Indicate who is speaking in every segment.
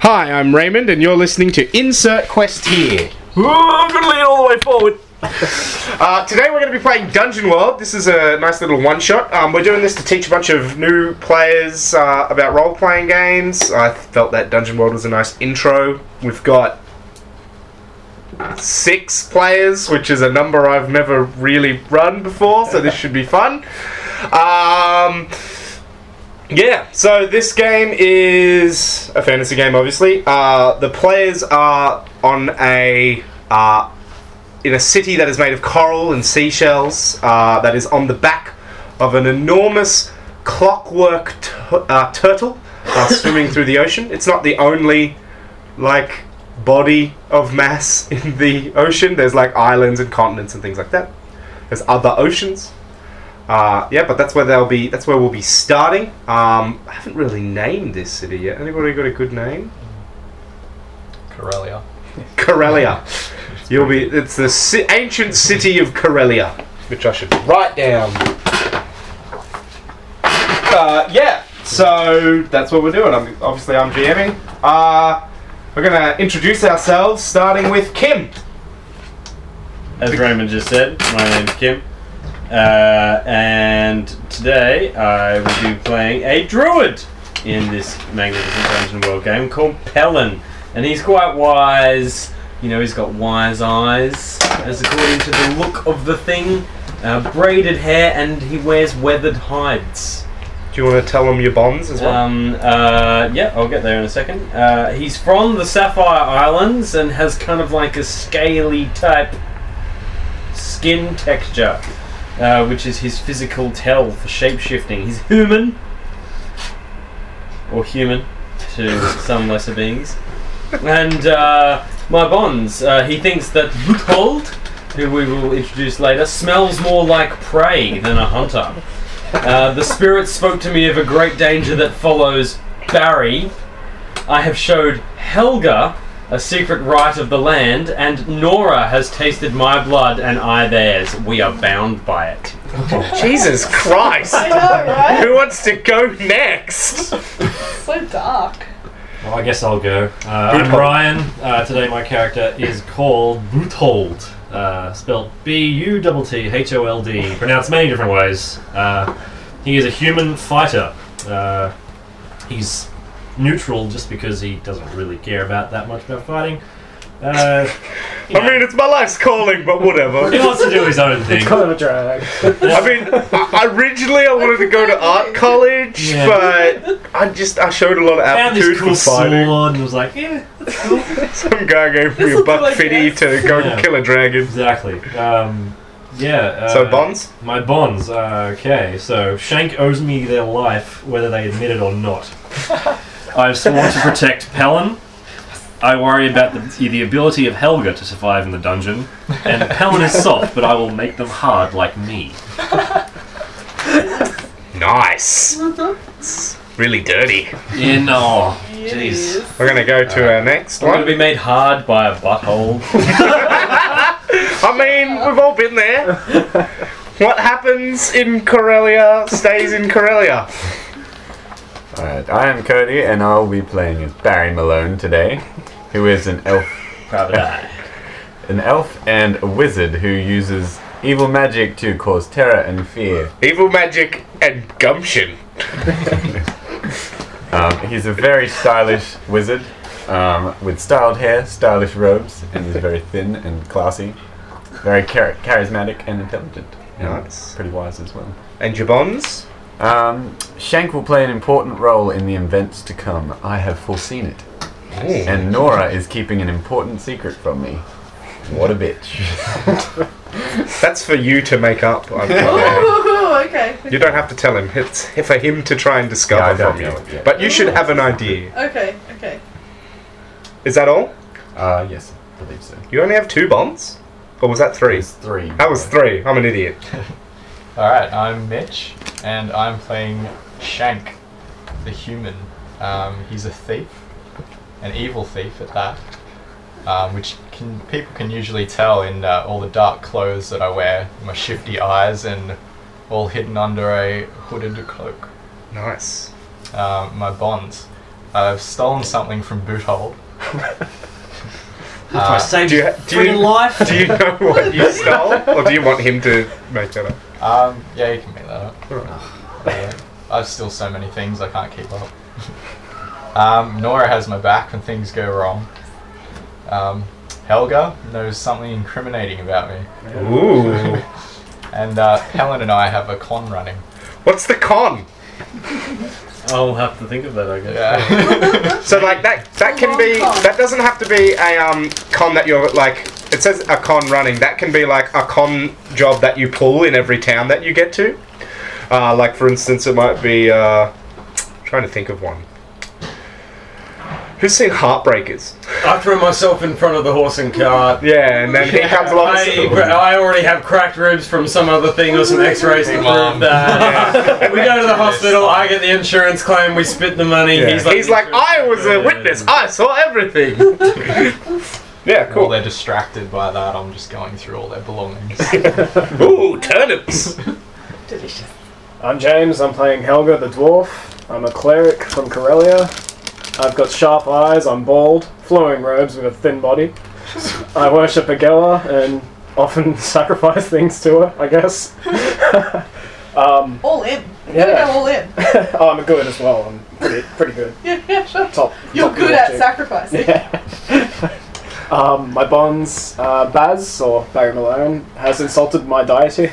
Speaker 1: Hi, I'm Raymond, and you're listening to Insert Quest here.
Speaker 2: Ooh, I'm gonna lean all the way forward.
Speaker 1: Uh, today we're going to be playing Dungeon World. This is a nice little one shot. Um, we're doing this to teach a bunch of new players uh, about role playing games. I felt that Dungeon World was a nice intro. We've got six players, which is a number I've never really run before, so this should be fun. Um, yeah, so this game is a fantasy game, obviously. Uh, the players are on a uh, in a city that is made of coral and seashells. Uh, that is on the back of an enormous clockwork t- uh, turtle uh, swimming through the ocean. It's not the only like body of mass in the ocean. There's like islands and continents and things like that. There's other oceans. Uh, yeah, but that's where they'll be. That's where we'll be starting. Um, I haven't really named this city yet. Anybody got a good name?
Speaker 2: Corellia.
Speaker 1: Corellia. You'll be. It's the ci- ancient city of Corellia, which I should write down. Uh, yeah. So that's what we're doing. I'm, obviously, I'm GMing. Uh, we're gonna introduce ourselves, starting with Kim.
Speaker 3: As Raymond just said, my name's Kim, uh, and today I will be playing a druid in this magnificent dungeon world game called Pelin, and he's quite wise. You know, he's got wise eyes, as according to the look of the thing, uh, braided hair, and he wears weathered hides.
Speaker 1: Do you want to tell them your bonds as well?
Speaker 3: Um, uh, yeah, I'll get there in a second. Uh, he's from the Sapphire Islands and has kind of like a scaly type skin texture, uh, which is his physical tell for shapeshifting. He's human, or human to some lesser beings. And uh, my bonds, uh, he thinks that Luthold, who we will introduce later, smells more like prey than a hunter. Uh, the spirit spoke to me of a great danger that follows Barry. I have showed Helga a secret right of the land, and Nora has tasted my blood and I theirs. We are bound by it.
Speaker 1: Jesus Christ!
Speaker 4: I know, right?
Speaker 1: Who wants to go next?
Speaker 4: so dark.
Speaker 2: Well, I guess I'll go. Uh, I'm
Speaker 1: Bruthold.
Speaker 2: Ryan. Uh, today my character is called Bruthold, uh, spelled B-U-T-T-H-O-L-D, pronounced many different ways. Uh, he is a human fighter. Uh, he's neutral just because he doesn't really care about that much about fighting. Uh, you
Speaker 1: I
Speaker 2: know,
Speaker 1: mean, it's my life's calling, but whatever.
Speaker 2: he wants to do his own thing.
Speaker 5: of a drag.
Speaker 1: I mean, I- originally I wanted to go to art college,
Speaker 2: Yeah.
Speaker 1: but I just I showed a lot of
Speaker 2: Found
Speaker 1: aptitude
Speaker 2: this cool
Speaker 1: for fighting.
Speaker 2: sword and was like, "Eh." yeah, that's cool.
Speaker 1: Some guy gave me
Speaker 4: This'll
Speaker 1: a
Speaker 4: do
Speaker 1: buck
Speaker 4: like
Speaker 1: fifty to go
Speaker 2: Yeah.
Speaker 1: kill a dragon.
Speaker 2: Exactly. Um, yeah. Uh,
Speaker 1: So bonds.
Speaker 2: My bonds. Uh, okay, so Shank owes me their life, whether they admit it or not. I've sworn to protect Pelin. I worry about the, the ability of Helga to survive in the dungeon, and Pelin is soft, but I will make them hard like me.
Speaker 1: Nice. It's really dirty.
Speaker 2: In oh,
Speaker 4: Yes.
Speaker 2: jeez.
Speaker 1: We're gonna go to our next
Speaker 3: I'm going to
Speaker 1: one.
Speaker 3: be made hard by a butthole.
Speaker 1: I mean, we've all been there. What happens in Corellia stays in Corellia.
Speaker 6: Alright, I am Cody and I'll be playing as Barry Malone today, who is an elf
Speaker 3: Private eye.
Speaker 6: an elf and a wizard who uses evil magic to cause terror and fear.
Speaker 1: Evil magic and gumption.
Speaker 6: Um, he's a very stylish wizard um, with styled hair, stylish robes, and he's very thin and classy, very char- charismatic and intelligent. And
Speaker 1: Nice.
Speaker 6: Pretty wise as well.
Speaker 1: And your bonds?
Speaker 6: Um, Shank will play an important role in the events to come. I have foreseen it. And Nora is keeping an important secret from me. What a bitch.
Speaker 1: That's for you to make up. I'm aware.
Speaker 4: Ooh, okay.
Speaker 1: You don't have to tell him. It's for him to try and
Speaker 6: Yeah, I
Speaker 1: discover
Speaker 6: don't
Speaker 1: from you.
Speaker 6: know, yeah.
Speaker 1: But you should have an idea.
Speaker 4: Okay, okay.
Speaker 1: Is that all?
Speaker 6: Uh, yes, I believe so.
Speaker 1: You only have two bonds? Or was that three?
Speaker 6: It's three.
Speaker 1: That was three. I'm an idiot.
Speaker 7: Alright, I'm Mitch, and I'm playing Shank, the human. Um, he's a thief, an evil thief at that, um, which can, people can usually tell in uh, all the dark clothes that I wear, my shifty eyes, and all hidden under a hooded cloak.
Speaker 1: Nice.
Speaker 7: Um, my bonds. I've stolen something from Boothole.
Speaker 2: After I
Speaker 7: Uh,
Speaker 2: saved
Speaker 1: do you
Speaker 2: your
Speaker 1: ha- do you-
Speaker 2: freaking life.
Speaker 1: Do you know what you stole, or do you want him to make that up?
Speaker 7: Um, yeah, you can make that up.
Speaker 1: Alright.
Speaker 7: Yeah. I steal so many things I can't keep up. Um, Nora has my back when things go wrong. Um, Helga knows something incriminating about me.
Speaker 1: Ooh.
Speaker 7: And uh, Helen and I have a con running.
Speaker 1: What's the con?
Speaker 2: I'll have to think of that, I guess.
Speaker 7: Yeah.
Speaker 1: So like that that can be that doesn't have to be a um con that you're like it says a con running. That can be like a con job that you pull in every town that you get to. Uh, like for instance, it might be uh, trying to think of one. Who's seen Heartbreakers?
Speaker 3: I threw myself in front of the horse and cart.
Speaker 1: Yeah, and then he comes along. and
Speaker 3: I,
Speaker 1: says-
Speaker 3: I already have cracked ribs from some other thing or some x-rays to prove that. we go to the hospital, I get the insurance claim, we split the money.
Speaker 1: Yeah.
Speaker 3: He's like,
Speaker 1: He's like, I was a
Speaker 3: Yeah.
Speaker 1: witness. I saw everything. yeah,
Speaker 7: While
Speaker 1: cool.
Speaker 7: they're distracted by that, I'm just going through all their belongings.
Speaker 1: Ooh, turnips.
Speaker 4: Delicious.
Speaker 5: I'm James. I'm playing Helga the Dwarf. I'm a cleric from Corellia. I've got sharp eyes. I'm bald, flowing robes with a thin body. I worship Agella and often sacrifice things to her, I guess. um,
Speaker 4: All in. Yeah.
Speaker 5: yeah.
Speaker 4: Go all in.
Speaker 5: Oh, I'm good as well. I'm pretty, pretty good.
Speaker 4: Yeah, yeah, sure.
Speaker 5: Top.
Speaker 4: You're
Speaker 5: top
Speaker 4: good
Speaker 5: notch,
Speaker 4: at
Speaker 5: yeah.
Speaker 4: sacrificing.
Speaker 5: Yeah. um, my bonds, uh, Baz or Barry Malone has insulted my deity.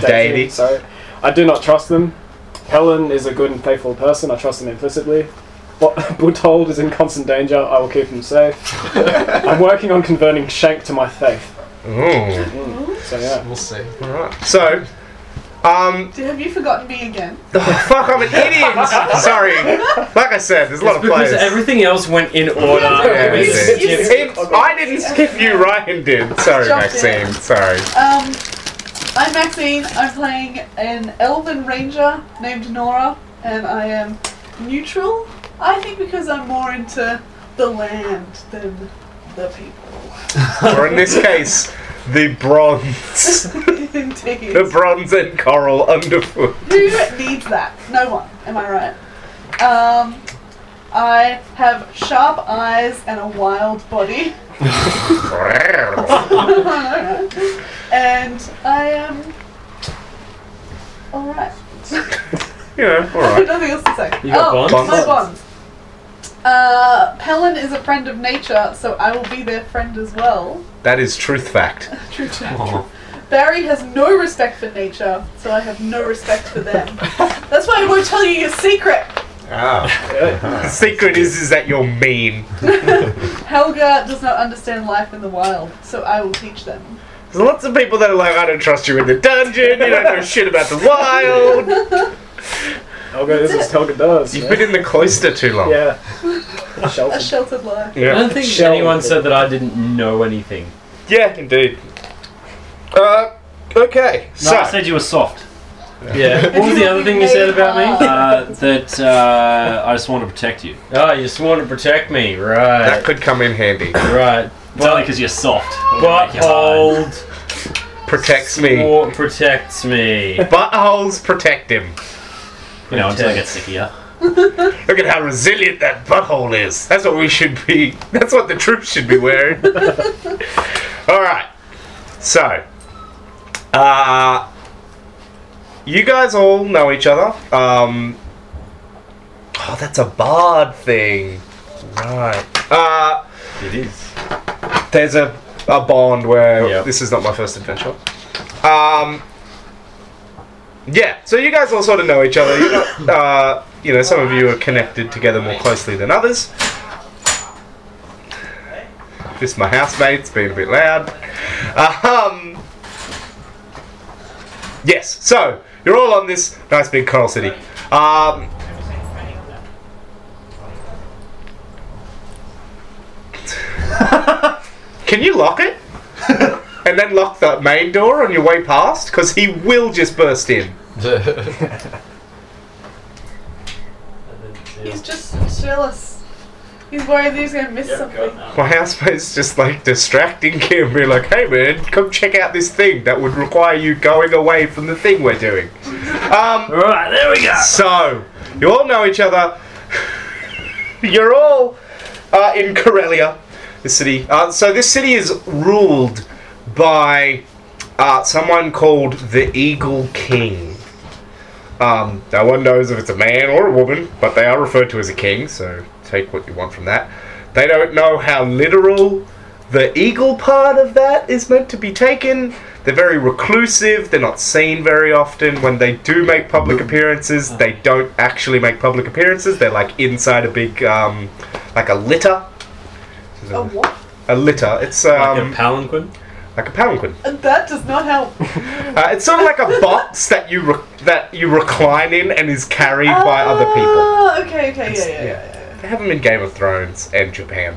Speaker 1: Deity.
Speaker 5: Sorry, I do not trust them. Helen is a good and faithful person. I trust them implicitly. Bo- Butold is in constant danger. I will keep him safe. I'm working on converting Shank to my faith.
Speaker 1: Ooh.
Speaker 5: So yeah.
Speaker 7: we'll see.
Speaker 1: Alright, So, um,
Speaker 4: Did- Have you forgotten me again?
Speaker 1: oh, fuck, I'm an idiot. Sorry. Like I said, there's a lot of
Speaker 3: because
Speaker 1: players.
Speaker 3: everything else went in order.
Speaker 1: Yeah,
Speaker 3: It was
Speaker 1: that's
Speaker 4: it.
Speaker 3: just-
Speaker 1: If I didn't skip you, Ryan did. Sorry,
Speaker 4: Jumped
Speaker 1: Maxine.
Speaker 4: in.
Speaker 1: Sorry.
Speaker 4: Um, I'm Maxine. I'm playing an elven ranger named Nora, and I am neutral. I think because I'm more into the land than the people.
Speaker 1: Or in this case, the bronze.
Speaker 4: Indeed.
Speaker 1: The bronze and coral underfoot.
Speaker 4: Who needs that? No one. Am I right? Um, I have sharp eyes and a wild body. and I am alright.
Speaker 1: yeah,
Speaker 4: I have
Speaker 1: alright.
Speaker 4: nothing else to say.
Speaker 3: You got
Speaker 4: oh,
Speaker 1: bonds?
Speaker 4: my bonds. Uh, Helen is a friend of nature, so I will be their friend as well.
Speaker 1: That is truth fact.
Speaker 4: True chat. Barry has no respect for nature, so I have no respect for them. That's why I won't tell you your secret.
Speaker 6: Ah.
Speaker 1: The secret is, is that you're mean.
Speaker 4: Helga does not understand life in the wild, so I will teach them.
Speaker 1: There's lots of people that are like, I don't trust you in the dungeon, you don't know shit about the wild.
Speaker 5: Helga Oh, is as Helga does.
Speaker 1: You've
Speaker 5: yeah.
Speaker 1: been in the cloister too long.
Speaker 5: yeah.
Speaker 4: A
Speaker 5: Shelter.
Speaker 4: sheltered life.
Speaker 3: I
Speaker 1: Yeah.
Speaker 3: don't think
Speaker 5: Shell.
Speaker 3: anyone said that I didn't know anything.
Speaker 1: Yeah, indeed. Uh, okay.
Speaker 2: No,
Speaker 1: so,
Speaker 2: I said you were soft.
Speaker 3: Yeah. What was the other thing you said about me?
Speaker 2: Uh, that uh, I just want to protect you.
Speaker 3: Oh, you sworn to protect me. Right.
Speaker 1: that could come in handy.
Speaker 3: Right.
Speaker 2: It's only because you're soft. I wanna
Speaker 3: But
Speaker 2: make you hard.
Speaker 3: old
Speaker 1: Protects me.
Speaker 3: swore protects me.
Speaker 1: Buttholes protect him.
Speaker 2: You know, until I get sick of you.
Speaker 1: Look at how resilient that butthole is. That's what we should be. That's what the troops should be wearing. All right. So, uh, you guys all know each other. Um, oh, that's a bard thing. Right. Uh,
Speaker 3: It is.
Speaker 1: there's a, a bond where
Speaker 3: Yep.
Speaker 1: this is not my first adventure. Um, yeah, so you guys all sort of know each other. You're not, uh, you know, some of you are connected together more closely than others. Just my housemates being a bit loud. Um, yes, so you're all on this nice big coral city. Um, Can you lock it? and then lock the main door on your way past? Because he will just burst in.
Speaker 4: He's just jealous. He's worried that he's going to miss something.
Speaker 1: My housemate's just like distracting him, be like, hey man, come check out this thing that would require you going away from the thing we're doing. Um,
Speaker 2: Alright, there we go.
Speaker 1: so, you all know each other. you're all uh, in Corellia, the city. Uh, so this city is ruled by uh, someone called the Eagle King. Um, no one knows if it's a man or a woman, but they are referred to as a king, so take what you want from that. They don't know how literal the eagle part of that is meant to be taken. They're very reclusive, they're not seen very often. When they do make public appearances, they don't actually make public appearances. They're like inside a big, um, like a litter.
Speaker 4: A what?
Speaker 1: A litter. It's um,
Speaker 2: like a palanquin.
Speaker 1: like a palanquin.
Speaker 4: And that does not help.
Speaker 1: Uh, it's sort of like a box that you re- that you recline in and is carried by other people.
Speaker 4: Ah, Okay, okay, yeah, yeah,
Speaker 1: yeah.
Speaker 4: yeah. yeah.
Speaker 1: They have them in Game of Thrones and Japan,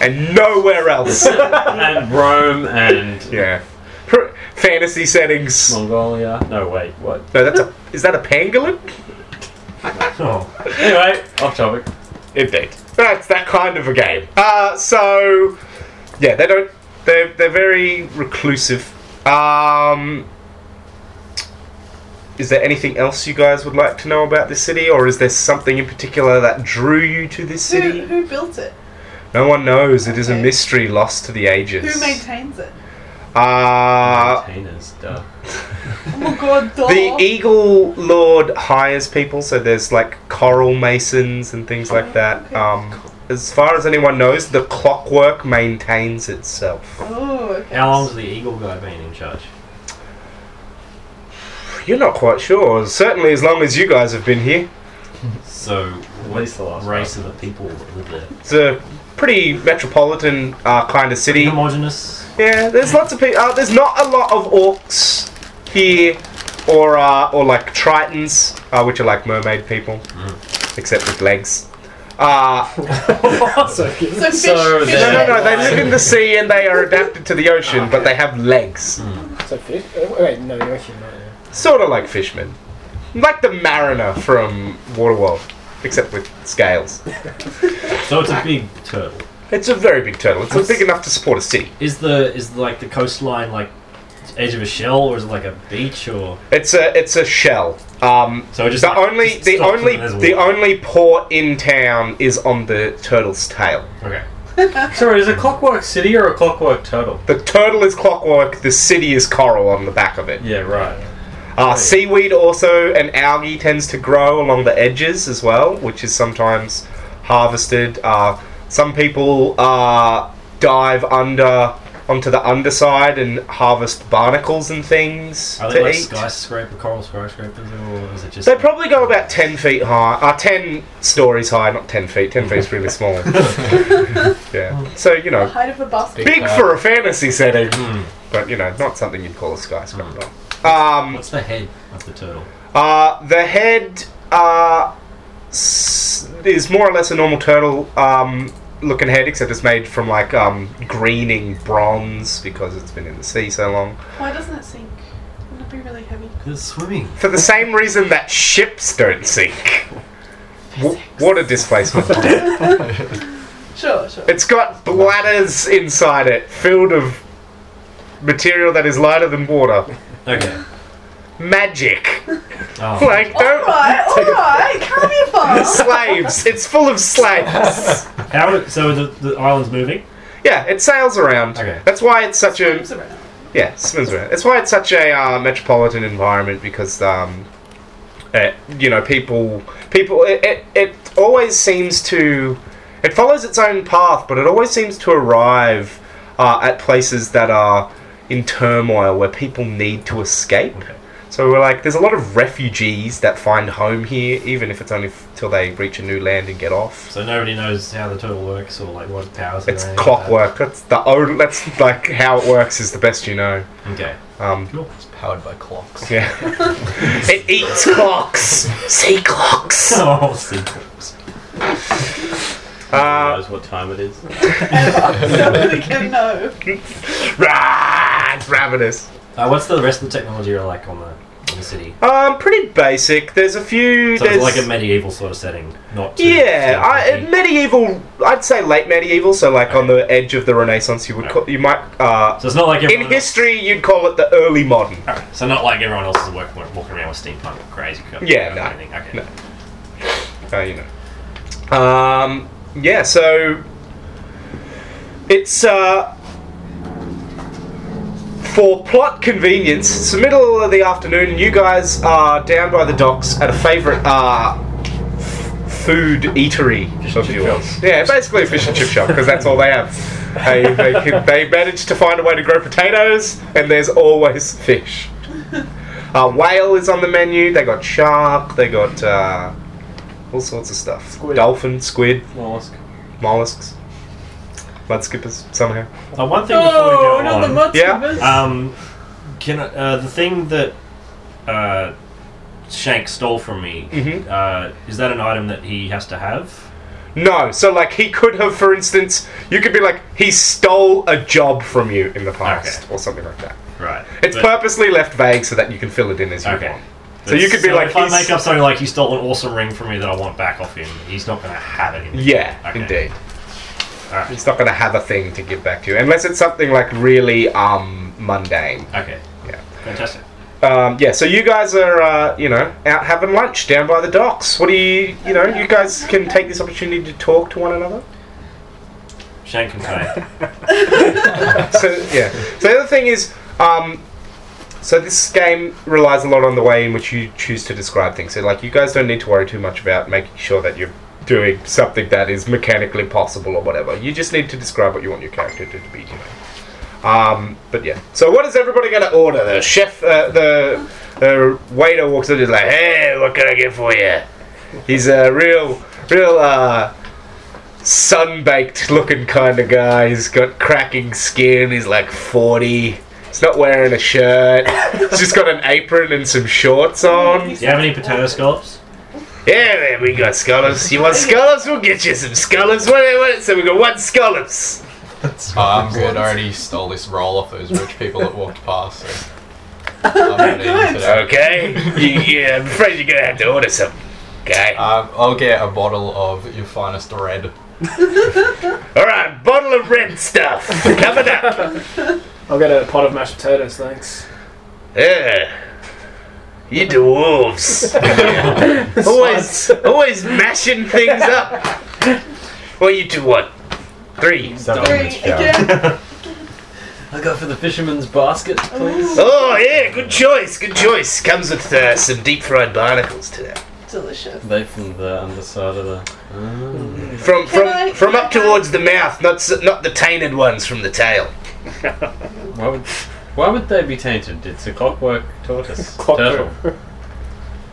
Speaker 1: and nowhere else.
Speaker 2: and Rome and
Speaker 1: yeah, Pr- fantasy settings. No,
Speaker 2: Mongolia. No, wait, what?
Speaker 1: that's a is that a pangolin?
Speaker 2: Oh. Anyway, off topic.
Speaker 1: Indeed, that's that kind of a game. Uh, so yeah, they don't. They're they're very reclusive. Um, is there anything else you guys would like to know about this city, or is there something in particular that drew you to this
Speaker 4: Who,
Speaker 1: city?
Speaker 4: who built it?
Speaker 1: No one knows. It is a
Speaker 4: Okay.
Speaker 1: mystery lost to the ages.
Speaker 4: Who maintains it?
Speaker 1: Uh,
Speaker 2: Containers, duh.
Speaker 4: Oh my god, dog.
Speaker 1: the e- Eagle Lord hires people, so there's like coral masons and things like that.
Speaker 4: Oh, Okay.
Speaker 1: Um, as far as anyone knows, the clockwork maintains itself.
Speaker 4: Oh, okay.
Speaker 2: How long's the eagle guy been in charge?
Speaker 1: You're not quite sure. Certainly, as long as you guys have been here,
Speaker 2: So, what
Speaker 3: least the last
Speaker 2: race of the people that live there?
Speaker 1: it's a pretty metropolitan uh, kind of city.
Speaker 2: Homogenous.
Speaker 1: Yeah, there's lots of people. Uh, there's not a lot of orcs here, or uh, or like tritons, uh, which are like mermaid people, except with legs. Uh,
Speaker 5: So cute.
Speaker 4: So fish,
Speaker 3: So
Speaker 4: fish
Speaker 1: no, no, no. They
Speaker 4: eggs.
Speaker 1: live in the sea and they are adapted to the ocean, but they have legs,
Speaker 5: So fish? uh, Wait, no, you're actually not. yeah.
Speaker 1: sort of like fishermen, like the mariner from Waterworld, except with scales.
Speaker 2: So it's a big turtle.
Speaker 1: It's a very big turtle. It's big enough to support a city.
Speaker 2: Is the is like the coastline like edge of a shell, or is it like a beach, or
Speaker 1: It's a it's a shell. Um,
Speaker 2: so it just
Speaker 1: the
Speaker 2: like,
Speaker 1: only
Speaker 2: just
Speaker 1: the
Speaker 2: stops
Speaker 1: only
Speaker 2: and there's
Speaker 1: the
Speaker 2: water.
Speaker 1: only port in town is on the turtle's tail.
Speaker 2: okay.
Speaker 3: Sorry, is it Clockwork City or a Clockwork Turtle?
Speaker 1: The turtle is clockwork, the city is coral on the back of it.
Speaker 3: Yeah, right.
Speaker 2: Oh,
Speaker 1: Uh, seaweed also and algae tends to grow along the edges as well, which is sometimes harvested. Uh, some people uh, dive under onto the underside and harvest barnacles and things
Speaker 2: Are
Speaker 1: to
Speaker 2: they like
Speaker 1: eat.
Speaker 2: skyscraper coral skyscrapers, or is it just
Speaker 1: They probably go about 10 feet high, uh, 10 stories high, not 10 feet. 10 feet's really small. yeah. So, you
Speaker 4: The
Speaker 1: know,
Speaker 4: height of a basket.
Speaker 1: big for a fantasy setting, but, you know, not something you'd call a skyscraper. Um,
Speaker 2: What's the head of the turtle?
Speaker 1: uh, the head uh, s- is more or less a normal turtle um, looking head, except it's made from, like, um, greening bronze because it's been in the sea so long.
Speaker 4: Why doesn't it sink? Wouldn't it be really heavy?
Speaker 2: It's swimming.
Speaker 1: For the same reason that ships don't sink. W- water displacement.
Speaker 4: Sure, sure.
Speaker 1: It's got bladders inside it, filled of material that is lighter than water.
Speaker 2: Okay.
Speaker 1: Magic.
Speaker 2: Oh.
Speaker 1: Like, don't.
Speaker 4: Alright, alright, calm your farm.
Speaker 1: Slaves. It's full of slaves.
Speaker 2: How it, so the, the island's moving?
Speaker 1: Yeah, it sails around.
Speaker 2: Okay.
Speaker 1: That's why it's such a
Speaker 4: Swims around.
Speaker 1: yeah, swims around. That's why it's such a uh, metropolitan environment because um, uh, you know people people it, it it always seems to it follows its own path, but it always seems to arrive uh, at places that are in turmoil where people need to escape.
Speaker 2: Okay.
Speaker 1: So we're like, there's a lot of refugees that find home here, even if it's only f- till they reach a new land and get off.
Speaker 2: So nobody knows how the turtle works or like what powers. it
Speaker 1: It's
Speaker 2: has.
Speaker 1: clockwork. That's the only. That's like how it works is the best you know.
Speaker 2: Okay.
Speaker 1: Um,
Speaker 7: It's powered by clocks.
Speaker 1: Yeah. it eats clocks. Sea clocks.
Speaker 2: Oh, sea corpse.
Speaker 1: Uh,
Speaker 3: knows what time it is.
Speaker 4: Nobody can know.
Speaker 1: rah, it's ravenous.
Speaker 2: Uh, what's the rest of the technology like on the on the city?
Speaker 1: Um, pretty basic. There's a few.
Speaker 2: So it's
Speaker 1: there's
Speaker 2: like a medieval sort of setting, not too
Speaker 1: yeah, I,
Speaker 2: steampunk-y.
Speaker 1: uh, medieval. I'd say late medieval. So like on the edge of the Renaissance, you would call, you might. Uh,
Speaker 2: so it's not like
Speaker 1: in
Speaker 2: everyone. Else,
Speaker 1: history, you'd call it the early modern.
Speaker 2: Alright, so not like everyone else is work, walking around with steampunk crazy.
Speaker 1: Yeah,
Speaker 2: or
Speaker 1: no,
Speaker 2: anything. Okay.
Speaker 1: no. Uh, you know. Um, yeah, so it's uh, for plot convenience. It's the middle of the afternoon, and you guys are down by the docks at a favourite uh, f- food eatery of yours. Yeah, basically a fish and chip shop because that's all they have. They they, can, they managed to find a way to grow potatoes, and there's always fish. Uh, whale is on the menu. They got shark. They got uh, all sorts of stuff.
Speaker 5: Squid.
Speaker 1: Dolphin, squid
Speaker 3: Mollusk.
Speaker 1: mollusks, mud skippers somehow.
Speaker 2: Uh, one thing before we
Speaker 4: Oh,
Speaker 2: go
Speaker 4: not
Speaker 2: on,
Speaker 4: the mud
Speaker 1: Yeah.
Speaker 4: scoopers.
Speaker 2: Um, can I, uh, the thing that uh, Shank stole from me
Speaker 1: Mhm.
Speaker 2: uh, is that an item that he has to have?
Speaker 1: No, so like he could have, for instance, you could be like he stole a job from you in the past or something like that.
Speaker 2: Right.
Speaker 1: It's
Speaker 2: But-
Speaker 1: purposely left vague so that you can fill it in as you
Speaker 2: Okay.
Speaker 1: want. So you could be like
Speaker 2: if I
Speaker 1: he's-
Speaker 2: make up something like he stole an awesome ring from me that I want back off him, he's not going to have it. In
Speaker 1: Yeah,
Speaker 2: Okay.
Speaker 1: indeed.
Speaker 2: Alright.
Speaker 1: He's not going to have a thing to give back to you unless it's something like really um mundane.
Speaker 2: Okay.
Speaker 1: Yeah.
Speaker 2: Fantastic.
Speaker 1: Um, yeah, so you guys are, uh, you know, out having lunch down by the docks. What do you, you know, you guys can take this opportunity to talk to one another.
Speaker 2: Shank and Kay.
Speaker 1: so yeah. So the other thing is, um, so this game relies a lot on the way in which you choose to describe things. So like, you guys don't need to worry too much about making sure that you're doing something that is mechanically possible or whatever. You just need to describe what you want your character to be doing. Um, but yeah. So what is everybody going to order? The chef, uh, the the waiter walks in. He's like, "Hey, what can I get for you?" He's a real, real. Uh, sunbaked looking kind of guy. He's got cracking skin. He's like 40. He's not wearing a shirt. He's just got an apron and some shorts on.
Speaker 2: Do you have any potato scallops?
Speaker 1: Yeah, man, we got scallops. You want scallops? We'll get you some scallops. What, what? So we got one scallops.
Speaker 7: Oh, I'm good. I already stole this roll off those rich people that walked past. So. I'm not eating today.
Speaker 1: Okay. You- yeah, I'm afraid you're gonna have to order some. Okay.
Speaker 7: Um, I'll get a bottle of your finest red.
Speaker 1: All right, bottle of red stuff coming up.
Speaker 5: I'll get a pot of mashed potatoes, thanks.
Speaker 1: Yeah. You dwarves. always, always mashing things up. What you do? What? Three.
Speaker 4: Three
Speaker 6: Something
Speaker 4: again.
Speaker 3: I go for the fisherman's basket, please.
Speaker 1: Oh yeah, good choice. Good choice. Comes with uh, some deep fried barnacles to that.
Speaker 4: Delicious.
Speaker 3: They from the underside of the. Mm.
Speaker 1: From
Speaker 4: Can
Speaker 1: from
Speaker 4: I-
Speaker 1: from up
Speaker 4: can I-
Speaker 1: towards the mouth, not s- not the tainted ones from the tail.
Speaker 3: Why would why would they be tainted? It's a clockwork tortoise.
Speaker 5: Clockwork.
Speaker 3: Turtle.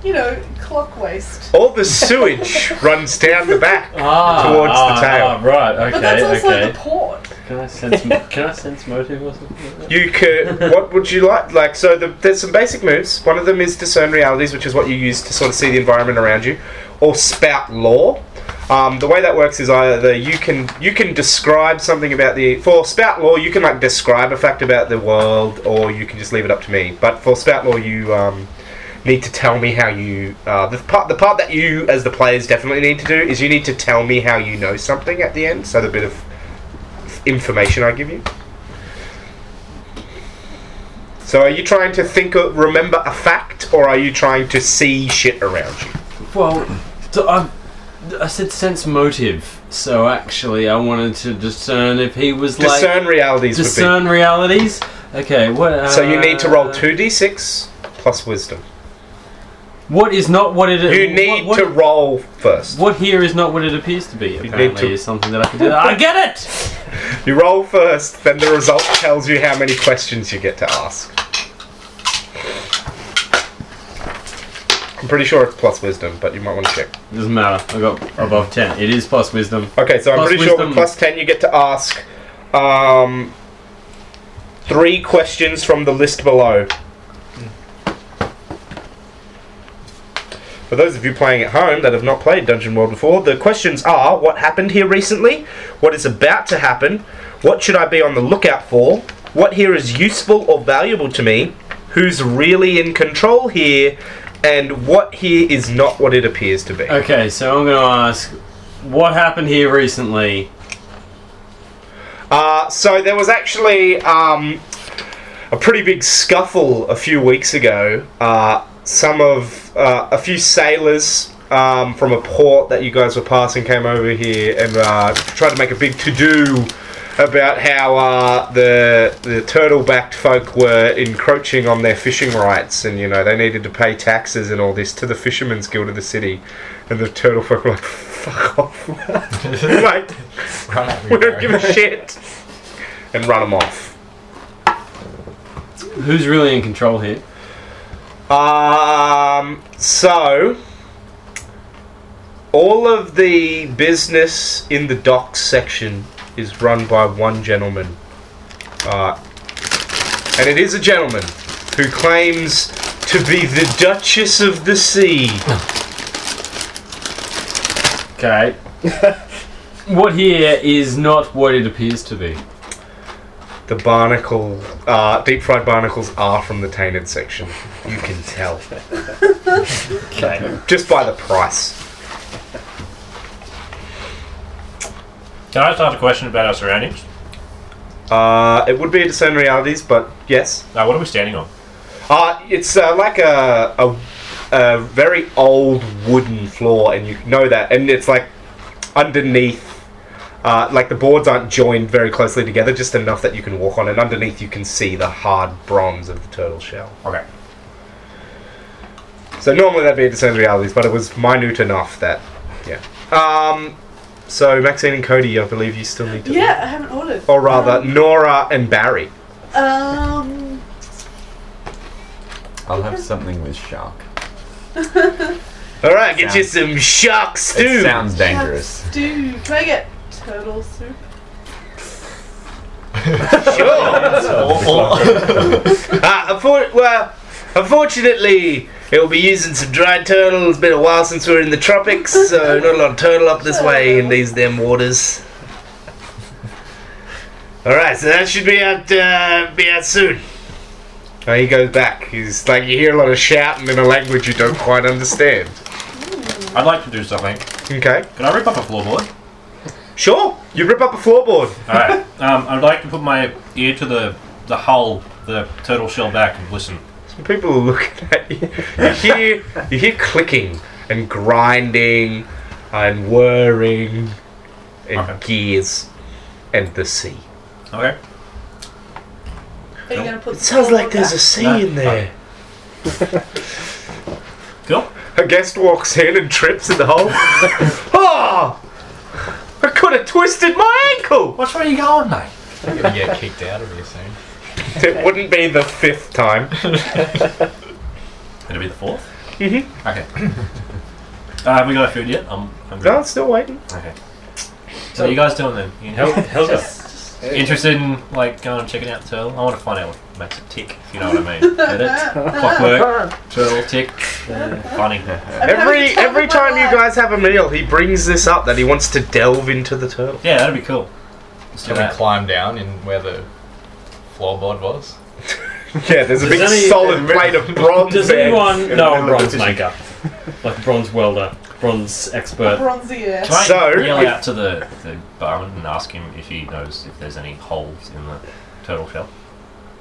Speaker 4: You know, clock waste.
Speaker 1: All the sewage runs down the back.
Speaker 3: Ah,
Speaker 1: Towards the
Speaker 3: ah,
Speaker 1: tail.
Speaker 3: ah, right.
Speaker 4: But that's
Speaker 3: Okay.
Speaker 4: also
Speaker 3: Okay.
Speaker 4: the port.
Speaker 3: Can I sense? mo- can I sense motive or something? Like that?
Speaker 1: You could. What would you like? Like, so the, there's some basic moves. One of them is discern realities, which is what you use to sort of see the environment around you, or spout lore. Um, the way that works is either you can you can describe something about the for spout lore you can like describe a fact about the world, or you can just leave it up to me. But for spout lore, you um, need to tell me how you uh, the part the part that you as the players definitely need to do is you need to tell me how you know something at the end. So the bit of information I give you. So are you trying to think of, remember a fact or are you trying to see shit around you?
Speaker 3: Well, so I, I said sense motive. So actually, I wanted to discern if he was like
Speaker 1: discern realities would
Speaker 3: discern realities. Okay. What?
Speaker 1: be.
Speaker 3: Uh,
Speaker 1: So you need to roll 2d6 plus wisdom.
Speaker 3: What is not what it?
Speaker 1: You
Speaker 3: what-
Speaker 1: need
Speaker 3: what-
Speaker 1: to roll first.
Speaker 3: What here is not what it appears to be.
Speaker 1: need
Speaker 3: Apparently,
Speaker 1: to-
Speaker 3: is something that I can do. I get it.
Speaker 1: You roll first, then the result tells you how many questions you get to ask. I'm pretty sure it's plus wisdom, but you might want to check.
Speaker 3: Doesn't matter. I got above ten. It is plus wisdom.
Speaker 1: Um, Okay, so I'm
Speaker 3: Plus
Speaker 1: pretty sure
Speaker 3: wisdom.
Speaker 1: with plus 10 you get to ask um, three questions from the list below. For those of you playing at home that have not played Dungeon World before, the questions are what happened here recently, what is about to happen, what should I be on the lookout for, what here is useful or valuable to me, who's really in control here, and what here is not what it appears to be.
Speaker 3: Okay, so I'm going to ask, what happened here recently?
Speaker 1: Uh, so there was actually um, a pretty big scuffle a few weeks ago. Uh, some of uh, a few sailors um, from a port that you guys were passing came over here and uh, tried to make a big to do about how uh, the the turtle backed folk were encroaching on their fishing rights and you know they needed to pay taxes and all this to the fishermen's guild of the city and the turtle folk were like fuck off like
Speaker 7: Run at me,
Speaker 1: we don't
Speaker 7: bro.
Speaker 1: give a shit and run them off
Speaker 3: Who's really in control here?
Speaker 1: Um, so all of the business in the docks section is run by one gentleman. Uh, and it is a gentleman who claims to be the Duchess of the Sea.
Speaker 3: Okay. what here is not what it appears to be.
Speaker 1: The barnacle, uh, deep fried barnacles are from the tainted section. You can tell.
Speaker 3: Okay.
Speaker 1: Just by the price.
Speaker 2: Can I start a question about our surroundings?
Speaker 1: Uh, it would be a discern realities, but yes.
Speaker 2: Uh, what are we standing on?
Speaker 1: Uh, it's uh, like a, a a very old wooden floor, and you know that, and it's like underneath. Uh, like the boards aren't joined very closely together, just enough that you can walk on, and underneath you can see the hard bronze of the turtle shell.
Speaker 2: Okay.
Speaker 1: So normally that'd be a discerned realities, but it was minute enough that, yeah. Um, so Maxine and Cody, I believe you still need to,
Speaker 4: Yeah, I haven't ordered.
Speaker 1: or rather
Speaker 6: Um,
Speaker 1: Nora and Barry.
Speaker 4: Um,
Speaker 6: I'll have something with shark.
Speaker 1: All right, get you
Speaker 6: Sounds-
Speaker 1: some shark stew.
Speaker 6: It sounds dangerous.
Speaker 4: stew. Can I get turtle soup?
Speaker 1: Sure. Uh, unfor- well, unfortunately, it will be using some dried turtle. It's been a while since we were in the tropics, so not a lot of turtle up this way in these them waters. All right, so that should be out. Uh, be out soon. Oh, he goes back. He's like you hear a lot of shouting in a language you don't quite understand.
Speaker 2: I'd like to do something.
Speaker 1: Okay,
Speaker 2: Can I rip up a floorboard?
Speaker 1: sure. You rip up a floorboard.
Speaker 2: Alright. Um, I'd like to put my ear to the, the hull, the turtle shell back, and listen.
Speaker 1: People are looking at you. You hear, you hear clicking and grinding and whirring and
Speaker 2: Okay.
Speaker 1: gears and the sea.
Speaker 2: Okay.
Speaker 4: Are you gonna put?
Speaker 1: It sounds like there's a
Speaker 4: a.
Speaker 1: sea in there.
Speaker 2: Cool.
Speaker 1: A guest walks in and trips in the hole. oh! I could have twisted my ankle!
Speaker 2: Which way are you going, mate?
Speaker 7: You're gonna get kicked out of here soon.
Speaker 1: It wouldn't be the fifth time.
Speaker 2: It'll be the fourth.
Speaker 1: Mhm.
Speaker 2: Okay. uh, have we got our food yet? I'm hungry.
Speaker 1: No, I'm still waiting.
Speaker 2: Okay. So, what are you guys doing then? You help, help us. Interested in like going and checking out the turtle? I want to find out what makes it tick. If you know what I mean. Get it? Clockwork. Turtle tick. Funny.
Speaker 1: Every
Speaker 4: time
Speaker 1: every
Speaker 4: of my
Speaker 1: time you
Speaker 4: life.
Speaker 1: guys have a meal, he brings this up that he wants to delve into the turtle.
Speaker 2: Yeah, that'd be cool. Let's do
Speaker 7: Can we
Speaker 2: that.
Speaker 7: climb down in where the floorboard was?
Speaker 1: Yeah, there's a big
Speaker 3: Does any-
Speaker 1: solid plate of bronze.
Speaker 3: Does
Speaker 1: there in
Speaker 3: anyone
Speaker 1: the
Speaker 3: know
Speaker 1: middle
Speaker 3: a
Speaker 1: of
Speaker 3: bronze
Speaker 1: the kitchen.
Speaker 3: maker? Like a bronze welder, bronze
Speaker 1: Uh-huh.
Speaker 3: expert?
Speaker 4: Bronzy air.
Speaker 2: Can I
Speaker 1: So-
Speaker 2: yell out to the, the barman and ask him if he knows if there's any holes in the turtle shell?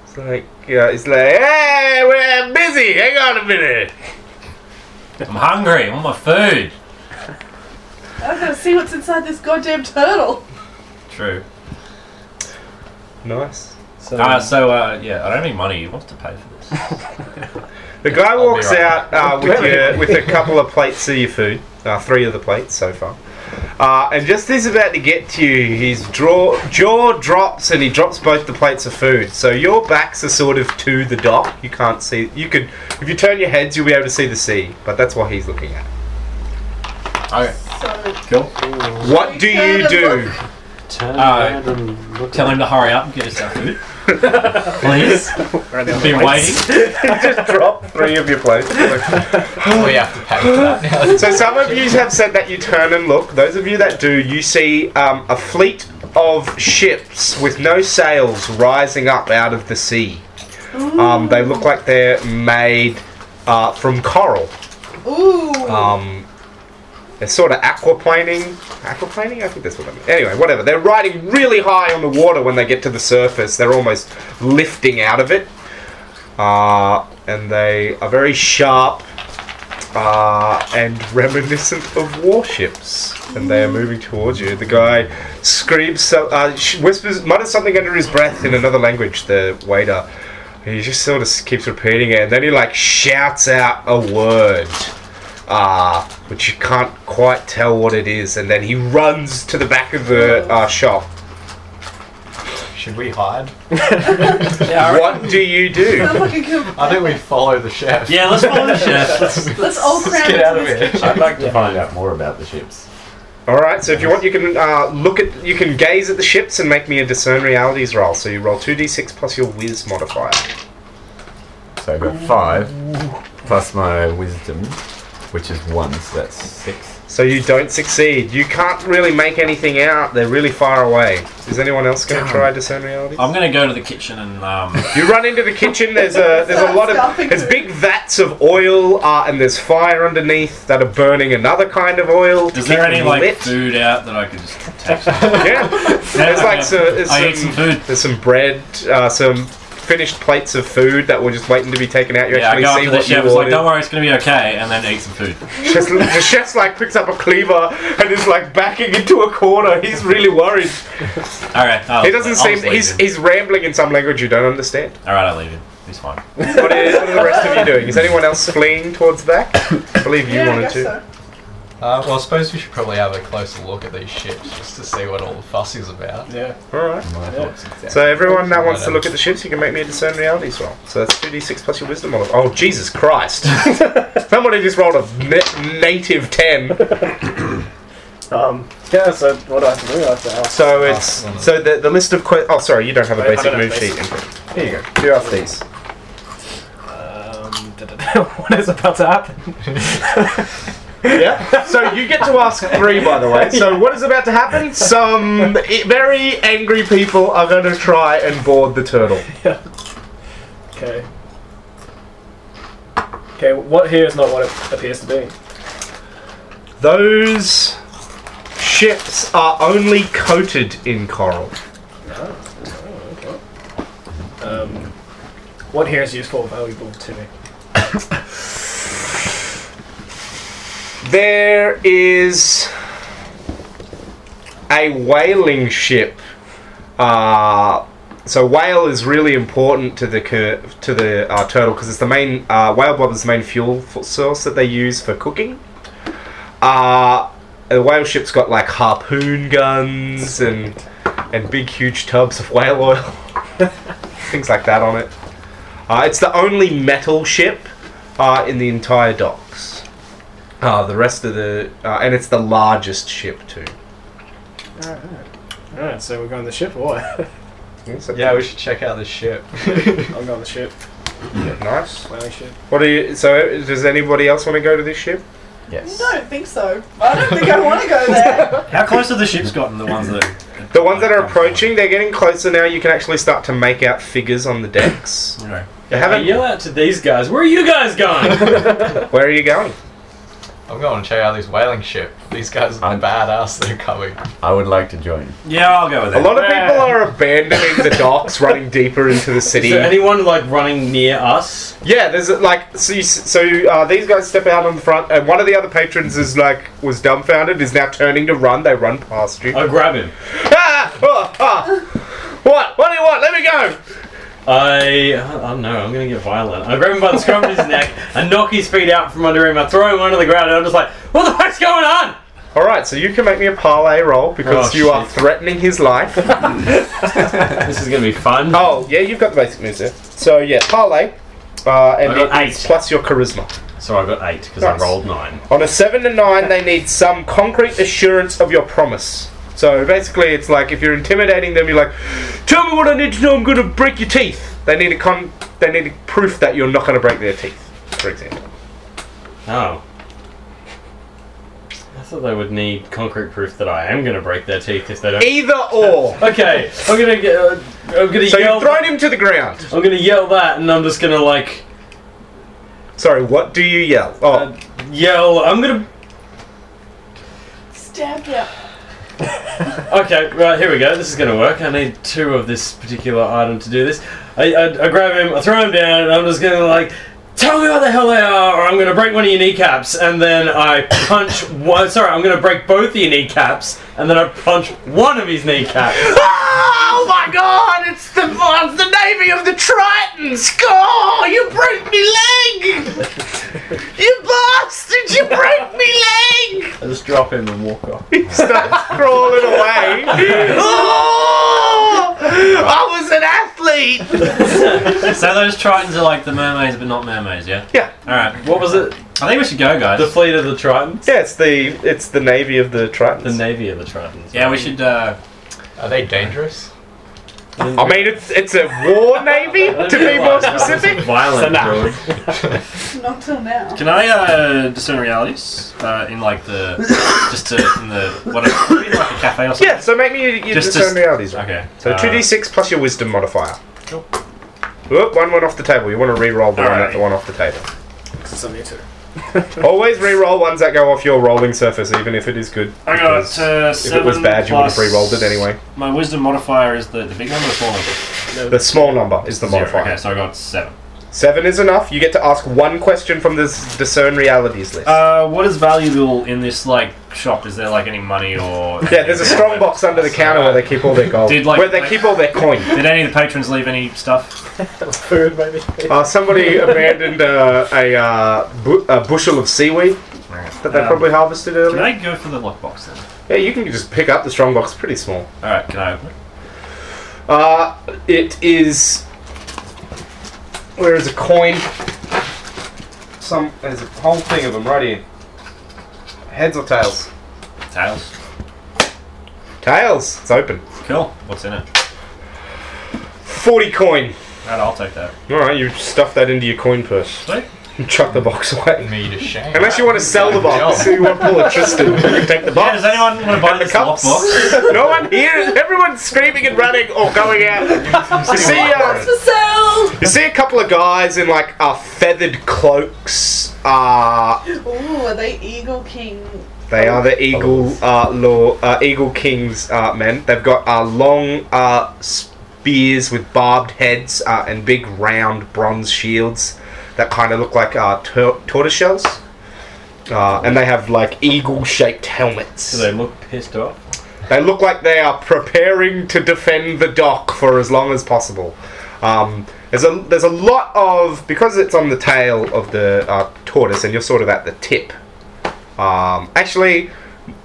Speaker 1: It's like, yeah, it's like, hey, we're busy. Hang on a minute.
Speaker 2: I'm hungry. I want my food.
Speaker 4: I'm gonna see what's inside this goddamn turtle.
Speaker 2: True.
Speaker 1: Nice.
Speaker 3: So,
Speaker 2: Uh, so uh, yeah, I don't have any money. He wants to pay for this.
Speaker 1: The guy
Speaker 7: be
Speaker 1: walks
Speaker 7: right
Speaker 1: out uh, with your, with a couple of plates of your food, uh, three of the plates so far. Uh, and just as he's about to get to you, his draw, jaw drops and he drops both the plates of food. So your backs are sort of to the dock. You can't see. You could, if you turn your heads, you'll be able to see the sea. But that's what he's looking at.
Speaker 2: Okay,
Speaker 4: So
Speaker 2: cool.
Speaker 1: What do you do?
Speaker 6: Turn
Speaker 2: Uh,
Speaker 6: around and look
Speaker 2: Tell him to hurry up and get us our food. Please. We've been waiting.
Speaker 1: just drop three of your plates.
Speaker 7: we have to pay for that now.
Speaker 1: So some of you have said that you turn and look. Those of you that do, you see um, a fleet of ships with no sails rising up out of the sea. Um, they look like they're made uh, from coral.
Speaker 4: ooh.
Speaker 2: Uh,
Speaker 1: Um, they're sort of aquaplaning. Aquaplaning? I think that's what I mean. Anyway, whatever. They're riding really high on the water when they get to the surface. They're almost lifting out of it. Uh, and they are very sharp. are and reminiscent of warships, and they are moving towards you. The guy screams, so, uh, sh- whispers, mutters something under his breath in another language. The waiter, he just sort of keeps repeating it, and then he like shouts out a word, uh, which you can't quite tell what it is, and then he runs to the back of the uh, shop.
Speaker 7: Should we hide?
Speaker 1: What do you do?
Speaker 4: Sounds like a good-
Speaker 7: I think we follow the chef.
Speaker 2: Yeah, let's follow the chef. Let's,
Speaker 4: Let's all
Speaker 7: Let's
Speaker 4: cram
Speaker 7: get
Speaker 4: into
Speaker 7: out of
Speaker 4: this
Speaker 7: here.
Speaker 6: I'd like to find out more about the ships.
Speaker 1: All right. So if you want, you can uh, look at, you can gaze at the ships and make me a discern realities roll. So you roll two d6 plus your whiz modifier.
Speaker 6: So I got five plus my wisdom, which is one, so that's six.
Speaker 1: So you don't succeed. You can't really make anything out. They're really far away. Is anyone else going to try discern reality?
Speaker 2: I'm gonna go to the kitchen and um,
Speaker 1: You run into the kitchen. There's a there's a lot of
Speaker 4: Stuffing
Speaker 1: there's
Speaker 4: food.
Speaker 1: big vats of oil, uh, and there's fire underneath that are burning another kind of oil. to
Speaker 2: is there
Speaker 1: keep
Speaker 2: any
Speaker 1: them
Speaker 2: like
Speaker 1: lit.
Speaker 2: food out that I could just take? Some?
Speaker 1: Yeah, there's like so, there's
Speaker 2: I ate
Speaker 1: some,
Speaker 2: some food.
Speaker 1: There's some bread, uh, some finished plates of food that were just waiting to be taken out. You
Speaker 2: Yeah, I
Speaker 1: actually
Speaker 2: go up
Speaker 1: see
Speaker 2: to the
Speaker 1: what you
Speaker 2: chef. It's like,
Speaker 1: ordered.
Speaker 2: don't worry, it's gonna be okay, and then eat some food.
Speaker 1: Chef's- the chef's like picks up a cleaver and is like backing into a corner. He's really worried.
Speaker 2: All right. I'll-
Speaker 1: He doesn't
Speaker 2: I'll
Speaker 1: seem.
Speaker 2: just leave
Speaker 1: He's
Speaker 2: him.
Speaker 1: he's rambling in some language you don't understand.
Speaker 2: All right, I'll leave him. He's fine.
Speaker 1: What are, what are the rest of you doing? Is anyone else fleeing towards the back? I believe you
Speaker 4: Yeah, I
Speaker 1: wanted
Speaker 4: guess
Speaker 1: to.
Speaker 4: so.
Speaker 7: Uh, well, I suppose we should probably have a closer look at these ships just to see what all the fuss is about.
Speaker 5: Yeah.
Speaker 1: All right.
Speaker 6: My thoughts exactly.
Speaker 1: So everyone that wants to look at the ships, you can make me a discern realities roll. So that's two d six plus your wisdom roll. Oh Jesus Christ! Somebody just rolled a na- native ten.
Speaker 5: Um, yeah, so what do I have to do? I have to ask.
Speaker 1: So it's so the, the list of que- oh sorry you don't have a
Speaker 5: I- I
Speaker 1: basic
Speaker 5: don't have
Speaker 1: move sheet.
Speaker 5: basic.
Speaker 1: Here you go. Here are these.
Speaker 5: Um, what is about to happen?
Speaker 1: Yeah. So you get to ask three, by the way. So what is about to happen? Some i- very angry people are going to try and board the turtle.
Speaker 5: Okay. Okay, what here is not what it appears to be.
Speaker 1: Those ships are only coated in coral.
Speaker 5: Um, what here is useful or valuable to me?
Speaker 1: There is a whaling ship. Uh, so whale is really important to the cur- to the uh, turtle because it's the main uh, whale blubber is the main fuel f- source that they use for cooking. Uh, the whale ship's got like harpoon guns and and big huge tubs of whale oil, things like that on it. Uh, it's the only metal ship uh, in the entire docks. Uh, the rest of the uh, and it's the largest ship too.
Speaker 5: Alright, so we're going the ship or what?
Speaker 7: Yeah, we should check out this ship.
Speaker 5: I'm going the ship.
Speaker 1: nice.
Speaker 5: Whaling ship.
Speaker 1: What do you? So, does anybody else want to go to this ship?
Speaker 6: Yes.
Speaker 4: I don't think so. I don't think I want to go there.
Speaker 2: How close have the ships gotten? The ones that
Speaker 1: The ones that are approaching, they're getting closer now. You can actually start to make out figures on the decks.
Speaker 2: Okay.
Speaker 1: You
Speaker 3: I
Speaker 1: haven't.
Speaker 3: yell out to these guys, where are you guys going?
Speaker 1: Where are you going?
Speaker 7: I'm going to check out this whaling ship. These guys are
Speaker 6: I'm-
Speaker 7: badass. They're coming.
Speaker 6: I would like to join.
Speaker 2: Yeah, I'll go with
Speaker 1: A
Speaker 2: it.
Speaker 1: lot of people are abandoning the docks, running deeper into the
Speaker 3: Is
Speaker 1: city.
Speaker 3: there anyone like running near us?
Speaker 1: Yeah, there's like so. You, so uh, these guys step out on the front, and one of the other patrons is like was dumbfounded, is now turning to run. They run past you.
Speaker 3: I grab him.
Speaker 1: Ah! Oh, ah. What? What do you want? Let me go.
Speaker 3: I, I don't know, I'm gonna get violent. I grab him by the scruff of his neck, I knock his feet out from under him, I throw him onto the ground, and I'm just like, what the fuck's going on?
Speaker 1: All right, so you can make me a parlay roll because
Speaker 3: Oh,
Speaker 1: you are
Speaker 3: shit.
Speaker 1: threatening his life.
Speaker 3: This is gonna be fun.
Speaker 1: oh, yeah, you've got the basic moves there. So yeah, parlay, uh, and
Speaker 3: I got
Speaker 1: it is
Speaker 3: eight.
Speaker 1: plus your charisma.
Speaker 3: So I got eight, because
Speaker 1: Nice.
Speaker 3: I rolled nine.
Speaker 1: On a seven to nine, they need some concrete assurance of your promise. So basically, it's like if you're intimidating them, you're like, "Tell me what I need to know. I'm going to break your teeth." They need a con. They need proof that you're not going to break their teeth, for example.
Speaker 3: Oh. I thought they would need concrete proof that I am gonna break their teeth if they don't.
Speaker 1: Either or.
Speaker 3: Okay, I'm gonna get. Uh, I'm gonna
Speaker 1: So
Speaker 3: yell.
Speaker 1: you've thrown him to the ground.
Speaker 3: I'm gonna yell that, and I'm just gonna like
Speaker 1: Sorry, what do you yell? Oh,
Speaker 3: uh, yell. I'm gonna.
Speaker 4: Stab ya.
Speaker 3: Okay, right here we go. This is gonna work. I need two of this particular item to do this. I, I, I grab him, I throw him down, and I'm just gonna like Tell me what the hell they are, or I'm gonna break one of your kneecaps. And then I punch one. Sorry, I'm gonna break both of your kneecaps, and then I punch one of his kneecaps.
Speaker 1: Oh my god, it's the oh, it's the Navy of the Tritons! Oh, you broke me leg! you bastard, you broke me leg!
Speaker 3: I just drop him and walk off.
Speaker 1: He starts crawling away. oh, I was an athlete!
Speaker 2: So those tritons are like the mermaids, but not mermaids, yeah?
Speaker 1: Yeah.
Speaker 2: Alright.
Speaker 3: What was it?
Speaker 2: I think we should go, guys.
Speaker 3: The fleet of the Tritons.
Speaker 1: Yeah, it's the it's the Navy of the Tritons.
Speaker 3: The navy of the Tritons.
Speaker 2: yeah, we should, uh.
Speaker 7: Are they dangerous?
Speaker 1: I mean, it's it's a war navy to be more specific.
Speaker 3: Violent. George.
Speaker 4: Not till now.
Speaker 2: Can I, uh, discern realities? Uh, in like the. Just to. In the. What? Like a cafe or something?
Speaker 1: Yeah, so make me your, your
Speaker 2: Just-
Speaker 1: discern
Speaker 2: just-
Speaker 1: realities. roll.
Speaker 2: Okay.
Speaker 1: So
Speaker 2: uh,
Speaker 1: two d six plus your wisdom modifier.
Speaker 2: Cool.
Speaker 1: Oop, one went off the table. You want to re-roll the one
Speaker 2: Alright.
Speaker 1: at the one off the table.
Speaker 5: 72.
Speaker 1: Always re-roll ones that go off your rolling surface, even if it is good.
Speaker 2: I
Speaker 1: because
Speaker 2: got uh,
Speaker 1: if
Speaker 2: seven
Speaker 1: it was bad, you would have
Speaker 2: plus-
Speaker 1: re-rolled it anyway.
Speaker 2: My wisdom modifier is the, the big number or small number?
Speaker 1: The small number is the
Speaker 2: Zero.
Speaker 1: modifier.
Speaker 2: Okay, so I got seven.
Speaker 1: Seven is enough. You get to ask one question from this discern realities list.
Speaker 2: Uh, what is valuable in this like shop? Is there like any money or?
Speaker 1: yeah, there's a strong box under the counter where they keep all their gold,
Speaker 2: Did, like-
Speaker 1: where they keep all their coin.
Speaker 2: Did any of the patrons leave any stuff?
Speaker 5: Food, maybe?
Speaker 1: Uh, somebody abandoned uh, a, uh, bu- a bushel of seaweed that they
Speaker 2: Um,
Speaker 1: probably harvested
Speaker 2: Can
Speaker 1: earlier.
Speaker 2: I go for the lockbox then?
Speaker 1: Yeah, you can just pick up the strong box. Pretty small.
Speaker 2: All right, can I open it?
Speaker 1: Uh, it is. Where is a coin? Some there's a whole thing of them right here. Heads or tails?
Speaker 2: Tails.
Speaker 1: Tails. It's open.
Speaker 2: Cool. What's in it?
Speaker 1: Forty coin.
Speaker 2: All right, I'll take that.
Speaker 1: All right, you stuff that into your coin purse.
Speaker 2: Sweet.
Speaker 1: and Chuck the box away.
Speaker 7: Me to shame.
Speaker 1: Unless you want to sell the box, you want to pull a Tristan and take the
Speaker 2: Yeah,
Speaker 1: box.
Speaker 2: does anyone want to buy
Speaker 1: And the
Speaker 2: this
Speaker 1: cups.
Speaker 2: lockbox?
Speaker 1: no one here. Everyone's screaming and running or going out. You see, uh,
Speaker 4: For sale!
Speaker 1: you see a couple of guys in like uh, feathered cloaks. Uh,
Speaker 4: Ooh, are they Eagle King?
Speaker 1: They are the Eagle uh, law, uh, Eagle Kings uh, men. They've got uh, long uh, spears with barbed heads uh, and big round bronze shields that kind of look like uh, tur- tortoise shells. Uh, and they have like eagle-shaped helmets.
Speaker 3: Do they look pissed off?
Speaker 1: They look like they are preparing to defend the dock for as long as possible. Um, there's a there's a lot of because it's on the tail of the uh, tortoise, and you're sort of at the tip. Um, actually,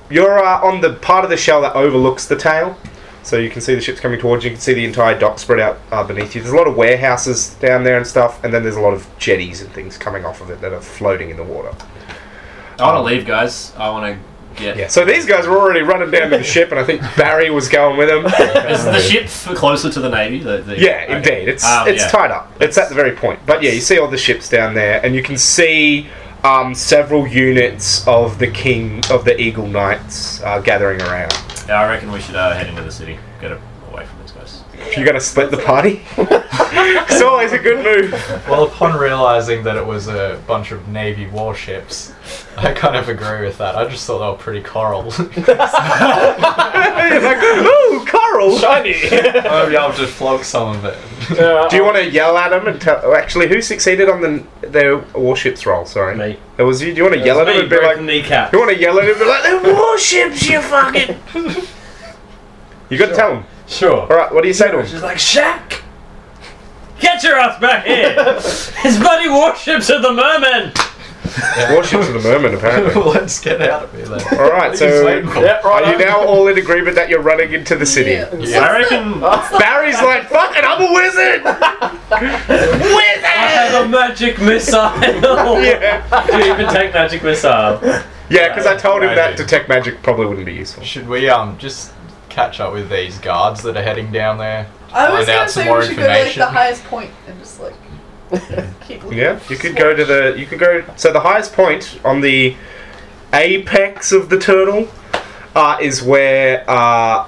Speaker 1: you're uh, on the part of the shell that overlooks the tail, so you can see the ships coming towards you. You can see the entire dock spread out uh, beneath you. There's a lot of warehouses down there and stuff, and then there's a lot of jetties and things coming off of it that are floating in the water.
Speaker 2: I want to leave, guys. I want to get.
Speaker 1: Yeah. So these guys were already running down to the ship, and I think Barry was going with them.
Speaker 2: Is the ship f- closer to the navy? The, the-
Speaker 1: Yeah,
Speaker 2: okay.
Speaker 1: indeed. It's
Speaker 2: Um,
Speaker 1: it's
Speaker 2: yeah.
Speaker 1: tied up. It's at the very point. But yeah, you see all the ships down there, and you can see um, several units of the king of the Eagle Knights uh, gathering around.
Speaker 2: Yeah, I reckon we should uh, head into the city. Get away from these guys.
Speaker 1: You're gonna split the party. it's always a good move.
Speaker 7: Well, upon realizing that it was a bunch of Navy warships, I kind of agree with that. I just thought they were pretty coral.
Speaker 1: You're like, ooh, coral.
Speaker 7: I might be able to flog some of it.
Speaker 5: Yeah,
Speaker 1: Do you want to yell at them and tell? oh, Actually, who succeeded on the their warships roll? Sorry,
Speaker 3: Me.
Speaker 1: It was you. Do you want to yell at
Speaker 3: Me,
Speaker 1: them and be
Speaker 3: break
Speaker 1: like,
Speaker 3: the kneecap.
Speaker 1: you want to yell at them and be like, they're warships, you fucking. you got to tell them.
Speaker 3: Sure.
Speaker 1: All right, what do you say to them?
Speaker 3: She's like, Shaq! Get your ass back here! His bloody warships are the mermen!
Speaker 1: Warships of the Merman, apparently.
Speaker 7: Let's get out of here then.
Speaker 1: All right,
Speaker 7: He's
Speaker 1: so
Speaker 7: waiting for-
Speaker 5: Yeah, right
Speaker 1: are you
Speaker 5: on.
Speaker 1: now all in agreement that you're running into the city?
Speaker 4: Yeah.
Speaker 2: I reckon.
Speaker 1: Barry's like, "Fuck it, I'm a wizard."
Speaker 3: I have a magic missile!
Speaker 1: yeah,
Speaker 3: Do you even take magic missile?
Speaker 1: yeah, because I told him
Speaker 7: I
Speaker 1: that
Speaker 7: do.
Speaker 1: detect magic probably wouldn't be useful.
Speaker 7: Should we um just catch up with these guards that are heading down there?
Speaker 4: I
Speaker 7: Find
Speaker 4: was going
Speaker 7: out
Speaker 4: to
Speaker 7: some
Speaker 4: say
Speaker 7: more
Speaker 4: we should go to like,
Speaker 7: information.
Speaker 4: the highest point and just like keep looking.
Speaker 1: Yeah, you could go to the, you could go. So the highest point on the apex of the turtle uh, is where uh,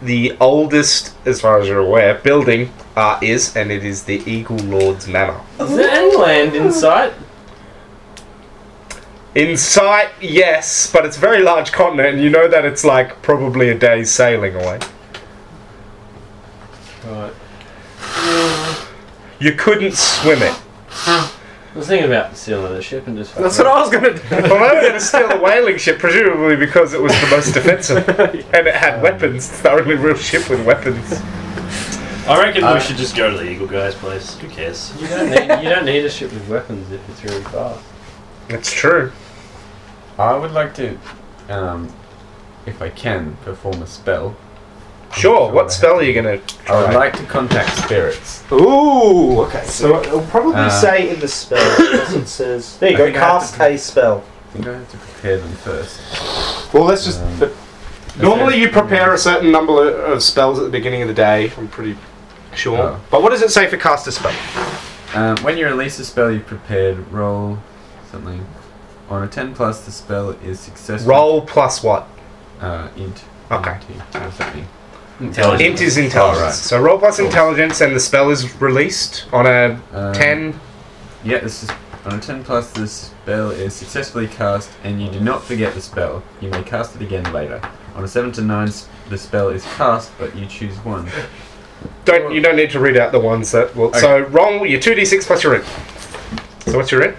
Speaker 1: the oldest, as far as you're aware, building uh, is, and it is the Eagle Lord's Manor.
Speaker 3: Is there any land in sight?
Speaker 1: In sight, yes, but it's a very large continent, and you know that it's like probably a day's sailing away.
Speaker 3: Right.
Speaker 1: You couldn't swim it.
Speaker 3: was thinking about stealing the ship and just.
Speaker 1: That's what I was gonna do. Well, I was gonna steal the whaling ship, presumably because it was the most defensive, and it had weapons. It's the only real ship with weapons.
Speaker 2: I reckon
Speaker 6: Uh,
Speaker 2: we should just go to the Eagle Guy's place. Who cares?
Speaker 3: You don't, need, you don't need a ship with weapons if it's really fast.
Speaker 1: It's true.
Speaker 6: I would like to, um, if I can, perform a spell.
Speaker 1: Sure. What spell are you gonna?
Speaker 6: I would like to contact spirits.
Speaker 8: Ooh, okay. So it'll probably
Speaker 6: Uh,
Speaker 8: say in the spell, as it says. There you
Speaker 6: I
Speaker 8: go,
Speaker 6: think I have to
Speaker 8: cast a spell.
Speaker 6: I think I have to prepare them first.
Speaker 8: Well, let's just.
Speaker 6: Um,
Speaker 8: but normally, you prepare a certain number of of spells at the beginning of the day. I'm pretty sure.
Speaker 6: Oh.
Speaker 8: But what does it say for cast a spell?
Speaker 6: Um, when you release a spell you've prepared, roll something. On a 10 plus, the spell is successful.
Speaker 1: Roll plus what?
Speaker 6: Uh, int.
Speaker 1: Okay.
Speaker 6: int Or something.
Speaker 2: Intelligence.
Speaker 1: Int is intelligence.
Speaker 6: Oh, right.
Speaker 1: So roll plus
Speaker 6: Cool.
Speaker 1: intelligence, and the spell is released on a
Speaker 6: Um,
Speaker 1: ten.
Speaker 6: Yeah, this is on a 10 plus, the spell is successfully cast, and you do not forget the spell. You may cast it again later. On a 7 to 9, s- the spell is cast, but you choose one.
Speaker 1: Don't you don't need to read out the ones that. Will, So roll your two d six plus your int. So what's your int?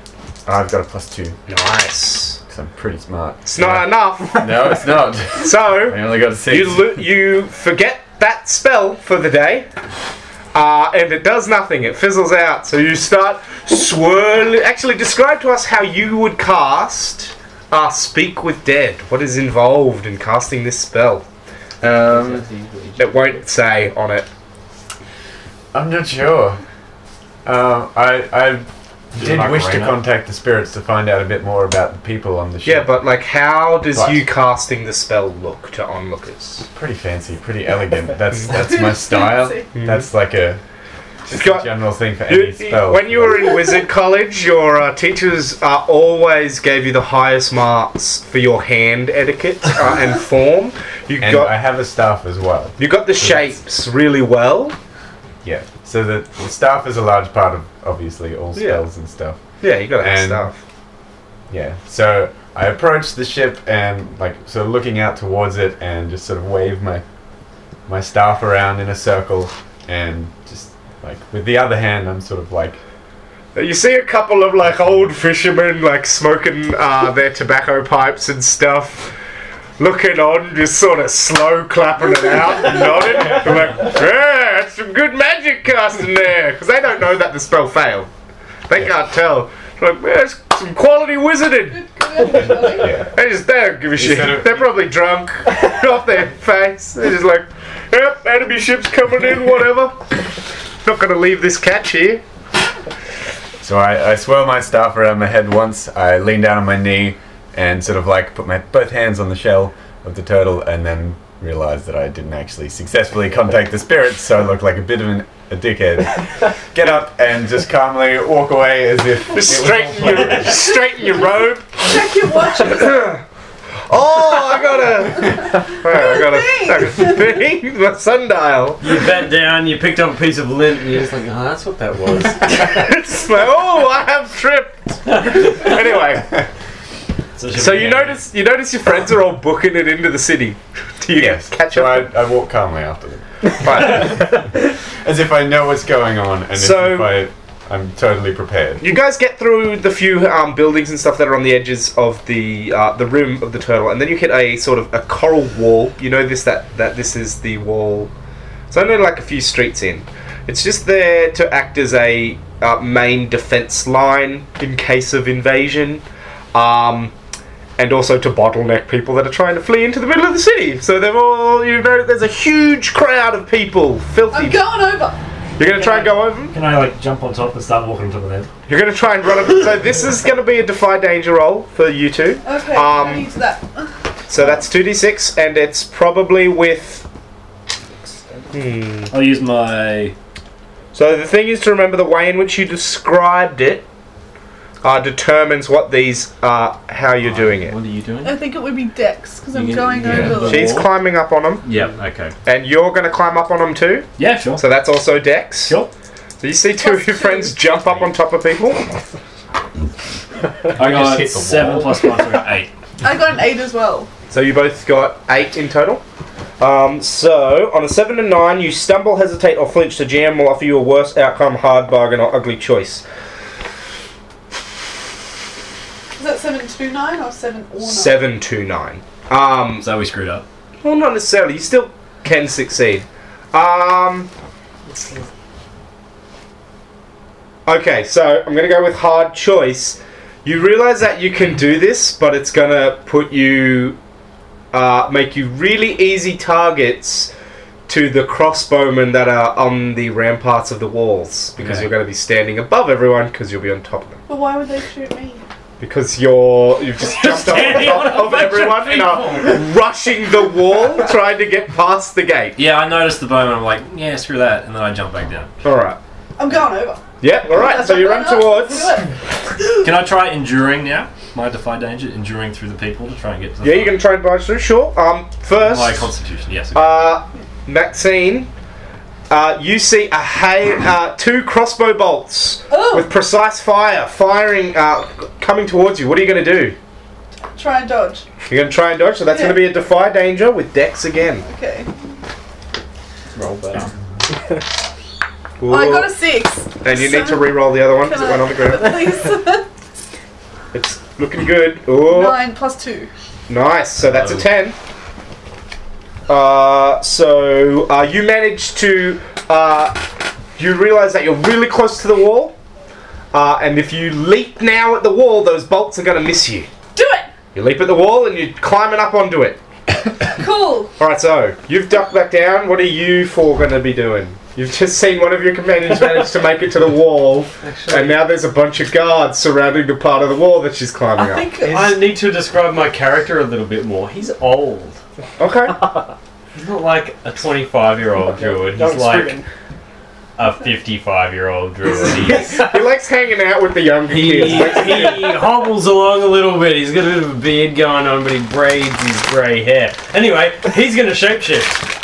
Speaker 6: I've got a plus 2,
Speaker 1: Nice.
Speaker 6: because I'm pretty smart.
Speaker 1: It's not enough.
Speaker 6: No, it's not.
Speaker 1: So
Speaker 6: I only got a 6.
Speaker 1: You lo- you forget that spell for the day, uh, and it does nothing. It fizzles out. So you start swirling. Actually, describe to us how you would cast uh, Speak with Dead. What is involved in casting this spell?
Speaker 6: um,
Speaker 1: It won't say on it.
Speaker 6: I'm not sure. Um, I, I did
Speaker 2: like
Speaker 6: wish to
Speaker 2: Rainer?
Speaker 6: contact the spirits to find out a bit more about the people on the ship.
Speaker 1: Yeah, but like, how does
Speaker 6: Right.
Speaker 1: you casting the spell look to onlookers?
Speaker 6: pretty fancy, pretty elegant. That's that's my style. That's like a just
Speaker 1: Mm-hmm. Got-
Speaker 6: a general thing for
Speaker 1: You-
Speaker 6: any spell.
Speaker 1: when you were in wizard college, your uh, teachers uh, always gave you the highest marks for your hand etiquette uh, and form. You
Speaker 6: and I
Speaker 1: got
Speaker 6: have a staff as well.
Speaker 1: you got the shapes really well.
Speaker 6: Yeah. So the, the staff is a large part of obviously all
Speaker 1: Yeah.
Speaker 6: spells and stuff.
Speaker 1: Yeah, you got that
Speaker 6: And-
Speaker 1: stuff.
Speaker 6: Yeah. So I approached the ship and like sort of looking out towards it and just sort of wave my my staff around in a circle and just like with the other hand I'm sort of like
Speaker 1: You see a couple of like old fishermen like smoking uh, their tobacco pipes and stuff. Looking on, just sort of slow clapping it out and nodding. I'm like, yeah, that's some good magic casting there. Because they don't know that the spell failed. They can't tell. They're like, "Man, that's some quality wizarding.
Speaker 4: Good, good, Charlie.
Speaker 6: yeah.
Speaker 1: They just they don't give a shit.
Speaker 6: Instead of-
Speaker 1: They're probably drunk, off their face. They're just like, yep, enemy ship's coming in, whatever. Not gonna leave this catch here.
Speaker 6: So I, I swirl my staff around my head once. I lean down on my knee and sort of like put my both hands on the shell of the turtle, and then realize that I didn't actually successfully contact the spirits, so I look like a bit of an, a dickhead. Get up and just calmly walk away as if it was
Speaker 1: Just
Speaker 6: all
Speaker 1: straighten
Speaker 6: fine.
Speaker 1: your straighten your robe.
Speaker 4: Check your watches.
Speaker 1: Oh, I got a, I got a, I got a thing, my sundial.
Speaker 3: You bent down, you picked up a piece of lint, and you're just like, oh, that's what that was.
Speaker 1: It's like, oh, I have tripped. Anyway, so you notice you notice your friends are all booking it into the city. Do you
Speaker 6: Yes.
Speaker 1: catch
Speaker 6: so
Speaker 1: up?
Speaker 6: I, I walk calmly after them,
Speaker 1: Right.
Speaker 6: as if I know what's going on, and
Speaker 1: So-
Speaker 6: as if I, I'm totally prepared.
Speaker 1: You guys get through the few um, buildings and stuff that are on the edges of the uh, the room of the turtle, and then you hit a sort of a coral wall. You know this that that this is the wall. It's only like a few streets in. It's just there to act as a uh, main defense line in case of invasion, um, and also to bottleneck people that are trying to flee into the middle of the city. So they're all you know. There's a huge crowd of people, filthy.
Speaker 4: I'm going over.
Speaker 1: You're gonna try and go over. 'em?
Speaker 2: Can I like jump on top and start walking to the end?
Speaker 1: You're gonna try and run up. So this is gonna be a defy danger roll for you two.
Speaker 4: Okay,
Speaker 1: Um,
Speaker 4: I need that.
Speaker 1: So that's two d six, and it's probably with. Hmm.
Speaker 2: I'll use my.
Speaker 1: So the thing is to remember the way in which you described it uh, determines what these are, how you're doing it.
Speaker 3: What are you doing?
Speaker 4: I think it would be Dex because I'm
Speaker 3: You-
Speaker 4: going
Speaker 3: yeah.
Speaker 4: over. them.
Speaker 1: She's climbing up on them,
Speaker 3: Yeah, okay.
Speaker 1: and you're gonna climb up on them too.
Speaker 2: Mm. Yeah, sure.
Speaker 1: So that's also Dex.
Speaker 2: Sure.
Speaker 1: So you see two of your friends jump up on top of people.
Speaker 2: I got
Speaker 7: hit the
Speaker 2: seven
Speaker 7: wall.
Speaker 2: plus one, so I got eight.
Speaker 4: I got an eight as well.
Speaker 1: So you both got eight in total. Um, so on a seven and nine, you stumble, hesitate, or flinch. The GM will offer you a worse outcome, hard bargain, or ugly choice.
Speaker 4: two nine or seven or nine?
Speaker 1: Seven two nine. Um,
Speaker 2: So we screwed up.
Speaker 1: well, not necessarily. You still can succeed. Um. Okay, so I'm gonna go with hard choice. You realize that you can do this, but it's gonna put you, uh, make you really easy targets to the crossbowmen that are on the ramparts of the walls because
Speaker 2: Okay.
Speaker 1: you're gonna be standing above everyone because you'll be on top of them.
Speaker 4: But why would they shoot me?
Speaker 1: Because you're you've just jumped up on
Speaker 2: Standing on a
Speaker 1: top of
Speaker 2: bunch of
Speaker 1: everyone and are rushing the wall trying to get past the gate.
Speaker 2: Yeah, I noticed the bowman. I'm like, yeah, screw that, and then I jump back down.
Speaker 1: Alright.
Speaker 4: I'm going over.
Speaker 1: Yep, alright, so you run towards
Speaker 2: Can I try enduring now? My defy danger, enduring through the people to try and get to. The
Speaker 1: Yeah, you can try and barge through, sure. Um first
Speaker 2: My constitution, yes.
Speaker 1: uh Maxine. Uh, you see a hay, uh, two crossbow bolts
Speaker 4: Oh.
Speaker 1: with precise fire firing, uh, coming towards you. What are you going to do?
Speaker 4: Try and dodge.
Speaker 1: You're going to try and dodge, so that's going to be a defy danger with Dex again.
Speaker 4: Okay.
Speaker 3: Roll better.
Speaker 4: Oh, I got a six.
Speaker 1: and you need to re-roll the other one because
Speaker 4: Can
Speaker 1: it went on the ground.
Speaker 4: I- Please.
Speaker 1: It's looking good. Oh,
Speaker 4: Nine plus two.
Speaker 1: nice. So that's a
Speaker 2: Oh.
Speaker 1: 10. Uh, so uh, you manage to. Uh, you realize that you're really close to the wall. Uh, and if you leap now at the wall, those bolts are going to miss you.
Speaker 4: Do it.
Speaker 1: You leap at the wall and you're climbing up onto it.
Speaker 4: Cool.
Speaker 1: Alright, so you've ducked back down. What are you four going to be doing? You've just seen one of your companions manage to make it to the wall, and now there's a bunch of guards surrounding the part of the wall that she's climbing
Speaker 4: I
Speaker 1: up.
Speaker 4: think
Speaker 3: I need to describe my character a little bit more. He's old.
Speaker 1: Okay.
Speaker 3: He's not like a 25 year old druid. He's
Speaker 5: Don't
Speaker 3: like
Speaker 5: scream.
Speaker 3: a 55 year old druid. He's-
Speaker 1: he likes hanging out with the younger
Speaker 3: He,
Speaker 1: kids. Makes-
Speaker 3: he hobbles along a little bit. He's got a bit of a beard going on, but he braids his grey hair. Anyway, he's going to shapeshift.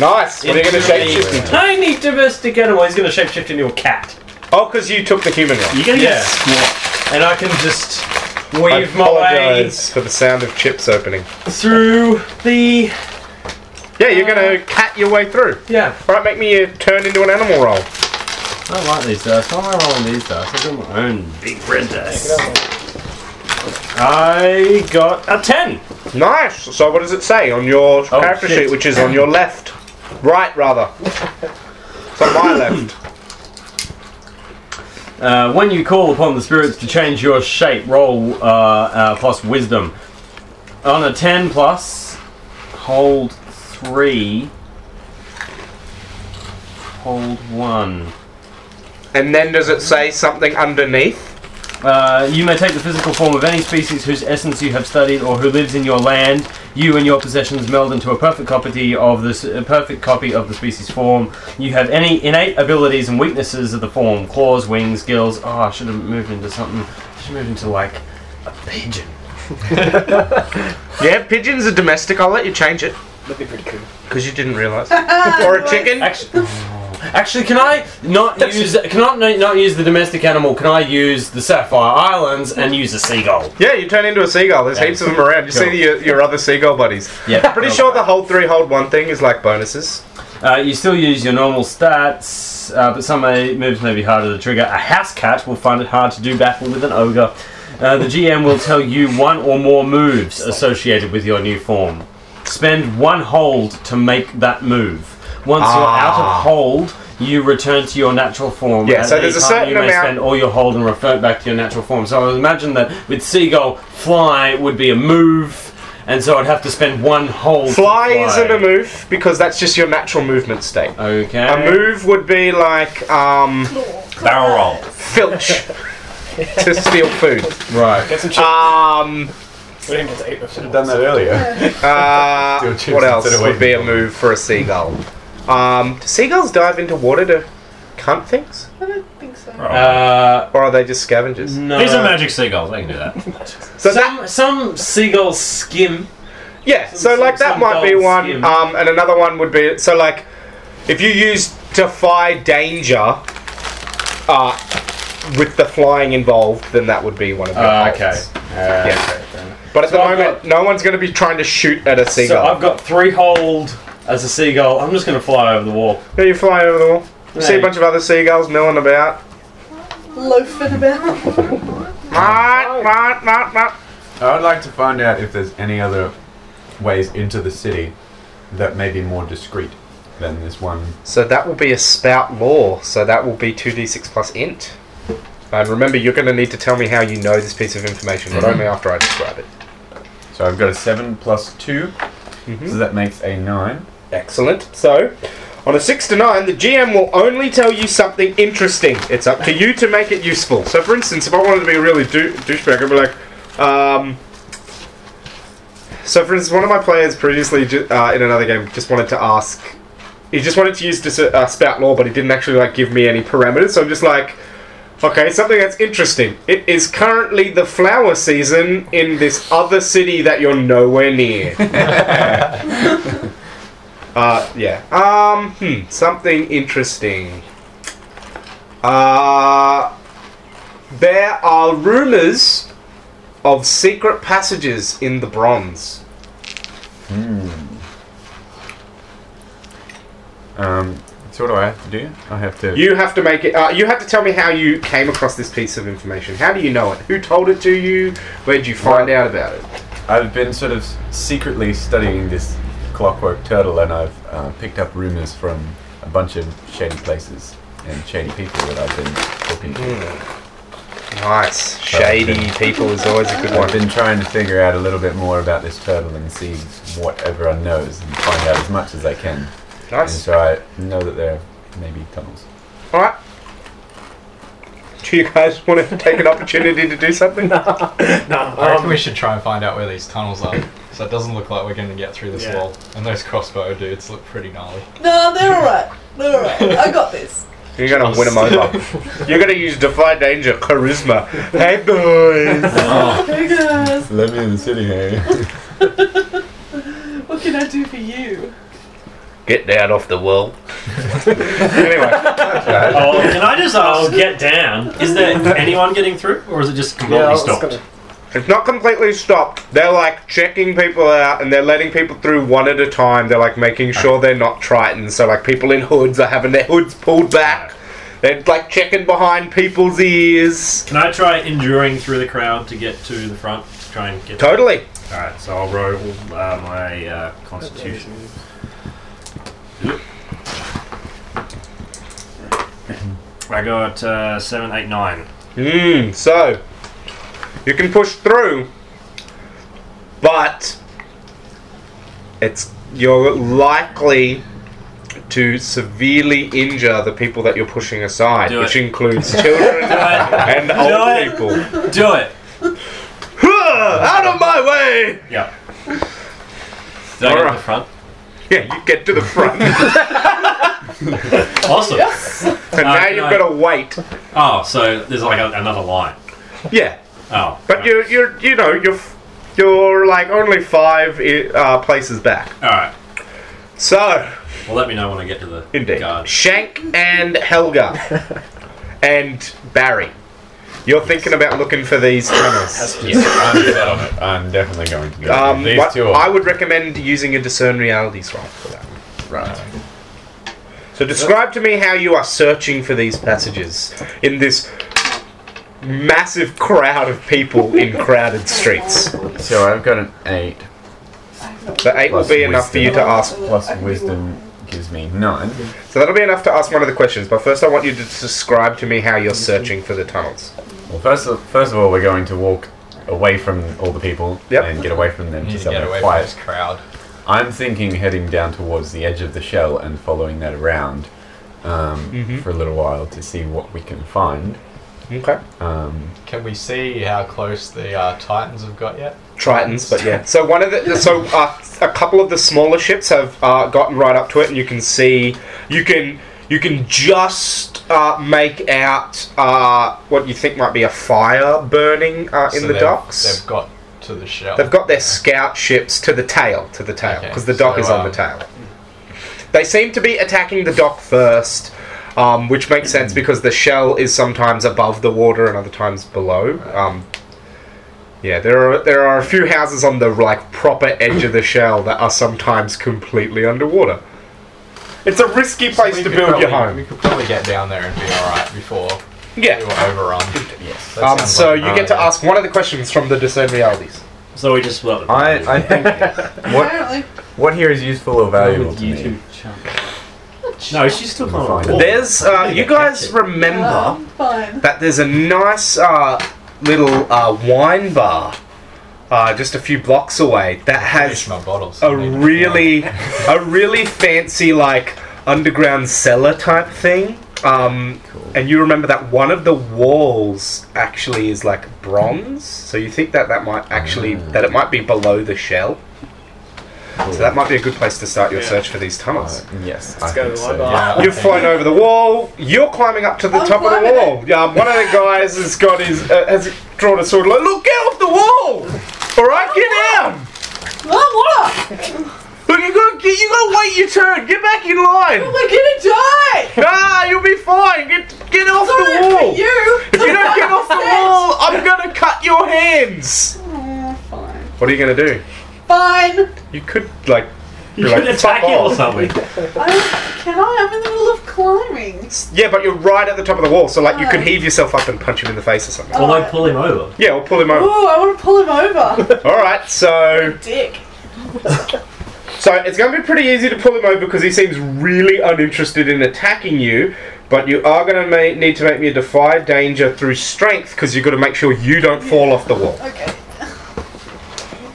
Speaker 1: Nice. What are you going to
Speaker 3: into
Speaker 1: shape
Speaker 3: a
Speaker 1: shift into?
Speaker 3: Tiny domestic animal. He's going to shapeshift into a cat.
Speaker 1: Oh, because you took the human one.
Speaker 2: You're gonna
Speaker 3: yeah.
Speaker 2: get squashed.
Speaker 3: And I can just
Speaker 1: I
Speaker 3: weave my way
Speaker 1: apologize for the sound of chips opening.
Speaker 3: through the.
Speaker 1: Yeah, you're going to cat your way through.
Speaker 3: Yeah.
Speaker 1: All right, make me a turn into an animal roll.
Speaker 3: I don't like these dice. Why am I rolling these dice? I've got my own big red dice. I got a 10.
Speaker 1: Nice. So what does it say on your
Speaker 3: Oh,
Speaker 1: character
Speaker 3: shit.
Speaker 1: sheet, which is on your left, right rather? It's on my left.
Speaker 3: Uh, when you call upon the spirits to change your shape, roll uh, uh, plus wisdom. On a 10 plus, hold 3. Hold 1.
Speaker 1: And then does it say something underneath?
Speaker 3: Uh, you may take the physical form of any species whose essence you have studied or who lives in your land. You and your possessions meld into a perfect copy of this a perfect copy of the species form. You have any innate abilities and weaknesses of the form: claws, wings, gills. Oh, I should have moved into something. I should have moved into like a pigeon.
Speaker 1: Yeah, pigeons are domestic. I'll let you change it
Speaker 5: That'd be pretty cool.
Speaker 1: because you didn't realize. or a chicken.
Speaker 3: Actually, actually, can I not use? Can I not- not use the domestic animal? Can I use the Sapphire Islands and use a seagull?
Speaker 1: Yeah, you turn into a seagull. There's heaps of them around. You see the, your, your other seagull buddies.
Speaker 3: Yeah,
Speaker 1: Pretty sure
Speaker 6: uh,
Speaker 1: the hold three, hold one thing is like bonuses.
Speaker 3: Uh, you still use your normal stats, uh, but some may, moves may be harder to trigger. A house cat will find it hard to do battle with an ogre. Uh, the GM will tell you one or more moves associated with your new form. Spend one hold to make that move. Once you're out
Speaker 1: Ah.
Speaker 3: of hold, you return to your natural form.
Speaker 1: Yeah,
Speaker 3: At
Speaker 1: so there's
Speaker 3: any
Speaker 1: a
Speaker 3: time,
Speaker 1: certain
Speaker 3: You may
Speaker 1: amount-
Speaker 3: spend all your hold and revert back to your natural form. So I would imagine that with seagull, fly would be a move, and so I'd have to spend one hold. to
Speaker 1: Fly isn't a move because that's just your natural movement state.
Speaker 3: Okay.
Speaker 1: A move would be like um,
Speaker 2: Barrel roll.
Speaker 1: filch to steal food.
Speaker 3: Right.
Speaker 5: Get some chips.
Speaker 1: Um,
Speaker 5: we didn't get to eat them. Should have
Speaker 6: Done that earlier.
Speaker 1: uh,
Speaker 6: Steal chips
Speaker 1: what else
Speaker 6: instead of
Speaker 1: would be a
Speaker 6: waiting.
Speaker 1: move for a seagull? Um, do seagulls dive into water to hunt things,
Speaker 4: I don't think so.
Speaker 3: Uh,
Speaker 1: or are they just scavengers?
Speaker 6: Mm.
Speaker 3: no.
Speaker 2: These are magic seagulls. They can do that.
Speaker 1: So that
Speaker 3: Some, some seagulls skim.
Speaker 1: Yeah, so
Speaker 3: some-
Speaker 1: like that
Speaker 3: some
Speaker 1: might be
Speaker 3: gold
Speaker 1: one,
Speaker 3: skin.
Speaker 1: um, and another one would be so like if you use defy danger uh, with the flying involved, then that would be one of your
Speaker 3: Ah,
Speaker 1: goals.
Speaker 3: okay.
Speaker 1: Yeah. But at the
Speaker 3: I've
Speaker 1: moment, no one's going to be trying to shoot at a
Speaker 3: So
Speaker 1: seagull.
Speaker 3: I've got three hold as a seagull. I'm just going to fly over the wall.
Speaker 1: yeah, you fly over the wall. You see a
Speaker 3: Hey.
Speaker 1: bunch of other seagulls milling about.
Speaker 4: Loafing about.
Speaker 3: Oh,
Speaker 1: Right, right, right, right.
Speaker 6: I would like to find out if there's any other ways into the city that may be more discreet than this one.
Speaker 1: So that will be a spout law. So that will be 2d6 plus int. And remember, you're going to need to tell me how you know this piece of information, but
Speaker 6: Mhm.
Speaker 1: only after I describe it.
Speaker 6: So I've got a 7 plus 2,
Speaker 1: Mhm.
Speaker 6: so that makes a 9.
Speaker 1: Excellent. So, on a 6 to 9, the GM will only tell you something interesting. It's up to you to make it useful. So, for instance, if I wanted to be really dou- douchebag, I'd be like, um. So, for instance, one of my players previously ju- uh, in another game just wanted to ask. He just wanted to use dis- uh, spout law, but he didn't actually like give me any parameters. So I'm just like, okay, something that's interesting. It is currently the flower season in this other city that you're nowhere near. Uh, yeah. Um, hmm, something interesting. Uh, there are rumors of secret passages in the bronze.
Speaker 6: Um, so what do I have to do? I have to.
Speaker 1: You have to make it. Uh, you have to tell me how you came across this piece of information. How do you know it? Who told it to you? Where'd you find out about it?
Speaker 6: I've been sort of secretly studying this clockwork turtle, and I've uh, picked up rumors from a bunch of shady places and shady people that I've been talking to.
Speaker 1: Nice. Shady people is always a good
Speaker 6: I've
Speaker 1: one.
Speaker 6: been trying to figure out a little bit more about this turtle and see what everyone knows and find out as much as I can. And
Speaker 1: Nice.
Speaker 6: so I know that there may be tunnels.
Speaker 1: All right. Do you guys want to take an opportunity to do something?
Speaker 7: I
Speaker 5: Um,
Speaker 7: reckon we should try and find out where these tunnels are. So it doesn't look like we're going to get through this
Speaker 2: Yeah.
Speaker 7: wall. And those crossbow dudes look pretty gnarly.
Speaker 4: No, they're alright. They're alright. I got this.
Speaker 1: You're gonna win them over. You're gonna use defy danger, charisma. Hey boys.
Speaker 4: Hey guys,
Speaker 6: Let me in the city, hey.
Speaker 4: what can I do for you?
Speaker 1: Get down off the wall. anyway,
Speaker 2: Oh, can I just ask? get down. Is there anyone getting through, or is it just completely
Speaker 5: I was
Speaker 2: stopped?
Speaker 5: gonna-
Speaker 1: it's not completely stopped. They're like checking people out and they're letting people through one at a time. They're like making sure they're not tritons. So like people in hoods are having their hoods pulled back. They're like checking behind people's ears.
Speaker 2: Can I try enduring through the crowd to get to the front? To try and get.
Speaker 1: Totally.
Speaker 2: All right, so I'll roll uh, my uh, Constitution. I got uh, seven, eight, nine.
Speaker 1: Mm, so, you can push through, but it's you're likely to severely injure the people that you're pushing aside,
Speaker 2: Do
Speaker 1: which
Speaker 2: it.
Speaker 1: includes children and
Speaker 2: it.
Speaker 1: old people.
Speaker 2: Do it.
Speaker 1: Huh, Out of my way!
Speaker 2: Yeah. Did I get to
Speaker 1: Alright.
Speaker 2: the front?
Speaker 1: Yeah, you get to the front, and
Speaker 2: Awesome.
Speaker 1: now
Speaker 2: can
Speaker 1: you've
Speaker 2: I-
Speaker 1: got to wait.
Speaker 2: Oh, so there's like a, another line.
Speaker 1: Yeah,
Speaker 2: Oh.
Speaker 1: but you're you're you know you're f- you're like only five i- uh, places back.
Speaker 2: All right.
Speaker 1: So.
Speaker 2: Well, let me know when I get to the
Speaker 1: Indeed.
Speaker 2: guard.
Speaker 1: Shank and Helga and Barry. You're thinking about looking for these tunnels.
Speaker 6: I'm definitely going to do
Speaker 1: Um,
Speaker 6: These
Speaker 1: what-
Speaker 6: two
Speaker 1: I
Speaker 6: are.
Speaker 1: would recommend using a discern realities roll for that.
Speaker 6: Right.
Speaker 1: So describe to me how you are searching for these passages in this massive crowd of people in crowded streets.
Speaker 6: So I've got an 8,
Speaker 1: The eight will
Speaker 6: Plus
Speaker 1: be enough for you to
Speaker 6: wisdom.
Speaker 1: ask.
Speaker 6: plus wisdom gives me 9.
Speaker 1: So that'll be enough to ask one of the questions. But first, I want you to describe to me how you're searching for the tunnels.
Speaker 6: Well, first of, first of all, we're going to walk away from all the people
Speaker 1: Yep.
Speaker 6: and get away from them
Speaker 7: We
Speaker 6: to
Speaker 7: need to get
Speaker 6: somewhere
Speaker 7: away from this
Speaker 6: quiet.
Speaker 7: crowd.
Speaker 6: I'm thinking heading down towards the edge of the shell and following that around um, for a little while to see what we can find.
Speaker 1: Okay.
Speaker 6: Um,
Speaker 7: Can we see how close the uh, Titans have got yet?
Speaker 1: Tritons, but yeah. So one of the so uh, a couple of the smaller ships have uh, gotten right up to it, and you can see you can you can just uh, make out uh, what you think might be a fire burning uh, in
Speaker 7: So
Speaker 1: the
Speaker 7: they've-
Speaker 1: docks.
Speaker 7: They've got to the shell.
Speaker 1: They've, got their scout ships to the tail, to the tail,
Speaker 7: Okay,
Speaker 1: because the dock
Speaker 7: so,
Speaker 1: is on the
Speaker 7: um,
Speaker 1: tail. They seem to be attacking the dock first. Um, which makes sense because the shell is sometimes above the water and other times below. Um, yeah, there are there are a few houses on the like proper edge of the shell that are sometimes completely underwater. It's a risky place
Speaker 7: We
Speaker 1: to
Speaker 7: could
Speaker 1: build
Speaker 7: probably-
Speaker 1: your
Speaker 7: We
Speaker 1: home.
Speaker 7: could probably get down there and be alright before we
Speaker 1: Yeah.
Speaker 7: were overrun.
Speaker 6: Yes.
Speaker 7: That
Speaker 1: Um,
Speaker 7: sounds
Speaker 1: so
Speaker 7: like-
Speaker 1: you get to ask one of the questions from the discern realities.
Speaker 2: So we just well.
Speaker 6: I, I think what
Speaker 4: Apparently.
Speaker 6: what here is useful or valuable to
Speaker 3: You
Speaker 6: me.
Speaker 3: two chump.
Speaker 2: no, oh, she's still kind
Speaker 6: Fine.
Speaker 2: of. on.
Speaker 1: There's uh, you guys remember
Speaker 4: Um, fine.
Speaker 1: that there's a nice uh, little uh, wine bar uh, just a few blocks away that
Speaker 7: Finish
Speaker 1: has
Speaker 7: my bottles.
Speaker 1: a really a really fancy like underground cellar type thing. Um, And you remember that one of the walls actually is like bronze, so you think that that might actually that it might be below the shell. So that might be a good place to start your
Speaker 2: Yeah.
Speaker 1: search for these tunnels.
Speaker 6: Uh, Yes.
Speaker 5: Let's
Speaker 6: I
Speaker 5: go
Speaker 6: think
Speaker 5: to the
Speaker 6: so.
Speaker 5: library.
Speaker 7: Yeah.
Speaker 1: You've flown over the wall. You're climbing up to the
Speaker 4: I'm
Speaker 1: top of the
Speaker 4: climbing
Speaker 1: wall. Yeah, one of the guys has got his uh, has drawn a sword. Like, look, get off the wall! All right, get down.
Speaker 4: Oh, what?
Speaker 1: Look, you got to you got to wait your turn. Get back in line.
Speaker 4: We're gonna die!
Speaker 1: Ah, you'll be fine. Get get off
Speaker 4: Sorry
Speaker 1: the wall.
Speaker 4: for you!
Speaker 1: If you don't get off the wall, I'm gonna cut your hands.
Speaker 4: Oh, fine.
Speaker 1: What are you gonna do?
Speaker 4: Fine.
Speaker 1: You could like.
Speaker 2: You
Speaker 1: be
Speaker 2: could
Speaker 1: like,
Speaker 2: attack
Speaker 1: "Fuck
Speaker 2: him or
Speaker 1: off."
Speaker 2: something.
Speaker 4: I, can I? I'm in the middle of climbing.
Speaker 1: Yeah, but you're right at the top of the wall, so like you could
Speaker 4: Oh.
Speaker 1: heave yourself up and punch him in the face or something.
Speaker 2: Or like pull him over.
Speaker 1: Yeah, or pull him over.
Speaker 4: Ooh, I want to pull him over.
Speaker 1: All right, so
Speaker 4: Dick.
Speaker 1: So it's going to be pretty easy to pull him over because he seems really uninterested in attacking you. But you are going to ma- need to make me a defy danger through strength because you've got to make sure you don't fall off the wall.
Speaker 4: Okay.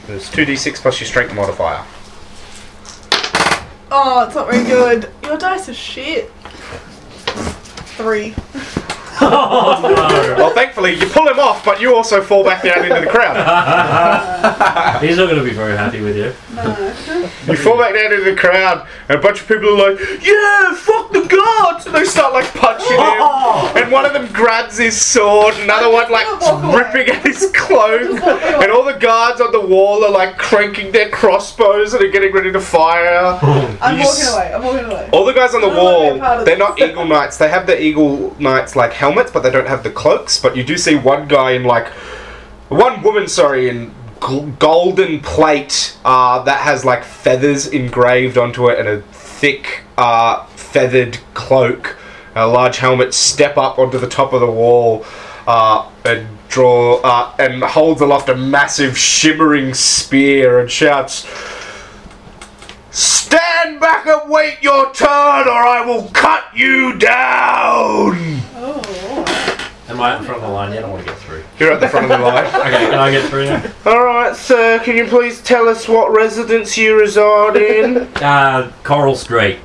Speaker 1: It's 2d6 plus your strength modifier.
Speaker 4: Oh, it's not very good. Your dice are shit. Three.
Speaker 2: oh
Speaker 1: Well, thankfully, you pull him off, but you also fall back down into the crowd.
Speaker 2: no! He's not going to be very happy with you.
Speaker 4: No.
Speaker 1: You fall back down into the crowd, and a bunch of people are like, Yeah, fuck the gods! And they start like punching him. And one of them grabs his sword, another one like
Speaker 4: Walk away.
Speaker 1: ripping at his clothes,
Speaker 4: Walk away.
Speaker 1: and all the guards on the wall are like cranking their crossbows and are getting ready to fire.
Speaker 4: I'm
Speaker 1: You
Speaker 4: walking
Speaker 1: s-
Speaker 4: away. I'm walking away.
Speaker 1: All the guys on the
Speaker 4: I don't wanna
Speaker 1: wall,
Speaker 4: be a part of
Speaker 1: they're
Speaker 4: this.
Speaker 1: not eagle knights. They have the eagle knights like helmets, but they don't have the cloaks. But you do see one guy in like, one woman, sorry, in g- golden plate uh, that has like feathers engraved onto it and a thick uh, feathered cloak, and a large helmet. Step up onto the top of the wall uh, and draw uh, and holds aloft a massive shimmering spear and shouts. Stand back and wait your turn, or I will cut you down!
Speaker 4: Oh.
Speaker 2: Am I in front of the line yet? I want to get through.
Speaker 1: You're at the front of the line.
Speaker 2: Okay, can I get through now?
Speaker 1: Alright, sir, can you please tell us what residence you reside in?
Speaker 2: Uh, Coral Street.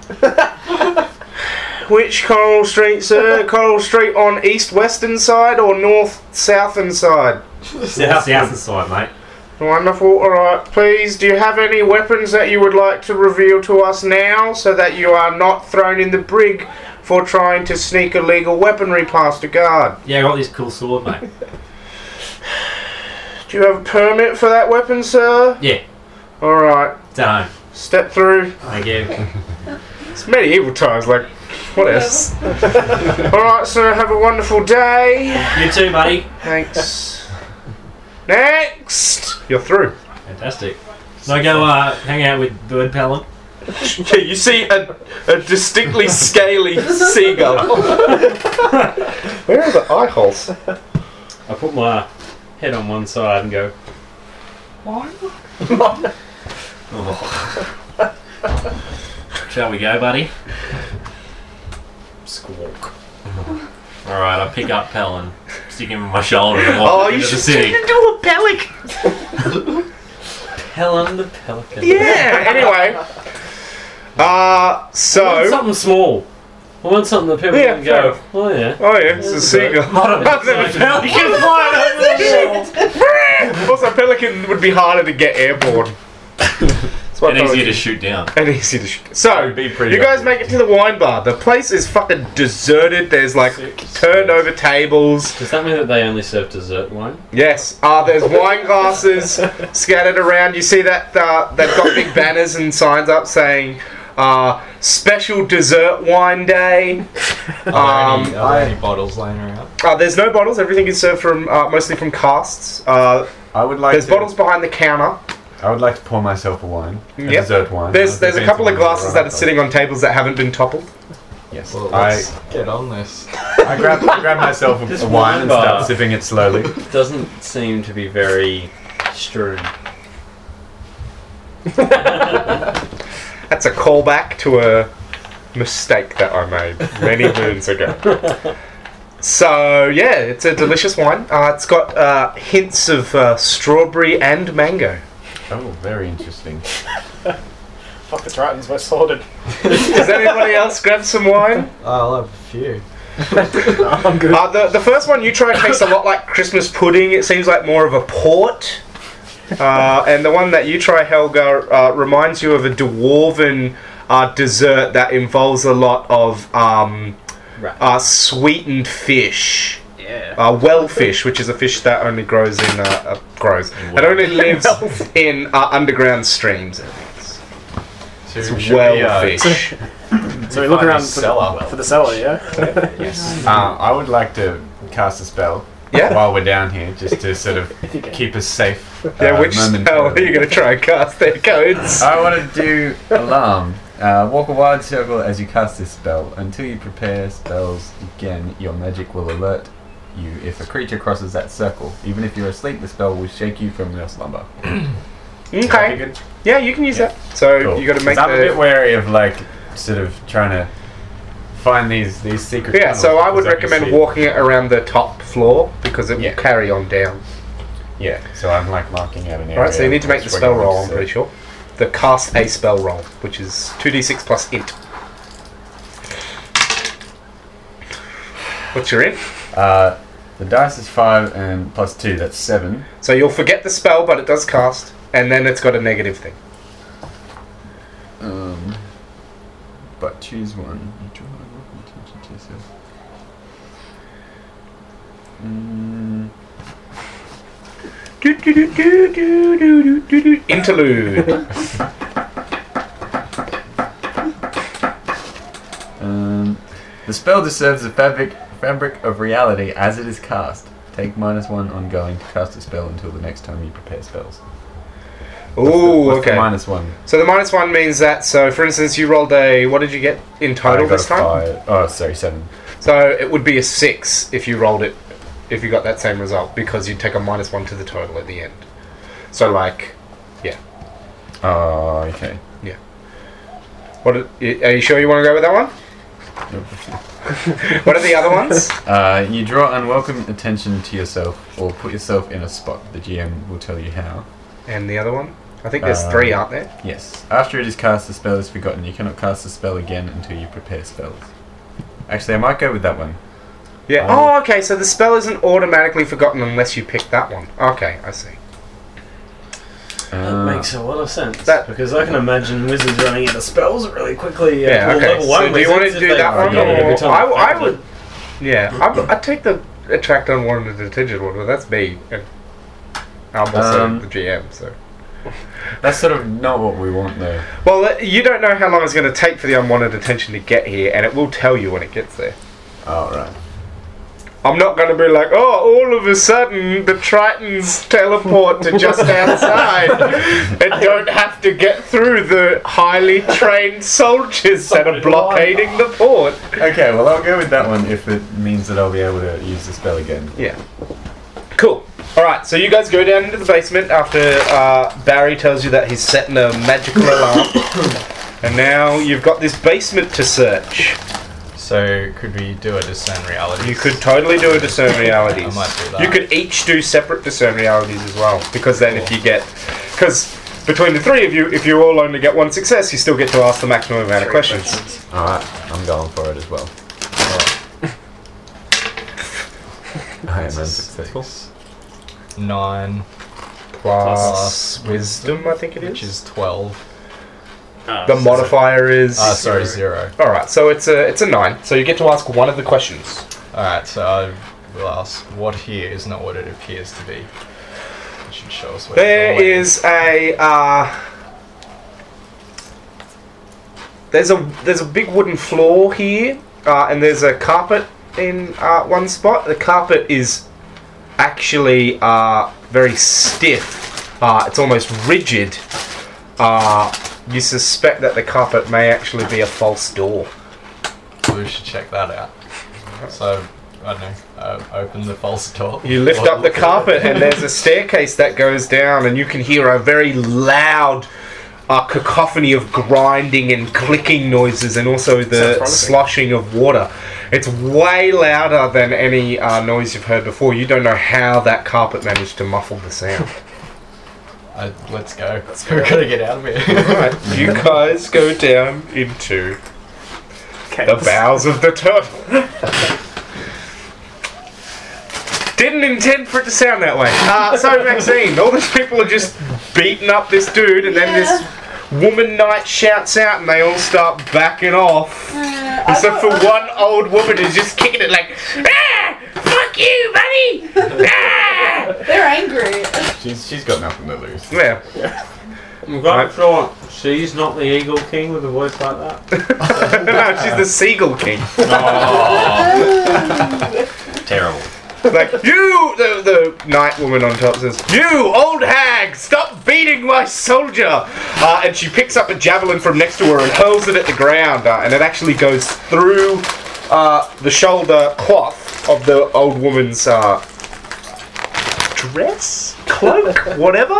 Speaker 1: Which Coral Street, sir? Coral Street on east western side or north southern side?
Speaker 2: South, south side, mate.
Speaker 1: Wonderful, alright. Please, do you have any weapons that you would like to reveal to us now so that you are not thrown in the brig for trying to sneak illegal weaponry past a guard?
Speaker 2: Yeah, I got this cool sword, mate.
Speaker 1: Do you have a permit for that weapon, sir?
Speaker 2: Yeah,
Speaker 1: Alright,
Speaker 2: it's at home.
Speaker 1: step through.
Speaker 2: Thank you.
Speaker 1: It's medieval times, like, what else? Alright, sir, have a wonderful day.
Speaker 2: You too, buddy.
Speaker 1: Thanks. Next! You're through.
Speaker 2: Fantastic. Can I go uh, hang out with Bird Palin?
Speaker 1: Yeah, you see a, a distinctly scaly seagull. Where are the eye holes?
Speaker 3: I put my head on one side and go,
Speaker 2: Shall we go, buddy? Squawk. Alright, I pick up Palin, stick him in my shoulder, and walk
Speaker 1: Oh,
Speaker 2: into
Speaker 1: you
Speaker 2: the
Speaker 1: should
Speaker 2: city.
Speaker 1: turn into a pelic.
Speaker 3: Helen the Pelican.
Speaker 1: Yeah, anyway. Uh,
Speaker 3: I want
Speaker 1: so.
Speaker 3: something small. I want something that people
Speaker 1: Yeah,
Speaker 3: can go, oh yeah.
Speaker 1: Oh, yeah, it's a seagull. I've never found you can fly it over the wall. Also, Pelican would be harder to get airborne. That's what
Speaker 2: And
Speaker 1: I thought
Speaker 2: easier
Speaker 1: it
Speaker 2: to
Speaker 1: was-
Speaker 2: shoot down.
Speaker 1: and easy to shoot. So,
Speaker 6: It'd be pretty
Speaker 1: you guys make it to the wine bar. The place is fucking deserted. There's like turned over tables.
Speaker 3: Does that mean that they only serve dessert wine?
Speaker 1: Yes, uh, there's wine glasses scattered around. You see that uh, they've got big banners and signs up saying uh, special dessert wine day.
Speaker 7: Are there
Speaker 1: Um,
Speaker 7: any, are there
Speaker 6: I-
Speaker 7: any bottles laying around?
Speaker 1: uh, there's no bottles. Everything is served from uh, mostly from casts. Uh,
Speaker 6: I would like
Speaker 1: there's
Speaker 6: to,
Speaker 1: bottles behind the counter.
Speaker 6: I would like to pour myself a wine, a
Speaker 1: Yep.
Speaker 6: dessert wine.
Speaker 1: There's
Speaker 6: Not Uh, the
Speaker 1: there's a
Speaker 6: fancy
Speaker 1: couple of
Speaker 6: ones that
Speaker 1: glasses
Speaker 6: run
Speaker 1: that
Speaker 6: up
Speaker 1: are
Speaker 6: on-
Speaker 1: sitting on tables that haven't been toppled.
Speaker 6: Yes.
Speaker 7: Well,
Speaker 6: I,
Speaker 7: let's get on this.
Speaker 6: I grab, grab myself
Speaker 3: Just
Speaker 6: a, a wine and
Speaker 3: one bar.
Speaker 6: start sipping it slowly.
Speaker 3: Doesn't seem to be very strewn.
Speaker 1: That's a callback to a mistake that I made many moons ago. So yeah, it's a delicious wine. Uh, it's got uh, hints of uh, strawberry and mango.
Speaker 6: Oh, very interesting.
Speaker 5: Fuck the Tritons, we're sorted.
Speaker 1: Does anybody else grab some wine?
Speaker 7: I'll have a few.
Speaker 5: I'm good.
Speaker 1: Uh, the the first one you try tastes a lot like Christmas pudding. It seems like more of a port. Uh, and the one that you try, Helga, uh, reminds you of a dwarven uh, dessert that involves a lot of um,
Speaker 3: Right.
Speaker 1: uh, sweetened fish.
Speaker 3: yeah.
Speaker 1: uh, well fish, which is a fish that only grows in uh, uh, grows. It only lives in uh, underground streams. and things.
Speaker 7: So
Speaker 1: It's
Speaker 7: we should
Speaker 1: well
Speaker 7: be, uh,
Speaker 1: fish.
Speaker 5: so we look
Speaker 7: find a
Speaker 5: around for the,
Speaker 7: cellar.
Speaker 5: for the cellar, yeah?
Speaker 1: yes.
Speaker 6: Uh, I would like to cast a spell
Speaker 1: Um, Yeah.
Speaker 6: while we're down here, just to sort of
Speaker 5: If you can.
Speaker 6: keep us safe.
Speaker 1: Yeah.
Speaker 6: uh,
Speaker 1: Which spell are
Speaker 6: momentarily.
Speaker 1: you going to try and cast? There codes.
Speaker 6: I want to do alarm. Uh, walk a wide circle as you cast this spell. Until you prepare spells again, your magic will alert you if a creature crosses that circle. Even if you're asleep, the spell will shake you from your slumber.
Speaker 1: Okay. Yeah, you can use that. So you got to make
Speaker 6: I'm a bit
Speaker 1: the.
Speaker 6: wary of like sort of trying to find these these secret.
Speaker 1: Yeah. So
Speaker 6: tunnels,
Speaker 1: I would
Speaker 6: because can
Speaker 1: recommend
Speaker 6: see-
Speaker 1: walking it around the top floor because it
Speaker 6: Yeah.
Speaker 1: will carry on down.
Speaker 6: Yeah. So I'm like marking out an area.
Speaker 1: All right. So you need to make the
Speaker 6: That's what
Speaker 1: spell
Speaker 6: you want
Speaker 1: roll.
Speaker 6: to
Speaker 1: I'm
Speaker 6: see.
Speaker 1: pretty sure. The cast a spell roll, which is two d six plus int. What's your int?
Speaker 6: Uh, the dice is five and plus two. That's seven.
Speaker 1: So you'll forget the spell, but it does cast, and then it's got a negative thing.
Speaker 6: Um, but Mm-hmm. choose one. You draw and work with attention to yourself. Mm,
Speaker 1: Interlude.
Speaker 6: um, the spell disturbs the fabric fabric of reality as it is cast. Take minus one ongoing to cast a spell until the next time you prepare spells. What's the-
Speaker 1: Ooh,
Speaker 6: what's the
Speaker 1: okay.
Speaker 6: minus one.
Speaker 1: So the minus one means that. So for instance, you rolled a. What did you get in total
Speaker 6: I got
Speaker 1: this
Speaker 6: a
Speaker 1: time?
Speaker 6: five- Oh, sorry, seven.
Speaker 1: So it would be a six if you rolled it, if you got that same result, because you'd take a minus one to the total at the end. So like,
Speaker 6: Oh, okay.
Speaker 1: what? Are are you sure you want to go with that one? What are the other ones?
Speaker 6: Uh, you draw unwelcome attention to yourself, or put yourself in a spot. The GM will tell you how.
Speaker 1: And the other one? I think there's
Speaker 6: Uh,
Speaker 1: three, aren't there?
Speaker 6: Yes. After it is cast, the spell is forgotten. You cannot cast the spell again until you prepare spells. Actually, I might go with that one.
Speaker 1: Yeah.
Speaker 6: um,
Speaker 1: oh, okay. So the spell isn't automatically forgotten unless you pick that one. Okay, I see.
Speaker 6: Uh,
Speaker 3: that
Speaker 6: Ah.
Speaker 3: makes a lot of sense
Speaker 1: Ah. that-
Speaker 3: because I can imagine wizards running out of spells really quickly. uh,
Speaker 1: Yeah,
Speaker 3: well,
Speaker 1: okay.
Speaker 3: level one
Speaker 1: So do you wanna
Speaker 3: wizards,
Speaker 1: do
Speaker 3: if they
Speaker 1: that
Speaker 6: one,
Speaker 3: forget it
Speaker 6: or-
Speaker 3: every time
Speaker 1: I-
Speaker 3: they
Speaker 1: I
Speaker 3: fact
Speaker 1: would-
Speaker 3: it.
Speaker 1: Yeah, I'd, I'd take the attract unwanted attention one, but that's me. And I'm also
Speaker 6: Um,
Speaker 1: the GM, so.
Speaker 6: That's sort of not what we want, though.
Speaker 1: Well, uh, you don't know how long it's going to take for the unwanted attention to get here, and it will tell you when it gets there.
Speaker 6: All Oh, right.
Speaker 1: I'm not going to be like, oh, all of a sudden the Tritons teleport to just outside and don't have to get through the highly trained soldiers that are blockading the port.
Speaker 6: Okay, well, I'll go with that one if it means that I'll be able to use the spell again.
Speaker 1: Yeah. Cool. All right. So you guys go down into the basement after uh, Barry tells you that he's setting a magical alarm, and now you've got this basement to search.
Speaker 7: So could we do a discern reality?
Speaker 1: You could totally do a discern realities.
Speaker 7: I might do that.
Speaker 1: You could each do separate discern realities as well, because then if you get, because between the three of you, if you all only get one success, you still get to ask the maximum amount of questions.
Speaker 6: All right, I'm going for it as well. I am unsuccessful.
Speaker 7: Nine,
Speaker 1: Plus wisdom, I think it is.
Speaker 7: which is twelve.
Speaker 2: Ah.
Speaker 1: the modifier is.
Speaker 7: Ah, sorry, zero.
Speaker 1: All right. So it's a it's a nine. So you get to ask one of the questions.
Speaker 7: All right, so I will ask. What here is not what it appears to be. It should show us what.
Speaker 1: There is a uh, there's a there's a big wooden floor here, uh, and there's a carpet in uh, one spot. The carpet is actually uh, very stiff. Uh, it's almost rigid. Uh, you suspect that the carpet may actually be a false door.
Speaker 7: Lou should check that out. So, I don't know, uh, open the false door.
Speaker 1: You lift up the carpet, and there's a staircase that goes down, and you can hear a very loud uh, cacophony of grinding and clicking noises, and also
Speaker 8: Sounds
Speaker 1: the
Speaker 8: promising.
Speaker 1: sloshing of water. It's way louder than any uh, noise you've heard before. You don't know how that carpet managed to muffle the sound.
Speaker 7: Uh, let's go. We're gonna get out of here.
Speaker 1: Alright, you guys go down into the bowels of the turtle. Didn't intend for it to sound that way. Uh, so, Maxine, all these people are just beating up this dude, and then
Speaker 4: Uh,
Speaker 1: this woman knight shouts out, and they all start backing off.
Speaker 4: Uh, I
Speaker 1: Except for
Speaker 4: thought-
Speaker 1: one old woman who's just kicking it like, ah, fuck you, buddy! Ah!
Speaker 4: They're angry.
Speaker 6: She's, she's got nothing to lose.
Speaker 1: Yeah.
Speaker 3: I'm quite sure she's not the Eagle King with a voice like that.
Speaker 1: no, she's the seagull king.
Speaker 2: Terrible.
Speaker 1: like you the, the night woman on top says you old hag stop beating my soldier uh, and she picks up a javelin from next to her and hurls it at the ground uh, and it actually goes through uh, the shoulder cloth of the old woman's uh, dress cloak whatever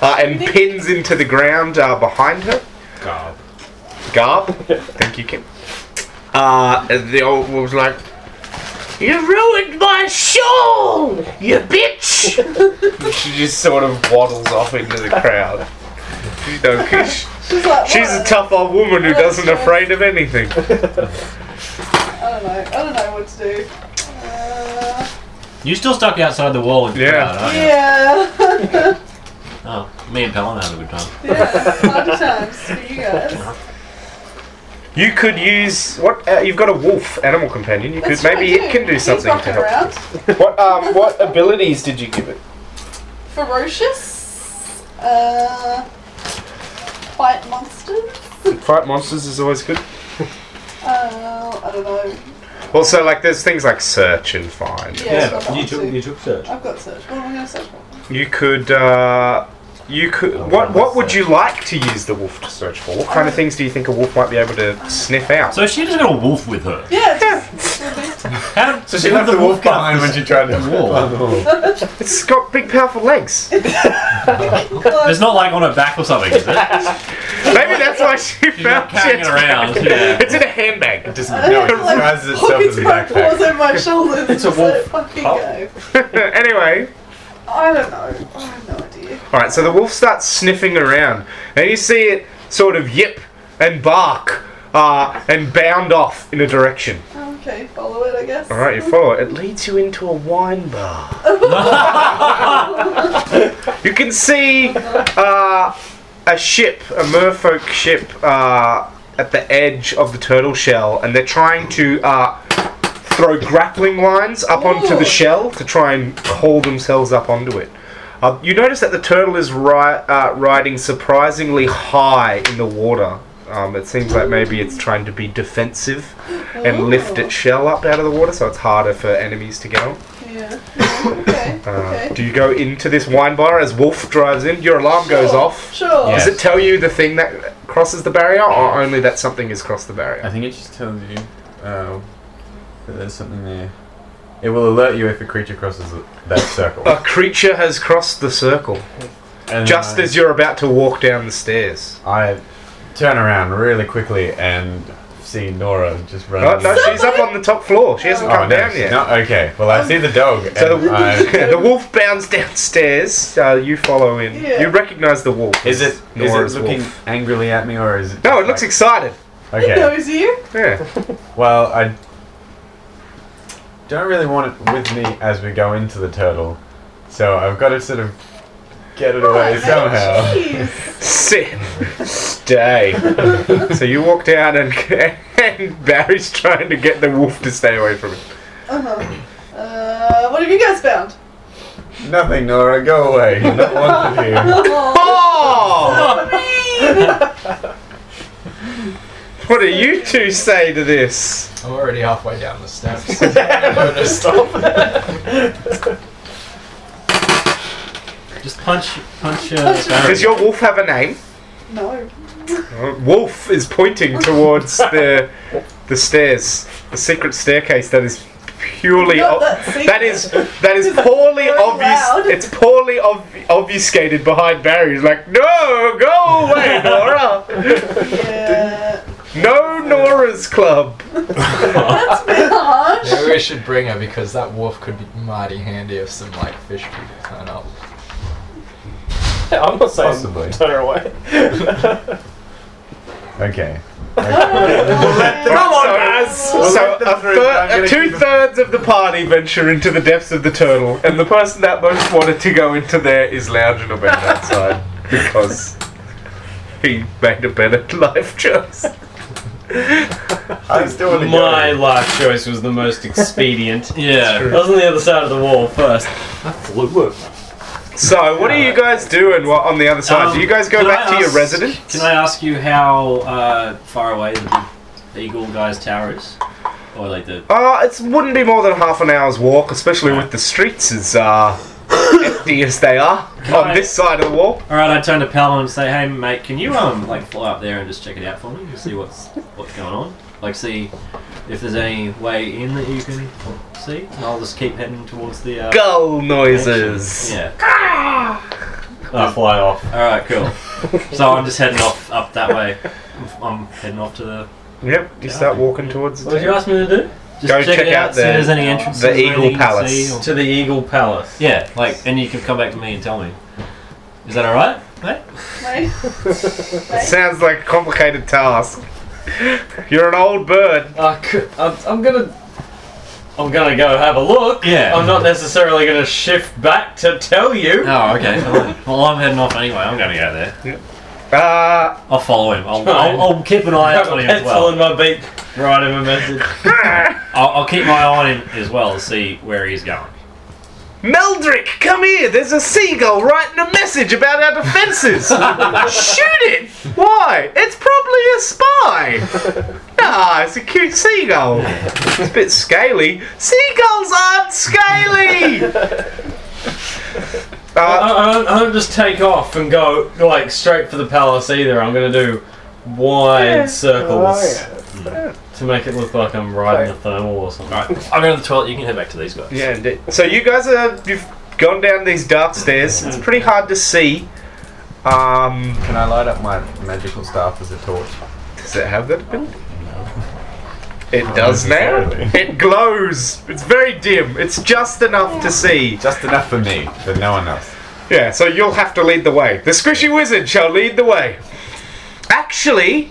Speaker 1: uh, and pins into the ground uh, behind her
Speaker 2: God.
Speaker 1: garb. Thank you, Kim. Uh, the old woman was like, You ruined my shawl, you bitch! And she just sort of waddles off into the crowd. You know, 'cause
Speaker 4: She's like,
Speaker 1: she's a
Speaker 4: what?
Speaker 1: tough old woman who doesn't afraid of anything.
Speaker 4: I don't know. I don't know what to do. Uh,
Speaker 2: You still stuck outside the wall with the
Speaker 1: Yeah.
Speaker 2: crowd, aren't you?
Speaker 4: yeah.
Speaker 2: Oh, me and Pelham had a good time.
Speaker 4: yeah. Hard times for you guys.
Speaker 1: You could use what uh, you've got a wolf animal companion. You could
Speaker 4: That's what
Speaker 1: maybe
Speaker 4: I do.
Speaker 1: it can do
Speaker 4: He's
Speaker 1: something to
Speaker 4: rocking
Speaker 1: help.
Speaker 4: around.
Speaker 1: What um what abilities did you give it?
Speaker 4: Ferocious. Uh, fight monsters.
Speaker 1: Fight monsters is always good.
Speaker 4: Uh, I don't know.
Speaker 1: Also, like there's things like search and find.
Speaker 4: Yeah, it's got that
Speaker 3: you
Speaker 4: one
Speaker 3: took
Speaker 4: too.
Speaker 3: you took search.
Speaker 4: I've got search. What am I going to search for?
Speaker 1: You could, uh, you could.
Speaker 2: Oh,
Speaker 1: what
Speaker 2: well,
Speaker 1: what would
Speaker 2: that's,
Speaker 1: you like to use the wolf to search for? What kind of things do you think a wolf might be able to sniff out?
Speaker 2: So she just got a wolf with her.
Speaker 4: Yeah. Just, yeah.
Speaker 2: How did,
Speaker 6: So she
Speaker 2: how
Speaker 6: left
Speaker 2: did
Speaker 6: the wolf
Speaker 2: get up
Speaker 6: behind
Speaker 2: this
Speaker 6: when she tried to.
Speaker 2: Wall.
Speaker 1: It's got big, powerful legs. Maybe
Speaker 2: It's not like on her back or something, is it?
Speaker 1: that's why she
Speaker 2: She's
Speaker 1: found
Speaker 2: not carrying it
Speaker 1: it.
Speaker 2: around. Yeah.
Speaker 1: It's in a handbag.
Speaker 6: It doesn't know. It disguises itself
Speaker 4: Hook
Speaker 6: as
Speaker 4: its
Speaker 6: a
Speaker 4: front paws
Speaker 6: backpack.
Speaker 4: over my shoulders. It's
Speaker 3: a
Speaker 4: Let it
Speaker 3: wolf.
Speaker 4: fucking
Speaker 3: Oh.
Speaker 4: go.
Speaker 1: anyway,
Speaker 4: I don't know. I have no idea.
Speaker 1: all right. So the wolf starts sniffing around, and you see it sort of yip and bark. Uh, and bound off in a direction.
Speaker 4: Okay, follow it, I guess.
Speaker 1: All right, you follow it. It leads you into a wine bar. you can see uh, a ship, a merfolk ship, uh, at the edge of the turtle shell, and they're trying to uh, throw grappling lines up onto the
Speaker 4: Ooh.
Speaker 1: shell to try and haul themselves up onto it. Uh, you notice that the turtle is ri- uh, riding surprisingly high in the water. Um, it seems like maybe it's trying to be defensive
Speaker 4: Oh.
Speaker 1: and lift its shell up out of the water, so it's harder for enemies to get on.
Speaker 4: Yeah. Okay.
Speaker 1: Uh,
Speaker 4: okay.
Speaker 1: Do you go into this wine bar as Wolf drives in? Your alarm goes
Speaker 4: Sure,
Speaker 1: off.
Speaker 4: Sure.
Speaker 2: Yeah.
Speaker 1: Does it tell you the thing that crosses the barrier, or only that something has crossed the
Speaker 6: I
Speaker 1: barrier?
Speaker 6: think it just tells you uh, that there's something there. It will alert you if a creature crosses th- that circle.
Speaker 1: A creature has crossed the circle
Speaker 7: Uh,
Speaker 6: And
Speaker 1: just
Speaker 6: I,
Speaker 1: as you're about to walk down the stairs.
Speaker 6: I turn around really quickly and see Nora just
Speaker 1: Oh,
Speaker 6: running.
Speaker 7: um,
Speaker 1: no, she's up on the top floor. She hasn't
Speaker 6: Oh,
Speaker 1: come
Speaker 6: no,
Speaker 1: down
Speaker 6: she's
Speaker 1: yet.
Speaker 6: not- okay, well, I see the dog.
Speaker 1: So
Speaker 6: and
Speaker 1: the,
Speaker 6: I,
Speaker 1: the wolf bounds downstairs. Uh, you follow in.
Speaker 4: Yeah.
Speaker 1: You recognise the wolf.
Speaker 6: is
Speaker 1: as
Speaker 6: it,
Speaker 1: Nora's
Speaker 6: is it looking
Speaker 1: wolf.
Speaker 6: angrily at me or is it.
Speaker 1: No, it
Speaker 6: just
Speaker 1: looks
Speaker 6: like-
Speaker 1: excited.
Speaker 4: It
Speaker 6: Okay.
Speaker 4: knows you.
Speaker 1: Yeah.
Speaker 6: Well, I don't really want it with me as we go into the turtle, so I've got to sort of get it away
Speaker 4: Oh,
Speaker 6: somehow.
Speaker 4: Jeez.
Speaker 1: Sit. Stay. so you walk down, and, and Barry's trying to get the wolf to stay away from it.
Speaker 4: Uh-huh. Uh, what have you guys found?
Speaker 6: Nothing, Nora. Go away. You're not wanted here.
Speaker 4: Oh,
Speaker 1: Oh!
Speaker 4: mean.
Speaker 1: What do you two say to this?
Speaker 7: I'm already halfway down the steps. I'm gonna stop.
Speaker 2: Just punch, punch. Uh,
Speaker 4: Punch it.
Speaker 2: Barry.
Speaker 1: Does your wolf have a name?
Speaker 4: No.
Speaker 1: Uh, Wolf is pointing towards the the stairs, the secret staircase that is purely
Speaker 4: Not
Speaker 1: ob-
Speaker 4: that secret.
Speaker 1: that is that is poorly
Speaker 4: Very
Speaker 1: obvious.
Speaker 4: loud.
Speaker 1: It's poorly ob- obfuscated behind barriers. Like no, go away, Nora.
Speaker 4: Yeah.
Speaker 1: no, Nora's club.
Speaker 4: That's a bit harsh.
Speaker 7: Maybe we should bring her because that wolf could be mighty handy if some like fish people turn up.
Speaker 5: I'm not saying
Speaker 6: Possibly.
Speaker 5: turn her away.
Speaker 6: Okay.
Speaker 1: Come on, guys. So a thir- two thirds of the party venture into the depths of the turtle, and the person that most wanted to go into there is lounging about outside because he made a better life choice.
Speaker 6: I still want to
Speaker 3: My
Speaker 6: go.
Speaker 3: life choice was the most expedient. I
Speaker 2: Yeah.
Speaker 3: was on the other side of the wall first.
Speaker 1: So, what are you guys doing while on the other side?
Speaker 2: Um,
Speaker 1: Do you guys go
Speaker 2: can I
Speaker 1: back to your
Speaker 2: ask-
Speaker 1: residence?
Speaker 2: Can I ask you how uh, far away the big eagle guy's tower is? Or like the
Speaker 1: Uh, it wouldn't be more than half an hour's walk, especially with the streets as uh, empty as they are on
Speaker 2: I-
Speaker 1: this side of the wall.
Speaker 2: All right, I turn to Palin and say, "Hey, mate, can you um like fly up there and just check it out for me and see what's what's going on? Like, see if there's any way in that you can see." And I'll just keep heading towards the. Uh,
Speaker 1: Gull
Speaker 2: mansion.
Speaker 1: noises.
Speaker 2: Yeah.
Speaker 3: I fly off.
Speaker 2: All right, cool. so I'm just heading off up that way. I'm- I'm heading off to the.
Speaker 1: Yep, you start walking towards the
Speaker 3: What did you ask me to do?
Speaker 2: Just
Speaker 1: Go check
Speaker 2: it
Speaker 1: out
Speaker 2: out. See
Speaker 1: the-
Speaker 2: if there's any entrances.
Speaker 1: the
Speaker 2: or
Speaker 1: Eagle
Speaker 2: anything you can
Speaker 1: Palace.
Speaker 2: see or-
Speaker 3: To the Eagle Palace.
Speaker 2: Yeah, like, and you can come back to me and tell me. Is that all right, mate?
Speaker 4: Mate. Mate.
Speaker 1: Sounds like a complicated task. You're an old bird.
Speaker 3: I could, I'm, I'm gonna. I'm gonna go have a look.
Speaker 2: Yeah.
Speaker 3: I'm not necessarily gonna shift back to tell you.
Speaker 2: Oh, okay. fine. well, I'm heading off anyway. I'm going to go there.
Speaker 1: Uh,
Speaker 2: I'll follow him. I'll, I'll, I'll keep an eye
Speaker 3: I
Speaker 2: out
Speaker 3: have
Speaker 2: on
Speaker 3: a
Speaker 2: him as
Speaker 3: pencil
Speaker 2: well.
Speaker 3: in my beak. Write him a message.
Speaker 2: I'll, I'll keep my eye on him as well to see where he's going.
Speaker 1: Meldrick, come here. There's a seagull writing a message about our defences. Shoot it. Why? It's probably a spy. Nah, it's a cute seagull. It's a bit scaly. Seagulls aren't scaly. Uh,
Speaker 3: I, I, don't, I don't just take off and go like straight for the palace either. I'm gonna do wide circles to make it look like I'm riding a thermal or something.
Speaker 2: I'll go to the toilet. You can head back to these guys.
Speaker 1: Yeah, indeed. So you guys are you've gone down these dark stairs. It's pretty hard to see. Um,
Speaker 6: Can I light up my magical staff as a torch?
Speaker 1: does it have that ability? It does now.
Speaker 6: necessarily.
Speaker 1: It glows. It's very dim. It's just enough to see.
Speaker 6: Just enough for me, but no one else.
Speaker 1: Yeah, so you'll have to lead the way. The squishy wizard shall lead the way. Actually,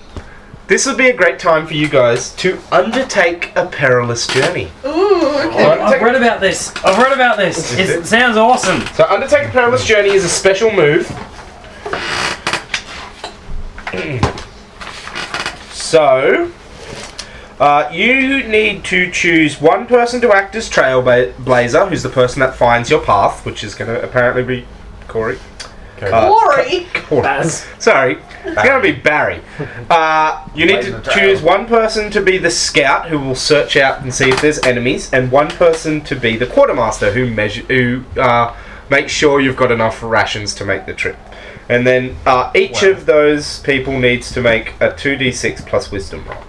Speaker 1: this would be a great time for you guys to undertake a perilous journey.
Speaker 4: Ooh, okay.
Speaker 3: I, I've read about this. I've read about this. It's, it sounds awesome.
Speaker 1: So, undertake a perilous journey is a special move. so, uh, you need to choose one person to act as trailblazer, who's the person that finds your path, which is going to apparently be Corey. Uh,
Speaker 4: Glory.
Speaker 1: Corey. Sorry, it's going to be Barry. Uh, you need
Speaker 6: Blazing
Speaker 1: to
Speaker 6: the trail.
Speaker 1: choose one person to be the scout who will search out and see if there's enemies, and one person to be the quartermaster who measure who uh, makes sure you've got enough rations to make the trip. And then uh, each of those people needs to make a two d six plus wisdom roll.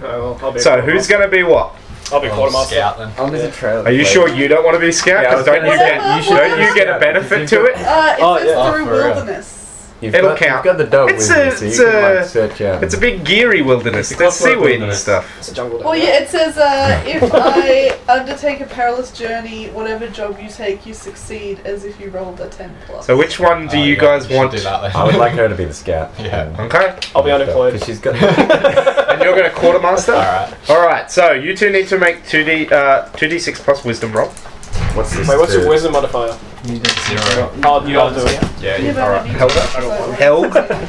Speaker 5: well, I'll be
Speaker 1: So who's going to be what?
Speaker 5: I'll be
Speaker 7: Well,
Speaker 5: quartermaster.
Speaker 7: scout then.
Speaker 6: Oh,
Speaker 9: I'm just a trailer.
Speaker 1: Are you sure you don't want to be scout?
Speaker 6: Yeah, I
Speaker 1: 'Cause
Speaker 6: was
Speaker 1: don't
Speaker 6: gonna
Speaker 1: you
Speaker 4: say,
Speaker 1: get
Speaker 4: you should
Speaker 1: don't
Speaker 4: be
Speaker 1: you get a
Speaker 6: scout,
Speaker 1: benefit
Speaker 6: because
Speaker 1: to
Speaker 6: you've
Speaker 1: it?
Speaker 4: Uh, it
Speaker 5: Oh,
Speaker 4: says
Speaker 5: yeah. Oh,
Speaker 4: through
Speaker 9: for real.
Speaker 4: wilderness.
Speaker 9: You've
Speaker 1: It'll
Speaker 9: got,
Speaker 1: count.
Speaker 9: You've got the dog
Speaker 1: It's
Speaker 9: with
Speaker 1: a-
Speaker 9: you, so you
Speaker 1: it's
Speaker 9: can
Speaker 1: a-
Speaker 9: like search out.
Speaker 6: um,
Speaker 1: It's a big geary wilderness.
Speaker 3: It's
Speaker 1: There's
Speaker 3: close
Speaker 1: seaweed and
Speaker 3: wilderness.
Speaker 1: stuff.
Speaker 5: It's a jungle.
Speaker 4: Well, yeah, it says uh, if I undertake a perilous journey, whatever job you take, you succeed as if you rolled a 10 plus.
Speaker 1: So which one do
Speaker 7: Oh,
Speaker 1: you
Speaker 7: yeah,
Speaker 1: guys
Speaker 7: we should
Speaker 1: want?
Speaker 7: Do that then.
Speaker 6: I would like her to be the scout.
Speaker 7: Yeah.
Speaker 1: Okay.
Speaker 5: I'll be unemployed.
Speaker 9: Because she's got.
Speaker 1: And you're going to quartermaster?
Speaker 7: All right.
Speaker 1: All right, so you two need to make 2D, uh, 2d6 plus wisdom roll.
Speaker 6: What's this?
Speaker 5: Wait, what's your
Speaker 6: to-
Speaker 5: wisdom modifier?
Speaker 7: Zero.
Speaker 5: I'll, I'll do it.
Speaker 7: Yeah.
Speaker 4: Yeah,
Speaker 7: You,
Speaker 4: but
Speaker 7: all
Speaker 4: I
Speaker 7: right.
Speaker 4: need
Speaker 1: Helga?
Speaker 4: to- so I
Speaker 1: Helg?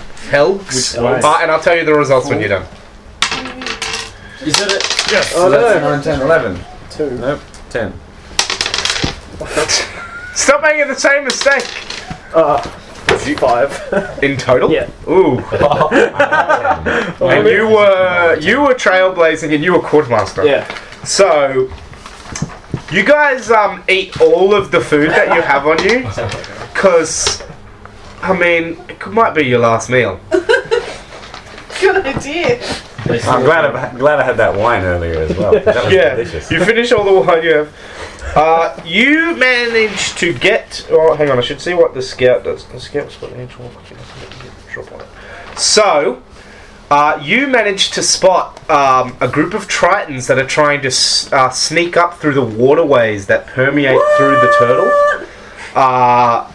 Speaker 1: Helgs? Uh, and I'll tell you the results when you're done.
Speaker 3: You said it.
Speaker 9: So
Speaker 5: Oh,
Speaker 9: that's
Speaker 5: no.
Speaker 9: 9, 10, 11.
Speaker 5: Two.
Speaker 9: Nope. 10.
Speaker 1: Stop making the same mistake!
Speaker 5: Uh, five.
Speaker 1: In total?
Speaker 5: Yeah.
Speaker 1: Ooh. and you were, you were trailblazing and you were quartermaster.
Speaker 5: yeah.
Speaker 1: So, you guys um, eat all of the food that you have on you, because, I mean, it could- might be your last meal.
Speaker 4: Good idea.
Speaker 3: They
Speaker 6: I'm glad I, glad I had that wine earlier as well. 'cause That was
Speaker 1: Yeah.
Speaker 6: delicious.
Speaker 1: You finish all the wine you have. Uh, you manage to get. Oh, hang on. I should see what the scout does. The scout's got an actual drop on it. So, uh, you manage to spot um, a group of tritons that are trying to s- uh, sneak up through the waterways that permeate through the turtle. Uh,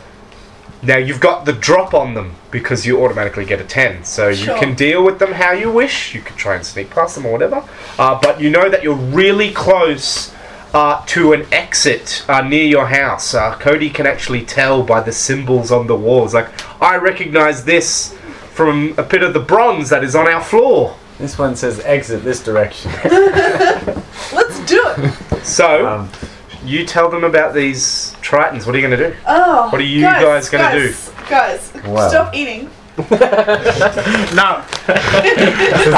Speaker 1: now you've got the drop on them because you automatically get a 10. So
Speaker 4: Sure.
Speaker 1: you can deal with them how you wish. You can try and sneak past them or whatever. Uh, but you know that you're really close uh, to an exit uh, near your house. Uh, Cody can actually tell by the symbols on the walls. Like, I recognize this from a bit of the bronze that is on our floor.
Speaker 6: This one says exit this direction.
Speaker 4: Let's do it.
Speaker 1: So
Speaker 6: Um,
Speaker 1: you tell them about these tritons. What are you going to do?
Speaker 4: Oh,
Speaker 1: What are you guys gonna
Speaker 4: do? Guys,
Speaker 6: Wow.
Speaker 4: stop eating.
Speaker 5: No.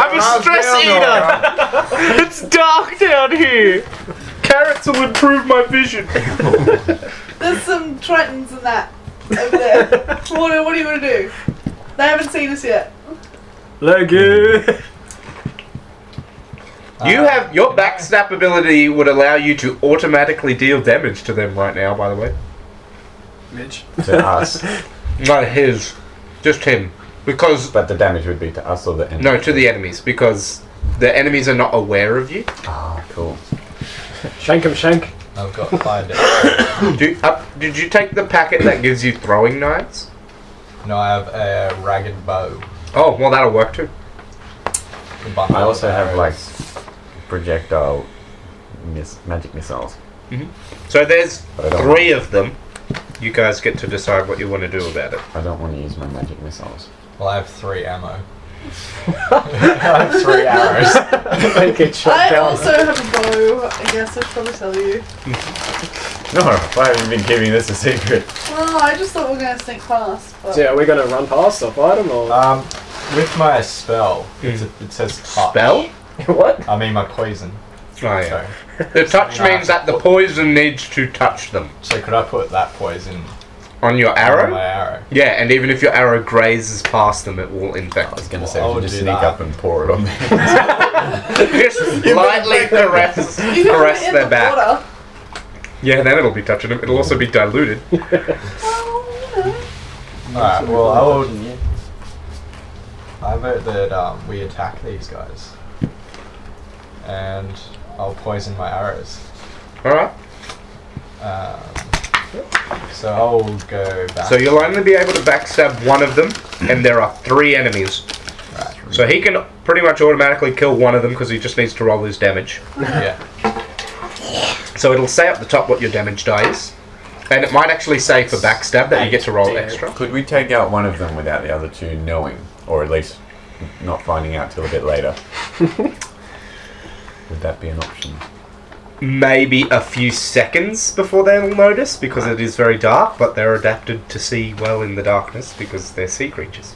Speaker 1: I'm a stress eater. it's dark down here. Carrots will improve my vision.
Speaker 4: There's some tritons and that over there. what, do- what do you want to do? They haven't seen us yet.
Speaker 5: Legu.
Speaker 1: You have your back snap ability would allow you to automatically deal damage to them right now. By the way,
Speaker 5: Midge.
Speaker 6: to us,
Speaker 1: not his, just him, because
Speaker 6: but the damage would be to us or the enemy.
Speaker 1: no to the enemies because the enemies are not aware of you.
Speaker 6: Ah, cool.
Speaker 5: Shank him, shank.
Speaker 7: I've got five days.
Speaker 1: Do, uh, did you take the packet that gives you throwing knives?
Speaker 7: No, I have a ragged bow.
Speaker 1: Oh well, that'll work too.
Speaker 7: The bundle
Speaker 6: I also
Speaker 7: of
Speaker 6: have like
Speaker 7: arrows.
Speaker 6: projectile mis- magic missiles.
Speaker 1: So there's
Speaker 6: But I don't
Speaker 1: three of them. You guys get to decide what you want to do about it.
Speaker 6: I don't want to use my magic missiles.
Speaker 7: Well, I have three ammo. I have three arrows.
Speaker 5: Don't get shot
Speaker 4: I
Speaker 5: down.
Speaker 4: also have a bow. I guess I should probably tell you.
Speaker 6: No, I haven't been keeping this a secret.
Speaker 4: Well, I just thought we were going to sneak past. But
Speaker 5: So yeah, are we gonna run past or fight him or
Speaker 7: Um, with my spell, it's a, it says touch.
Speaker 1: Spell?
Speaker 5: what?
Speaker 7: I mean my poison.
Speaker 1: Oh, yeah.
Speaker 7: So,
Speaker 1: The touch means that the poison needs to touch them.
Speaker 7: so could I put that poison
Speaker 1: On
Speaker 4: Oh
Speaker 1: your
Speaker 7: on my
Speaker 1: arrow?
Speaker 7: arrow?
Speaker 1: Yeah, and even if your arrow grazes past them, it will
Speaker 6: I
Speaker 1: infect
Speaker 6: was
Speaker 1: them.
Speaker 6: gonna
Speaker 7: Well,
Speaker 6: say,
Speaker 7: I
Speaker 6: if you
Speaker 7: would
Speaker 6: just
Speaker 7: do
Speaker 6: sneak
Speaker 7: that.
Speaker 6: up and pour it on me.
Speaker 4: Oh,
Speaker 1: Just lightly caress,
Speaker 4: you can put
Speaker 1: caress
Speaker 4: it in
Speaker 1: their
Speaker 4: the
Speaker 1: back.
Speaker 4: water.
Speaker 1: Yeah, then it'll be touching them. It'll also be diluted.
Speaker 4: Well, you know.
Speaker 7: Alright, well I will I vote that um, we attack these guys. And I'll poison my arrows.
Speaker 1: Alright?
Speaker 7: Um, so I'll go back.
Speaker 1: So you'll only be able to backstab one of them, and there are three enemies. So he can pretty much automatically kill one of them because he just needs to roll his damage.
Speaker 7: yeah.
Speaker 1: So it'll say up the top what your damage die is. And it might actually say for backstab that you get to roll extra.
Speaker 6: Could we take out one of them without the other two knowing, or at least not finding out till a bit later? Would that be an option?
Speaker 1: Maybe a few seconds before they'll notice because it is very dark, but they're adapted to see well in the darkness because they're sea creatures.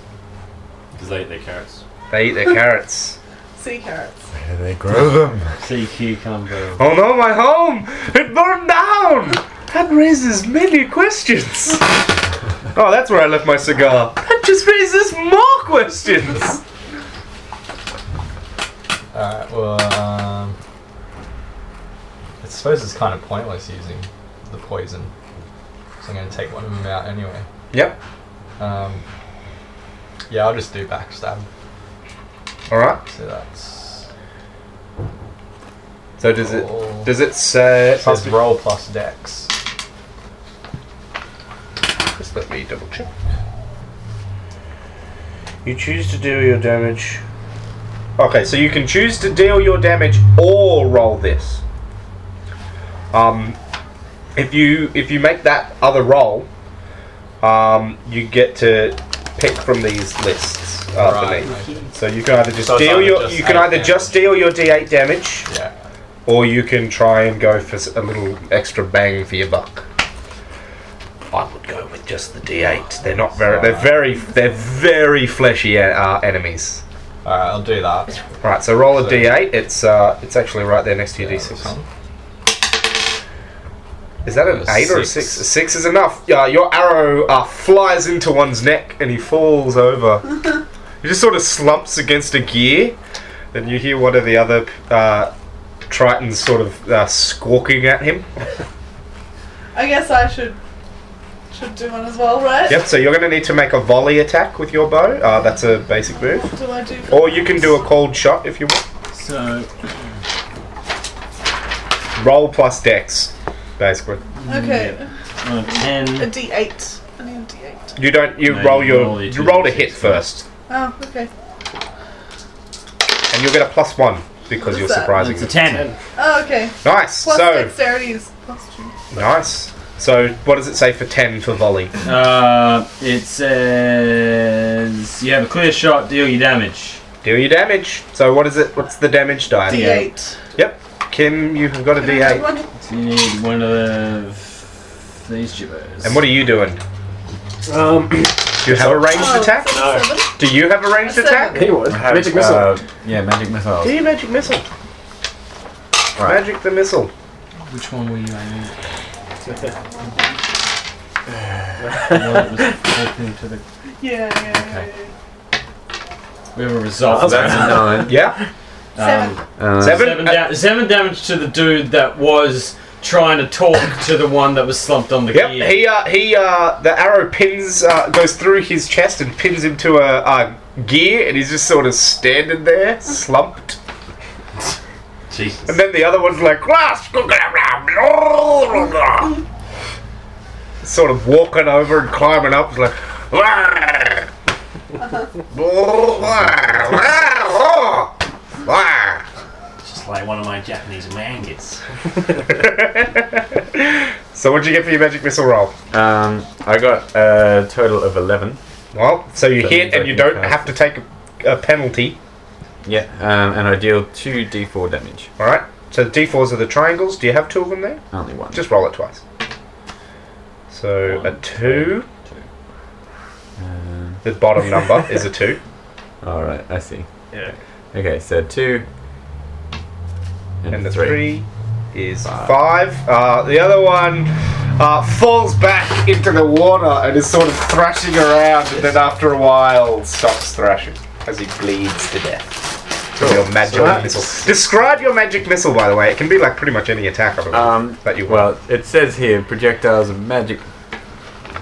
Speaker 2: Because they eat their carrots.
Speaker 1: They eat their carrots.
Speaker 4: Sea carrots.
Speaker 6: Where do they grow them?
Speaker 3: sea cucumber.
Speaker 1: Oh no, my home! It burned down! That raises many questions. oh, that's where I left my cigar. That just raises more questions!
Speaker 7: Alright, well, um, I suppose it's kind of pointless using the poison. So I'm going to take one of them out anyway.
Speaker 1: Yep,
Speaker 7: Um, yeah, I'll just do backstab.
Speaker 1: alright.
Speaker 7: So that's.
Speaker 1: So does it.
Speaker 7: all-
Speaker 1: Does it uh, say.
Speaker 7: It says roll plus dex.
Speaker 1: Just let me double check. You choose to deal your damage. Okay, so you can choose to deal your damage or roll this. Um, if you if you make that other roll, um, you get to pick from these lists uh,
Speaker 7: Right,
Speaker 1: beneath.
Speaker 7: okay.
Speaker 1: So you can either just
Speaker 7: So it's
Speaker 1: deal
Speaker 7: either
Speaker 1: your
Speaker 7: just
Speaker 1: you can
Speaker 7: eight
Speaker 1: either just deal your d8 damage,
Speaker 7: Yeah.
Speaker 1: or you can try and go for s- a little extra bang for your buck. I would go with just the D8. They're not very. They're very. They're very fleshy uh, enemies.
Speaker 7: Alright, I'll do that.
Speaker 1: Right. So roll a
Speaker 7: So-
Speaker 1: D8. It's uh. It's actually right there next to your D6. Is that an
Speaker 7: A
Speaker 1: eight or a
Speaker 7: six.
Speaker 1: six? A six is enough. Uh, your arrow uh, flies into one's neck and he falls over. he just sort of slumps against a gear. and you hear one of the other uh, tritons sort of uh, squawking at him.
Speaker 4: I guess I should should do one as well, right?
Speaker 1: Yep. So you're going to need to make a volley attack with your bow. Uh, that's a basic move.
Speaker 4: What do I do?
Speaker 1: Or you can do a cold shot if you want.
Speaker 9: So
Speaker 1: Roll plus dex, basically.
Speaker 4: Okay,
Speaker 1: Mm.
Speaker 9: uh,
Speaker 4: a
Speaker 9: ten.
Speaker 4: D8. I need a D8.
Speaker 1: You don't. You
Speaker 9: No,
Speaker 1: roll
Speaker 9: you
Speaker 1: your.
Speaker 9: roll your
Speaker 1: you
Speaker 9: two
Speaker 1: roll a
Speaker 9: d6
Speaker 1: hit
Speaker 9: first.
Speaker 1: first,
Speaker 4: Oh, okay.
Speaker 1: and you'll get a plus one because
Speaker 4: What's
Speaker 1: you're
Speaker 4: that?
Speaker 1: surprising.
Speaker 9: It's a ten.
Speaker 4: Oh, okay.
Speaker 1: them. Nice.
Speaker 4: Plus
Speaker 1: so
Speaker 4: dexterity is plus two.
Speaker 1: nice. So what does it say for ten for volley?
Speaker 9: Uh, it says you have a clear shot, deal your damage.
Speaker 1: Deal your damage. So what is it? What's the damage die?
Speaker 4: D8.
Speaker 1: Kim, you have got a
Speaker 4: Can I have
Speaker 1: D8.
Speaker 4: one?
Speaker 9: So you need one of the, these gibbos.
Speaker 1: And what are you doing?
Speaker 5: Um,
Speaker 1: Do you have a ranged
Speaker 4: Oh,
Speaker 1: attack?
Speaker 4: so it's seven.
Speaker 1: Do you have a ranged
Speaker 4: A seven.
Speaker 1: attack?
Speaker 5: he would.
Speaker 6: I have,
Speaker 5: Magic missile.
Speaker 6: uh, yeah, magic missile.
Speaker 1: Do you magic missile?
Speaker 6: Right.
Speaker 1: Magic the missile.
Speaker 7: Which one were you aiming at?
Speaker 4: Yeah, yeah, yeah,
Speaker 7: Okay.
Speaker 4: yeah.
Speaker 9: We have a result.
Speaker 6: So that's a nine.
Speaker 1: Um, Yeah.
Speaker 4: Seven.
Speaker 6: Uh,
Speaker 1: Seven.
Speaker 9: Seven, da- seven damage to the dude that was trying to talk to the one that was slumped on the
Speaker 1: Yep,
Speaker 9: gear.
Speaker 1: he uh, he uh, the arrow pins uh, goes through his chest and pins him to a, a gear, and he's just sort of standing there, slumped.
Speaker 2: Jesus.
Speaker 1: And then the other one's like, "Glass, blah, blah, blah, blah." sort of walking over and climbing up, like, "Blah, blah, blah, blah, blah."
Speaker 2: It's just like one of my Japanese mangas.
Speaker 1: So what'd you get for your magic missile roll?
Speaker 6: Um, I got a total of eleven.
Speaker 1: Well, so you
Speaker 6: That
Speaker 1: hit
Speaker 6: means I
Speaker 1: and you
Speaker 6: can
Speaker 1: don't
Speaker 6: cast
Speaker 1: have to take a, a penalty.
Speaker 6: Yeah, um, and I deal two d4 damage.
Speaker 1: All right. So the d4s are the triangles. Do you have two of them there?
Speaker 6: Only one.
Speaker 1: Just roll it twice. So a two.
Speaker 6: Um,
Speaker 1: The bottom number is a two.
Speaker 6: all right, I see.
Speaker 2: Yeah.
Speaker 6: Okay, so two
Speaker 1: and the three, is five. Uh, the other one uh, falls back into the water and is sort of thrashing around, and then after a while stops thrashing as he bleeds to death. With Your magic
Speaker 6: So that-
Speaker 1: missile. Describe your magic missile, by the way. It can be like pretty much any attack. I believe.
Speaker 6: Um,
Speaker 1: That you-
Speaker 6: well, it says here projectiles of magic,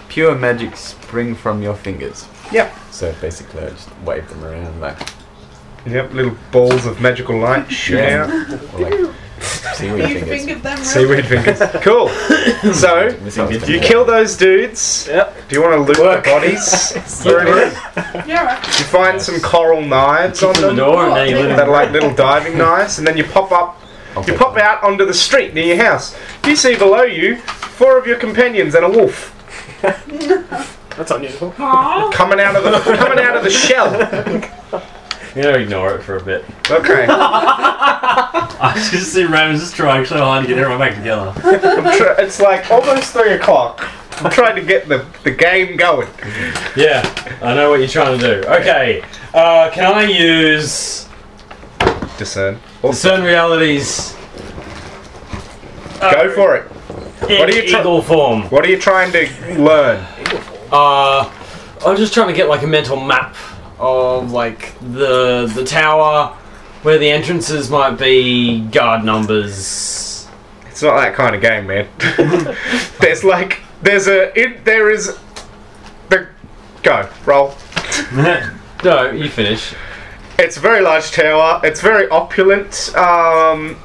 Speaker 6: pure magic spring from your fingers.
Speaker 1: Yep.
Speaker 6: So basically, I just wave them around like,
Speaker 1: Yep. Little balls of magical light shoot
Speaker 6: Yeah.
Speaker 1: out.
Speaker 6: or like seaweed
Speaker 4: You
Speaker 6: fingers.
Speaker 4: fingered them really?
Speaker 1: Seaweed fingers. Cool. So
Speaker 6: Missiles
Speaker 1: Do you
Speaker 6: fingers.
Speaker 1: kill those dudes?
Speaker 5: Yep.
Speaker 1: Do you want to loot
Speaker 5: Work.
Speaker 1: their bodies? Do
Speaker 4: Yeah, right.
Speaker 1: you find some coral knives on
Speaker 9: Open the
Speaker 1: them?
Speaker 9: door and now you let
Speaker 1: That
Speaker 9: him
Speaker 1: are like little diving knives, and then you pop up.
Speaker 6: I'll
Speaker 1: You
Speaker 6: take
Speaker 1: pop
Speaker 6: that.
Speaker 1: out onto the street near your house. You see below you four of your companions and a wolf
Speaker 5: That's unusual.
Speaker 1: coming out of the coming out of the shell.
Speaker 9: You know, ignore it for a bit.
Speaker 1: Okay,
Speaker 2: I just see Raven's just trying so hard to get everyone back together.
Speaker 1: I'm tr- it's like almost three o'clock. I'm trying to get the, the game going.
Speaker 9: Yeah, I know what you're trying to do. Okay, uh, can I use
Speaker 1: Discern. Also,
Speaker 9: Discern Realities?
Speaker 1: go for it.
Speaker 9: What
Speaker 1: are you try-
Speaker 9: eagle form?
Speaker 1: What are you trying to learn?
Speaker 9: Uh, I'm just trying to get like a mental map of like the the tower, where the entrances might be, guard numbers.
Speaker 1: It's not that kind of game, man. there's like there's a it, there is the go roll.
Speaker 9: No, you finish.
Speaker 1: It's a very large tower. It's very opulent. Um,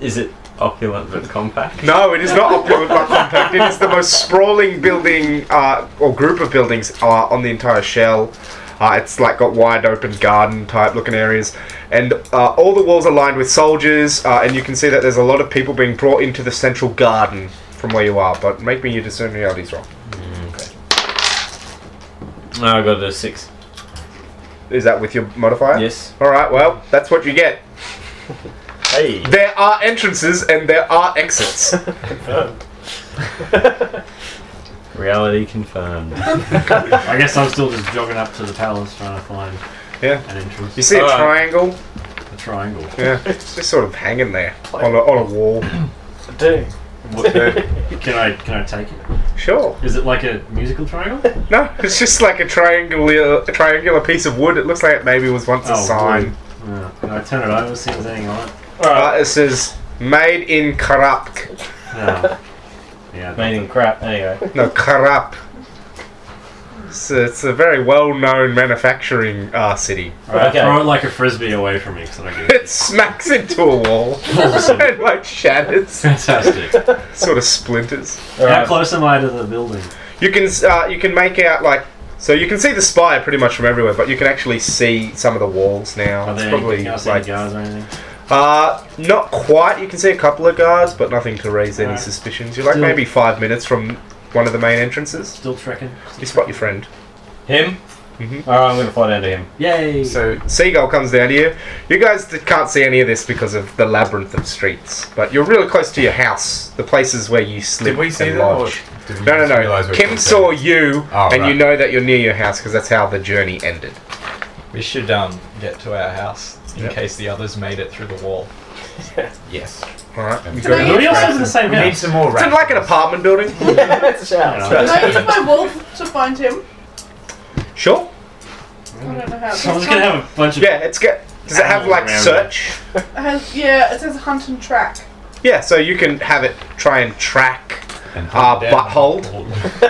Speaker 9: Is it opulent but compact?
Speaker 1: no, it is not opulent by compact. It is the most sprawling building uh, or group of buildings uh, on the entire shell. Uh, it's like got wide open garden type looking areas, and uh, all the walls are lined with soldiers. Uh, and you can see that there's a lot of people being brought into the central garden from where you are. But make me your discern realities roll.
Speaker 9: No, I got a six.
Speaker 1: Is that with your modifier?
Speaker 9: Yes.
Speaker 1: All right. Well, that's what you get.
Speaker 9: Hey.
Speaker 1: There are entrances and there are exits.
Speaker 9: Reality confirmed.
Speaker 2: I guess I'm still just jogging up to the palace trying to find
Speaker 1: Yeah.
Speaker 2: an entrance.
Speaker 1: You see a
Speaker 9: All right.
Speaker 1: triangle?
Speaker 2: a triangle.
Speaker 1: Yeah. It's just sort of hanging there on a, on a wall.
Speaker 5: Dang.
Speaker 2: What, can I can I take it?
Speaker 1: Sure.
Speaker 2: Is it like a musical triangle?
Speaker 1: No, it's just like a triangular a triangular piece of wood. It looks like it maybe was once a
Speaker 2: Oh,
Speaker 1: sign.
Speaker 2: Yeah. Can I turn it over, see if there's anything on it?
Speaker 1: Uh, it says made in corrupt.
Speaker 2: No. Yeah.
Speaker 3: Made in crap. There you go.
Speaker 1: No, Karap. It's a, it's a very well known manufacturing uh, city.
Speaker 2: Alright,
Speaker 3: Okay.
Speaker 2: Throw it like a frisbee away from me because I don't get it.
Speaker 1: It smacks into a wall and like shatters,
Speaker 2: Fantastic.
Speaker 1: sort of splinters.
Speaker 2: How close am I to the building?
Speaker 1: You can s- uh, you can make out like so you can see the spire pretty much from everywhere, but you can actually see some of the walls now.
Speaker 2: Are
Speaker 1: It's
Speaker 2: Oh, there
Speaker 1: probably
Speaker 2: any guards, any
Speaker 1: like
Speaker 2: guards or anything?
Speaker 1: uh, not quite. You can see a couple of guards, but nothing to raise any
Speaker 2: Alright.
Speaker 1: suspicions. You're like
Speaker 2: Still-
Speaker 1: maybe five minutes from one of the main entrances.
Speaker 2: Still trekking.
Speaker 1: You spot your friend.
Speaker 3: Him?
Speaker 7: Mm-hmm.
Speaker 1: Mhm.
Speaker 3: Alright, I'm going to fly down to him.
Speaker 2: Yay!
Speaker 1: So Seagull comes down to you. You guys th- can't see any of this because of the labyrinth of streets, but you're really close to your house, the places where you sleep
Speaker 6: Did we see
Speaker 1: and
Speaker 6: them? Or
Speaker 1: lodge.
Speaker 6: did we
Speaker 1: No, no,
Speaker 6: just
Speaker 1: no.
Speaker 6: realise we were
Speaker 1: Kim
Speaker 6: close
Speaker 1: saw
Speaker 6: to them?
Speaker 1: you,
Speaker 6: Oh,
Speaker 1: and you
Speaker 6: right.
Speaker 1: know that you're near your house because that's how the journey ended.
Speaker 7: We should um, get to our house in
Speaker 1: Yep.
Speaker 7: case the others made it through the wall.
Speaker 6: Yes.
Speaker 1: All right.
Speaker 6: And we
Speaker 4: Can I
Speaker 6: got-
Speaker 4: use-
Speaker 2: We all live in the same
Speaker 6: we need
Speaker 2: house.
Speaker 6: some more
Speaker 1: It's in
Speaker 6: rats.
Speaker 1: like an apartment building.
Speaker 5: It's a
Speaker 2: I
Speaker 5: shout.
Speaker 2: don't know.
Speaker 4: Can I use my wolf to find him?
Speaker 1: Sure.
Speaker 4: I don't know how.
Speaker 2: Someone's gonna have a bunch of.
Speaker 1: Yeah, it's good. Does it have like search?
Speaker 4: Has, yeah, it says hunt and track.
Speaker 1: Yeah, so you can have it try and track uh, butthole.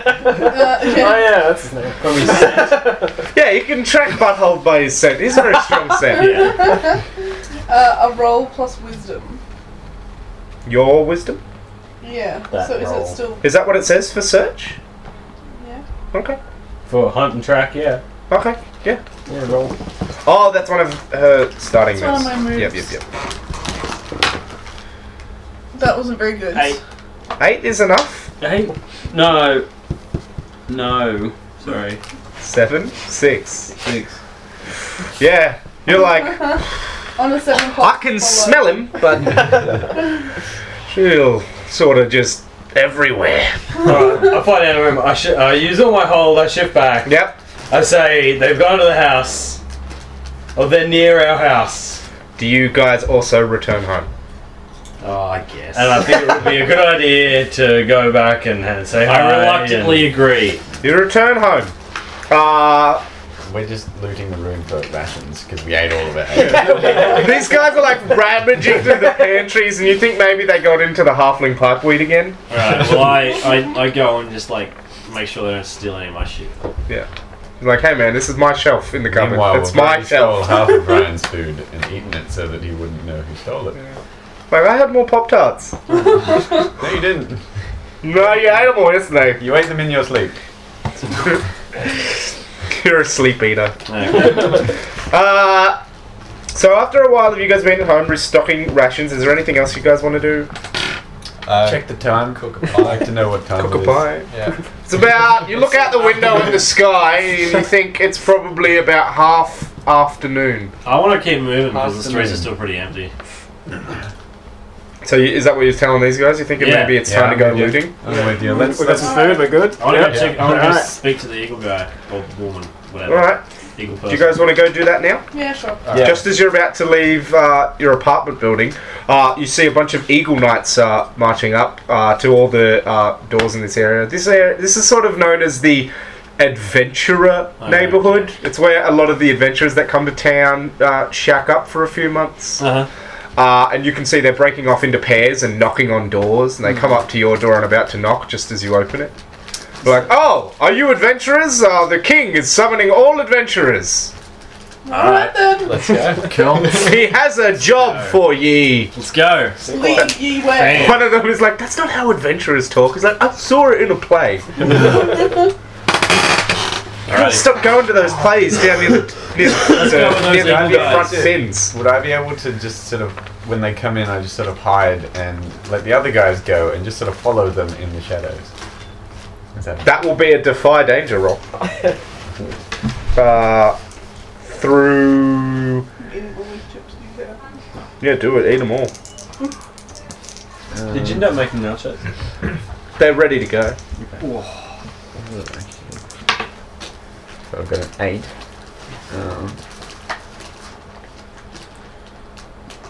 Speaker 4: Uh,
Speaker 5: Oh
Speaker 4: yeah.
Speaker 5: yeah, that's his name.
Speaker 1: Yeah, you can track butthole by his scent. He's a very strong scent.
Speaker 2: Yeah.
Speaker 4: Uh, a roll plus wisdom.
Speaker 1: Your wisdom?
Speaker 4: Yeah.
Speaker 3: That
Speaker 4: so is
Speaker 3: roll.
Speaker 4: it still?
Speaker 1: Is that what it says for search?
Speaker 4: Yeah.
Speaker 1: Okay.
Speaker 3: For hunt and track, yeah.
Speaker 1: Okay. Yeah. Oh, that's one of her starting
Speaker 4: That's
Speaker 1: moves.
Speaker 4: one of my moves.
Speaker 1: Yep, yep, yep.
Speaker 4: That wasn't very good.
Speaker 3: Eight.
Speaker 1: Eight is enough.
Speaker 3: Hey? No. No. Sorry.
Speaker 1: Seven, six.
Speaker 3: Six.
Speaker 1: Yeah. You're like,
Speaker 4: On a seven.
Speaker 1: I can smell him, but she'll sort of just everywhere.
Speaker 3: Alright, I fly down to him. I, sh- I use all my hold. I shift back.
Speaker 1: Yep.
Speaker 3: I say, they've gone to the house. Or they're near our house.
Speaker 1: Do you guys also return home?
Speaker 2: Oh, I guess.
Speaker 3: And I think it would be a good idea to go back and, and say hi.
Speaker 2: I
Speaker 3: and-
Speaker 2: reluctantly agree.
Speaker 1: You return home. Uh,
Speaker 6: We're just looting the room for rations because we ate all of it.
Speaker 1: these guys are like ravaging through the pantries, and you think maybe they got into the halfling pipeweed again?
Speaker 2: Alright, well, I, I, I go and just like make sure they don't steal any of my shit.
Speaker 1: Yeah. Like, hey man, this is my shelf in the cupboard.
Speaker 6: Meanwhile,
Speaker 1: it's
Speaker 6: we've
Speaker 1: my
Speaker 6: already stole
Speaker 1: shelf.
Speaker 6: half of Brian's food and eaten it so that he wouldn't know who stole it.
Speaker 1: Like, I had more Pop Tarts.
Speaker 6: No, you didn't.
Speaker 1: No, you ate them all yesterday.
Speaker 6: You ate them in your sleep.
Speaker 1: You're a sleep eater.
Speaker 2: Okay.
Speaker 1: Uh, so after a while of you guys being at home restocking rations, is there anything else you guys want to do?
Speaker 7: Uh,
Speaker 6: Check the time. Cook a pie. I'd like to know what time it is.
Speaker 1: Goodbye.
Speaker 7: Yeah.
Speaker 1: It's about you look out the window in the sky and you think it's probably about half afternoon.
Speaker 2: I want to keep moving because the streets are still pretty empty.
Speaker 1: So you, is that what you're telling these guys? You thinking
Speaker 2: Yeah.
Speaker 1: maybe it's
Speaker 6: Yeah,
Speaker 1: time to go
Speaker 6: I'm with you.
Speaker 1: looting?
Speaker 6: I'm with you. Let's,
Speaker 5: We got
Speaker 6: let's
Speaker 5: some food. We're good.
Speaker 2: I want to go
Speaker 5: Yeah.
Speaker 2: check. I want to go
Speaker 5: Alright.
Speaker 2: speak to the eagle guy or woman, whatever.
Speaker 1: All right.
Speaker 2: Eagle
Speaker 1: Do
Speaker 2: person.
Speaker 1: you guys want to go do that now?
Speaker 4: Yeah, sure.
Speaker 6: Yeah.
Speaker 1: Just as you're about to leave uh, your apartment building, uh, you see a bunch of Eagle Knights uh, marching up uh, to all the uh, doors in this area. This area, this is sort of known as the adventurer
Speaker 2: Oh,
Speaker 1: neighborhood. It's where a lot of the adventurers that come to town uh, shack up for a few months.
Speaker 2: Uh-huh.
Speaker 1: Uh, and you can see they're breaking off into pairs and knocking on doors, and they come up to your door and about to knock just as you open it. They're like, oh, are you adventurers? Uh, the king is summoning all adventurers.
Speaker 4: Alright then.
Speaker 7: Let's go.
Speaker 1: He has a job for ye.
Speaker 2: Let's go.
Speaker 4: Lead ye way.
Speaker 1: One of them is like, that's not how adventurers talk. He's like, I saw it in a play.
Speaker 2: Alright.
Speaker 1: Stop going to those plays down near the, near
Speaker 2: go with
Speaker 1: the,
Speaker 2: those
Speaker 1: near the, the
Speaker 2: guys.
Speaker 1: front bins.
Speaker 6: Would I be able to just sort of, when they come in, I just sort of hide and let the other guys go and just sort of follow them in the shadows? Is that
Speaker 1: That will be a defy danger roll. Uh, through.
Speaker 4: Eating all these chips you get.
Speaker 1: Yeah, do it. Eat them all.
Speaker 3: Did you end up making nachos?
Speaker 1: They're ready to go.
Speaker 6: So I've got an eight. Um,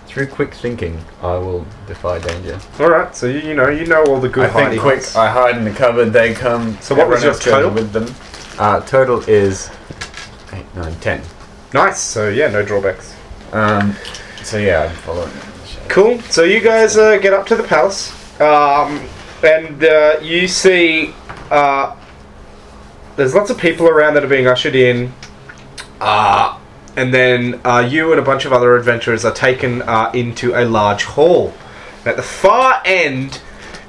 Speaker 6: through quick thinking, I will defy danger.
Speaker 1: All right. So you, you know you know all the good.
Speaker 6: I think
Speaker 1: hiding
Speaker 6: quick.
Speaker 1: spots.
Speaker 6: I hide in the cupboard. They come.
Speaker 1: So what was
Speaker 6: everyone
Speaker 1: your
Speaker 6: else goes
Speaker 1: total?
Speaker 6: with them? Uh, total is eight, nine, ten.
Speaker 1: nice. So yeah, no drawbacks.
Speaker 6: Um, so yeah, I'm following. the shadow.
Speaker 1: Cool. So you guys uh, get up to the palace, um, and uh, you see uh, there's lots of people around that are being ushered in, uh, and then uh, you and a bunch of other adventurers are taken uh, into a large hall. And at the far end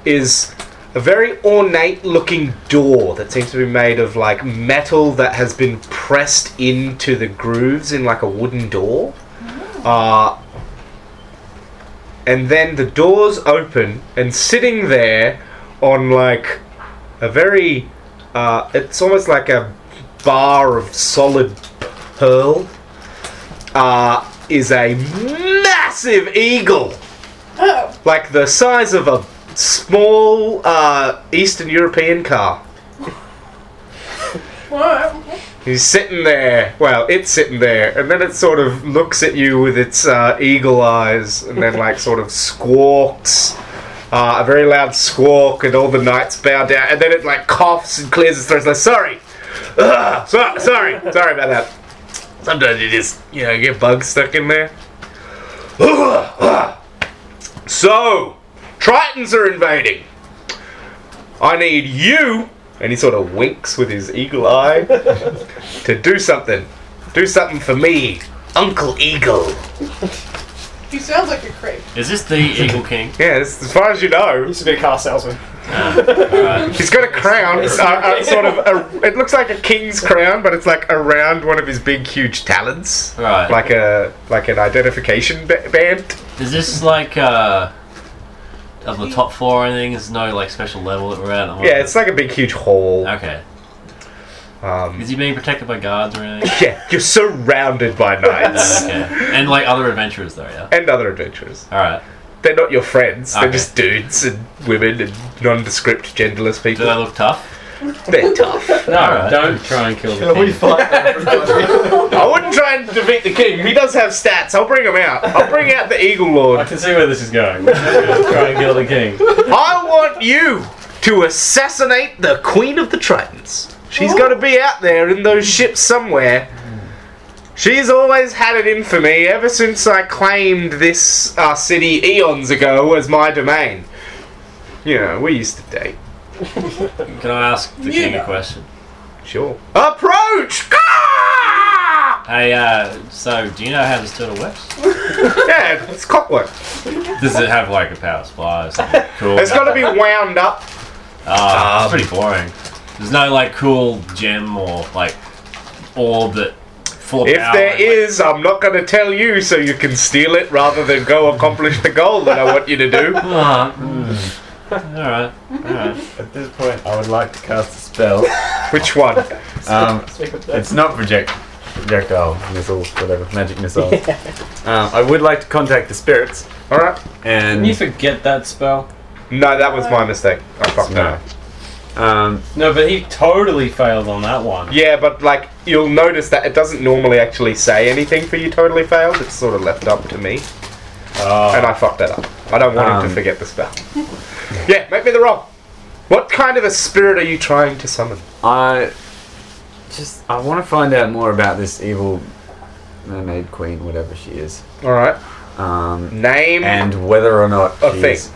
Speaker 1: is a very ornate-looking door that seems to be made of like metal that has been pressed into the grooves in like a wooden door. Uh, and then the doors open and sitting there on like a very uh, it's almost like a bar of solid pearl uh, is a massive eagle
Speaker 4: Oh,
Speaker 1: like the size of a small uh, eastern european car
Speaker 4: whoa.
Speaker 1: he's sitting there well it's sitting there and then it sort of looks at you with its uh, eagle eyes and then like sort of squawks uh, a very loud squawk and all the knights bow down and then it like coughs and clears its throat it's like sorry Ugh, so- sorry sorry about that sometimes you just you know get bugs stuck in there so tritons are invading i need you and he sort of winks with his eagle eye to do something do something for me uncle eagle
Speaker 4: He sounds like a creep.
Speaker 2: Is this the Eagle King?
Speaker 1: yeah as as far as you know
Speaker 5: Used to be a car salesman.
Speaker 1: He's got a crown, uh, uh, sort of. A, it looks like a king's crown, but it's like around one of his big, huge talons,
Speaker 2: Right.
Speaker 1: like a like an identification ba- band.
Speaker 2: Is this like uh of the top floor or anything? There's no like special level that we're at. I'm
Speaker 1: Yeah, it's like a big, huge hall.
Speaker 2: okay.
Speaker 1: Um,
Speaker 2: Is he being protected by guards or anything?
Speaker 1: yeah, you're surrounded by knights
Speaker 2: okay. And like other adventurers though, yeah.
Speaker 1: and other adventurers.
Speaker 2: All right.
Speaker 1: They're not your friends. They're
Speaker 2: Okay.
Speaker 1: just dudes and women and nondescript, genderless
Speaker 2: Do they
Speaker 1: people.
Speaker 2: look tough?
Speaker 1: They're tough.
Speaker 3: No,
Speaker 2: Alright.
Speaker 3: don't try and kill the
Speaker 7: Shall we
Speaker 3: king.
Speaker 7: fight everybody?
Speaker 1: I wouldn't try and defeat the king. He does have stats. I'll bring him out. I'll bring out the eagle
Speaker 3: I
Speaker 1: lord.
Speaker 3: can see where this is going. try and kill the king.
Speaker 1: I want you to assassinate the Queen of the Tritons. She's got to be out there in those ships somewhere. She's always had it in for me ever since I claimed this uh, city eons ago as my domain. You know, we used to date.
Speaker 2: Can I ask the king
Speaker 4: Yeah.
Speaker 2: a question?
Speaker 1: Sure. Approach! Ah!
Speaker 2: Hey, uh, so do you know how this turtle works?
Speaker 1: Yeah, it's clockwork.
Speaker 2: Does it have like a power supply or something? Cool.
Speaker 1: It's got Um, to be wound up.
Speaker 2: Ah, it's pretty boring. There's no like cool gem or like orb that full of
Speaker 1: If
Speaker 2: power
Speaker 1: there
Speaker 2: and, like-
Speaker 1: is, I'm not going to tell you so you can steal it rather than go accomplish the goal that I want you to do.
Speaker 2: Ah, mm. all right, all right.
Speaker 6: At this point, I would like to cast a spell.
Speaker 1: Which one?
Speaker 6: Um,
Speaker 5: Speak with
Speaker 6: it's not project, projectile missile, whatever, magic missile. Um, I would like to contact the spirits
Speaker 1: All right.
Speaker 6: and
Speaker 3: Can you forget that spell?
Speaker 1: No, that was my mistake. I fucked
Speaker 6: no.
Speaker 1: up.
Speaker 6: Um,
Speaker 3: No, but he totally failed on that one.
Speaker 1: Yeah, but like you'll notice that it doesn't normally actually say anything for you totally failed. It's sort of left up to me, and
Speaker 3: Oh.
Speaker 1: I fucked that up. I don't want him
Speaker 6: Ah. Um.
Speaker 1: to forget the spell. yeah, make me the roll. What kind of a spirit are you trying to summon?
Speaker 6: I just I want to find out more about this evil mermaid queen, whatever she is,
Speaker 1: All right.
Speaker 6: um,
Speaker 1: Name.
Speaker 6: and whether or not
Speaker 1: A
Speaker 6: she's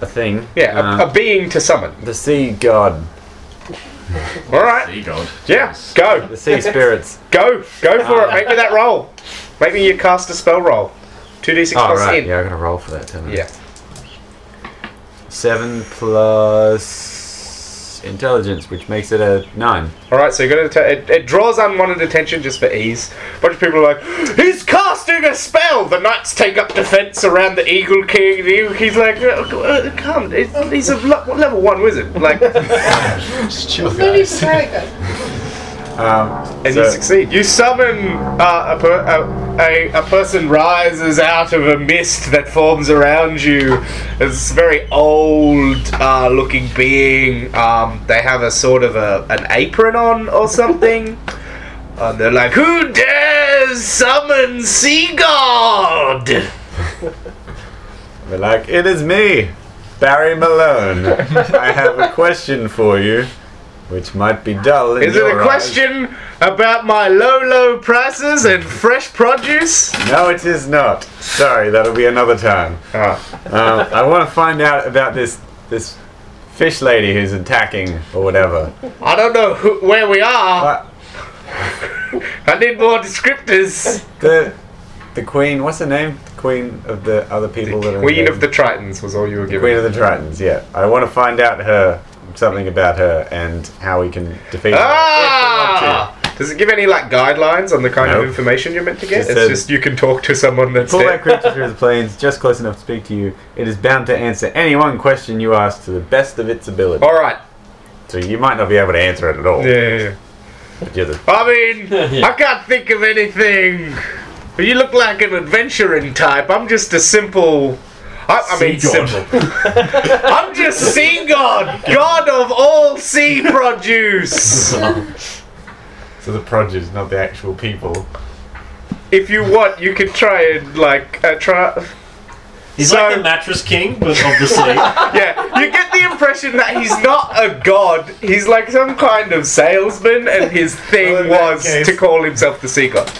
Speaker 6: a thing.
Speaker 1: yeah,
Speaker 6: Um,
Speaker 1: a, a being to summon.
Speaker 6: the sea god,
Speaker 1: All right.
Speaker 2: Sea god.
Speaker 1: Yeah, go,
Speaker 6: the sea spirits.
Speaker 1: go, go for it. Make me that roll. Make me your cast a spell roll. Two d six
Speaker 6: Oh
Speaker 1: plus
Speaker 6: right,
Speaker 1: in.
Speaker 6: yeah, I got to roll for that. Don't I?
Speaker 1: yeah.
Speaker 6: Seven plus intelligence, which makes it a nine.
Speaker 1: All right, so you're gonna. T- it, it draws unwanted attention just for ease. A bunch of people are like, "He's casting a spell." The knights take up defense around the Eagle King. The Eagle King's like, "Oh, c- uh, "Come, he's- he's a le- level one wizard." Like, and
Speaker 7: Just chill,
Speaker 4: No need
Speaker 7: guys.
Speaker 4: to panic though.
Speaker 6: Um,
Speaker 1: you
Speaker 6: so-
Speaker 1: succeed. You summon uh, a, per- a, a a person rises out of a mist that forms around you. It's a very old uh, looking being. Um, they have a sort of a, an apron on or something. And they're like, Who dares summon Sea God?
Speaker 6: We're like, it is me, Barry Malone. I have a question for you. which might be dull. in
Speaker 1: Is it
Speaker 6: your
Speaker 1: a
Speaker 6: eyes.
Speaker 1: question about my low, low prices and fresh produce?
Speaker 6: No, it is not. Sorry, that'll be another time.
Speaker 1: Ah,
Speaker 6: Um, I want to find out about this this fish lady who's attacking or whatever.
Speaker 1: I don't know who, where we are.
Speaker 6: But
Speaker 1: I need more descriptors.
Speaker 6: the the queen, what's her name? The queen of the other people that are
Speaker 1: Queen of the
Speaker 6: invading-
Speaker 1: Tritons was all you were
Speaker 6: queen of
Speaker 1: given.
Speaker 6: the Tritons. Yeah, I want to find out her something about her and how we can defeat
Speaker 1: Ah!
Speaker 6: her.
Speaker 1: Does it give any like guidelines on the kind
Speaker 6: Nope.
Speaker 1: of information you're meant to get?
Speaker 6: Just
Speaker 1: it's
Speaker 6: says-
Speaker 1: just you can talk to someone that's
Speaker 6: Pull
Speaker 1: dead.
Speaker 6: that creature through the plains, just close enough to speak to you. It is bound to answer any one question you ask to the best of its ability.
Speaker 1: All right.
Speaker 6: So you might not be able to answer it at all.
Speaker 1: Yeah, yeah, yeah.
Speaker 6: But you're the
Speaker 1: I mean, I can't think of anything. You look like an adventuring type. I'm just a simple. I, I mean,
Speaker 2: Sea god.
Speaker 1: simple. I'm just sea god, god of all sea produce.
Speaker 6: So the produce, not the actual people.
Speaker 1: If you want, you can try and like uh, try.
Speaker 2: He's
Speaker 1: So-
Speaker 2: like the mattress king, but of the sea.
Speaker 1: Yeah, you get the impression that he's not a god. He's like some kind of salesman, and his thing
Speaker 6: Well, in that
Speaker 1: was
Speaker 6: case-
Speaker 1: to call himself the sea god.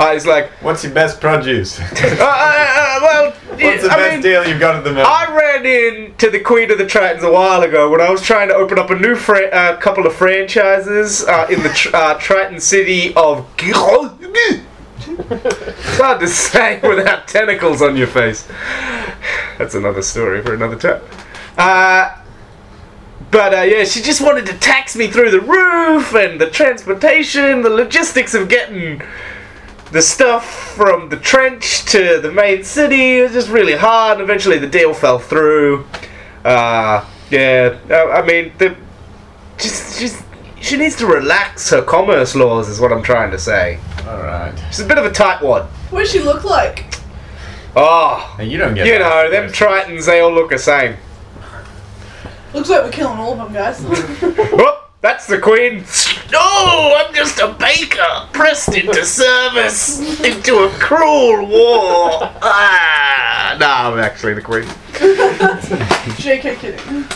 Speaker 1: Uh, he's like,
Speaker 6: What's your best produce? What's
Speaker 1: uh, uh, uh, well,
Speaker 6: the
Speaker 1: I
Speaker 6: best
Speaker 1: mean,
Speaker 6: deal you've got at the moment?
Speaker 1: I ran in to the Queen of the Tritons a while ago when I was trying to open up a new fra- uh, couple of franchises uh, in the tr- uh, Triton city of. It's hard to say without tentacles on your face. That's another story for another time. Uh, but uh, yeah, she just wanted to tax me through the roof and the transportation, the logistics of getting the stuff from the trench to the main city. It was just really hard. Eventually, the deal fell through. Uh, yeah, I, I mean, the, just, just, she needs to relax her commerce laws, is what I'm trying to say.
Speaker 6: All right.
Speaker 1: She's a bit of a tight one.
Speaker 4: What does she look like?
Speaker 1: Oh,
Speaker 6: Now you don't get.
Speaker 1: you
Speaker 6: to ask
Speaker 1: know,
Speaker 6: the
Speaker 1: them
Speaker 6: question.
Speaker 1: Tritons, they all look the same.
Speaker 4: Looks like we're killing all of them, guys.
Speaker 1: Whoop, Oh, that's the queen. No, I'm just a baker, pressed into service, into a cruel war. Ah, nah, I'm actually the queen.
Speaker 4: JK kidding.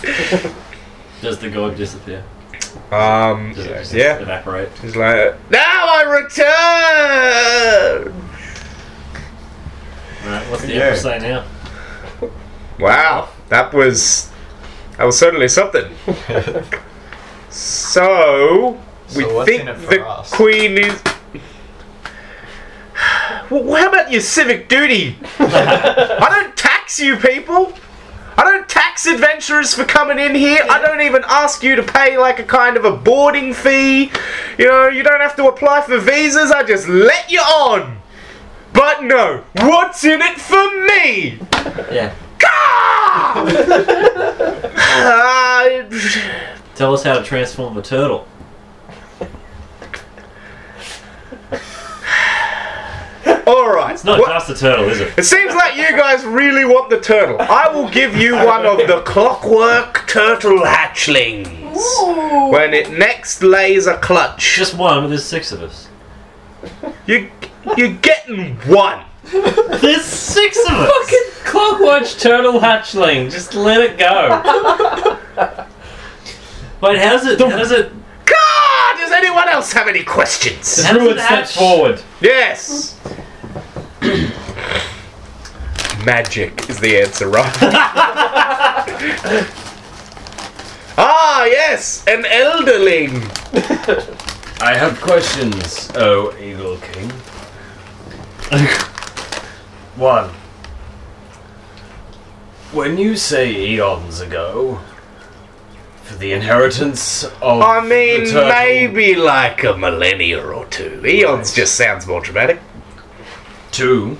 Speaker 2: Does the god disappear?
Speaker 1: Um,
Speaker 2: Does it just
Speaker 1: yeah.
Speaker 2: evaporate?
Speaker 1: He's like, now I return!
Speaker 2: Alright, what's the
Speaker 6: Yeah.
Speaker 2: emperor say now?
Speaker 1: Wow, that was that was certainly something. so we
Speaker 7: So what's
Speaker 1: think
Speaker 7: in it for
Speaker 1: the
Speaker 7: us?
Speaker 1: queen is. Well, how about your civic duty? I don't tax you people. I don't tax adventurers for coming in here. I don't even ask you to pay like a kind of a boarding fee. You know, you don't have to apply for visas. I just let you on. But no, what's in it for me?
Speaker 9: Yeah.
Speaker 1: Ah,
Speaker 2: Tell us how to transform a turtle.
Speaker 1: all right.
Speaker 2: It's not
Speaker 1: What-
Speaker 2: just a turtle, is it?
Speaker 1: It seems like you guys really want the turtle. I will give you one of the clockwork turtle hatchlings
Speaker 4: Ooh.
Speaker 1: when it next lays a clutch.
Speaker 2: Just one, but there's six of us.
Speaker 1: You, you're getting one.
Speaker 2: There's six of us!
Speaker 3: Fucking clockwatch turtle hatchling. Just let it go.
Speaker 2: Wait, how does it, how does it,
Speaker 1: God, does anyone else have any questions?
Speaker 2: how does it
Speaker 3: Step
Speaker 2: hatch?
Speaker 3: forward.
Speaker 1: Yes. Magic is the answer, right? ah, yes, an elderling.
Speaker 9: I have questions, oh Eagle King. One. When you say eons ago, for the inheritance of.
Speaker 1: I mean,
Speaker 9: the turtle-
Speaker 1: maybe like a millennia or two. Eons just sounds more dramatic.
Speaker 9: Two.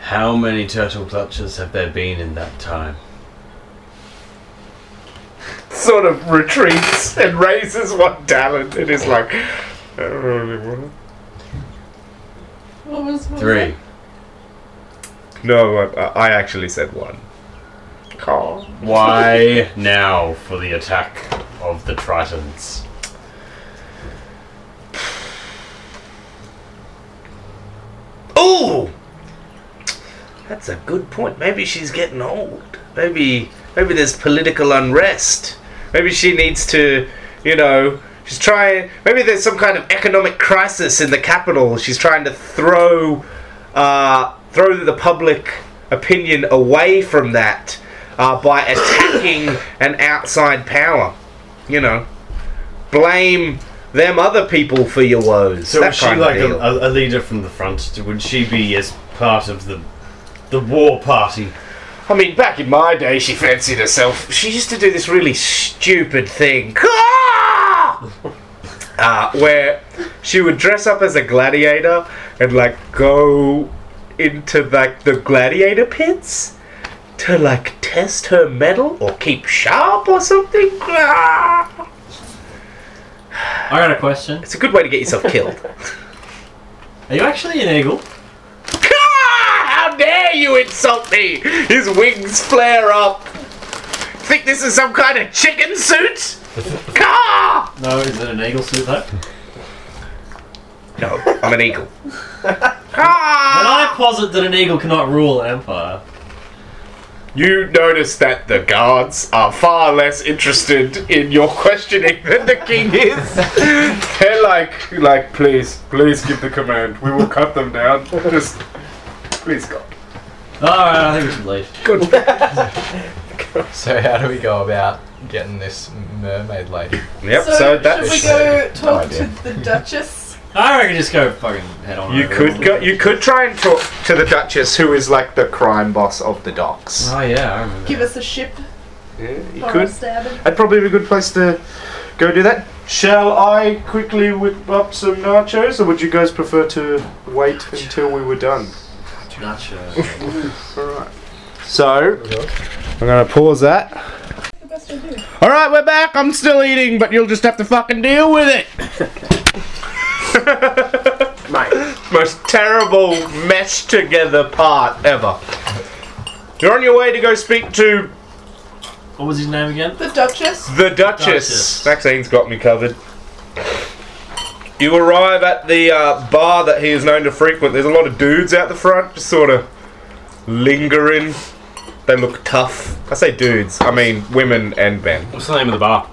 Speaker 9: How many turtle clutches have there been in that time?
Speaker 1: Sort of retreats and raises one talent and is like, uh, I don't really want
Speaker 4: What was, what
Speaker 9: Three.
Speaker 1: to. No, I, I actually said one. Oh.
Speaker 9: Why now for the attack of the Tritons?
Speaker 1: Ooh! That's a good point. Maybe she's getting old. Maybe, maybe there's political unrest. Maybe she needs to, you know, she's trying. Maybe there's some kind of economic crisis in the capital. She's trying to throw, uh, throw the public opinion away from that uh, by attacking an outside power. You know, blame them other people for your woes.
Speaker 9: So
Speaker 1: that
Speaker 9: is she
Speaker 1: kind of
Speaker 9: like a,
Speaker 1: deal.
Speaker 9: a a leader from the front? Would she be as part of the the war party?
Speaker 1: I mean, back in my day, she fancied herself. She used to do this really stupid thing. Ah! Uh, where she would dress up as a gladiator and, like, go into, like, the gladiator pits to, like, test her metal or keep sharp or something. Ah!
Speaker 2: I got a question.
Speaker 1: It's a good way to get yourself killed.
Speaker 2: Are you actually an eagle?
Speaker 1: Ah! How dare you insult me! His wings flare up. Think this is some kind of chicken suit? Ah!
Speaker 2: No, is it an eagle suit though? And
Speaker 1: No, I'm an eagle.
Speaker 2: I
Speaker 1: ah!
Speaker 2: posit that an eagle cannot rule an empire.
Speaker 1: You notice that the guards are far less interested in your questioning than the king is. They're like, like, please, please give the command. We will cut them down. Just, please, God.
Speaker 2: Alright, I think we should leave.
Speaker 7: So how do we go about getting this mermaid lady?
Speaker 1: Yep. So,
Speaker 4: so
Speaker 1: that
Speaker 4: should we go talk
Speaker 6: idea.
Speaker 4: to the Duchess?
Speaker 2: I reckon just go fucking head on.
Speaker 1: you
Speaker 2: over
Speaker 1: could
Speaker 2: all
Speaker 1: go.
Speaker 2: of it.
Speaker 1: You could try and talk to the Duchess, who is like the crime boss of the docks.
Speaker 3: Oh yeah, I remember.
Speaker 4: Give us a ship
Speaker 1: Yeah, you
Speaker 4: for
Speaker 1: could.
Speaker 4: us stabbing.
Speaker 1: That'd probably be a good place to go do that. Shall I quickly whip up some nachos, or would you guys prefer to wait until we were done?
Speaker 2: Not sure.
Speaker 1: Alright. So, I'm gonna pause that.
Speaker 4: The best I do.
Speaker 1: Alright, we're back. I'm still eating, but you'll just have to fucking deal with it.
Speaker 5: Mate,
Speaker 1: Most terrible, meshed together part ever. You're on your way to go speak to
Speaker 2: What was his name again?
Speaker 4: The Duchess?
Speaker 1: The Duchess.
Speaker 2: Duchess.
Speaker 1: Maxine's got me covered. You arrive at the uh, bar that he is known to frequent. There's a lot of dudes out the front, just sort of lingering. They look tough. I say dudes, I mean women and men.
Speaker 9: What's the name of the bar?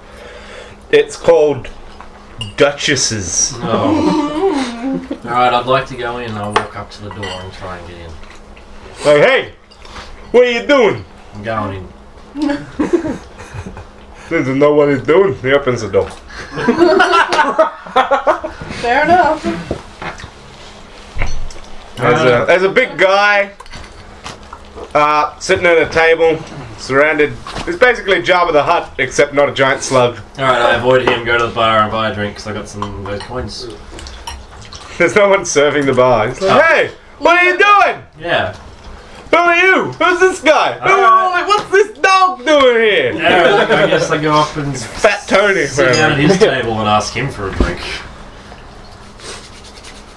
Speaker 1: It's called Duchesses.
Speaker 2: Alright, I'd like to go in. I'll walk up to the door and try and get in.
Speaker 1: Like, hey, what are you doing?
Speaker 2: I'm going in.
Speaker 1: Doesn't know what he's doing. He opens the door.
Speaker 4: Fair enough.
Speaker 1: There's a, there's a big guy uh, sitting at a table, surrounded. It's basically Jabba the Hutt, except not a giant slug.
Speaker 2: Alright, I avoid him, go to the bar and buy a drink because I got some of those coins.
Speaker 1: There's no one serving the bar. He's like, hey, what are you doing?
Speaker 2: Yeah.
Speaker 1: Who are you? Who's this guy? Who are all- what's this dog doing here?
Speaker 2: Alright, I guess I go up and
Speaker 1: Fat Tony.
Speaker 2: sit down at
Speaker 1: whatever.
Speaker 2: his table and ask him for a drink.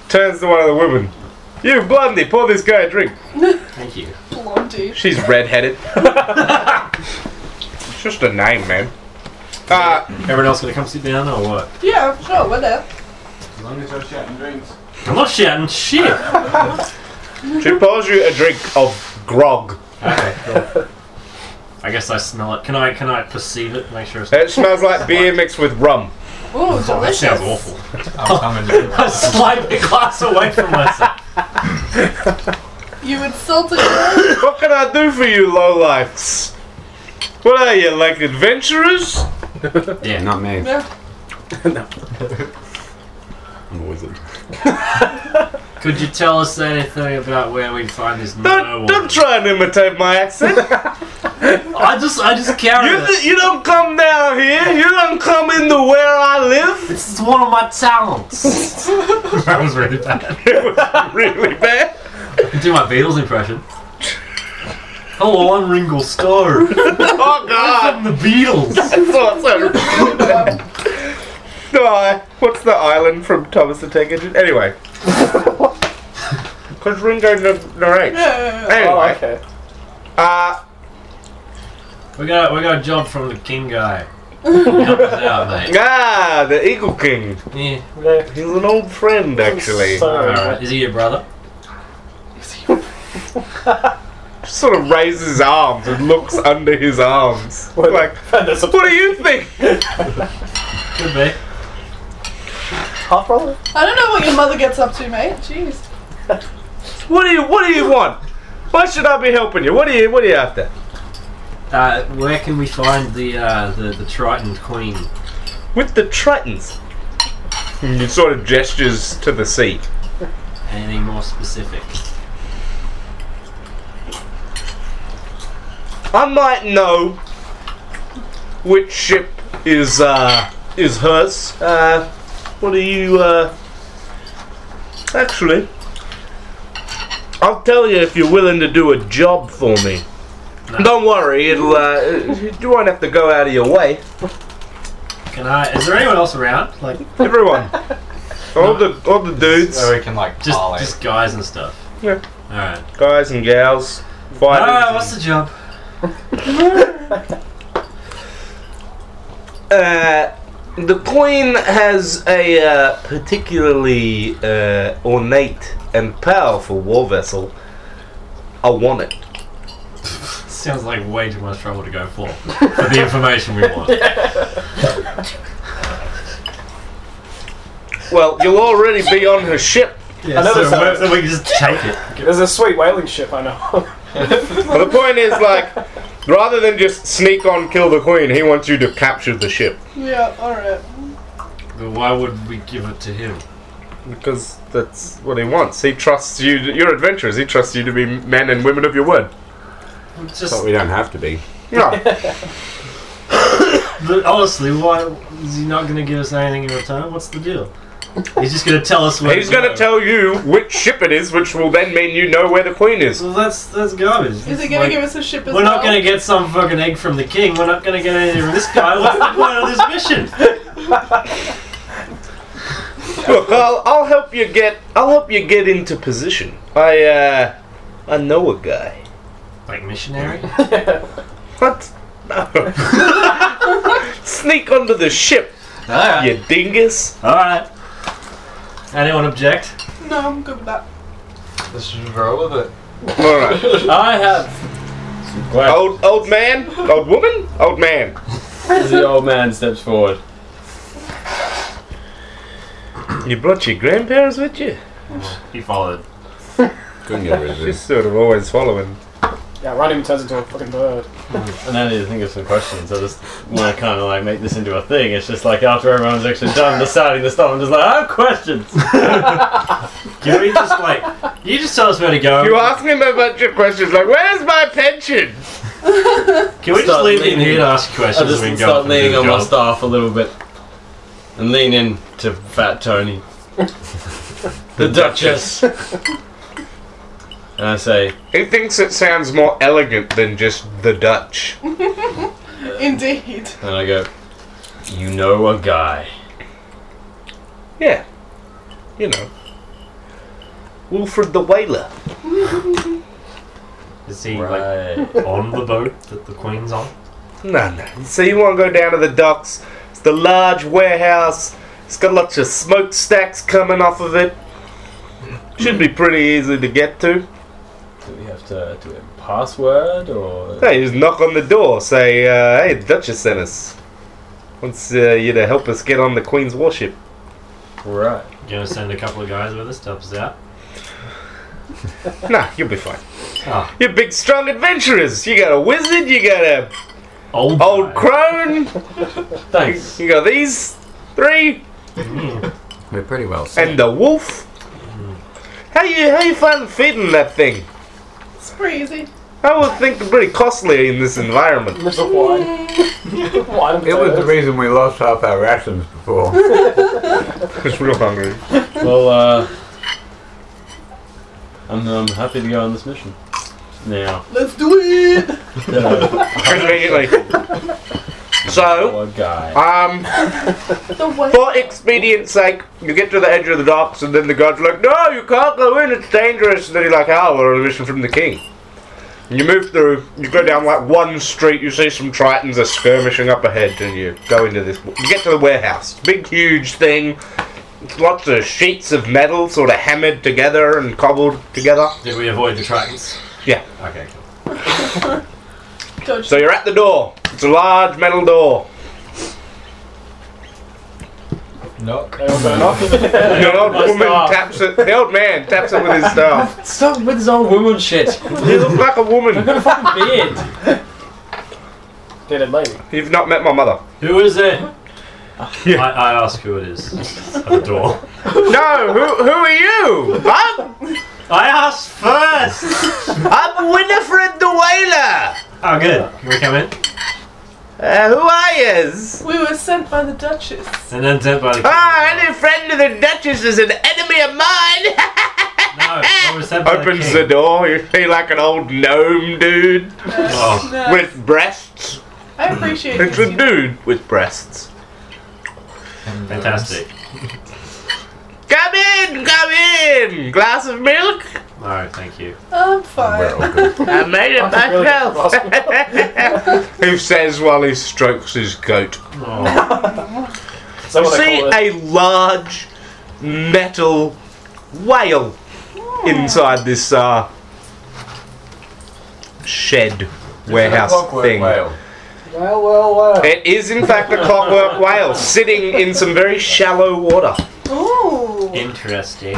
Speaker 1: Turns to one of the women. You blondie, pour this guy a drink.
Speaker 2: Thank you.
Speaker 4: Blondie.
Speaker 1: She's redheaded. it's just a name, man. Uh,
Speaker 2: Everyone else gonna come sit down or what?
Speaker 4: Yeah, sure, whatever.
Speaker 6: As long as you're shouting drinks.
Speaker 2: I'm not shouting shit!
Speaker 1: she pours you a drink of grog.
Speaker 2: Okay, cool. I guess I smell it. Can I can I perceive it? Make sure it's.
Speaker 1: It smells like beer mixed with rum.
Speaker 4: Ooh,
Speaker 2: Oh, that
Speaker 4: delicious.
Speaker 2: sounds awful.
Speaker 7: I'm coming.
Speaker 2: I slide the glass away from myself.
Speaker 4: You insulted her.
Speaker 1: What can I do for you, lowlifes? What are you, like adventurers?
Speaker 2: Yeah,
Speaker 6: Not me.
Speaker 4: Yeah.
Speaker 6: I'm a wizard.
Speaker 2: Could you tell us anything about where we find this
Speaker 1: Don't,
Speaker 2: murder?
Speaker 1: don't try and imitate my accent.
Speaker 2: I just I just carry
Speaker 1: You,
Speaker 2: it.
Speaker 1: th- you don't come down here. You don't come into where I live.
Speaker 2: This is one of my talents. that was really bad.
Speaker 1: It was really bad.
Speaker 2: Do my Beatles impression. Hello, I'm Ringo Starr.
Speaker 1: Oh God!
Speaker 2: I'm the Beatles.
Speaker 1: It's awesome. No, I- what's the island from Thomas the Tank Engine? Anyway, because Ringo n- narrates.
Speaker 4: No.
Speaker 1: Anyway,
Speaker 5: oh, okay.
Speaker 1: uh,
Speaker 2: We got we got a job from the King guy. Help us out, mate.
Speaker 1: ah, the Eagle King.
Speaker 2: Yeah.
Speaker 5: Yeah.
Speaker 1: He's an old friend, actually.
Speaker 5: Sorry.
Speaker 2: Alright, is he your brother?
Speaker 1: just sort of raises his arms and looks under his arms. like, what do you think?
Speaker 2: Could be.
Speaker 5: Half brother?
Speaker 4: I don't know what your mother gets up to, mate. Jeez.
Speaker 1: What do you What do you want? Why should I be helping you? What are you What are you after?
Speaker 2: Uh, where can we find the uh, the, the Triton Queen?
Speaker 1: With the Tritons. And he sort of gestures to the sea.
Speaker 2: Anything more specific?
Speaker 1: I might know which ship is uh, is hers. Uh, what are you? Uh, actually, I'll tell you if you're willing to do a job for me.
Speaker 2: No.
Speaker 1: Don't worry, it'll uh, you won't have to go out of your way.
Speaker 2: Can I? Is there anyone else around? Like
Speaker 1: Everyone, all the all the dudes,
Speaker 7: So we can like
Speaker 2: just
Speaker 7: parlay.
Speaker 2: just guys and stuff.
Speaker 1: Yeah.
Speaker 2: All right.
Speaker 1: guys and gals, fighters.
Speaker 2: Ah, what's the job?
Speaker 1: Uh, the queen has a uh, particularly uh, ornate and powerful war vessel. I want it.
Speaker 2: Sounds like way too much trouble to go for for the information we want.
Speaker 1: Well, you'll already be on her ship.
Speaker 2: Yeah,
Speaker 5: Another
Speaker 2: so,
Speaker 5: side.
Speaker 2: we- so we can just take it.
Speaker 5: There's a sweet whaling ship I know.
Speaker 1: But the point is, like, rather than just sneak on kill the queen, he wants you to capture the ship
Speaker 4: Yeah, alright.
Speaker 2: But why would we give it to him?
Speaker 1: because that's what he wants. He trusts you. You're adventurers. He trusts you to be men and women of your word.
Speaker 2: Just
Speaker 8: But we don't have to be.
Speaker 1: Yeah.
Speaker 2: but honestly, why is he not going to give us anything in return? What's the deal? He's just going to tell us. Where
Speaker 1: He's
Speaker 2: to
Speaker 1: going
Speaker 2: go.
Speaker 1: to tell you which ship it is, which will then mean you know where the queen is.
Speaker 2: Well, that's that's garbage.
Speaker 4: Is it gonna give us a ship as
Speaker 2: We're
Speaker 4: well?
Speaker 2: not going to get some fucking egg from the king. We're not going to get anything from this guy. What's the point of this mission?
Speaker 1: Look, I'll, I'll help you get. I'll help you get into position. I uh, I know a guy.
Speaker 2: Like missionary?
Speaker 1: What? No. Sneak onto the ship,
Speaker 6: Ah,
Speaker 2: Alright.
Speaker 1: you dingus.
Speaker 2: Alright. Anyone object?
Speaker 4: No, I'm good with that.
Speaker 7: This is roll with it.
Speaker 1: All right.
Speaker 9: I have.
Speaker 1: Old old man, old woman, old man.
Speaker 9: The old man steps forward.
Speaker 1: You brought your grandparents with you.
Speaker 2: He followed.
Speaker 6: Couldn't get rid
Speaker 1: She's sort of always following.
Speaker 5: Yeah, Running turns into a fucking bird.
Speaker 9: I don't need to think of some questions. I just want to kind of like make this into a thing. It's just like after everyone's actually done deciding the stuff, I'm just like, I have questions.
Speaker 2: Can we just like you just tell us where to go?
Speaker 1: You ask him a bunch of questions like, "Where's my pension?"
Speaker 2: Can we just
Speaker 9: Start
Speaker 2: leave him
Speaker 9: leaning.
Speaker 2: here to ask
Speaker 9: I
Speaker 2: questions
Speaker 9: just
Speaker 2: and we can go
Speaker 9: start
Speaker 2: up and do
Speaker 9: leaning
Speaker 2: the
Speaker 9: on my
Speaker 2: job?
Speaker 9: staff a little bit and lean in to Fat Tony, the Duchess. and I say,
Speaker 1: He thinks it sounds more elegant than just the Dutch.
Speaker 4: Indeed.
Speaker 9: and I go, you know a guy.
Speaker 1: Yeah, you know, Wilfred the Whaler.
Speaker 2: Is he
Speaker 9: Right.
Speaker 2: like on the boat that the queen's on?
Speaker 1: No, no. So you want to go down to the docks? It's the large warehouse. It's got lots of smokestacks coming off of it. Should be pretty easy to get to.
Speaker 9: Do we have to do a password or?
Speaker 1: Hey, just knock on the door, say, uh, hey, the Duchess sent us. Wants uh, you to help us get on the Queen's warship.
Speaker 9: Right.
Speaker 2: Gonna send a couple of guys with us to help us out.
Speaker 1: nah, you'll be fine.
Speaker 2: Ah.
Speaker 1: You're big, strong adventurers. You got a wizard, you got a
Speaker 2: Old
Speaker 1: old
Speaker 2: guy.
Speaker 1: crone,
Speaker 9: Thanks.
Speaker 1: you got these three,
Speaker 6: We're pretty well set.
Speaker 1: and the wolf. How you how you find feeding that thing?
Speaker 4: It's pretty easy.
Speaker 1: I would think pretty costly in this environment.
Speaker 5: There's a wine. wine and
Speaker 6: It was the
Speaker 5: potatoes.
Speaker 6: reason we lost half our rations before.
Speaker 1: It's real hungry.
Speaker 9: Well, uh, I'm, I'm happy to go on this mission. Now,
Speaker 4: Let's do it!
Speaker 9: the
Speaker 1: Conveniently. So,
Speaker 9: old guy.
Speaker 1: um,
Speaker 4: The way
Speaker 1: For expedience sake, you get to the edge of the docks, and then the guard's like, No, you can't go in, it's dangerous. And then you're like, Oh, we're on a mission from the king. And you move through, you go down like one street, you see some tritons are skirmishing up ahead, and you go into this. You get to the warehouse. Big, huge thing. Lots of sheets of metal sort of hammered together and cobbled together.
Speaker 2: Did we avoid the tritons?
Speaker 1: Yeah.
Speaker 2: Okay, cool.
Speaker 4: Dodge.
Speaker 1: So you're at the door. It's a large metal door.
Speaker 7: Knock.
Speaker 1: The old woman taps it. The old man taps it with his staff.
Speaker 9: Stop with this old woman shit.
Speaker 1: You look like a woman.
Speaker 9: Beard.
Speaker 5: Did it lady.
Speaker 1: You've not met my mother.
Speaker 2: Who is it? I, I ask who it is at the door.
Speaker 1: No, who who are you? I'm
Speaker 2: I asked first!
Speaker 1: I'm Winifred the Whaler.
Speaker 2: Oh, good. Can we come in?
Speaker 1: Uh, who are yous?
Speaker 4: We were sent by the Duchess.
Speaker 2: And then sent by the
Speaker 1: Ah, any friend of the Duchess is an enemy of mine.
Speaker 2: No, we were sent by
Speaker 1: Opens
Speaker 2: the
Speaker 1: the
Speaker 2: king.
Speaker 1: door. You see like an old gnome dude
Speaker 2: Oh.
Speaker 4: No,
Speaker 1: with breasts.
Speaker 4: I appreciate
Speaker 1: It's
Speaker 4: this,
Speaker 1: a
Speaker 4: you know.
Speaker 1: dude with breasts.
Speaker 2: Fantastic.
Speaker 1: Come in, come in. Glass of milk.
Speaker 2: Alright, thank you.
Speaker 4: I'm fine.
Speaker 1: I made it
Speaker 5: really
Speaker 1: myself. Who says while he strokes his goat?
Speaker 2: Oh,
Speaker 5: So
Speaker 1: You
Speaker 5: what they
Speaker 1: see
Speaker 5: call it.
Speaker 1: a large metal whale inside this uh, shed warehouse thing.
Speaker 5: Well, well, well.
Speaker 1: It is in fact a clockwork whale sitting in some very shallow water.
Speaker 4: Ooh.
Speaker 2: interesting.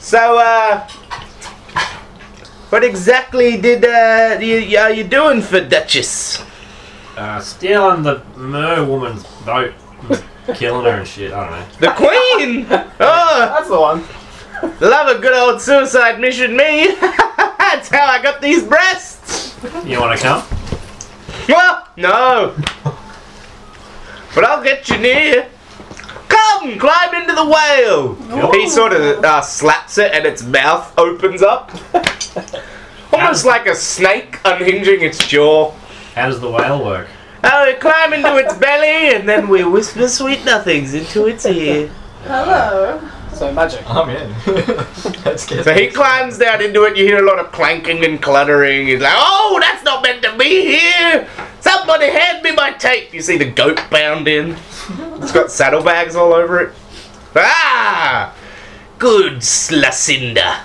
Speaker 1: So, uh, what exactly did uh, you, are you doing for Duchess?
Speaker 2: Uh, stealing the mer woman's boat, and killing her and shit. I don't know.
Speaker 1: The Queen! Oh,
Speaker 5: That's the one.
Speaker 1: Love a good old suicide mission, me. That's how I got these breasts.
Speaker 2: You want to come?
Speaker 1: Well, no. But I'll get you near. Come, climb into the whale. He sort of uh, slaps it, and its mouth opens up, almost like a snake unhinging its jaw.
Speaker 2: How does the whale work?
Speaker 1: Oh, we climb into its belly, and then we whisper sweet nothings into its ear.
Speaker 4: Hello.
Speaker 5: So magic.
Speaker 7: I'm in. Let's get
Speaker 1: So he climbs down into it. You hear a lot of clanking and cluttering. He's like, "Oh, that's not meant to be here! Somebody hand me my tape." You see the goat bound in. It's got saddlebags all over it. Ah, good Slacinda.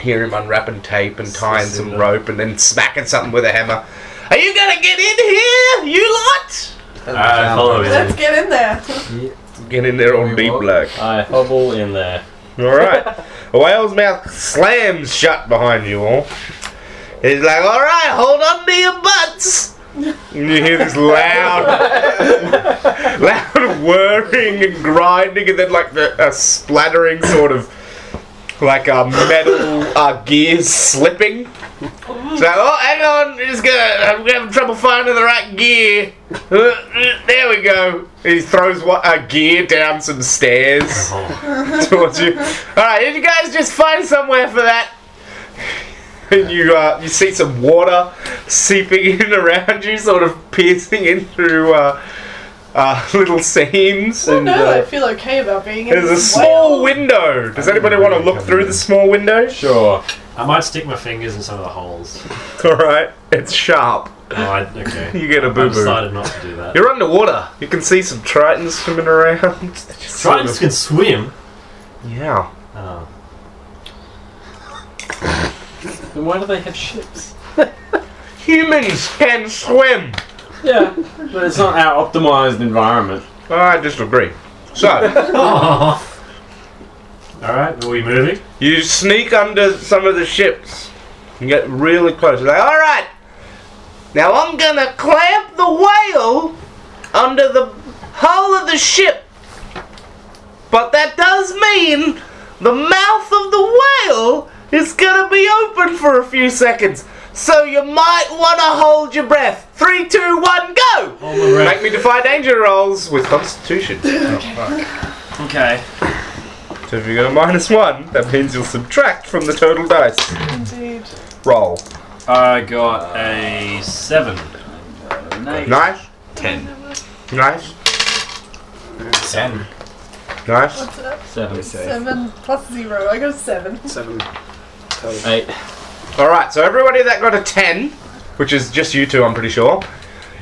Speaker 1: Hear him unwrapping tape and tying some
Speaker 2: Slacinda.
Speaker 1: rope, and then smacking something with a hammer. Are you gonna get in here, you lot?
Speaker 2: I follow him.
Speaker 4: Let's get in there.
Speaker 1: Get in there on
Speaker 7: We
Speaker 1: deep
Speaker 7: will.
Speaker 1: black.
Speaker 3: I hobble in there.
Speaker 1: All right. A whale's mouth slams shut behind you all. He's like, all right, hold on to your butts. And you hear this loud, loud whirring and grinding, and then like the, a splattering sort of like a metal uh, gears slipping. It's like, oh, hang on, just gonna, I'm having trouble finding the right gear. Uh, uh, There we go. He throws what, a gear down some stairs
Speaker 2: Oh,
Speaker 1: towards you. All right, did you guys just find somewhere for that? And you uh, you see some water seeping in around you, sort of piercing in through uh, uh, little seams.
Speaker 4: Oh
Speaker 1: And
Speaker 4: no, I
Speaker 1: uh,
Speaker 4: feel okay about being in
Speaker 1: there's a
Speaker 4: this
Speaker 1: small
Speaker 4: whale.
Speaker 1: window. Does anybody want to look through the small window?
Speaker 6: Sure.
Speaker 2: I might stick my fingers in some of the holes.
Speaker 1: All right, it's sharp.
Speaker 2: Oh, I, okay.
Speaker 1: You get a
Speaker 2: I
Speaker 1: boo boo.
Speaker 2: decided not to do that.
Speaker 1: You're underwater. You can see some tritons swimming around. Just sort
Speaker 2: Tritons
Speaker 1: of-
Speaker 2: can swim.
Speaker 1: Yeah.
Speaker 2: Oh.
Speaker 9: Then why do they have ships?
Speaker 1: Humans can swim.
Speaker 9: Yeah, but it's not our optimized environment.
Speaker 1: I disagree. So.
Speaker 2: Alright, are we moving?
Speaker 1: You sneak under some of the ships and get really close. You're like, all right, now I'm gonna clamp the whale under the hull of the ship. But that does mean the mouth of the whale is gonna be open for a few seconds. So you might wanna hold your breath. Three, two, one, go!
Speaker 2: Hold my breath.
Speaker 1: Make me defy danger rolls with constitution.
Speaker 9: Okay.
Speaker 1: So if you go minus one, that means you'll subtract from the total dice
Speaker 4: Indeed.
Speaker 1: roll.
Speaker 2: I got a seven.
Speaker 1: Nice. Ten. Nice.
Speaker 7: Ten.
Speaker 1: Nice.
Speaker 4: What's up?
Speaker 3: Seven.
Speaker 4: Seven plus zero. I got seven.
Speaker 5: Seven.
Speaker 3: Eight.
Speaker 1: All right. So everybody that got a ten, which is just you two, I'm pretty sure.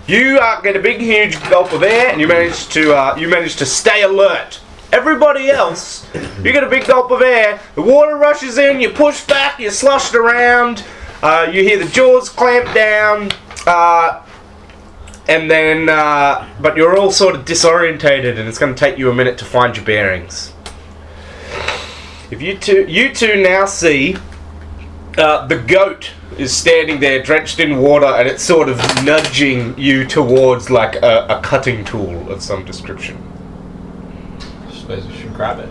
Speaker 1: You uh, get a big, huge gulp of air, and you manage to uh, you manage to stay alert. Everybody else, you get a big gulp of air. The water rushes in. You push back. You're sloshed around. Uh, you hear the jaws clamp down, uh, and then, uh, but you're all sort of disorientated, and it's going to take you a minute to find your bearings. If you two, you two now see uh, the goat is standing there drenched in water and it's sort of nudging you towards like a, a cutting tool of some description.
Speaker 7: I suppose we should grab it.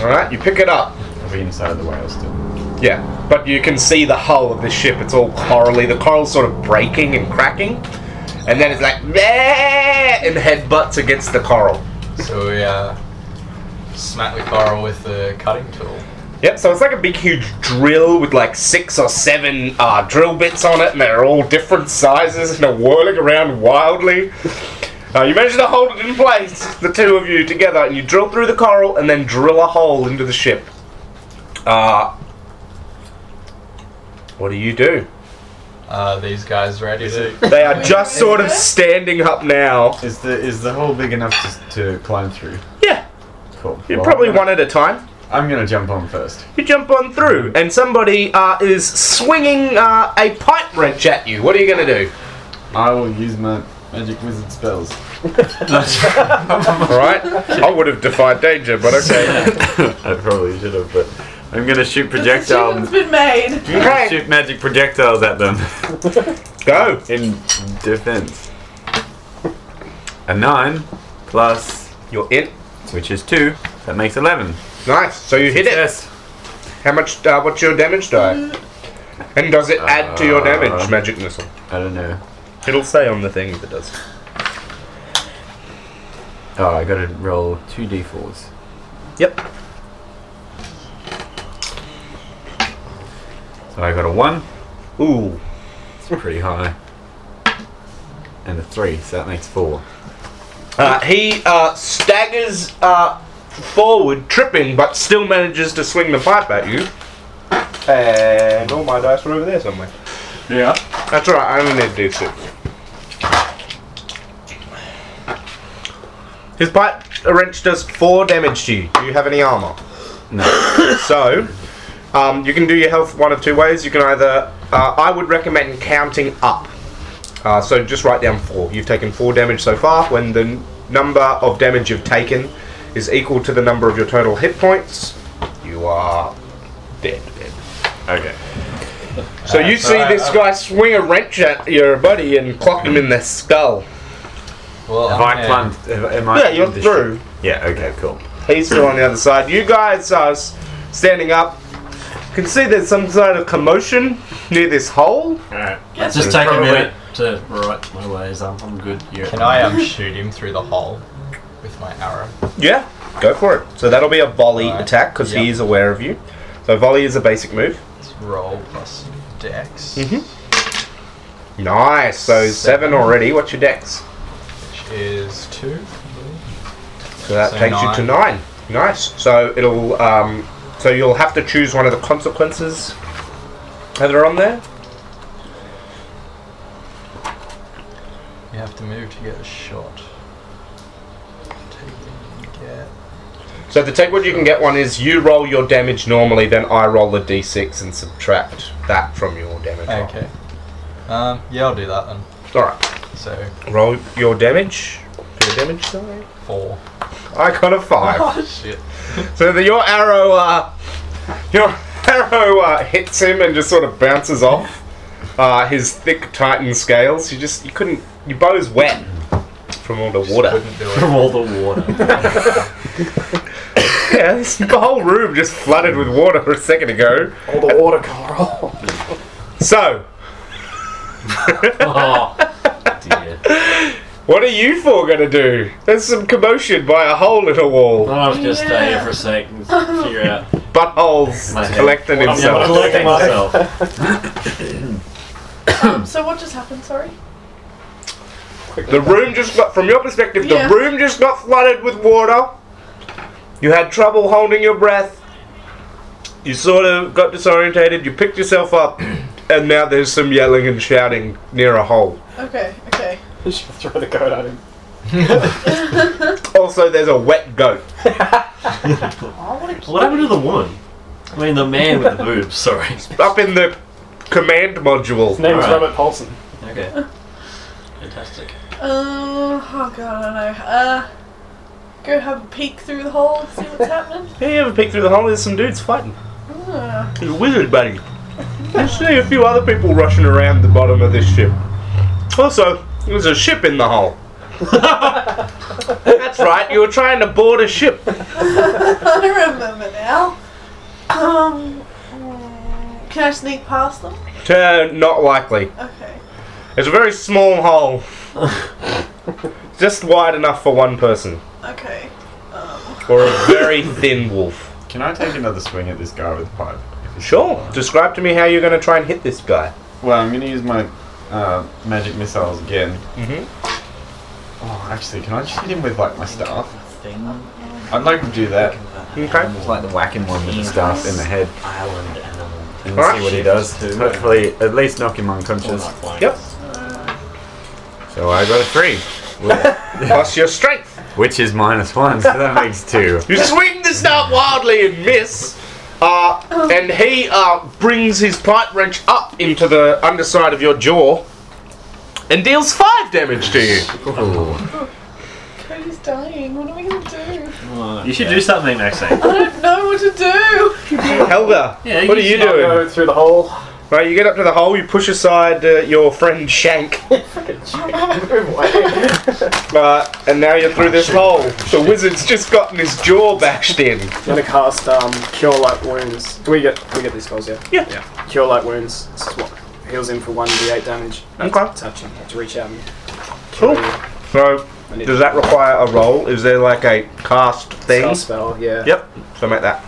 Speaker 1: Alright, you pick it up.
Speaker 6: Are we inside the whale still?
Speaker 1: Yeah, but you can see the hull of the ship. It's all corally. The coral's sort of breaking and cracking. And then it's like, "Bleh," and headbutts against the coral.
Speaker 7: So we uh, smack the coral with the cutting tool.
Speaker 1: Yep, so it's like a big, huge drill with like six or seven uh, drill bits on it, and they're all different sizes and are whirling around wildly. Uh, you manage to hold it in place, the two of you together, and you drill through the coral and then drill a hole into the ship. Uh, what do you do?
Speaker 7: Uh, these guys ready to?
Speaker 1: They are just sort of standing up now.
Speaker 6: Is the is the hole big enough to, to climb through?
Speaker 1: Yeah,
Speaker 6: Cool.
Speaker 1: you
Speaker 6: Well,
Speaker 1: probably one at a time.
Speaker 6: I'm gonna jump on first.
Speaker 1: You jump on through, and somebody uh, is swinging uh, a pipe wrench at you. What are you going to do?
Speaker 6: I will use my magic wizard spells.
Speaker 1: All right, I would have defied danger, but okay.
Speaker 6: I probably should have, but I'm gonna shoot
Speaker 4: The decision's
Speaker 6: projectiles.
Speaker 4: been made.
Speaker 1: okay,
Speaker 6: Shoot magic projectiles at them
Speaker 1: go.
Speaker 6: in defense. A nine plus,
Speaker 1: You're in.
Speaker 6: which is two, that makes eleven.
Speaker 1: Nice. So you hit it.
Speaker 6: Success.
Speaker 1: How much? Uh, what's your damage die? And does it add to your damage,
Speaker 6: Uh,
Speaker 1: magic missile?
Speaker 6: I don't know.
Speaker 1: It'll say on the thing if it does.
Speaker 6: Oh, I gotta roll two d4s.
Speaker 1: Yep.
Speaker 6: So I got a one.
Speaker 1: Ooh.
Speaker 6: It's pretty high. And a three, so that makes four.
Speaker 1: Uh, he uh, staggers uh, forward, tripping, but still manages to swing the pipe at you. And all my dice are over there somewhere.
Speaker 6: Yeah.
Speaker 1: That's all right. I only need to do two. His pipe wrench does four damage to you. Do you have any armor?
Speaker 6: No.
Speaker 1: So, um, you can do your health one of two ways. You can either, uh, I would recommend counting up. Uh, so just write down four. You've taken four damage so far. When the n- number of damage you've taken is equal to the number of your total hit points, you are dead.
Speaker 6: Okay.
Speaker 1: So you see
Speaker 7: right,
Speaker 1: this
Speaker 7: I'm-
Speaker 1: guy swing a wrench at your buddy and clock him in the skull.
Speaker 7: Well, I'm
Speaker 6: Have I
Speaker 7: gonna-
Speaker 6: climbed? Have, am I
Speaker 1: Yeah, you're
Speaker 6: in the
Speaker 1: through.
Speaker 6: ship? Yeah, okay, cool.
Speaker 1: He's still on the other side. You guys are s- standing up. Can see there's some sort of commotion near this hole.
Speaker 2: Alright. Let's
Speaker 4: Yes,
Speaker 2: just take a
Speaker 6: probably-
Speaker 2: minute to right my ways. I'm, I'm good. Yeah.
Speaker 7: Can I um shoot him through the hole with my arrow?
Speaker 1: Yeah, go for it. So that'll be a volley
Speaker 7: Alright.
Speaker 1: attack because he
Speaker 7: Yep.
Speaker 1: is aware of you. So volley is a basic move.
Speaker 7: Let's roll plus dex,
Speaker 1: Nice. So seven,
Speaker 7: Seven.
Speaker 1: already. What's your dex?
Speaker 7: which is two. I believe.
Speaker 1: So that
Speaker 7: So
Speaker 1: takes you to
Speaker 7: nine.
Speaker 1: nine. Nice. So it'll. Um, so you'll have to choose one of the consequences that are on there.
Speaker 7: You have to move to get a shot. Take what you can get.
Speaker 1: So the take what you can get one is you roll your damage normally, then I roll the d6 and subtract that from your damage. roll.
Speaker 7: Okay. Um, yeah, I'll do that then.
Speaker 1: All right.
Speaker 7: So
Speaker 1: Roll your damage. Your damage die.
Speaker 7: four.
Speaker 1: I got a five.
Speaker 7: Oh shit!
Speaker 1: So the, your arrow, uh, your arrow uh, hits him and just sort of bounces off uh, his thick Titan scales. You just you couldn't. Your bow's wet from all the water.
Speaker 7: Couldn't do it.
Speaker 2: From all the water.
Speaker 1: Yeah, this, the whole room just flooded with water a second ago.
Speaker 5: All the water coral.
Speaker 1: So,
Speaker 2: oh, dear.
Speaker 1: what are you four gonna do? There's some commotion by a hole in a wall.
Speaker 2: I'll just stay here
Speaker 4: Yeah.
Speaker 2: for a sec and figure out.
Speaker 1: Buttholes
Speaker 2: My head.
Speaker 1: collecting
Speaker 2: I'm gonna
Speaker 1: himself.
Speaker 2: collect myself.
Speaker 4: So what just happened? Sorry.
Speaker 1: The room just got, from your perspective,
Speaker 4: Yeah.
Speaker 1: the room just got flooded with water. You had trouble holding your breath. You sort of got disorientated. You picked yourself up, and now there's some yelling and shouting near a hole.
Speaker 4: Okay. Okay.
Speaker 5: You should throw the goat at him.
Speaker 1: Also, there's a wet goat.
Speaker 4: Oh, what a cute.
Speaker 2: What happened to the woman? I mean, the man with the boobs, sorry.
Speaker 1: Up in the command module.
Speaker 5: His name is
Speaker 2: Alright.
Speaker 5: Robert Paulson.
Speaker 2: Okay. Fantastic.
Speaker 4: Uh, oh god, I don't know. Uh, go have a peek through the hole, see what's happening.
Speaker 1: Yeah, you have a peek through the hole. There's some dudes fighting.
Speaker 4: Uh,
Speaker 1: He's a wizard, buddy. You see a few other people rushing around the bottom of this ship. Also, there's a ship in the hole. That's right, you were trying to board a ship.
Speaker 4: I remember now. Um, mm, can I sneak past them?
Speaker 1: Uh, not likely.
Speaker 4: Okay.
Speaker 1: It's a very small hole. Just wide enough for one person.
Speaker 4: Okay. Um,
Speaker 1: Or a very thin wolf.
Speaker 6: Can I take another swing at this guy with the pipe? If it's-
Speaker 1: Sure. Describe to me how you're going to try and hit this guy.
Speaker 6: Well, I'm going to use my uh, magic missiles again.
Speaker 1: Mhm.
Speaker 6: Oh, actually, can I just hit him with like my staff? I'd like to do that.
Speaker 1: Okay.
Speaker 6: Just like the whacking one with the staff in the head
Speaker 2: Island animal.
Speaker 6: and
Speaker 1: Alright.
Speaker 6: see what he does. Hopefully, at least knock him unconscious.
Speaker 1: Yep.
Speaker 6: So I got a three,
Speaker 1: Plus your strength.
Speaker 6: which is minus one, so that makes two.
Speaker 1: You swing the staff wildly and miss. Uh, and he uh, brings his pipe wrench up into the underside of your jaw and deals five damage to you.
Speaker 4: Cody's dying. What are we gonna do?
Speaker 2: You should do something, Maxine.
Speaker 4: I don't know what to do.
Speaker 1: Helga,
Speaker 2: Yeah,
Speaker 1: what are
Speaker 2: you
Speaker 1: you
Speaker 5: I'll
Speaker 1: doing?
Speaker 5: go through the hole.
Speaker 1: Right, you get up to the hole, you push aside uh, your friend Shank,
Speaker 5: Move away.
Speaker 1: uh, and now you're through this hole. The wizard's just gotten his jaw bashed in.
Speaker 5: I'm gonna cast um, Cure Light Wounds. Do we get we get these spells, yeah?
Speaker 1: Yeah.
Speaker 5: Cure Light Wounds. This is what heals him for one d8 damage.
Speaker 1: Okay.
Speaker 5: Touching. To reach out. And
Speaker 1: Cool. So,
Speaker 5: I need
Speaker 1: does that require a roll? Is there like a cast
Speaker 5: spell,
Speaker 1: thing?
Speaker 5: Spell. Yeah.
Speaker 1: Yep. So make that.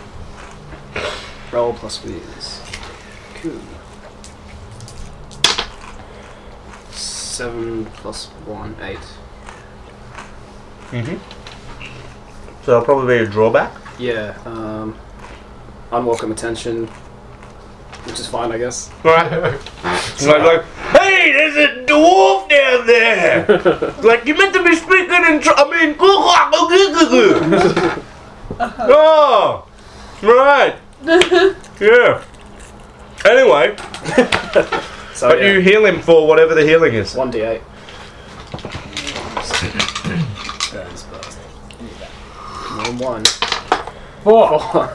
Speaker 5: Roll plus whiz. Cool. Seven plus one, eight.
Speaker 1: So that'll probably be a drawback.
Speaker 5: Yeah. Um, unwelcome attention, which is fine, I guess.
Speaker 1: Right. so I'm like, hey, there's a dwarf down there. like you meant to be speaking in. Tr- I mean, oh, right. yeah. Anyway,
Speaker 5: So
Speaker 1: but you heal him for whatever the healing is.
Speaker 5: one d8. One one. Four.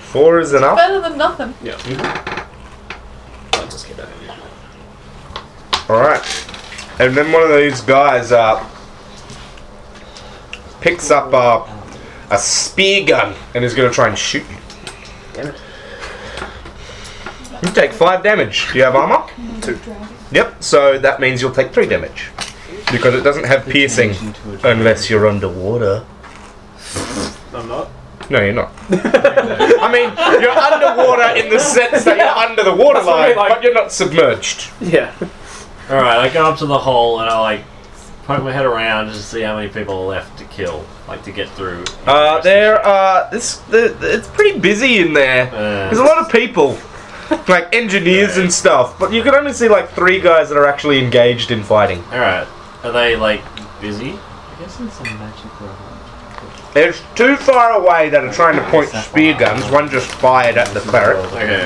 Speaker 1: Four is enough.
Speaker 4: Better than nothing.
Speaker 5: I'll just get that in.
Speaker 1: All right. And then one of these guys uh, picks up uh, a spear gun and is going to try and shoot you.
Speaker 5: Damn it.
Speaker 1: You take five damage. Do you have armor? Two. Yep. So that means you'll take three damage because it doesn't have piercing unless you're underwater.
Speaker 5: I'm not.
Speaker 1: No, you're not. I mean, you're underwater in the sense that you're under the water
Speaker 5: That's what I
Speaker 1: line,
Speaker 5: mean, like-
Speaker 1: but you're not submerged.
Speaker 5: Yeah.
Speaker 2: Alright, I go up to the hole and I like poke my head around just to see how many people are left to kill, like to get through.
Speaker 1: Uh, there are. It's the, it's pretty busy in there.
Speaker 2: Uh,
Speaker 1: There's a lot of people, like engineers and stuff, but you can only see like three guys that are actually engaged in fighting.
Speaker 2: Alright, are they like busy?
Speaker 1: There's two far away that are trying to point spear guns. One just fired at the cleric,
Speaker 2: Okay.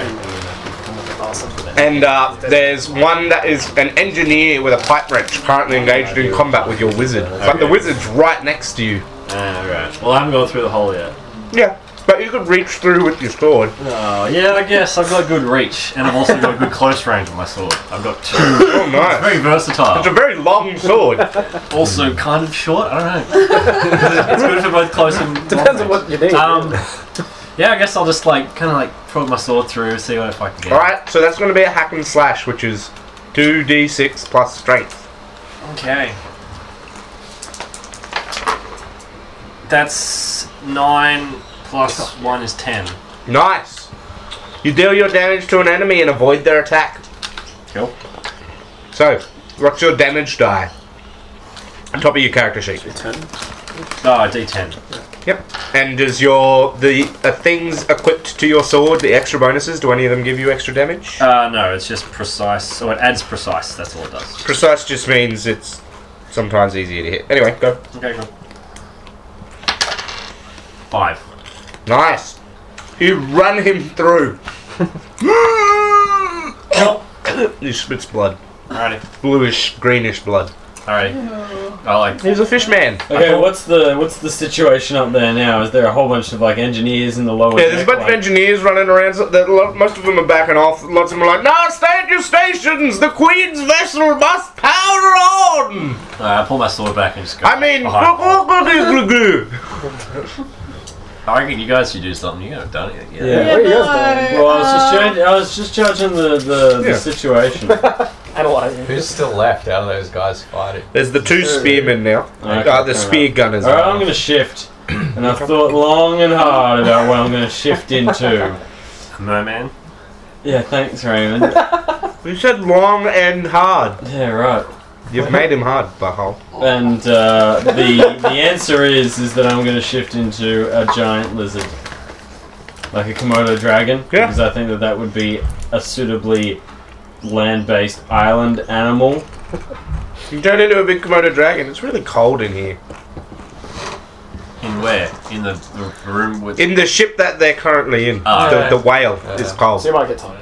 Speaker 1: and uh, there's one that is an engineer with a pipe wrench currently engaged in combat with your wizard. But the wizard's right next to you.
Speaker 2: Uh, Alright. Well, I haven't gone through the hole yet.
Speaker 1: Yeah, but you could reach through with your sword.
Speaker 2: Oh, yeah, I guess I've got good reach, and I've also got good close range with my sword. I've got two.
Speaker 1: Oh, nice.
Speaker 2: Very versatile.
Speaker 1: It's a very long sword.
Speaker 2: Also kind of short. I don't know. it's good for both close and.
Speaker 5: Depends on what you need.
Speaker 2: Um, yeah, I guess I'll just like kind of like put my sword through, see what if I can get.
Speaker 1: All right, so that's going to be a hack and slash, which is two d6 plus strength.
Speaker 2: Okay. That's nine plus one is ten.
Speaker 1: Nice. You deal your damage to an enemy and avoid their attack.
Speaker 2: Cool.
Speaker 1: So, what's your damage die? On top of your character sheet.
Speaker 2: Oh, d10.
Speaker 1: Yep. And does your the uh, things equipped to your sword, the extra bonuses, do any of them give you extra damage?
Speaker 2: Uh, no, it's just precise. Or it adds precise. That's all it does.
Speaker 1: Precise just means it's sometimes easier to hit. Anyway, go.
Speaker 2: Okay, cool. Five.
Speaker 1: Nice. You run him through. he spits blood.
Speaker 10: Alrighty.
Speaker 1: Bluish, greenish blood.
Speaker 10: Alrighty. I like.
Speaker 1: He's a fish man.
Speaker 3: Okay, what's the what's the situation up there now? Is there a whole bunch of like engineers in the lower?
Speaker 1: Yeah, there's a
Speaker 3: deck,
Speaker 1: bunch of
Speaker 3: like-
Speaker 1: engineers running around. so That lo- most of them are backing off. Lots of them are like, "No, stay at your stations. The Queen's vessel must power on."
Speaker 2: Uh, I pull my sword back and just go.
Speaker 1: I mean,
Speaker 2: behind. I reckon you guys should do something. You haven't done anything yet.
Speaker 3: Yeah.
Speaker 5: Where are you guys
Speaker 4: no,
Speaker 3: Well, I was just
Speaker 4: uh,
Speaker 3: judging, I was just judging the the,
Speaker 1: Yeah.
Speaker 3: the situation.
Speaker 5: Analyzing.
Speaker 7: Who's still left out of those guys fighting?
Speaker 1: there's the two spearmen now.
Speaker 3: Okay,
Speaker 1: Uh, the
Speaker 3: fair
Speaker 1: spear gunners.
Speaker 3: All right, I'm gonna shift, and I've thought long and hard about what I'm gonna shift into.
Speaker 2: Merman.
Speaker 3: Yeah, thanks, Raymond.
Speaker 1: You said long and hard.
Speaker 3: Yeah, right.
Speaker 1: You've made him hard, Bahal.
Speaker 3: And uh, the the answer is is that I'm gonna shift into a giant lizard, like a komodo dragon,
Speaker 1: Yeah.
Speaker 3: because I think that that would be a suitably land-based island animal.
Speaker 1: You turn into a big Komodo dragon. It's really cold in here.
Speaker 2: In where? In the, the room with.
Speaker 1: In the ship that they're currently in,
Speaker 2: Ah,
Speaker 1: the,
Speaker 5: yeah.
Speaker 1: the whale is cold.
Speaker 5: So you might get tired.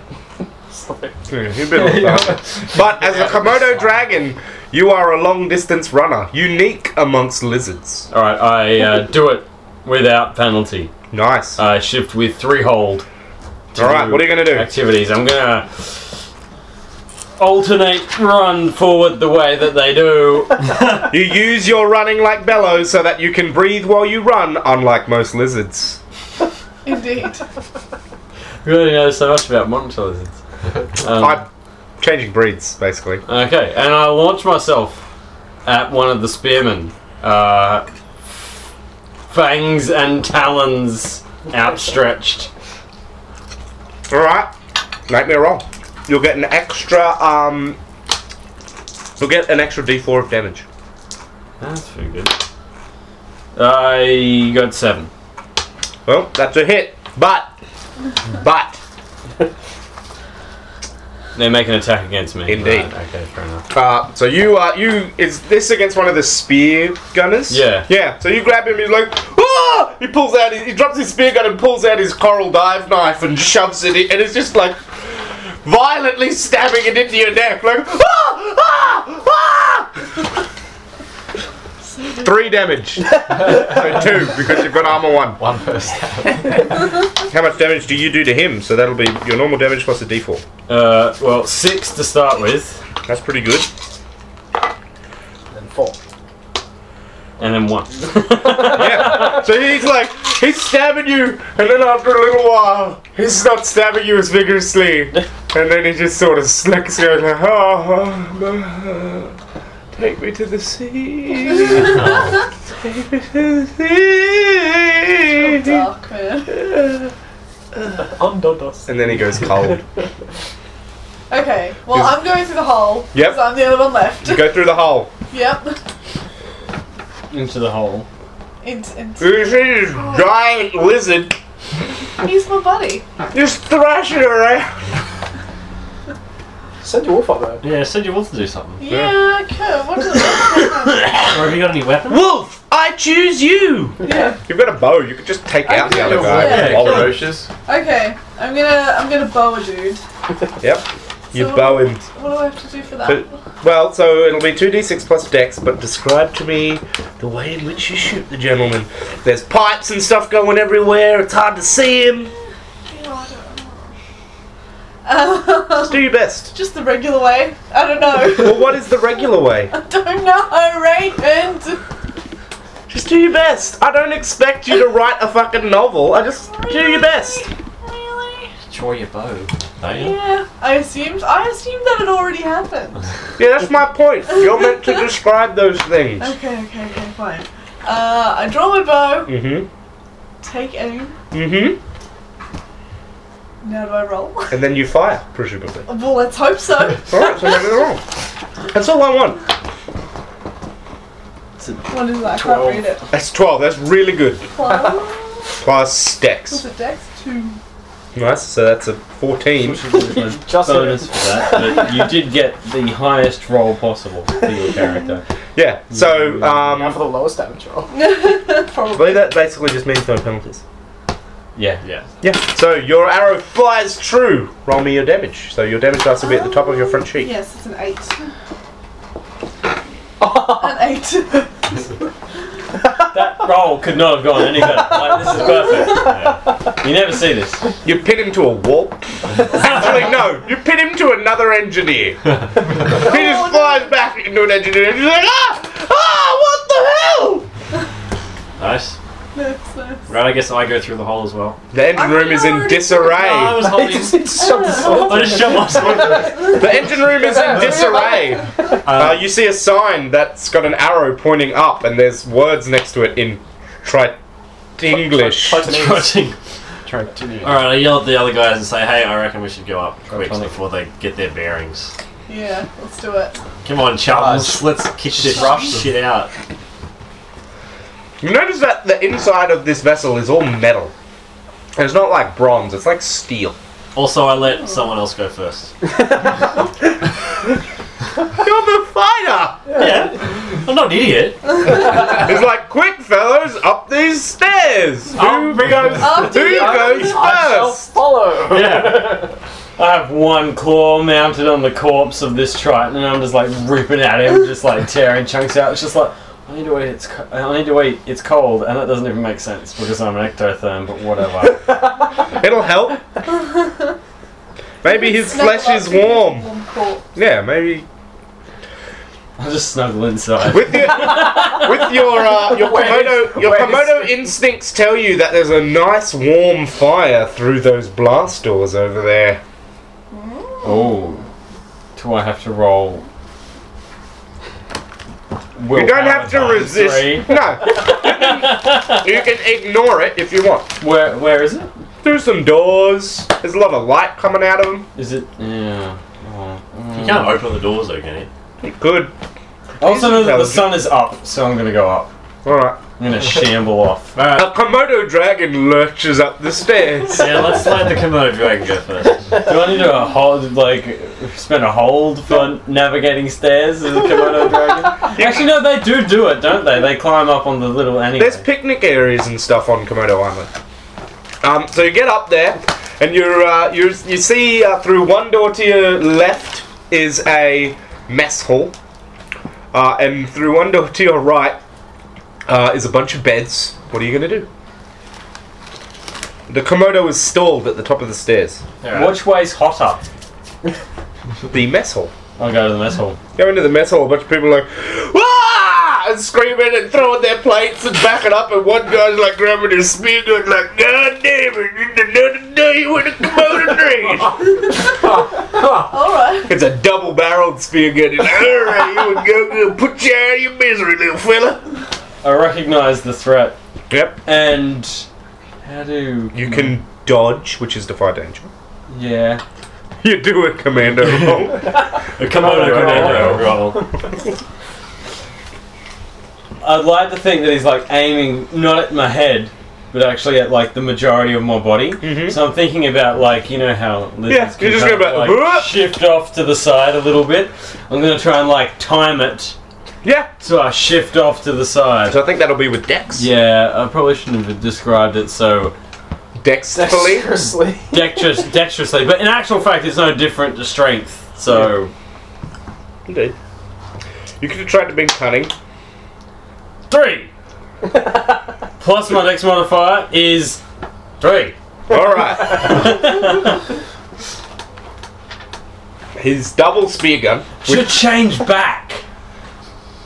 Speaker 5: Sorry.
Speaker 1: Yeah, you've been on that. but as a Komodo dragon, you are a long distance runner, unique amongst lizards.
Speaker 3: All right, I uh, do it without penalty.
Speaker 1: Nice.
Speaker 3: I shift with three hold.
Speaker 1: All right, what are you gonna do?
Speaker 3: activities. I'm gonna alternate run forward the way that they do.
Speaker 1: You use your running like bellows so that you can breathe while you run, unlike most lizards.
Speaker 4: Indeed.
Speaker 3: really know so much about monitor lizards. Um,
Speaker 1: I'm changing breeds, basically.
Speaker 3: okay, and I launch myself at one of the spearmen. Uh, fangs and talons outstretched.
Speaker 1: All right, make me a roll. You'll get an extra um. You'll get an extra D4 of damage.
Speaker 3: That's pretty good. I got seven.
Speaker 1: Well, that's a hit, but but
Speaker 3: They make an attack against me.
Speaker 1: Indeed.
Speaker 3: Right, okay, fair enough.
Speaker 1: Uh, so you are you is this against one of the spear gunners?
Speaker 3: Yeah.
Speaker 1: Yeah. So you grab him. He's like, ah! He pulls out. His, he drops his spear gun and pulls out his coral dive knife and shoves it, in, and it's just like violently stabbing it into your neck, like ah ah ah. Three damage. no, two because you've got armor one.
Speaker 7: One person.
Speaker 1: How much damage do you do to him? So that'll be your normal damage plus a d4.
Speaker 3: Uh, well, six to start with,
Speaker 1: That's pretty good.
Speaker 5: Then four.
Speaker 3: and then one.
Speaker 1: yeah. So he's like, he's stabbing you, and then after a little while, he's not stabbing you as vigorously. And then he just sort of slicks you and like, oh, oh, take me to the sea. take me to the sea.
Speaker 4: Dark man.
Speaker 5: Undodos.
Speaker 1: And then he goes cold.
Speaker 4: Okay, well, I'm going through the hole.
Speaker 1: Yep.
Speaker 4: So I'm the only one left.
Speaker 1: You go through the hole.
Speaker 4: yep.
Speaker 3: Into the hole.
Speaker 4: Int, int.
Speaker 1: You see this giant lizard
Speaker 4: He's my buddy.
Speaker 1: just thrashing around.
Speaker 5: Send your wolf up there.
Speaker 2: Yeah, said you wanted to do something.
Speaker 4: Yeah, cool. What does it
Speaker 2: Or have you got any weapons?
Speaker 1: Wolf, I choose you.
Speaker 4: Yeah.
Speaker 1: You've got a bow. You could just take out the other guy.
Speaker 4: Yeah.
Speaker 11: Ferocious.
Speaker 4: Okay, I'm gonna I'm gonna bow a dude.
Speaker 1: Yep. You bow him.
Speaker 4: What do I have to do for that?
Speaker 1: But- Well, so it'll be 2d6 plus dex, but describe to me the way in which you shoot the gentleman. There's pipes and stuff going everywhere, it's hard to see him.
Speaker 4: Yeah, I don't know. Um,
Speaker 1: Just do your best.
Speaker 4: just the regular way. I don't know.
Speaker 1: Well, what is the regular way?
Speaker 4: I don't know, Raymond.
Speaker 1: Just do your best. I don't expect you to write a fucking novel. I just do your best.
Speaker 4: Really?
Speaker 2: Draw your bow. Oh, yeah.
Speaker 4: Yeah. I assumed I assumed that had already happened.
Speaker 1: Yeah, that's my point. You're meant to describe those things.
Speaker 4: Okay, okay, okay, fine. Uh, I draw my bow,
Speaker 1: Mm
Speaker 4: take aim.
Speaker 1: hmm. Mm hmm.
Speaker 4: Now do I roll?
Speaker 1: And then you fire, presumably.
Speaker 4: Well, let's hope so.
Speaker 1: Alright, so maybe they're wrong. That's all I want.
Speaker 4: What is that? I can't read it.
Speaker 1: That's 12. That's really good.
Speaker 4: Plus,
Speaker 1: Plus
Speaker 4: was
Speaker 1: dex.
Speaker 4: it dex? Two.
Speaker 1: Nice. So that's a 14.
Speaker 5: Just
Speaker 3: bonus for that, but you did get the highest roll possible for your character.
Speaker 1: Yeah. So
Speaker 5: Now
Speaker 1: um,
Speaker 5: for the lowest damage roll.
Speaker 1: I believe
Speaker 4: Probably.
Speaker 1: that basically just means no penalties.
Speaker 3: Yeah.
Speaker 2: Yeah.
Speaker 1: Yeah. So your arrow flies true. Roll me your damage. So your damage dice will be at the top of your front sheet.
Speaker 4: Yes, it's an eight. an eight.
Speaker 3: That roll could not have gone any better. Like, this is perfect. You never see this.
Speaker 1: You pin him to a wall. Actually, no. You pin him to another engineer. he just flies back into an engineer. And he's like, ah, ah, what the hell?
Speaker 2: Nice.
Speaker 4: That's nice.
Speaker 2: Right, I guess I go through the hole as well.
Speaker 1: The engine room is in
Speaker 2: I
Speaker 1: disarray.
Speaker 2: was holding. I just shut myself.
Speaker 1: The engine room is in disarray. Uh, you see a sign that's got an arrow pointing up, and there's words next to it in Tritinglish.
Speaker 2: Trotting.
Speaker 7: Tritonian.
Speaker 2: All right, I yell at the other guys and say, "Hey, I reckon we should go up quick before they get their bearings."
Speaker 4: Yeah, let's do it.
Speaker 2: Come on, Charles. Let's kick this
Speaker 7: rush them.
Speaker 2: shit out.
Speaker 1: You notice that the inside of this vessel is all metal. And it's not like bronze, it's like steel.
Speaker 2: Also, I let someone else go first.
Speaker 1: You're the fighter!
Speaker 2: Yeah, I'm not an idiot.
Speaker 1: It's like, quick fellows, up these stairs! Who goes,
Speaker 4: After
Speaker 1: who
Speaker 4: you.
Speaker 1: goes
Speaker 5: I shall
Speaker 1: first?
Speaker 5: follow.
Speaker 2: Yeah.
Speaker 3: I have one claw mounted on the corpse of this triton, and I'm just like ripping at him, just like tearing chunks out. It's just like I need to eat. It's co- I need to eat. It's cold, and that doesn't even make sense because I'm an ectotherm. But whatever.
Speaker 1: It'll help. Maybe his flesh is warm.
Speaker 4: Warm corpse.
Speaker 1: Yeah, maybe.
Speaker 3: I'll just snuggle inside.
Speaker 1: With your, with your, uh, your
Speaker 5: Wait,
Speaker 1: Komodo, your
Speaker 5: wait.
Speaker 1: Komodo instincts tell you that there's a nice warm fire through those blast doors over there.
Speaker 3: Oh, do I have to roll?
Speaker 1: You don't have to
Speaker 3: Willpower times
Speaker 1: resist.
Speaker 3: three?
Speaker 1: No. you can ignore it if you want.
Speaker 3: Where Where is it?
Speaker 1: Through some doors. There's a lot of light coming out of them.
Speaker 3: Is it? Yeah. Oh,
Speaker 2: You
Speaker 3: mm.
Speaker 2: can't open the doors though, can you?
Speaker 1: You could.
Speaker 3: I also know that the sun is up, so I'm gonna go up.
Speaker 1: Alright.
Speaker 3: I'm gonna shamble off.
Speaker 2: All right.
Speaker 1: A Komodo dragon lurches up the stairs.
Speaker 2: Yeah, let's let the Komodo dragon go first.
Speaker 3: Do I need to hold, like, spend a hold for navigating stairs as a Komodo dragon? Actually, no, they do do it, don't they? They climb up on the little anyway.
Speaker 1: There's picnic areas and stuff on Komodo Island. Um, so you get up there, and you're, uh, you're, you see uh, through one door to your left is a mess hall, uh, and through one door to your right uh, is a bunch of beds. What are you going to do? The Komodo is stalled at the top of the stairs.
Speaker 2: All right.
Speaker 3: Which way's hotter?
Speaker 1: The mess hall.
Speaker 3: I'll go to the mess hall.
Speaker 1: Go into the mess hall, a bunch of people are like, Wah! and screaming and throwing their plates and backing up, and one guy's like grabbing his spear and like, God damn it, another day with a Komodo dragon.
Speaker 4: Alright.
Speaker 1: it's a double barreled spear gun. It's like, Alright, you would go good, put you out of your misery, little fella.
Speaker 3: I recognize the threat.
Speaker 1: Yep,
Speaker 3: And. How do.
Speaker 1: you can dodge, which is defy danger.
Speaker 3: Yeah.
Speaker 1: You do it, Commando. roll.
Speaker 2: A Komodo Komodo roll.
Speaker 3: I'd like to think that he's, like, aiming not at my head. But actually, at like the majority of my body, so I'm thinking about like you know how lizards
Speaker 1: Mm-hmm. Yeah,
Speaker 3: can
Speaker 1: you're just
Speaker 3: kind
Speaker 1: gonna
Speaker 3: of,
Speaker 1: be like,
Speaker 3: like, shift off to the side a little bit. I'm gonna try and like time it
Speaker 1: yeah,
Speaker 3: So I shift off to the side.
Speaker 1: so I think that'll be with Dex.
Speaker 3: Yeah, I probably shouldn't have described it so
Speaker 1: Dexterly.
Speaker 5: Seriously.
Speaker 3: dexterous, dexterously, but in actual fact, it's no different to strength. So
Speaker 1: Indeed. You could have tried to be cunning.
Speaker 3: three plus my dex modifier is three.
Speaker 1: Alright. His double spear gun.
Speaker 3: Should change back.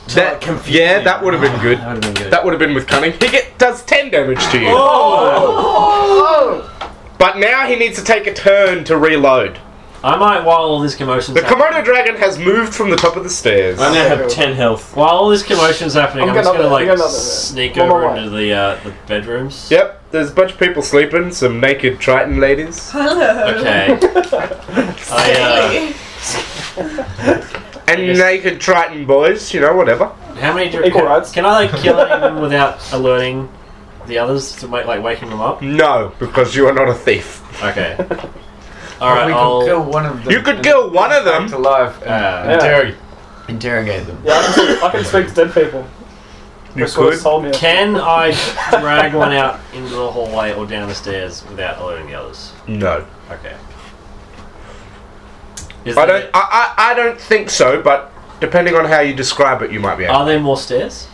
Speaker 3: To, like, confuse
Speaker 1: yeah,
Speaker 3: me. Ah,
Speaker 1: that would have been good.
Speaker 3: That would have been good.
Speaker 1: That would have been with cunning. He get, does 10 damage to you.
Speaker 3: Oh.
Speaker 1: Oh! But now he needs to take a turn to reload.
Speaker 2: I might, while all this commotion's
Speaker 1: The Oh.
Speaker 2: happening,
Speaker 1: Komodo dragon has moved from the top of the stairs.
Speaker 3: I now have ten health.
Speaker 2: while all this commotion's happening, I'm,
Speaker 5: I'm
Speaker 2: just
Speaker 5: gonna-
Speaker 2: gonna like
Speaker 5: I'm gonna-
Speaker 2: sneak
Speaker 5: One
Speaker 2: over
Speaker 5: more
Speaker 2: into the uh, the bedrooms.
Speaker 1: Yep, there's a bunch of people sleeping, some naked Triton ladies.
Speaker 4: Hello.
Speaker 2: Okay. I, uh,
Speaker 4: Hey.
Speaker 1: And naked Triton boys, you know, whatever.
Speaker 2: uh, how many? Do,
Speaker 5: Equal
Speaker 2: can,
Speaker 5: rights.
Speaker 2: can I like kill him without alerting the others to make, like waking them up?
Speaker 1: No, because you are not a thief.
Speaker 2: Okay. All right.
Speaker 7: we
Speaker 2: I'll.
Speaker 7: could kill one of them.
Speaker 1: You could kill one of them.
Speaker 7: to life and
Speaker 2: uh,
Speaker 5: Yeah.
Speaker 7: interrogate them.
Speaker 5: Yeah, I can, I can speak to dead people.
Speaker 1: You
Speaker 5: That's what
Speaker 1: could.
Speaker 5: sold me.
Speaker 2: Can I drag one out into the hallway or down the stairs without alerting the others?
Speaker 1: No.
Speaker 2: Okay. Is
Speaker 1: I
Speaker 2: there-
Speaker 1: don't. I, I, I don't think so. But depending on how you describe it, you might be. Able.
Speaker 2: Are there more stairs?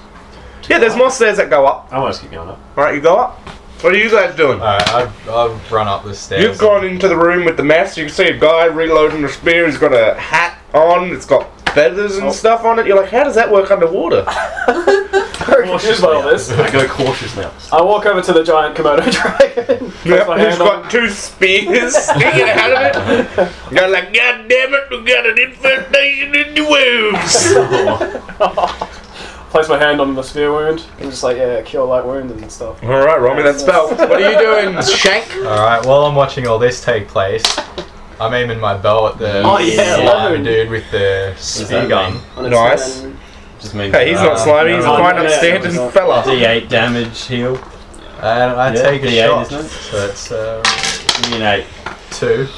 Speaker 1: yeah, there's more stairs that go up.
Speaker 2: I want to keep going up.
Speaker 1: Right, you go up. What are you guys doing?
Speaker 7: Alright, I've, I've run up the stairs.
Speaker 1: You've gone into the room with the mess. You can see a guy reloading a spear. He's got a hat on. It's got feathers
Speaker 5: Oh.
Speaker 1: and stuff on it. You're like, how does that work underwater?
Speaker 5: Very confused by all this.
Speaker 2: I go cautiously up.
Speaker 5: I walk over to the giant Komodo dragon.
Speaker 1: Yep,
Speaker 5: my
Speaker 1: he's
Speaker 5: hand
Speaker 1: got
Speaker 5: on-
Speaker 1: two spears sticking out of it. You're like, God damn it, we got an infestation in the wolves.
Speaker 5: Place my hand on the spear wound. and just like, yeah, cure light wound and stuff.
Speaker 1: All right, roll me that spell. What are you doing, Shank?
Speaker 7: Alright, while I'm watching all this take place, I'm aiming my bow at the
Speaker 9: Oh, yeah,
Speaker 7: slime
Speaker 5: eleven.
Speaker 7: dude with the spear
Speaker 9: that
Speaker 7: gun.
Speaker 9: mean? On its
Speaker 1: Nice.
Speaker 9: own.
Speaker 3: Just means
Speaker 1: Hey, he's not
Speaker 7: Uh,
Speaker 1: slimy. He's a
Speaker 9: no,
Speaker 1: fine,
Speaker 9: no,
Speaker 1: upstanding
Speaker 9: no, no.
Speaker 1: fella.
Speaker 3: D8 damage heal.
Speaker 7: And I
Speaker 3: Yeah,
Speaker 7: take a
Speaker 3: D8,
Speaker 7: shot.
Speaker 3: isn't it?
Speaker 7: So it's uh,
Speaker 3: Give me an 8.
Speaker 7: two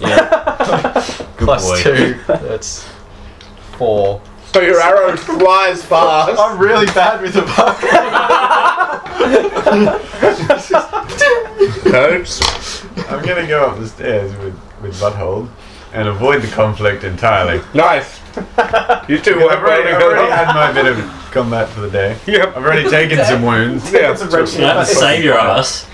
Speaker 3: Yeah.
Speaker 7: plus
Speaker 3: boy.
Speaker 7: two. That's four.
Speaker 1: So your arrow flies fast.
Speaker 7: I'm really bad with the bow.
Speaker 1: No,
Speaker 6: I'm gonna go up the stairs with, with Butthole and avoid the conflict entirely.
Speaker 1: nice. You two work
Speaker 6: I've
Speaker 1: well
Speaker 6: already, I've already
Speaker 1: together.
Speaker 6: had my bit of combat for the day.
Speaker 1: Yep.
Speaker 6: I've already taken some wounds.
Speaker 1: Yeah.
Speaker 5: It's a red
Speaker 2: You have to save your ass.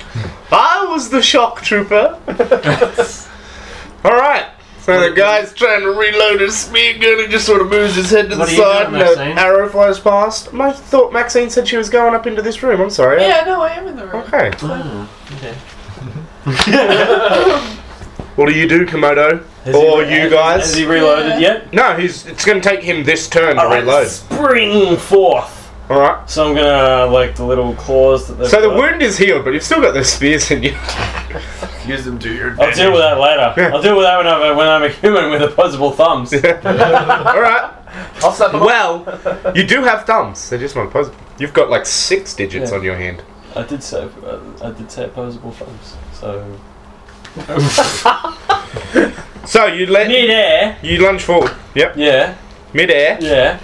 Speaker 1: I was the shock trooper. All right. So the guy's trying to reload his spear gun and just sort of moves his head to
Speaker 2: What
Speaker 1: the
Speaker 2: are
Speaker 1: side
Speaker 2: you doing,
Speaker 1: and an
Speaker 2: Maxine?
Speaker 1: arrow flies past. I thought Maxine said she was going up into this room. I'm sorry.
Speaker 4: Yeah, no, I am in the room.
Speaker 1: Okay.
Speaker 2: Oh, okay.
Speaker 1: What do you do, Komodo?
Speaker 3: Has he
Speaker 1: or
Speaker 3: re-
Speaker 1: you
Speaker 3: has-
Speaker 1: guys?
Speaker 3: Has he reloaded
Speaker 4: Yeah.
Speaker 3: yet?
Speaker 1: no, he's. It's going to take him this turn to
Speaker 3: Alright,
Speaker 1: reload.
Speaker 3: Spring forth.
Speaker 1: All right.
Speaker 3: So I'm gonna like the little claws that they've
Speaker 1: So the
Speaker 3: got.
Speaker 1: wound is healed, but you've still got those spears in you.
Speaker 6: Use them to your
Speaker 3: I'll deal with that later. I'll deal with that when I'm a, when I'm a human with opposable thumbs.
Speaker 1: All right.
Speaker 5: I'll slap him
Speaker 1: Well, you do have thumbs. They're just not opposable. You've got like six digits
Speaker 3: Yeah.
Speaker 1: on your hand.
Speaker 3: I did say uh, I did say opposable thumbs. So
Speaker 1: So you let
Speaker 3: mid air.
Speaker 1: you lunge forward. Yep.
Speaker 3: Yeah,
Speaker 1: Midair.
Speaker 3: yeah.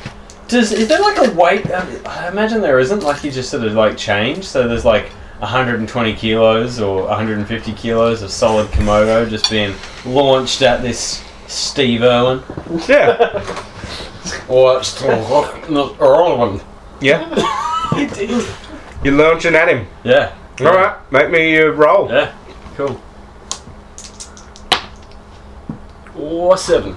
Speaker 3: Does is there like a weight? I mean, I imagine there isn't. Like you just sort of like change. So there's like 120 kilos or 150 kilos of solid komodo just being launched at this Steve Irwin
Speaker 1: Yeah.
Speaker 3: or not Irwin.
Speaker 1: yeah.
Speaker 4: You did.
Speaker 1: You're launching at him.
Speaker 3: Yeah.
Speaker 1: All right. Make me a roll.
Speaker 3: Yeah. Cool. Or seven.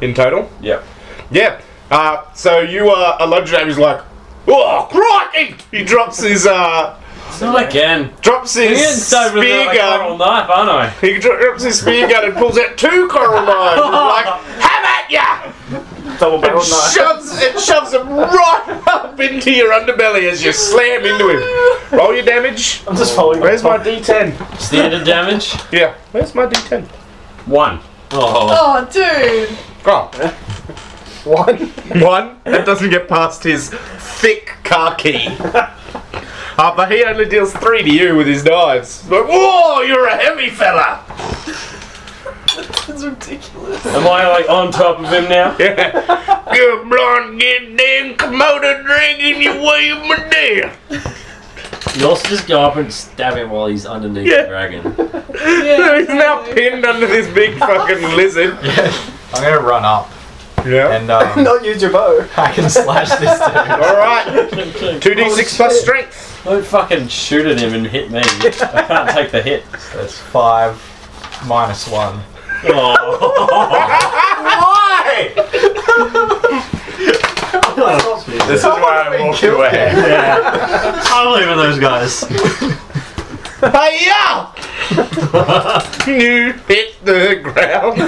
Speaker 1: in total.
Speaker 3: Yep.
Speaker 1: Yeah. Uh, so you are a lunge and he's like, oh crikey! He drops his uh,
Speaker 3: Not again.
Speaker 1: drops
Speaker 3: I'm
Speaker 1: his
Speaker 3: getting stabbed with
Speaker 1: spear
Speaker 3: a
Speaker 1: gun.
Speaker 3: coral knife, aren't I?
Speaker 1: He dro- drops his spear gun and pulls out two coral knives. He's like, have at ya!
Speaker 5: double
Speaker 1: And
Speaker 5: barrel knife.
Speaker 1: shoves and shoves them right up into your underbelly as you slam into him. Roll your damage.
Speaker 5: I'm just following.
Speaker 1: Where's my D10?
Speaker 3: Standard damage.
Speaker 1: Yeah. Where's my D10?
Speaker 3: One. Oh.
Speaker 4: Oh, dude.
Speaker 1: Oh. One. One. That doesn't get past his thick car key. Uh, but he only deals three to you with his knives. Like, whoa, you're a heavy fella.
Speaker 4: That's ridiculous.
Speaker 3: Am I like on top of him now?
Speaker 1: Yeah. you blonde goddamn Komodo dragon, you way of my dear.
Speaker 2: You also just go up and stab him while he's underneath
Speaker 1: Yeah.
Speaker 2: the dragon.
Speaker 4: Yeah,
Speaker 1: He's now
Speaker 4: totally.
Speaker 1: pinned under this big fucking lizard.
Speaker 7: I'm gonna run up
Speaker 1: Yeah.
Speaker 7: and um,
Speaker 5: Not use your bow.
Speaker 7: I can slash this dude.
Speaker 1: All right. Two d six plus strength.
Speaker 3: Don't fucking shoot at him and hit me. I can't take the hit.
Speaker 7: That's five minus one.
Speaker 3: Oh.
Speaker 1: Why?
Speaker 6: This is why I walked away.
Speaker 2: yeah. I believe in those guys.
Speaker 1: Hiya! you hit the ground.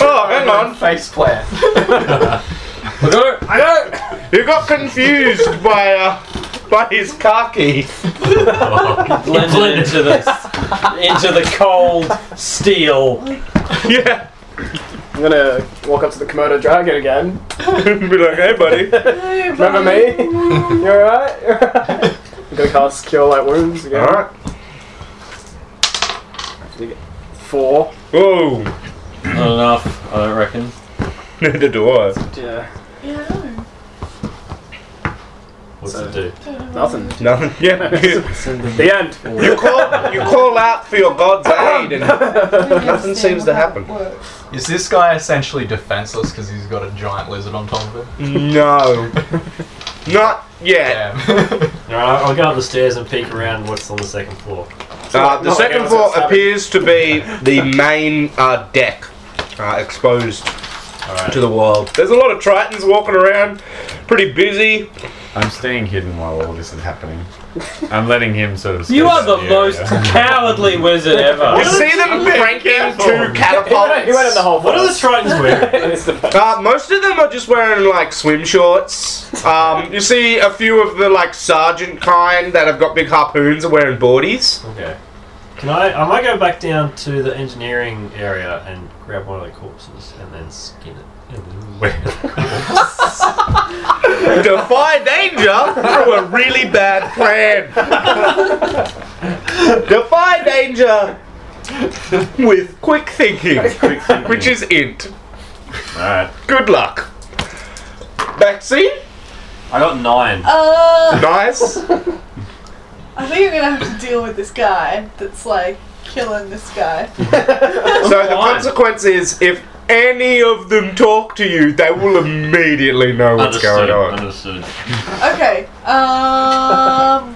Speaker 1: oh, hang on.
Speaker 7: Face plant.
Speaker 3: I got it. I got it.
Speaker 1: You got confused by uh, by his khaki.
Speaker 3: Blended,
Speaker 2: Blended.
Speaker 3: into the into the cold steel.
Speaker 1: Yeah.
Speaker 5: I'm gonna walk up to the Komodo dragon again.
Speaker 1: Be like, hey, buddy.
Speaker 4: Hey,
Speaker 5: Remember
Speaker 4: bye.
Speaker 5: me? you alright? You alright? I'm gonna cast Cure Light Wounds again.
Speaker 1: All right.
Speaker 5: Four.
Speaker 1: Oh,
Speaker 3: Not enough, I don't reckon.
Speaker 1: neither do I.
Speaker 5: Yeah.
Speaker 4: Yeah, I know.
Speaker 2: What's it do?
Speaker 5: Nothing.
Speaker 1: Nothing. Yeah. You,
Speaker 5: The end.
Speaker 1: you call you call out for your god's aid and Nothing seems to happen.
Speaker 7: Is this guy essentially defenseless because he's got a giant lizard on top of him?
Speaker 1: no. Not yet.
Speaker 7: Damn.
Speaker 2: Alright, I'll I'll go up the stairs and peek around what's on the second floor.
Speaker 1: Uh, the
Speaker 5: Not
Speaker 1: second
Speaker 5: yet,
Speaker 1: floor
Speaker 5: it's
Speaker 1: appears to be the main uh, deck uh, exposed
Speaker 2: Alright.
Speaker 1: to the world. There's a lot of tritons walking around, pretty busy.
Speaker 6: I'm staying hidden while all this is happening. I'm letting him sort of.
Speaker 3: You
Speaker 6: scope
Speaker 3: are the
Speaker 6: out
Speaker 3: most
Speaker 6: area.
Speaker 3: cowardly wizard
Speaker 1: You
Speaker 3: ever.
Speaker 1: see them cranking two
Speaker 5: He went, he went in the
Speaker 1: catapults.
Speaker 5: whole.
Speaker 2: What are the tritons wearing?
Speaker 1: Uh, most of them are just wearing like swim shorts. Um, you see a few of the like sergeant kind that have got big harpoons are wearing boardies.
Speaker 2: okay. Can I? I might go back down to the engineering area and grab one of the corpses and then skin it. And then wear it.
Speaker 1: Defy danger through a really bad plan. Defy danger with quick thinking, which is int.
Speaker 6: Alright.
Speaker 1: Good luck. Maxine,
Speaker 2: I got nine.
Speaker 4: Uh,
Speaker 1: nice.
Speaker 4: I think I'm gonna have to deal with this guy that's like killing this guy.
Speaker 1: So the consequence is if any of them talk to you, they will immediately know what's
Speaker 2: Understood.
Speaker 1: going on.
Speaker 2: Understood.
Speaker 4: Okay. Um,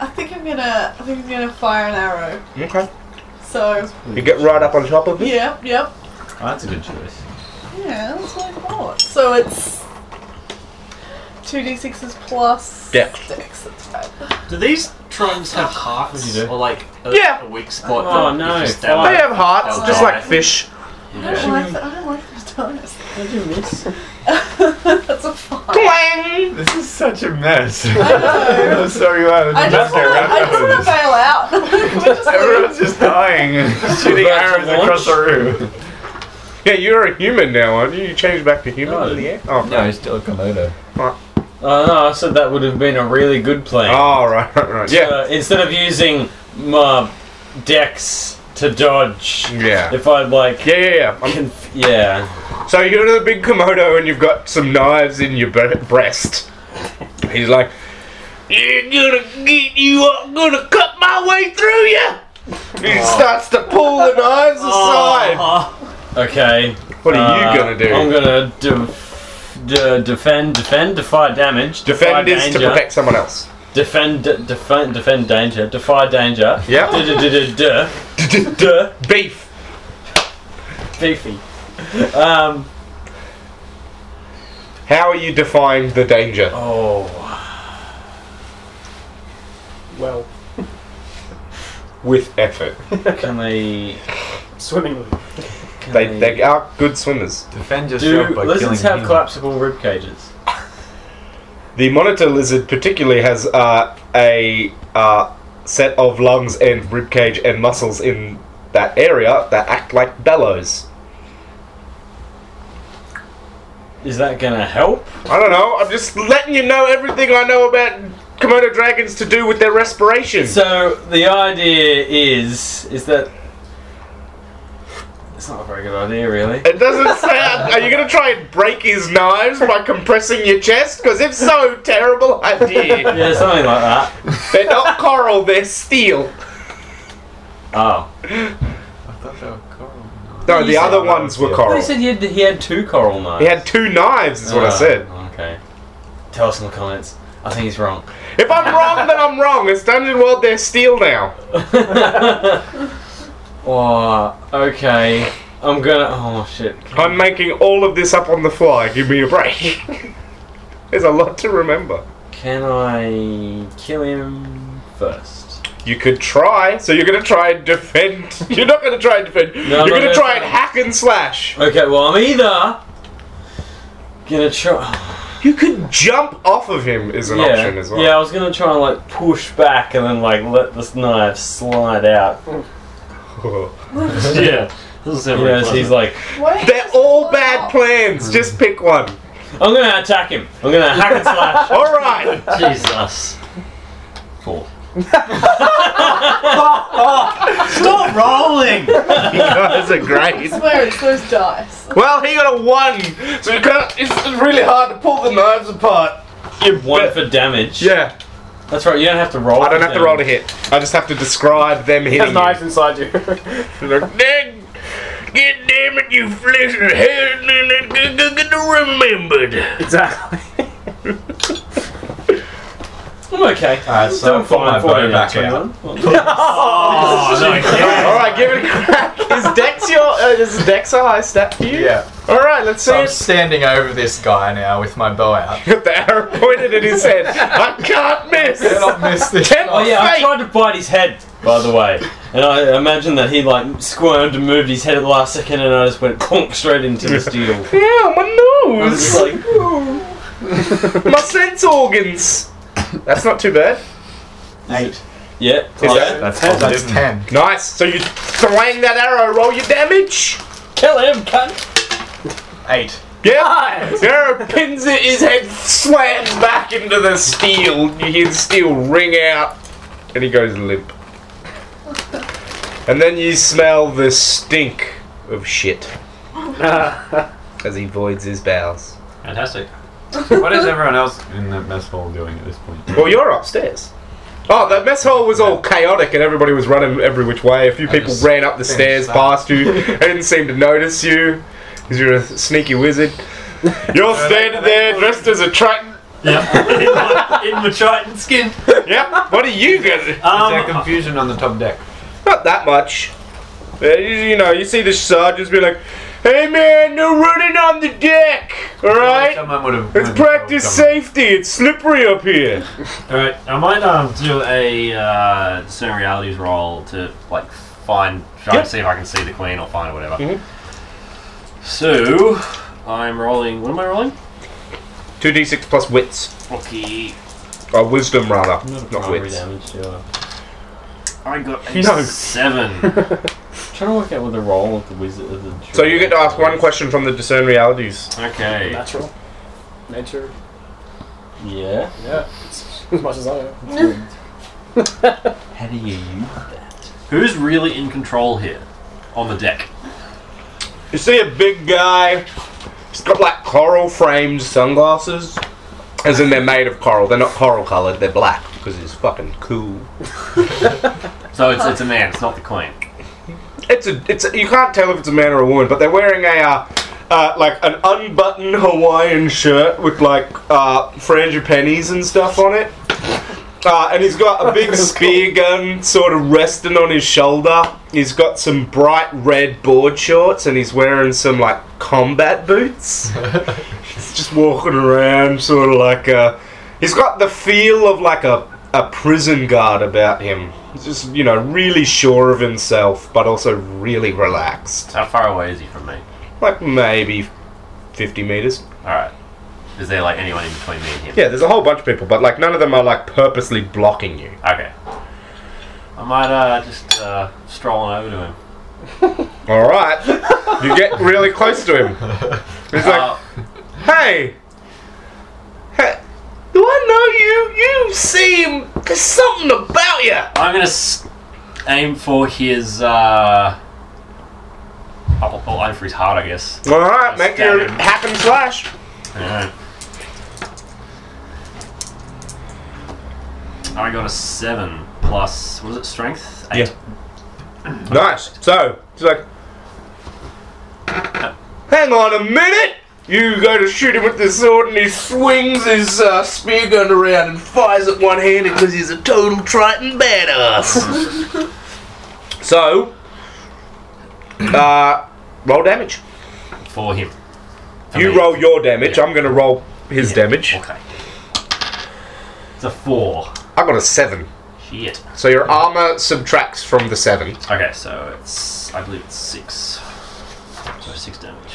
Speaker 4: I think I'm gonna. I think I'm gonna fire an arrow.
Speaker 1: Okay.
Speaker 4: So
Speaker 1: You get right up on top of it.
Speaker 4: yeah, yep.
Speaker 12: Oh, that's a good choice.
Speaker 4: Yeah, that's what I thought. So it's two d sixes plus
Speaker 1: Dex.
Speaker 4: Dex. That's bad.
Speaker 2: Do these tritons have hearts or like a,
Speaker 1: Yeah.
Speaker 2: a weak spot?
Speaker 3: Oh,
Speaker 2: that
Speaker 3: no.
Speaker 2: if you stab
Speaker 3: Oh,
Speaker 1: They
Speaker 2: it-
Speaker 1: have hearts,
Speaker 2: They'll
Speaker 1: just
Speaker 2: die.
Speaker 1: like fish.
Speaker 4: I don't like that. I don't like those bonus. That's a five.
Speaker 1: Clang!
Speaker 6: This is such a mess.
Speaker 4: I know.
Speaker 6: I'm so glad.
Speaker 4: I just want to. I just want to bail out. Can we just leave?
Speaker 6: Everyone's just dying, shooting
Speaker 3: About to
Speaker 6: arrows across the room.
Speaker 1: Yeah, you're a human now, aren't you? You changed back to human
Speaker 3: No.
Speaker 1: in the air? Oh,
Speaker 6: No, he's still a Komodo.
Speaker 3: Oh no, I said that would have been a really good plan.
Speaker 1: oh right, right, right. Yeah.
Speaker 3: Uh, instead of using my dex to dodge,
Speaker 1: Yeah.
Speaker 3: if I'd like.
Speaker 1: Yeah, yeah, yeah. I'm-
Speaker 3: Conf- yeah.
Speaker 1: so you're in a big Komodo and you've got some knives in your bre- breast. He's like, You're gonna get you, I'm gonna cut my way through you! He starts to pull the knives aside.
Speaker 3: Okay.
Speaker 1: What are you
Speaker 3: uh,
Speaker 1: gonna do?
Speaker 3: I'm gonna de- de- defend, defend, defy damage.
Speaker 1: Defend
Speaker 3: defy
Speaker 1: is to
Speaker 3: danger,
Speaker 1: protect someone else.
Speaker 3: Defend, de- defend, defend danger. Defy danger.
Speaker 1: Yeah.
Speaker 3: Duh, duh, duh, duh, duh. Duh.
Speaker 1: Beef.
Speaker 3: Beefy. Um.
Speaker 1: How are you defying the danger?
Speaker 3: Oh.
Speaker 5: Well,
Speaker 1: With effort.
Speaker 3: Can they?
Speaker 5: swimmingly.
Speaker 3: Can
Speaker 1: They, they are good swimmers.
Speaker 6: Defend
Speaker 3: do
Speaker 6: yourself by killing
Speaker 3: lizards have
Speaker 6: him.
Speaker 3: collapsible rib cages?
Speaker 1: The monitor lizard particularly has uh, a uh, set of lungs and ribcage and muscles in that area that act like bellows.
Speaker 3: Is that gonna help?
Speaker 1: I don't know. I'm just letting you know everything I know about Komodo dragons to do with their respiration.
Speaker 3: So the idea is is that it's not a very good idea, really.
Speaker 1: it doesn't sound. Are you going to try and break his knives by compressing your chest? Because if so, terrible idea.
Speaker 3: Yeah, something like that.
Speaker 1: They're not coral. They're steel.
Speaker 3: Oh,
Speaker 7: I thought they were coral.
Speaker 1: No, the other ones were
Speaker 3: But he
Speaker 1: coral.
Speaker 3: said he had, he had two coral knives.
Speaker 1: He had two knives, is what I
Speaker 3: Ah,
Speaker 1: said.
Speaker 3: Okay. Tell us in the comments. I think he's wrong.
Speaker 1: If I'm wrong, then I'm wrong. It's Dungeon World, they're steel now.
Speaker 3: Oh, okay. I'm gonna. Oh shit.
Speaker 1: I'm making all of this up on the fly. Give me a break. There's a lot to remember.
Speaker 3: Can I kill him first?
Speaker 1: You could try. So you're gonna try and defend. You're not gonna try and defend.
Speaker 3: I'm not
Speaker 1: you're gonna
Speaker 3: gonna
Speaker 1: try
Speaker 3: try.
Speaker 1: and hack and slash.
Speaker 3: Okay. Well, I'm either gonna try. oh,
Speaker 1: You could jump off of him is an
Speaker 3: yeah.
Speaker 1: option as well.
Speaker 3: Yeah, I was gonna try and like push back and then like let this knife slide out.
Speaker 2: yeah. This is
Speaker 3: You know, as he's like,
Speaker 4: Wait, Oh.
Speaker 1: They're all bad plans. Just pick one.
Speaker 3: I'm gonna attack him. I'm gonna hack and slash.
Speaker 1: All right.
Speaker 2: Jesus. Four.
Speaker 1: you guys are great.
Speaker 4: I swear it's those dice.
Speaker 1: Well, he got a one, so you can't, it's it's really hard to pull the knives apart.
Speaker 3: You one for damage.
Speaker 1: Yeah,
Speaker 3: That's right. You don't have to roll.
Speaker 1: I don't have to roll to hit. I just have to describe them hitting
Speaker 5: There's
Speaker 1: you.
Speaker 5: knives inside you.
Speaker 1: Like, "Dang, God damn it, you flesh and hair, remembered.
Speaker 5: exactly.
Speaker 3: I'm okay.
Speaker 7: Alright, so I put my bow back out.
Speaker 2: Oh, no, yeah.
Speaker 1: All right, give it a crack. Is Dex your uh, is Dex a high stat for you?
Speaker 7: Yeah.
Speaker 1: All right, let's see.
Speaker 7: So I'm
Speaker 1: it.
Speaker 7: standing over this guy now with my bow out.
Speaker 1: Got the arrow pointed at his head. I can't miss.
Speaker 7: Cannot miss this.
Speaker 1: Ten
Speaker 3: Oh yeah, I
Speaker 1: fate.
Speaker 3: tried to bite his head, by the way, and I imagine that he like squirmed and moved his head at the last second, and I just went plonk straight into the steel.
Speaker 1: Yeah, my
Speaker 3: I was
Speaker 1: nose.
Speaker 3: just like,
Speaker 1: my sense organs. That's not too bad.
Speaker 7: Eight. Oh,
Speaker 3: yeah,
Speaker 1: Is
Speaker 3: yeah,
Speaker 6: That's
Speaker 7: That's
Speaker 6: positive.
Speaker 7: ten.
Speaker 1: Nice. So you throwing that arrow. Roll your damage.
Speaker 3: kill him, cunt.
Speaker 7: Eight.
Speaker 1: Yeah. The arrow pins it. His head slams back into the steel. You hear the steel ring out, and he goes limp. And then you smell the stink of shit as he voids his bowels.
Speaker 2: Fantastic.
Speaker 6: what is everyone else in the mess hall doing at this point?
Speaker 1: Well, you're upstairs. Oh, the mess hall was all chaotic and everybody was running every which way. A few people
Speaker 7: just
Speaker 1: ran up the
Speaker 7: finished
Speaker 1: stairs
Speaker 7: that.
Speaker 1: past you. they didn't seem to notice you because you're a sneaky wizard. You're standing there dressed as a Triton.
Speaker 2: Yeah. in my Triton skin.
Speaker 1: Yep. What are you gonna?
Speaker 2: Um,
Speaker 6: Is there confusion on the top deck?
Speaker 1: Uh, Not that much. Uh, you, you know, you see the sergeants be like, "Hey man, no running on the deck. All right,
Speaker 6: Someone would have.
Speaker 1: let's practice safety. It's slippery up here."
Speaker 2: Alright, I might um, do a uh, discern realities roll to like find, try
Speaker 1: Yep.
Speaker 2: and see if I can see the queen or find whatever. So, I'm rolling. What am I rolling?
Speaker 1: Two d six plus wits,
Speaker 2: Rocky.
Speaker 1: or wisdom rather, not
Speaker 2: primary
Speaker 1: wits.
Speaker 2: damage. Yeah. I got a
Speaker 1: No.
Speaker 2: seven.
Speaker 3: trying to work out what the role of the wizard of the.
Speaker 1: So you get to ask one question from the discern realities.
Speaker 2: okay.
Speaker 5: Natural. Nature.
Speaker 3: Yeah.
Speaker 5: Yeah. It's as much as I know.
Speaker 3: How do you use that?
Speaker 2: Who's really in control here on the deck?
Speaker 1: You see a big guy. He's got like coral framed sunglasses. As in, they're made of coral. They're not coral colored. They're black because he's fucking cool.
Speaker 2: So it's it's a man. It's not the queen.
Speaker 1: It's a, it's a, you can't tell if it's a man or a woman, but they're wearing a, uh, uh, like an unbuttoned Hawaiian shirt with like uh, frangipanis and stuff on it. Uh, and he's got a big spear gun sort of resting on his shoulder. He's got some bright red board shorts and he's wearing some like combat boots. he's just walking around sort of like a. He's got the feel of like a, a prison guard about him. He's just, you know, really sure of himself, but also really relaxed.
Speaker 2: How far away is he from me?
Speaker 1: Like maybe 50 meters.
Speaker 2: All right. Is there like anyone in between me and him?
Speaker 1: Yeah, there's a whole bunch of people, but like none of them are like purposely blocking you.
Speaker 2: Okay. I might uh, just uh, stroll on over to him.
Speaker 1: All right. You get really close to him. He's like,
Speaker 2: Uh,
Speaker 1: hey, hey, do I know you? You seem there's something about you.
Speaker 2: I'm gonna s- aim for his. Uh, I'll, I'll aim for his heart, I guess.
Speaker 1: All right, make
Speaker 2: Stab
Speaker 1: your
Speaker 2: him.
Speaker 1: hack and slash.
Speaker 2: Alright. I got a seven plus. Was it strength? Eight.
Speaker 1: Nice. So, he's like, hang on a minute. You go to shoot him with the sword, and he swings his uh, spear gun around and fires at one handed because he's a total Triton badass. so, uh, roll damage.
Speaker 2: for him. For
Speaker 1: You
Speaker 2: me.
Speaker 1: roll your damage. I'm going to roll his
Speaker 2: Yeah,
Speaker 1: damage.
Speaker 2: Okay. It's a four.
Speaker 1: I got a seven.
Speaker 2: Shit.
Speaker 1: So your armor subtracts from the seven,
Speaker 2: Okay, so it's. I believe it's six. So six damage.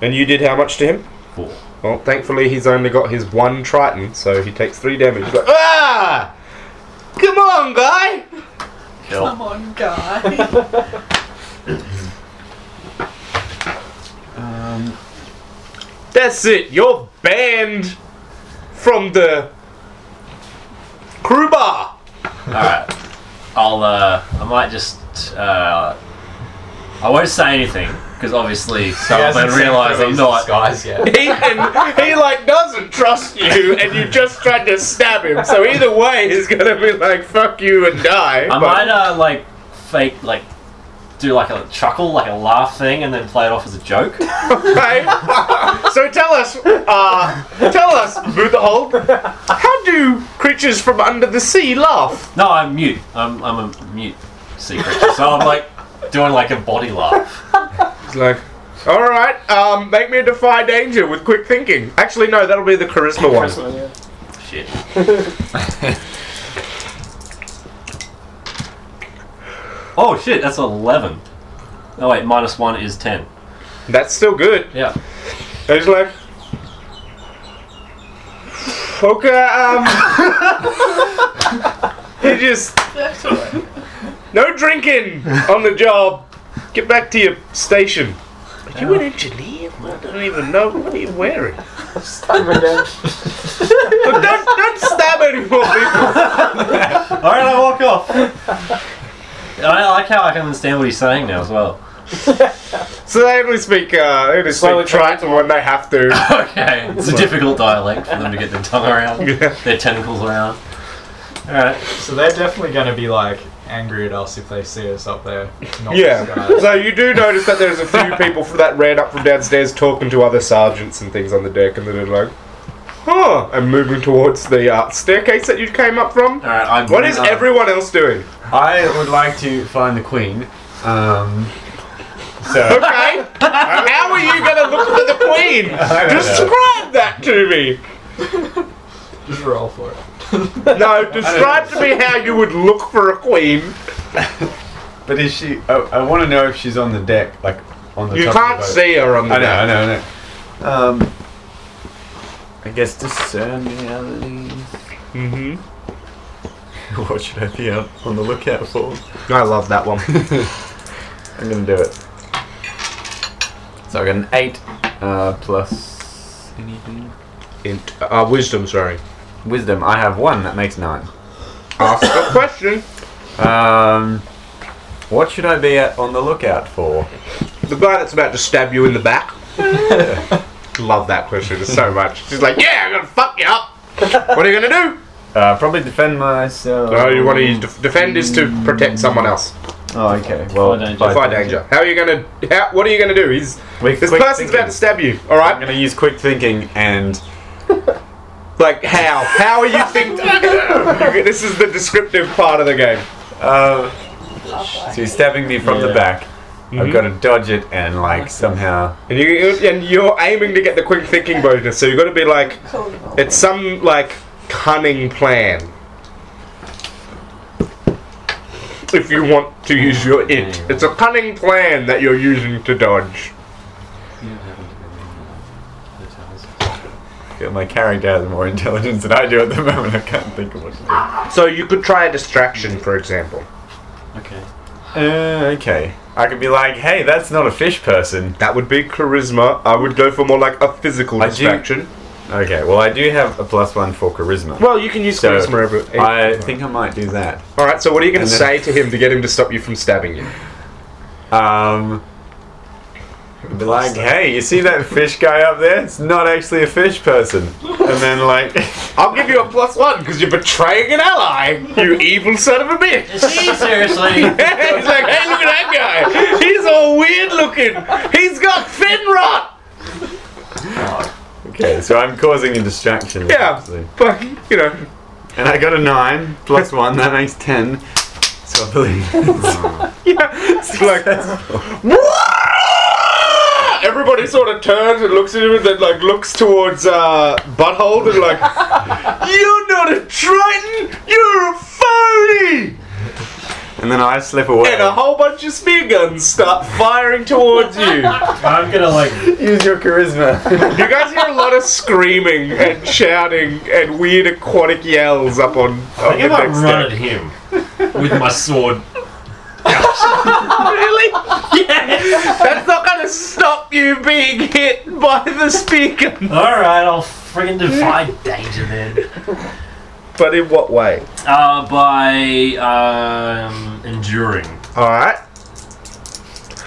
Speaker 1: and you did how much to him?
Speaker 2: Four.
Speaker 1: Well, thankfully he's only got his one Triton, so he takes three damage. He's like, ah! Come on, guy!
Speaker 2: Kill.
Speaker 1: Oh.
Speaker 4: Come on, guy.
Speaker 1: That's it. You're banned from the crew bar.
Speaker 2: Alright. I'll, uh. I might just. Uh, I won't say anything. because obviously
Speaker 6: Oh,
Speaker 7: hasn't
Speaker 2: Starman
Speaker 7: seen
Speaker 2: realised I'm
Speaker 7: Chloe's
Speaker 2: not.
Speaker 7: disguise yet.
Speaker 1: He, and he like doesn't trust you, and you just tried to stab him. So either way, he's gonna be like "fuck you" and die.
Speaker 2: I
Speaker 1: but-
Speaker 2: might uh, like fake like do like a chuckle, like a laugh thing, and then play it off as a joke.
Speaker 1: Okay. so tell us, uh, tell us, Buddhahold, how do creatures from under the sea laugh?
Speaker 2: No, I'm mute. I'm I'm a mute sea creature, so I'm like doing like a body laugh.
Speaker 1: He's like, all right, um, make me defy danger with quick thinking. Actually, no, that'll be the charisma one.
Speaker 2: Shit. oh shit, that's eleven. Oh wait, minus one is ten.
Speaker 1: That's still good.
Speaker 2: Yeah.
Speaker 1: And he's like, okay, um, he just
Speaker 4: That's all right.
Speaker 1: no drinking on the job. Get back to your station. Are you an engineer? I don't even know what are you wearing. Look, don't, don't stab anymore, people.
Speaker 2: All right, I walk off. I like how I can understand what he's saying now as well.
Speaker 1: So they only speak, uh, they only speak Triton when they have to.
Speaker 2: Okay, it's a difficult dialect for them to get their tongue around, their tentacles around. All right.
Speaker 7: So they're definitely going to be like angry at us if they see us up there. Not
Speaker 1: yeah.
Speaker 7: disguised.
Speaker 1: So you do notice that there's a few people from that ran up from downstairs talking to other sergeants and things on the deck, and then they're like, huh, and moving towards the uh, staircase that you came up from.
Speaker 2: All right. I'm
Speaker 1: What is everyone else doing?
Speaker 6: I would like to find the queen. Um, so
Speaker 1: Okay. How are you going to look for the queen?
Speaker 6: I don't know.
Speaker 1: Describe that to me.
Speaker 7: Just roll for it.
Speaker 1: No, describe to me how you would look for a queen.
Speaker 6: But is she? I, I want to know if she's on the deck, like on the.
Speaker 1: You
Speaker 6: top of the
Speaker 1: can't
Speaker 6: boat.
Speaker 1: see her on the
Speaker 6: I know,
Speaker 1: deck.
Speaker 6: I know, I know. Um, I guess discern reality.
Speaker 1: Mhm.
Speaker 6: What should I be out on the lookout for?
Speaker 1: I love that one.
Speaker 6: I'm gonna do it. So I got an eight uh, plus anything.
Speaker 1: In, uh, wisdom, sorry.
Speaker 6: Wisdom. I have one. That makes nine.
Speaker 1: Ask a question.
Speaker 6: Um, what should I be at on the lookout for?
Speaker 1: The guy that's about to stab you in the back. Love that question so much. She's like, yeah, I'm gonna fuck you up. What are you gonna do?
Speaker 6: Uh, probably defend myself.
Speaker 1: Oh, you want to use def- defend is to protect someone else.
Speaker 6: Oh, okay. Well,
Speaker 9: danger.
Speaker 6: fight
Speaker 1: Defy danger. How are you gonna? How, what are you gonna do? He's
Speaker 6: Quick-
Speaker 1: this
Speaker 6: quick
Speaker 1: person's
Speaker 6: thinking.
Speaker 1: about to stab you. All
Speaker 6: I'm
Speaker 1: right.
Speaker 6: gonna use quick thinking and
Speaker 1: Like how? How are you thinking? this is the descriptive part of the game.
Speaker 6: Uh, so he's stabbing me from the back. I've got to dodge it and like somehow.
Speaker 1: And you and you're aiming to get the quick thinking bonus, so you've got to be like,
Speaker 4: Cool. Cool.
Speaker 1: it's some like cunning plan. If you want to use your it, it's a cunning plan that you're using to dodge.
Speaker 6: My character has more intelligence than I do at the moment. I can't think of what to do.
Speaker 1: So you could try a distraction, for example.
Speaker 2: Okay.
Speaker 6: Uh, okay. I could be like, hey, that's not a fish person.
Speaker 1: That would be charisma. I would go for more like a physical
Speaker 6: I do-
Speaker 1: distraction.
Speaker 6: Okay, well, I do have a plus one for charisma.
Speaker 1: Well, you can use
Speaker 6: So,
Speaker 1: charisma over.
Speaker 6: I think I might do that.
Speaker 1: All right. So what are you going to
Speaker 6: And
Speaker 1: say
Speaker 6: then-
Speaker 1: to him to get him to stop you from stabbing you?
Speaker 6: Um, I'd be like, hey, you see that fish guy up there? It's not actually a fish person. And then, like,
Speaker 1: I'll give you a plus one because you're betraying an ally. You evil son of a bitch.
Speaker 2: Is she seriously?
Speaker 1: He's like, hey, look at that guy. He's all weird looking. He's got fin rot.
Speaker 6: okay, so I'm causing a distraction.
Speaker 1: Yeah.
Speaker 6: obviously.
Speaker 1: But you know,
Speaker 6: And I got a nine plus one, that makes ten. So I believe.
Speaker 1: yeah. It's like, "Whoa!" everybody sort of turns and looks at him, and then like looks towards uh, butthole and like, you're not a Triton. You're a phony.
Speaker 6: and then I slip away.
Speaker 1: And a whole bunch of spear guns start firing towards you.
Speaker 2: I'm gonna like.
Speaker 6: Use your charisma.
Speaker 1: You guys hear a lot of screaming and shouting and weird aquatic yells up on, on the
Speaker 2: If I
Speaker 1: deck
Speaker 2: run at
Speaker 1: stair.
Speaker 2: him with my sword,
Speaker 1: Really? Yeah. That's not gonna stop you being hit by the speaker.
Speaker 2: all right, I'll friggin' defy danger then.
Speaker 1: But in what way?
Speaker 2: Uh, by um, enduring.
Speaker 1: Alright.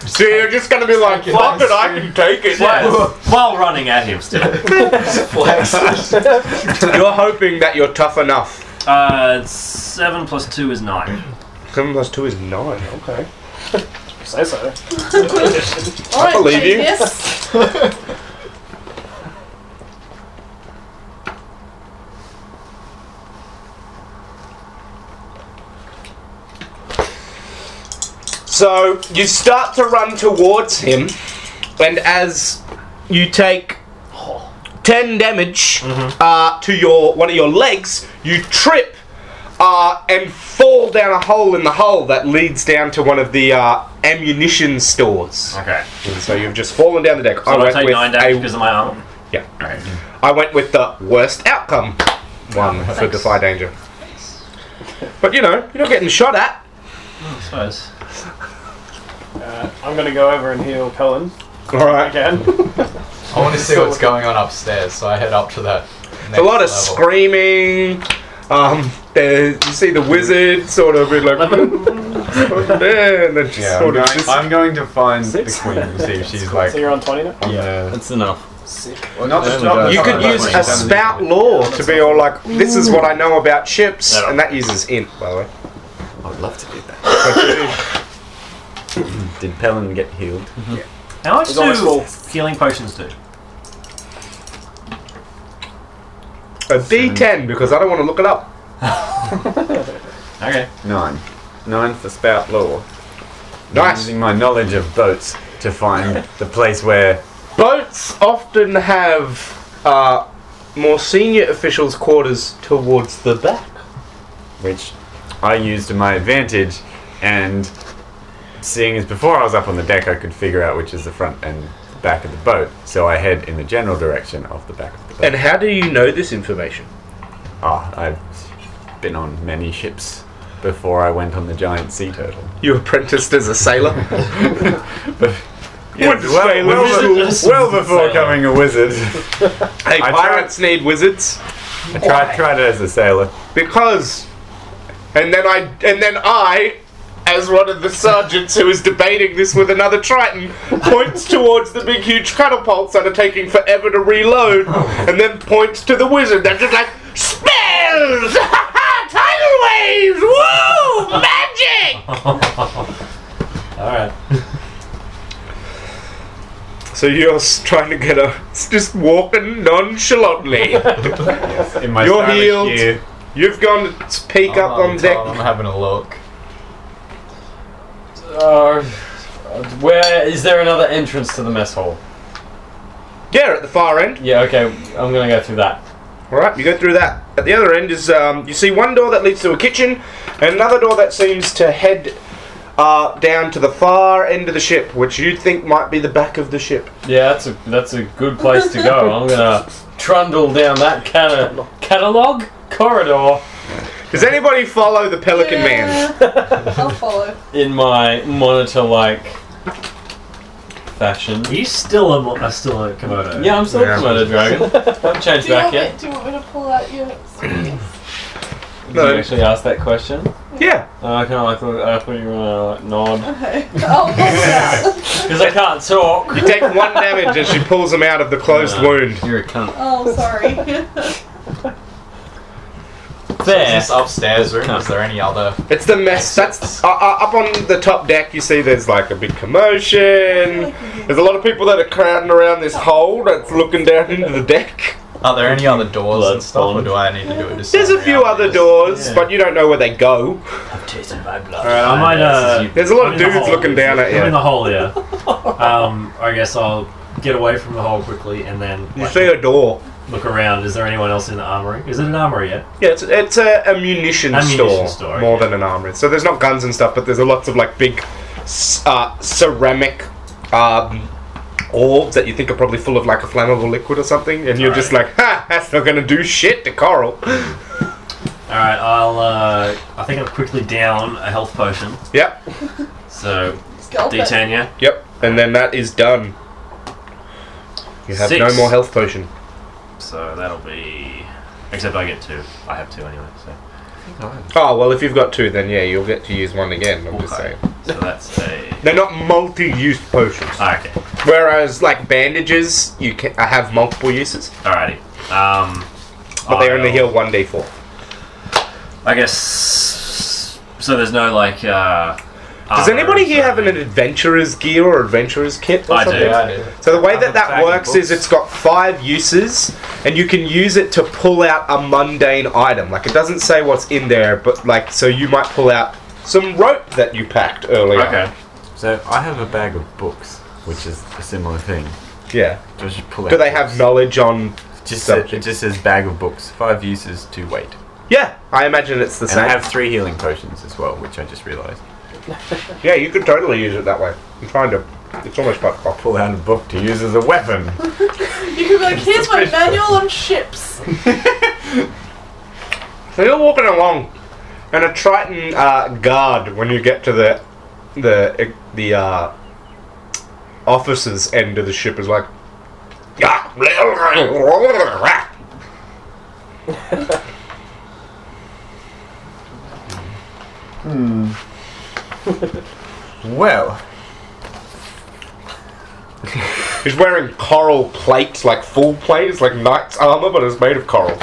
Speaker 1: See, you're just gonna be like, fuck it, I can take it.
Speaker 2: While- while running at him still.
Speaker 1: You're hoping that you're tough enough.
Speaker 2: Uh, seven plus two is nine.
Speaker 1: Seven plus two is nine. Okay.
Speaker 5: Say so.
Speaker 4: Alright,
Speaker 1: believe you.
Speaker 4: Yes.
Speaker 1: So you start to run towards him, and as you take ten damage
Speaker 2: Mm-hmm.
Speaker 1: uh, to your one of your legs, you trip uh, and fall down a hole in the hull that leads down to one of the uh, ammunition stores.
Speaker 2: Okay.
Speaker 1: So you've just fallen down the deck.
Speaker 2: So I take nine damage because of my arm.
Speaker 1: Yeah.
Speaker 2: Alright.
Speaker 1: I went with the worst outcome one for
Speaker 2: thanks.
Speaker 1: defy danger. But you know, you're not getting shot at.
Speaker 2: I suppose.
Speaker 5: Uh, I'm gonna go over and heal Cullen
Speaker 1: All right.
Speaker 5: again.
Speaker 7: I want to see what's going on upstairs, so I head up to the. Next
Speaker 1: a lot of
Speaker 7: level.
Speaker 1: screaming. Um, there, you see the wizard sort of be like, and then just
Speaker 6: Yeah, I'm
Speaker 1: sort of
Speaker 6: going,
Speaker 1: just,
Speaker 6: I'm going to find
Speaker 5: Six?
Speaker 6: the queen and see if she's like.
Speaker 5: so you're on 20 now?
Speaker 6: on the-
Speaker 9: That's enough.
Speaker 6: well, not the
Speaker 9: You
Speaker 6: top,
Speaker 1: You
Speaker 6: but
Speaker 1: could
Speaker 6: like
Speaker 1: use a
Speaker 6: down the-
Speaker 1: spout law to be all like, this is what I know about ships, and that uses int, by the way.
Speaker 6: I'd love to do that. Did Pelin get healed?
Speaker 2: How much
Speaker 5: It's almost
Speaker 2: do healing potions do?
Speaker 1: A D10 because I don't want to look it up.
Speaker 2: Okay.
Speaker 6: Nine. Nine for spout law. I'm
Speaker 1: Nice.
Speaker 6: using my knowledge of boats to find the place where.
Speaker 1: Boats often have uh, more senior officials' quarters towards the back.
Speaker 6: which I used to my advantage, and seeing as before I was up on the deck, I could figure out which is the front and back of the boat. So I head in the general direction of the back of the boat.
Speaker 1: And how do you know this information?
Speaker 6: Ah, I've been on many ships before I went on the giant sea turtle.
Speaker 1: You apprenticed as a sailor.
Speaker 6: Yes,
Speaker 1: Wizard
Speaker 6: well,
Speaker 1: sailor.
Speaker 6: well be-
Speaker 1: Wizard
Speaker 6: well before
Speaker 9: sailor.
Speaker 6: coming a wizard,
Speaker 1: hey,
Speaker 6: I tried-
Speaker 1: pirates need wizards.
Speaker 6: I tried, tried it as a sailor.
Speaker 1: because and then i and then i as one of the sergeants who is debating this with another triton points towards the big huge catapults that are taking forever to reload and then points to the wizard that's just like spells tidal waves woo magic
Speaker 2: Alright.
Speaker 1: so you're s- trying to get a s- just walking nonchalantly
Speaker 6: In my
Speaker 1: You're
Speaker 6: stylish
Speaker 1: healed.
Speaker 6: gear.
Speaker 1: you've gone to peek
Speaker 7: I'm
Speaker 1: up
Speaker 7: not
Speaker 1: on
Speaker 7: retarded, I'm
Speaker 1: deck
Speaker 7: having a look.
Speaker 9: Uh, where is there another entrance to the mess hall?
Speaker 1: yeah at the far end
Speaker 9: Yeah, okay, I'm gonna go through that.
Speaker 1: All right, you go through that. At the other end is um, you see one door that leads to a kitchen, and another door that seems to head uh, down to the far end of the ship, which you think might be the back of the ship.
Speaker 9: Yeah, that's a that's a good place to go. I'm gonna trundle down that cata- catalog corridor
Speaker 1: Does anybody follow the Pelican Man?
Speaker 4: Yeah. I'll follow.
Speaker 9: in my monitor like fashion.
Speaker 2: Are you still a, mo- uh, still a Komodo?
Speaker 9: Yeah, I'm still a Komodo dragon. Haven't changed
Speaker 4: Do you,
Speaker 9: back
Speaker 4: want me,
Speaker 9: yet.
Speaker 4: do you want me to pull out your sleeves?
Speaker 9: Did
Speaker 1: No.
Speaker 9: you actually ask that question?
Speaker 1: Yeah.
Speaker 9: Uh, I kind of like thought- I thought you were gonna like, nod
Speaker 4: Okay. I'll Oh, pull it out.
Speaker 9: because I can't talk.
Speaker 1: You take one damage as she pulls him out of the closed wound.
Speaker 9: You're a cunt.
Speaker 4: Oh, sorry.
Speaker 9: There.
Speaker 7: Is this upstairs room? Is there any other?
Speaker 1: It's the mess. That's uh, uh, up on the top deck. You see, there's like a big commotion. There's a lot of people that are crowding around this hole that's looking down into the deck.
Speaker 7: Are there any other doors
Speaker 9: Blood
Speaker 7: and stuff, or
Speaker 9: bond.
Speaker 7: do I need to do it?
Speaker 1: There's a few other doors,
Speaker 2: Yeah.
Speaker 1: but you don't know where they go.
Speaker 9: Tasted my blood.
Speaker 2: Alright, I might uh,
Speaker 1: There's a lot of
Speaker 2: I'm in the
Speaker 1: dudes
Speaker 2: hole.
Speaker 1: looking down at
Speaker 2: I'm in
Speaker 1: you.
Speaker 2: the hole, yeah. Um, I guess I'll get away from the hole quickly and then
Speaker 1: You
Speaker 2: like,
Speaker 1: see a door.
Speaker 2: look around. Is there anyone else in the armory? Is it an armory yet?
Speaker 1: Yeah, it's it's a ammunition,
Speaker 2: Ammunition
Speaker 1: store,
Speaker 2: store,
Speaker 1: more
Speaker 2: yeah.
Speaker 1: than an armory. So there's not guns and stuff, but there's a lots of like big s- uh, ceramic um, orbs that you think are probably full of like a flammable liquid or something, and you're just like, ha, that's not gonna do shit to Coral.
Speaker 2: All right, I'll. Uh, I think I'm quickly down a health potion.
Speaker 1: yep,
Speaker 2: So
Speaker 4: Scalp it.
Speaker 2: D10, yeah.
Speaker 1: yep, and then that is done. You have no
Speaker 2: Six.
Speaker 1: more health potion.
Speaker 2: So that'll be. Except I get two. I have two anyway. So
Speaker 1: Oh well, if you've got two, then yeah, you'll get to use one again. I'm just
Speaker 2: Okay.
Speaker 1: saying.
Speaker 2: So that's a.
Speaker 1: They're not multi-use potions.
Speaker 2: ah, Okay.
Speaker 1: Whereas like bandages, you can I have multiple uses,
Speaker 2: Alrighty. Um,
Speaker 1: but they only
Speaker 2: I'll-
Speaker 1: heal one d four.
Speaker 2: I guess. So there's no like. Uh,
Speaker 1: Does
Speaker 2: armor
Speaker 1: anybody
Speaker 2: or
Speaker 1: here have an
Speaker 2: something?
Speaker 1: adventurer's gear or adventurer's kit? Or
Speaker 2: I do.
Speaker 1: something?
Speaker 7: Yeah, I do.
Speaker 1: So the way
Speaker 7: I've
Speaker 1: that
Speaker 7: got a bag
Speaker 1: that
Speaker 7: of
Speaker 1: works is
Speaker 7: books.
Speaker 1: it's got five uses, and you can use it to pull out a mundane item. Like it doesn't say what's in there, but like so you might pull out some rope that you packed earlier.
Speaker 2: Okay.
Speaker 6: So I have a bag of books, which is a similar thing.
Speaker 1: Yeah.
Speaker 6: Do I just pull
Speaker 1: Do
Speaker 6: out
Speaker 1: they have
Speaker 6: books?
Speaker 1: knowledge on?
Speaker 6: Just sa-
Speaker 1: subject?
Speaker 6: it just says bag of books. Five uses to weight.
Speaker 1: Yeah, I imagine it's the
Speaker 6: And I
Speaker 1: same.
Speaker 6: have three healing potions as well, which I just realised.
Speaker 1: Yeah, you could totally use it that way. I'm trying to. It's almost part of
Speaker 6: Pull out a book to use as a weapon.
Speaker 4: You could be like, here's my manual on ships.
Speaker 1: So you're walking along, and a Triton uh, guard. When you get to the the the uh, officers' end of the ship, is like, and
Speaker 6: Well,
Speaker 1: he's wearing coral plates, like full plates, like knight's armor, but it's made of coral.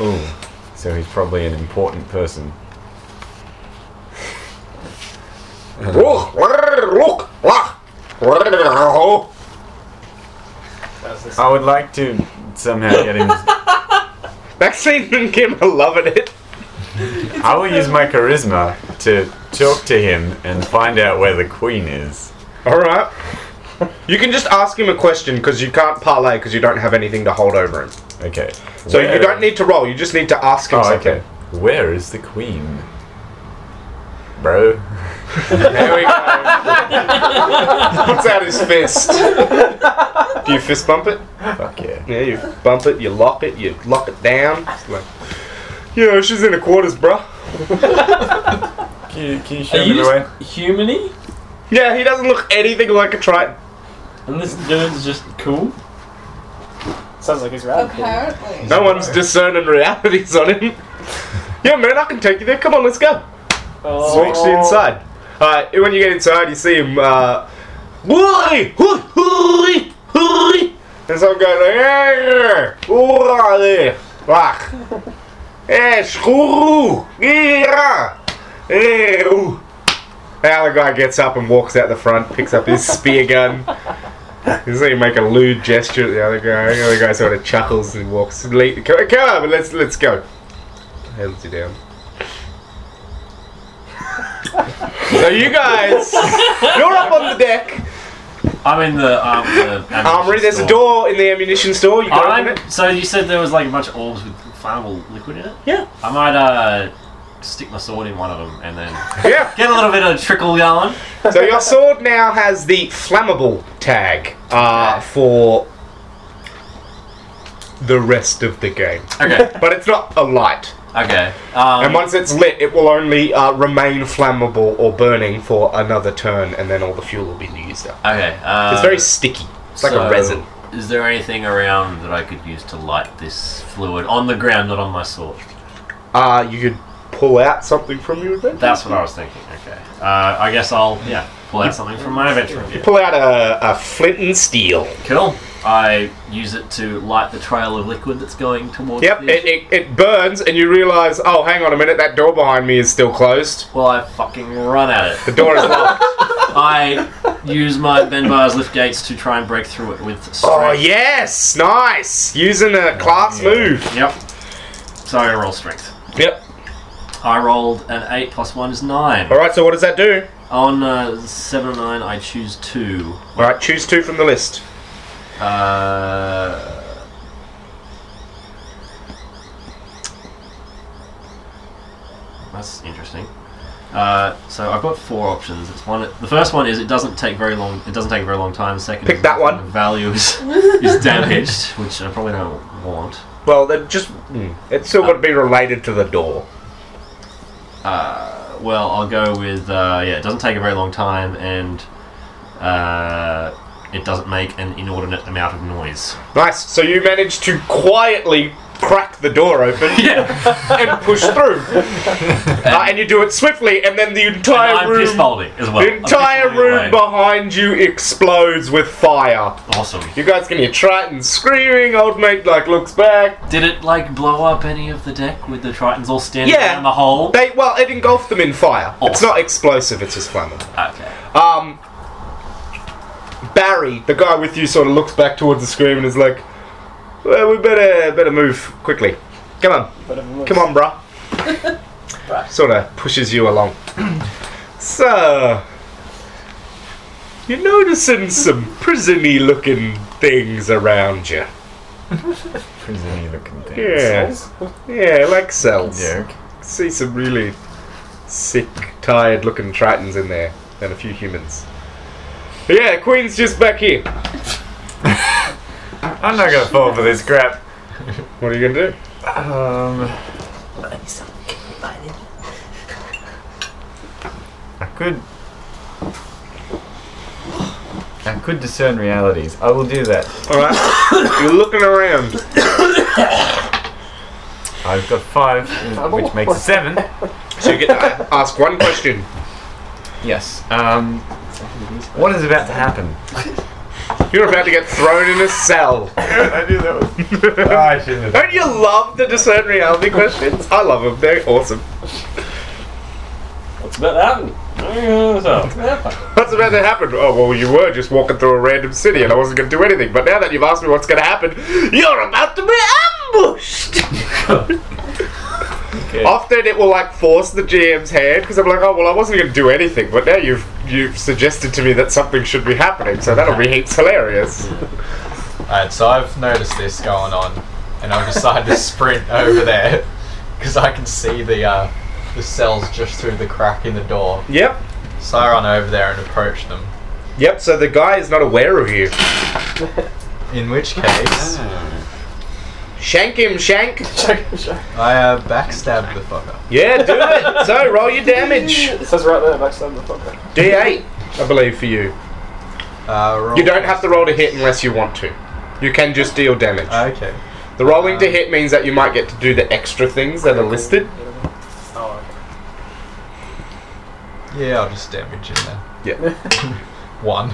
Speaker 6: ooh, so he's probably an important person.
Speaker 1: Look, look, look.
Speaker 6: I would like to somehow get him.
Speaker 1: Maxine and Kim are loving it.
Speaker 6: I will use my charisma to talk to him and find out where the queen is.
Speaker 1: All right. You can just ask him a question because you can't parlay because you don't have anything to hold over him.
Speaker 6: Okay.
Speaker 1: So
Speaker 6: Where-
Speaker 1: you don't need to roll. You just need to ask him
Speaker 6: Oh,
Speaker 1: something.
Speaker 6: okay. Where is the queen, bro?
Speaker 1: There we go. Puts out his fist. Do you fist bump it?
Speaker 6: Fuck yeah.
Speaker 1: Yeah, you bump it. You lock it. You lock it down. It's like, yeah, she's in the quarters, bruh.
Speaker 6: Can you, can you show
Speaker 9: Are
Speaker 6: me
Speaker 9: you
Speaker 6: the way?
Speaker 9: just humany?
Speaker 1: Yeah, he doesn't look anything like a triton.
Speaker 9: And this dude's just cool?
Speaker 5: Sounds like he's rad.
Speaker 4: Apparently.
Speaker 1: No one's discerning realities on him. yeah, man, I can take you there. Come on, let's go.
Speaker 5: Oh.
Speaker 1: Switch to inside. Uh, when you get inside, you see him. Uh, "Why? Who- who- who-" and someone goes, "Eh, why? Wah. Eh, screw. Yeah. Eh, ooh." The other guy gets up and walks out the front, picks up his spear gun. You see him make a lewd gesture at the other guy. The other guy sort of chuckles and walks. "Le- Come come on, let's let's go. Hands you down. So you guys, you're up on the deck.
Speaker 2: I'm in the, um, the
Speaker 1: Armory. There's a door in the ammunition store. You can open
Speaker 2: I'm,
Speaker 1: it.
Speaker 2: so you said there was like a bunch of orbs with flammable liquid in it.
Speaker 1: Yeah.
Speaker 2: I might uh stick my sword in one of them and then
Speaker 1: Yeah.
Speaker 2: get a little bit of trickle going.
Speaker 1: So your sword now has the flammable tag uh, for the rest of the game,
Speaker 2: Okay.
Speaker 1: but it's not a light.
Speaker 2: Okay.
Speaker 1: And
Speaker 2: Um,
Speaker 1: once it's lit, it will only uh, remain flammable or burning for another turn, and then all the fuel will be used up.
Speaker 2: okay. Uh,
Speaker 1: It's very sticky. It's like
Speaker 2: so
Speaker 1: a resin.
Speaker 2: Is there anything around that I could use to light this fluid on the ground, not on my sword?
Speaker 1: Uh, you could pull out something from your inventory.
Speaker 2: That's what I was thinking. Okay. Uh, I guess I'll yeah pull out something from my inventory.
Speaker 1: Pull out a, a flint and steel.
Speaker 2: Cool. I use it to light the trail of liquid that's going towards.
Speaker 1: Yep,
Speaker 2: the-
Speaker 1: it, it, it burns, and you realize, oh, hang on a minute, that door behind me is still closed.
Speaker 2: well, I fucking run at it.
Speaker 1: The door is locked.
Speaker 2: I use my Ben Bar's lift gates to try and break through it with strength.
Speaker 1: oh, yes, nice. Using a class move.
Speaker 2: Yep. So I roll strength.
Speaker 1: Yep.
Speaker 2: I rolled an 8 plus 1 is 9.
Speaker 1: All right, so what does that do?
Speaker 2: On uh, 7 or 9, I choose 2.
Speaker 1: All right, choose two from the list.
Speaker 2: Uh, that's interesting. Uh, so I've got four options. It's one. The first one is it doesn't take very long. It doesn't take a very long time. Second,
Speaker 1: Pick
Speaker 2: is
Speaker 1: that one.
Speaker 2: the Value is, is damaged, which I probably don't want.
Speaker 1: Well, that just mm, it's still got to be related to the door.
Speaker 2: Uh, well, I'll go with uh, yeah. It doesn't take a very long time, and uh, it doesn't make an inordinate amount of noise.
Speaker 1: Nice. So you managed to quietly crack the door open and push through. Uh, and you do it swiftly, and then the entire
Speaker 2: I'm
Speaker 1: room.
Speaker 2: fist folding as well.
Speaker 1: The
Speaker 2: I'm
Speaker 1: entire
Speaker 2: fist folding
Speaker 1: room
Speaker 2: away.
Speaker 1: behind you explodes with fire.
Speaker 2: Awesome.
Speaker 1: You guys can hear Triton screaming. Old mate like looks back.
Speaker 2: Did it like blow up any of the deck with the tritons all standing
Speaker 1: Yeah.
Speaker 2: down the hole?
Speaker 1: They well, it engulfed them in fire. It's
Speaker 2: Awesome.
Speaker 1: not explosive; it's just flammable.
Speaker 2: Okay.
Speaker 1: Um, Barry, the guy with you, sort of looks back towards the scream and is like, "Well, we better better move quickly. Come on." Come on, bruh. sort of pushes you along. so, you're noticing some prisony looking things around you.
Speaker 6: Prisony looking thing.
Speaker 1: Yeah. Yeah, like cells.
Speaker 6: Yeah.
Speaker 1: See some really sick, tired looking tritons in there, and a few humans. But yeah, Queen's just back here.
Speaker 6: I'm not gonna fall for this crap.
Speaker 1: What are you gonna do?
Speaker 6: Um. I could. I could discern realities. I will do that.
Speaker 1: Alright. You're looking around.
Speaker 6: I've got five, which makes it seven.
Speaker 1: So you get to ask one question.
Speaker 6: Yes. Um. What is about to happen?
Speaker 1: You're about to get thrown in a cell.
Speaker 6: I do that one.
Speaker 7: Ah,
Speaker 6: I shouldn't have.
Speaker 1: Don't you love the discern reality questions? I love them. They're awesome.
Speaker 3: What's about that? Uh, so-
Speaker 1: What's about to happen? Oh, well, you were just walking through a random city and I wasn't going to do anything. But now that you've asked me what's going to happen, you're about to be ambushed! Often it will like force the GM's hand because I'm like, oh well, I wasn't going to do anything, but now you've you've suggested to me that something should be happening, so that'll be heaps hilarious.
Speaker 7: Alright, so I've noticed this going on, and I've decided to sprint over there because I can see the uh, the cells just through the crack in the door.
Speaker 1: Yep,
Speaker 7: So I run over there and approach them.
Speaker 1: yep. So the guy is not aware of you.
Speaker 7: In which case,
Speaker 3: Ah.
Speaker 1: Shank him, Shank.
Speaker 7: I uh, backstab the fucker.
Speaker 1: Yeah, do it. so roll your damage.
Speaker 5: It says right there, backstab the fucker.
Speaker 1: D8, I believe, for you.
Speaker 7: Uh, roll
Speaker 1: You don't have to roll to hit unless you want to. You can just deal damage.
Speaker 7: Okay.
Speaker 1: the rolling to hit means that you might get to do the extra things that are listed.
Speaker 5: Oh, okay.
Speaker 7: Yeah, I'll just damage it then.
Speaker 1: Yeah.
Speaker 7: One.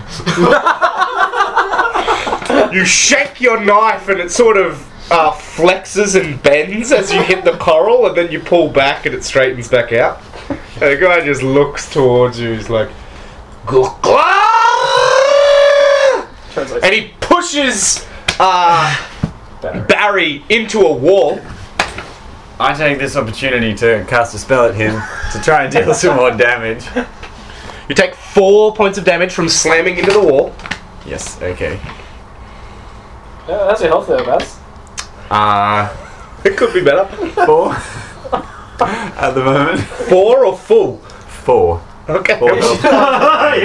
Speaker 1: you shake your knife and it sort of uh, flexes and bends as you hit the coral, and then you pull back and it straightens back out. And the guy just looks towards you. He's like, "Gukla!"
Speaker 5: Translation.
Speaker 1: and he pushes uh, Barry into a wall.
Speaker 6: I take this opportunity to cast a spell at him to try and deal some more damage.
Speaker 1: You take four points of damage from slamming into the wall.
Speaker 6: Yes. Okay.
Speaker 5: Yeah, that's your health there, Bass.
Speaker 6: Uh,
Speaker 1: It could be better.
Speaker 6: four at the moment.
Speaker 1: Four or full?
Speaker 6: Four.
Speaker 1: Okay.
Speaker 6: Four Um, health.
Speaker 2: You're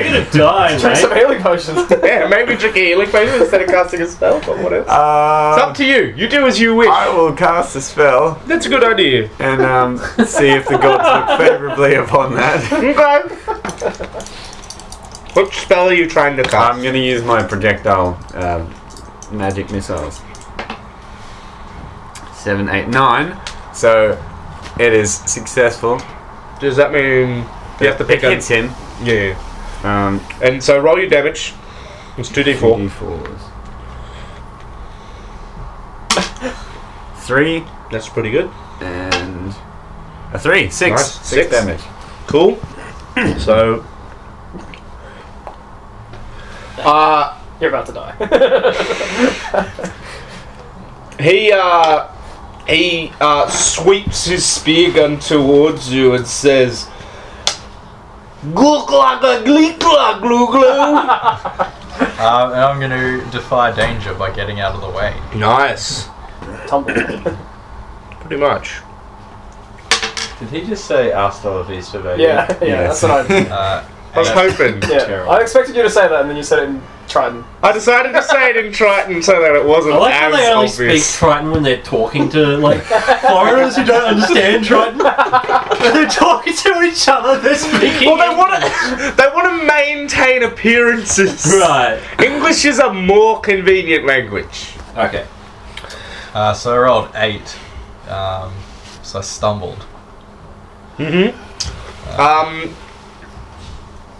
Speaker 2: gonna die,
Speaker 5: Drink some
Speaker 2: mate.
Speaker 5: healing potions.
Speaker 1: yeah, maybe drink a healing potion instead of casting a spell, but whatever. it's
Speaker 6: Uh,
Speaker 1: up to you. You do as you wish.
Speaker 6: I will cast a spell
Speaker 1: That's a good idea.
Speaker 6: and um, see if the gods look favourably upon that.
Speaker 1: Okay. Which spell are you trying to cast?
Speaker 6: I'm going to use my projectile um, magic missiles. Seven, eight, nine. So it is successful.
Speaker 1: Um, Does that mean you have to pick
Speaker 6: it
Speaker 1: a
Speaker 6: hits him.
Speaker 1: yeah?
Speaker 6: Um,
Speaker 1: And so roll your damage. It's two d four.
Speaker 6: 2d4s. Three
Speaker 1: That's pretty good.
Speaker 6: and a three. Six.
Speaker 1: Nice.
Speaker 6: Six,
Speaker 1: Six.
Speaker 6: damage.
Speaker 1: Cool. So. Uh,
Speaker 5: You're about to die.
Speaker 1: He uh, he uh, sweeps his spear gun towards you and says, "Gluglaga gligla gluglu."
Speaker 7: Um, and I'm going to defy danger by getting out of the way.
Speaker 1: Nice,
Speaker 5: Tumble.
Speaker 1: pretty much.
Speaker 3: Did he just say hasta la vista, baby?
Speaker 5: yeah, yeah,
Speaker 6: Yes.
Speaker 5: that's what I.
Speaker 7: Uh,
Speaker 1: I was hoping.
Speaker 5: Yeah,
Speaker 3: Terrible.
Speaker 5: I expected you to say that, and then you said it in Triton.
Speaker 1: I decided to say it in Triton so that it wasn't
Speaker 2: I like how
Speaker 1: as
Speaker 2: they only
Speaker 1: obvious.
Speaker 2: speak Triton when they're talking to like foreigners who don't understand Triton. when they're talking to each other, they're speaking.
Speaker 1: well, they want to they want to maintain appearances.
Speaker 2: Right.
Speaker 1: English is a more convenient language.
Speaker 3: Okay.
Speaker 7: Uh, so I rolled eight. Um, so I stumbled.
Speaker 1: Mm-hmm. Um,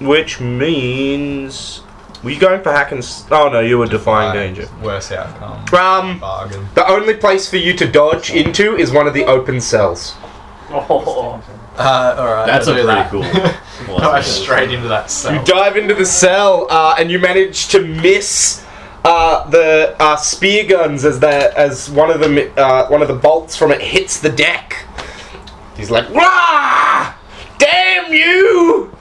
Speaker 1: which means were you going for hack and? s- Oh no, you were defying danger.
Speaker 7: Worse Uh, outcome.
Speaker 1: Um,
Speaker 7: Bargain.
Speaker 1: the only place for you to dodge into is one of the open cells.
Speaker 5: Oh,
Speaker 7: Uh, alright.
Speaker 2: That's a
Speaker 7: I'll do
Speaker 2: pretty
Speaker 7: that.
Speaker 2: cool. one.
Speaker 7: I was straight into that cell.
Speaker 1: You dive into the cell uh, and you manage to miss uh, the uh, spear guns as the, as one of them uh, one of the bolts from it hits the deck. He's like, "Wah! Damn you!"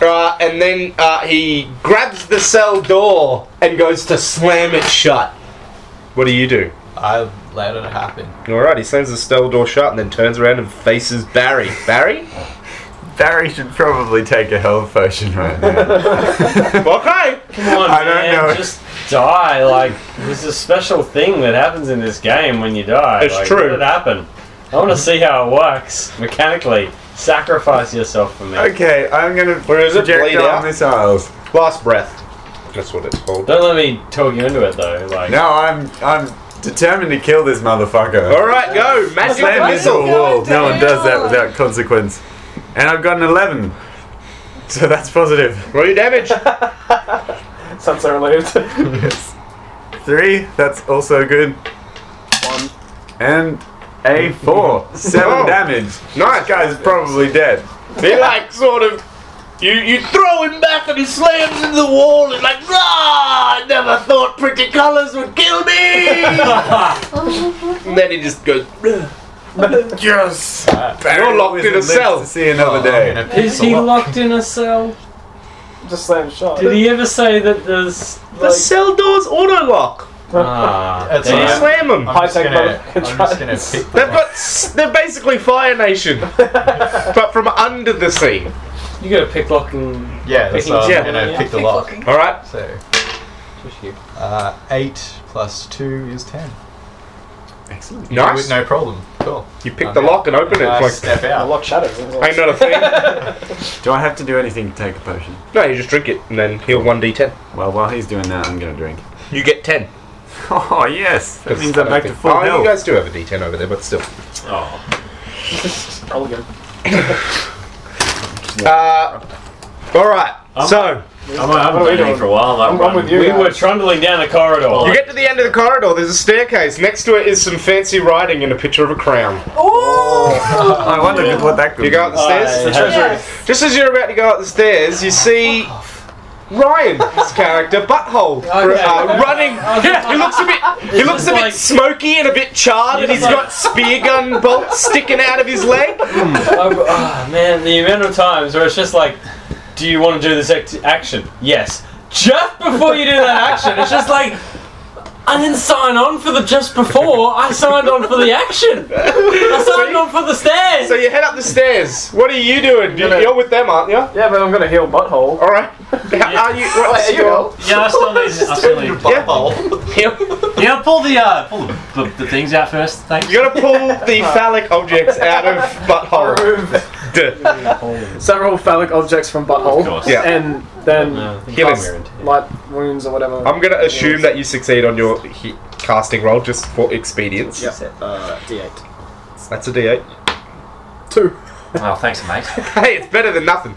Speaker 1: uh, and then uh, he grabs the cell door and goes to slam it shut. What do you do?
Speaker 7: I let it happen.
Speaker 1: Alright, he slams the cell door shut and then turns around and faces Barry. Barry?
Speaker 6: Barry should probably take a health potion right now.
Speaker 1: okay!
Speaker 3: Come on,
Speaker 6: I don't
Speaker 3: man,
Speaker 6: know.
Speaker 3: just die. Like, there's a special thing that happens in this game when you die.
Speaker 1: It's
Speaker 3: like,
Speaker 1: true.
Speaker 3: Let it happen. I want to see how it works mechanically. Sacrifice yourself for me.
Speaker 6: okay, I'm gonna
Speaker 1: Where is it? Blade
Speaker 6: projectile
Speaker 1: out?
Speaker 6: missiles.
Speaker 1: Last breath. That's what it's called.
Speaker 3: Don't let me talk you into it though. Like,
Speaker 6: No, I'm I'm determined to kill this motherfucker.
Speaker 1: All right, go magic
Speaker 6: Slam
Speaker 4: Why
Speaker 6: into
Speaker 1: missile.
Speaker 6: a
Speaker 4: you
Speaker 6: wall.
Speaker 4: going
Speaker 6: No one does that
Speaker 4: down?
Speaker 6: without consequence. And I've got an 11. So that's positive.
Speaker 1: Roll your damage.
Speaker 5: sensor relieved.
Speaker 6: Three, that's also good. One. And a four.
Speaker 1: Oh.
Speaker 6: Seven damage.
Speaker 1: Nice.
Speaker 6: This guy's probably dead.
Speaker 1: He like sort of. You, you throw him back and he slams into the wall and like, ah! I never thought pretty colours would kill me! and then he just goes, "Ugh."
Speaker 6: Yes!
Speaker 1: You're locked in a
Speaker 6: To
Speaker 1: cell.
Speaker 6: see another
Speaker 7: I'm
Speaker 6: day.
Speaker 7: gonna
Speaker 3: is
Speaker 7: pixel
Speaker 3: he
Speaker 7: up.
Speaker 3: locked in a cell?
Speaker 5: Just slam shot.
Speaker 3: Did he ever say that there's
Speaker 1: The
Speaker 3: like,
Speaker 1: cell door's auto lock.
Speaker 3: ah,
Speaker 7: That's
Speaker 1: So you
Speaker 3: damn.
Speaker 7: alright.
Speaker 1: slam them.
Speaker 7: I'm just
Speaker 5: High-tech
Speaker 7: gonna, I'm
Speaker 5: motherfucking
Speaker 7: just gonna pick
Speaker 1: They've got. s- They're basically Fire Nation, but from under the sea.
Speaker 3: you got a picklock and
Speaker 7: Yeah, that's
Speaker 3: Picking-
Speaker 7: what I'm
Speaker 1: yeah.
Speaker 7: gonna
Speaker 3: Yeah.
Speaker 7: pick the lock.
Speaker 1: All right.
Speaker 7: So,
Speaker 3: Just you.
Speaker 7: uh, 8 plus 2 is 10.
Speaker 6: Excellent.
Speaker 1: Nice.
Speaker 7: With no problem. Cool.
Speaker 1: You pick the lock and open it.
Speaker 7: I
Speaker 1: It's like,
Speaker 7: step out.
Speaker 5: lock shadows.
Speaker 1: ain't not a thing.
Speaker 6: Do I have to do anything to take a potion?
Speaker 1: No, you just drink it and then heal one d10.
Speaker 6: Well, while he's doing that, I'm gonna drink.
Speaker 1: You get ten.
Speaker 6: Oh, yes! That means I'm back to full
Speaker 1: Oh, you
Speaker 6: health.
Speaker 1: guys do have a D10 over there, but still.
Speaker 2: Oh,
Speaker 5: I'll go.
Speaker 1: Uh, all right.
Speaker 2: I'm-
Speaker 1: so
Speaker 2: I'm, I haven't
Speaker 5: What are we
Speaker 2: done anything
Speaker 5: doing?
Speaker 2: for a while.
Speaker 5: I'm, I'm with you.
Speaker 3: We
Speaker 5: guys.
Speaker 3: were trundling down a corridor.
Speaker 1: you get to the end of the corridor. There's a staircase. Next to it is some fancy writing and a picture of a crown.
Speaker 4: Oh!
Speaker 6: I wonder what that could
Speaker 1: You go up
Speaker 6: be.
Speaker 1: the stairs.
Speaker 3: I-
Speaker 1: It's the
Speaker 4: Uh,
Speaker 1: treasury. Just as you're about to go up the stairs, you see Ryan, his character, butthole, uh, running. Yeah, he looks a bit. He looks a bit
Speaker 3: like-
Speaker 1: smoky and a bit charred, and he's got spear gun bolts sticking out of his leg.
Speaker 3: oh, man, the amount of times where it's just like, do you want to do this act- action? Yes. Just before you do that action, it's just like, I didn't sign on for the just before. I signed on for the action. I signed on for the stairs.
Speaker 1: So you head up the stairs. What are you doing? You- You're with them, aren't you?
Speaker 5: Yeah, but I'm gonna heal butthole.
Speaker 1: All right. Are you? What's your?
Speaker 2: Yeah, I still need. I still need.
Speaker 1: Yeah.
Speaker 2: Yeah, pull the uh, pull the, the, the things out first. Thanks.
Speaker 1: You gotta pull the phallic objects out of butthole.
Speaker 5: Remove
Speaker 1: Duh.
Speaker 5: several phallic objects from
Speaker 2: Of
Speaker 5: butthole,
Speaker 2: course.
Speaker 1: Yeah.
Speaker 5: and then
Speaker 3: No, I think
Speaker 1: Healing.
Speaker 3: I'm guaranteed.
Speaker 5: light wounds or whatever.
Speaker 1: I'm gonna assume that you succeed on your he- casting roll just for expedience.
Speaker 5: Yep. Uh, D8.
Speaker 1: That's a d8.
Speaker 5: Two.
Speaker 2: Oh, thanks, mate.
Speaker 1: Hey, it's better than nothing.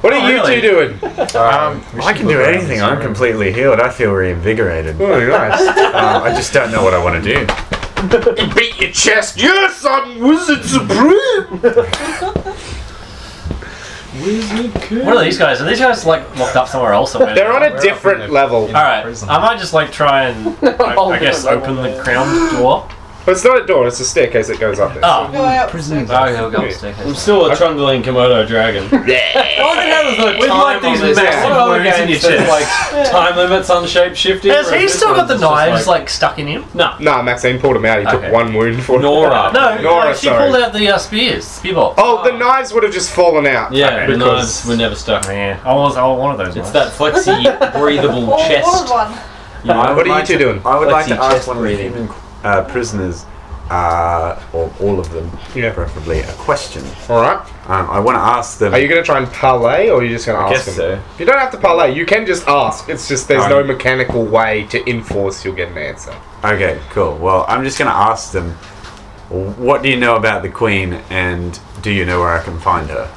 Speaker 1: What are
Speaker 2: Oh,
Speaker 1: you
Speaker 2: really?
Speaker 1: two doing?
Speaker 6: Um, I can do anything. I'm completely healed. I feel reinvigorated. um,
Speaker 1: Oh, nice.
Speaker 6: Uh, I just don't know what I want to do.
Speaker 1: you beat your chest. Yes, I'm Wizard Supreme.
Speaker 2: What are these guys? Are these guys like locked up somewhere else? Somewhere?
Speaker 1: They're on
Speaker 7: We're
Speaker 1: a
Speaker 7: up
Speaker 1: different
Speaker 7: in the-
Speaker 1: level.
Speaker 2: All right,
Speaker 7: Prison.
Speaker 2: I might just like try and I,
Speaker 1: Oh,
Speaker 2: I guess open the crown door.
Speaker 1: But it's not a door. It's a staircase that goes up. There.
Speaker 2: Oh,
Speaker 4: Going up.
Speaker 2: oh, he'll go
Speaker 1: Okay.
Speaker 3: I'm
Speaker 2: upstairs.
Speaker 3: still a trundling Komodo dragon.
Speaker 1: Yeah.
Speaker 3: Why the hell is there
Speaker 2: With,
Speaker 3: time
Speaker 2: like, these
Speaker 3: on this?
Speaker 2: massive
Speaker 3: What other
Speaker 2: wounds in
Speaker 3: games
Speaker 2: your
Speaker 3: there's,
Speaker 2: chest?
Speaker 3: like time limits on shapeshifting?
Speaker 2: Has
Speaker 3: Whereas
Speaker 2: he
Speaker 3: this
Speaker 2: still got
Speaker 3: one's
Speaker 2: the
Speaker 3: just like-
Speaker 2: knives like stuck in him?
Speaker 3: No.
Speaker 1: Nah, Maxine pulled him out. He
Speaker 2: Okay.
Speaker 1: took one wound for.
Speaker 3: Nora.
Speaker 2: No,
Speaker 1: Nora,
Speaker 2: no, she
Speaker 1: sorry.
Speaker 2: pulled out the uh, spears, spear bolt.
Speaker 1: Oh, the knives would have just fallen out.
Speaker 3: Yeah, the
Speaker 1: because-
Speaker 3: knives were never stuck.
Speaker 2: man, I was, I was one of those. ones.
Speaker 3: It's that flexy, breathable
Speaker 4: Oh,
Speaker 3: chest.
Speaker 4: what a one.
Speaker 6: I would
Speaker 1: What are you
Speaker 6: like
Speaker 1: two
Speaker 6: to-
Speaker 1: doing?
Speaker 6: I would
Speaker 3: Let's
Speaker 6: like
Speaker 3: see,
Speaker 6: to ask
Speaker 3: chest
Speaker 6: one of the
Speaker 3: breathing.
Speaker 6: human uh, prisoners uh, or all of them,
Speaker 1: Yeah.
Speaker 6: preferably a question.
Speaker 1: All right.
Speaker 6: Um, I want to ask them.
Speaker 1: Are you going to try and parlay, or are you just going to
Speaker 6: I
Speaker 1: ask
Speaker 6: guess
Speaker 1: them?
Speaker 6: so.
Speaker 1: You don't have to parlay. You can just ask. It's just there's no
Speaker 6: Um,
Speaker 1: mechanical way to enforce you'll get an answer.
Speaker 6: Okay, cool. Well, I'm just going to ask them. What do you know about the queen, and do you know where I can find her?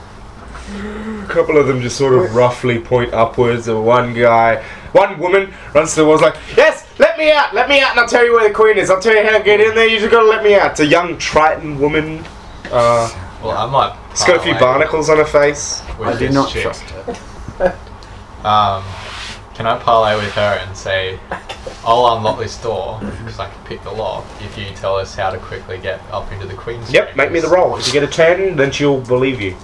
Speaker 1: A couple of them just sort of roughly point upwards, and one guy, one woman runs to the walls like, "Yes, let me out, let me out, and I'll tell you where the queen is. I'll tell you how to get in there. You just gotta let me out." It's a young Triton woman. Uh,
Speaker 7: Well, I might.
Speaker 1: it's got a few barnacles on her face.
Speaker 6: I do not trust
Speaker 7: her. um, can I parlay with her and say, I'll unlock this door because I can pick the lock if you tell us how to quickly get up into the queen's.
Speaker 1: Yep, make me the roll. If you get a ten, then she'll believe you.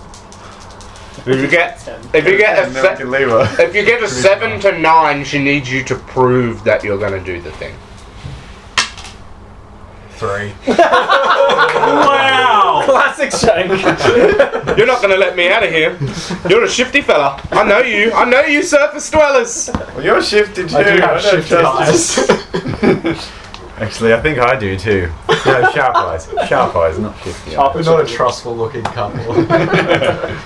Speaker 1: If you get, if you get a,
Speaker 6: And then we
Speaker 1: se-
Speaker 6: can leave her.
Speaker 1: if you get a seven to nine, she needs you to prove that you're gonna do the thing.
Speaker 7: Three.
Speaker 2: Wow!
Speaker 5: Classic Shank.
Speaker 1: You're not gonna let me out of here. You're a shifty fella. I know you. I know you, surface dwellers.
Speaker 6: Well, you're shifted too.
Speaker 7: I do have
Speaker 6: don't
Speaker 7: shifted
Speaker 6: trust you. Actually, I think I do too. No, sharp eyes. Sharp eyes, not shifty. eyes.
Speaker 7: We're not a trustful looking couple.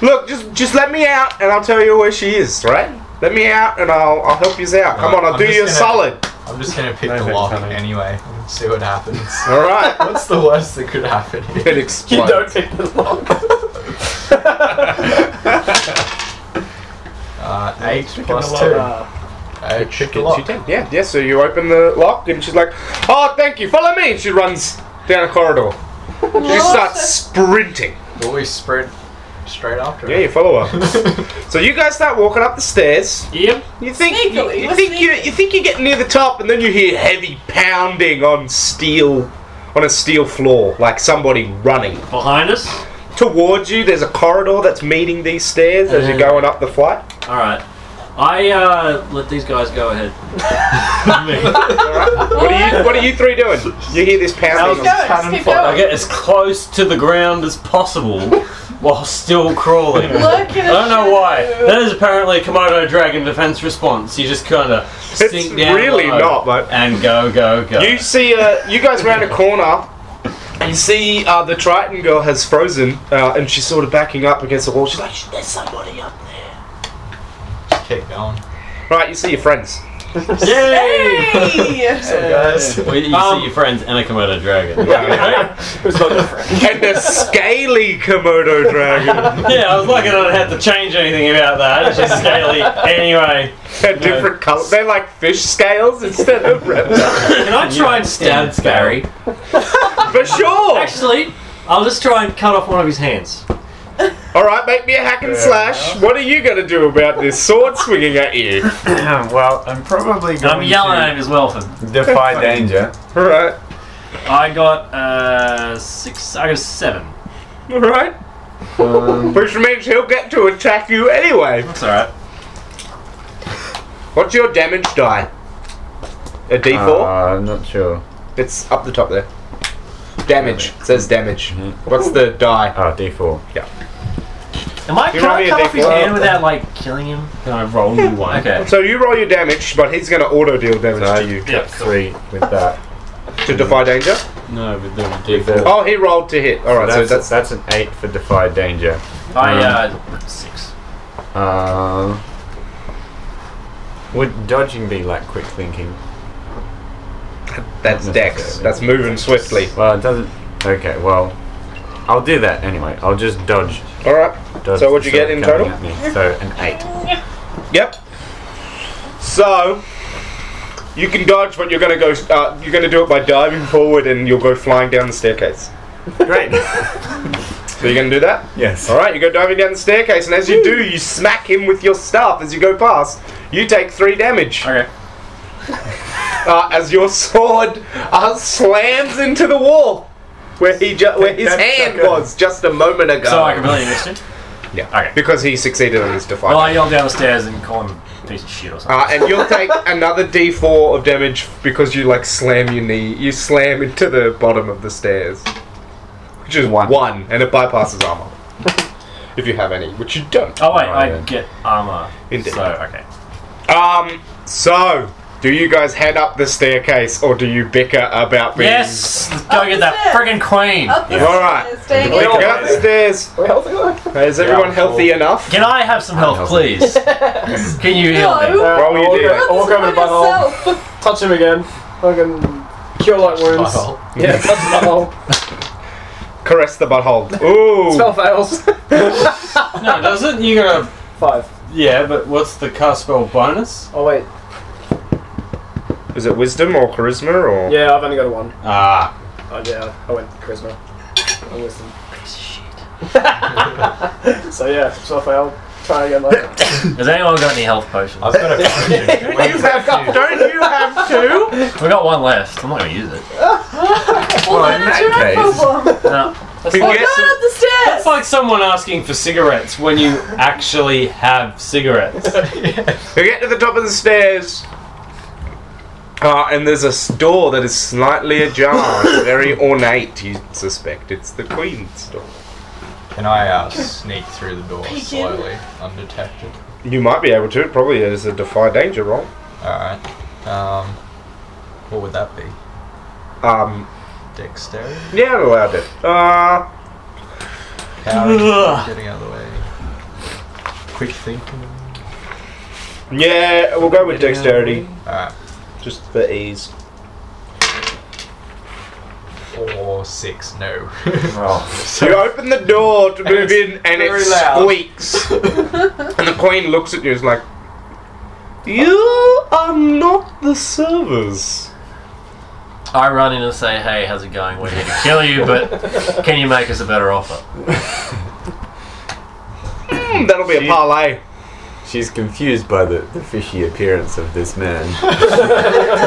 Speaker 1: Look, just just let me out, and I'll tell you where she is. Right? Let me out, and I'll I'll help you out. Come on, I'll
Speaker 7: I'm
Speaker 1: do
Speaker 7: just
Speaker 1: you a
Speaker 7: gonna-
Speaker 1: solid.
Speaker 7: I'm just gonna pick
Speaker 6: No
Speaker 7: the
Speaker 6: thanks,
Speaker 7: lock
Speaker 6: honey.
Speaker 7: anyway and see what happens.
Speaker 1: All right.
Speaker 7: What's the worst that could happen here?
Speaker 1: It explodes.
Speaker 5: pick the lock.
Speaker 7: Uh, eight plus
Speaker 5: Lock.
Speaker 7: two.
Speaker 5: Ah,
Speaker 7: Uh, pick the lock.
Speaker 1: Yeah, yeah. So you open the lock, and she's like, "Oh, thank you. Follow me." And she runs down a corridor. She starts sprinting.
Speaker 7: Will we sprint straight after
Speaker 1: Yeah,
Speaker 7: it?
Speaker 1: you follow her. so you guys start walking up the stairs.
Speaker 2: Yep.
Speaker 1: You think
Speaker 4: Sneakily,
Speaker 1: you,
Speaker 4: we're
Speaker 1: think you
Speaker 4: sneaky.
Speaker 1: you think you get near the top, and then you hear heavy pounding on steel, on a steel floor, like somebody running
Speaker 2: Behind us?
Speaker 1: towards you. There's a corridor that's meeting these stairs as you're going up the flight.
Speaker 2: Alright. I uh, let these guys go ahead.
Speaker 1: What are you What are you three doing? You hear this pounding?
Speaker 4: Keep going, just keep
Speaker 9: I
Speaker 4: going.
Speaker 9: get as close to the ground as possible while still crawling. I
Speaker 4: Look at
Speaker 9: don't know why. That is apparently a Komodo dragon defense response. You just kind of
Speaker 1: It's
Speaker 9: sink down.
Speaker 1: really
Speaker 9: low
Speaker 1: not, mate.
Speaker 9: And go, go, go.
Speaker 1: You see, uh, you guys round a corner and you see uh, the Triton girl has frozen uh, and she's sort of backing up against the wall. She's like, there's somebody up there.
Speaker 7: Just keep going.
Speaker 1: Right, you see your friends.
Speaker 9: Yay!
Speaker 4: Hey!
Speaker 7: Guys.
Speaker 9: Well, you
Speaker 2: Um,
Speaker 9: see your friends and a Komodo dragon.
Speaker 1: and
Speaker 5: who's not your friend?
Speaker 1: a scaly Komodo dragon.
Speaker 9: Yeah, I was lucky I don't have to change anything about that. It's just scaly. Anyway,
Speaker 1: They're different colour. They're like fish scales instead of reptiles.
Speaker 2: Can I try and stab Barry?
Speaker 1: For
Speaker 2: Oh.
Speaker 1: sure.
Speaker 2: Actually, I'll just try and cut off one of his hands.
Speaker 1: All right, make me a hack and slash. What are you gonna do about this sword swinging at you?
Speaker 6: well, I'm probably
Speaker 2: And
Speaker 6: going
Speaker 2: I'm yelling at him
Speaker 6: to
Speaker 2: as well for.
Speaker 6: defy danger.
Speaker 1: All right,
Speaker 2: I got uh six. I got seven.
Speaker 1: all right.
Speaker 6: Um,
Speaker 1: Which means he'll get to attack you anyway.
Speaker 2: That's all right.
Speaker 1: What's your damage die? A D4?
Speaker 6: uh, I'm not sure.
Speaker 1: It's up the top there. Damage. It says damage.
Speaker 2: Mm-hmm.
Speaker 1: What's the die?
Speaker 6: Oh, D4.
Speaker 2: Am I?
Speaker 1: You
Speaker 2: Can
Speaker 1: roll me
Speaker 2: I
Speaker 1: a
Speaker 2: cut off
Speaker 1: d4.
Speaker 2: his hand without like killing him? Can I roll you one? Okay.
Speaker 1: So you roll your damage, but he's going to auto deal damage
Speaker 6: So
Speaker 1: to you
Speaker 2: Yeah.
Speaker 6: Three with that.
Speaker 1: to defy danger.
Speaker 9: no, with the
Speaker 6: With the-
Speaker 9: default.
Speaker 1: Oh, he rolled to hit. All right, so
Speaker 6: that's,
Speaker 1: that's,
Speaker 6: that's an eight for defy danger.
Speaker 2: I uh six.
Speaker 6: Um, would dodging be like quick thinking?
Speaker 1: that's
Speaker 6: not
Speaker 1: Dex.
Speaker 6: necessarily.
Speaker 1: That's moving swiftly.
Speaker 6: Well, it doesn't. Okay, well, I'll do that anyway. I'll just dodge.
Speaker 1: All right.
Speaker 6: dodge
Speaker 1: So what'd
Speaker 6: the
Speaker 1: you get
Speaker 6: sword
Speaker 1: in
Speaker 6: coming
Speaker 1: total?
Speaker 6: at me. So an eight.
Speaker 1: Yep. So you can dodge, but you're going to go. Uh, you're going to do it by diving forward, and you'll go flying down the staircase.
Speaker 6: Great.
Speaker 1: So you're going to do that.
Speaker 6: yes.
Speaker 1: All right, you go diving down the staircase, and as you do, you smack him with your staff as you go past. You take three damage.
Speaker 2: Okay.
Speaker 1: uh, as your sword uh, slams into the wall where he ju- where his
Speaker 6: that,
Speaker 1: hand
Speaker 6: sucker.
Speaker 1: was just a moment ago.
Speaker 2: So I completely missed it.
Speaker 1: yeah,
Speaker 2: okay.
Speaker 1: because he succeeded on his defiance.
Speaker 2: Well, I yelled down the stairs and call him a piece of shit or something.
Speaker 1: uh, and you'll take another D4 of damage because you like slam your knee, you slam into the bottom of the stairs, which is one, one, and it bypasses armor if you have any, which you don't.
Speaker 2: Oh wait,
Speaker 6: Oh,
Speaker 2: I
Speaker 6: yeah.
Speaker 2: get armor.
Speaker 1: Indeed.
Speaker 2: So okay.
Speaker 1: Um, so Do you guys head up the staircase or do you bicker about being.
Speaker 2: Yes! Let's go get that friggin' queen!
Speaker 4: Up the
Speaker 1: Yeah. Alright.
Speaker 4: stairs, staying
Speaker 1: We
Speaker 4: in
Speaker 1: go up the stairs.
Speaker 5: We're healthy
Speaker 1: Uh,
Speaker 5: though.
Speaker 1: Is everyone healthy enough?
Speaker 2: Can I have some help, please? Can you heal me?
Speaker 4: No,
Speaker 1: Roll your
Speaker 5: walk,
Speaker 1: D8.
Speaker 5: o- walk over to Butthole, touch him again. Fucking cure light wounds.
Speaker 7: Butthole.
Speaker 5: Yeah, touch Butthole.
Speaker 1: Caress the butthole. Ooh!
Speaker 5: Spell fails.
Speaker 9: No, doesn't you gotta?
Speaker 5: Five.
Speaker 9: Yeah, but what's the cast spell bonus?
Speaker 5: Oh wait.
Speaker 1: Is it wisdom or charisma or.
Speaker 5: Yeah, I've only got a one.
Speaker 9: Ah,
Speaker 5: Oh yeah, I went charisma. I wisdom. so yeah, so failed. Try again later.
Speaker 2: Has anyone got any health potions?
Speaker 7: I've got a question. What is that for?
Speaker 1: Don't you have two?
Speaker 2: We've got one left. I'm not gonna use it.
Speaker 4: Well,
Speaker 6: Well, in
Speaker 4: that's
Speaker 6: that
Speaker 4: your own
Speaker 6: case-
Speaker 4: problem.
Speaker 2: No.
Speaker 1: We
Speaker 4: Well,
Speaker 1: get-
Speaker 4: not up the stairs.
Speaker 9: it's like someone asking for cigarettes when you actually have cigarettes.
Speaker 1: We get to the top of the stairs. Uh, and there's a s- door that is slightly ajar. it's very ornate. You suspect it's the Queen's door.
Speaker 7: Can I uh, sneak through the door
Speaker 4: Peek in.
Speaker 7: slowly, undetected?
Speaker 1: You might be able to. It probably is a defy danger roll.
Speaker 7: Alright. Um, what would that be?
Speaker 1: Um,
Speaker 7: Dexterity?
Speaker 1: yeah, it allowed it. Uh,
Speaker 7: Power? getting out of the way. Quick thinking?
Speaker 1: yeah, we'll go with dexterity,
Speaker 7: Alright.
Speaker 1: just for ease.
Speaker 7: Four, six, no.
Speaker 1: You open the door to move in, and it
Speaker 7: very loud.
Speaker 1: squeaks. and the Queen looks at you and is like, You are not the servers.
Speaker 2: I run in and say, hey, how's it going? We're here to kill you, but can you make us a better offer?
Speaker 1: Hmm, that'll be a parlay.
Speaker 6: She's confused by the, the fishy appearance of this man.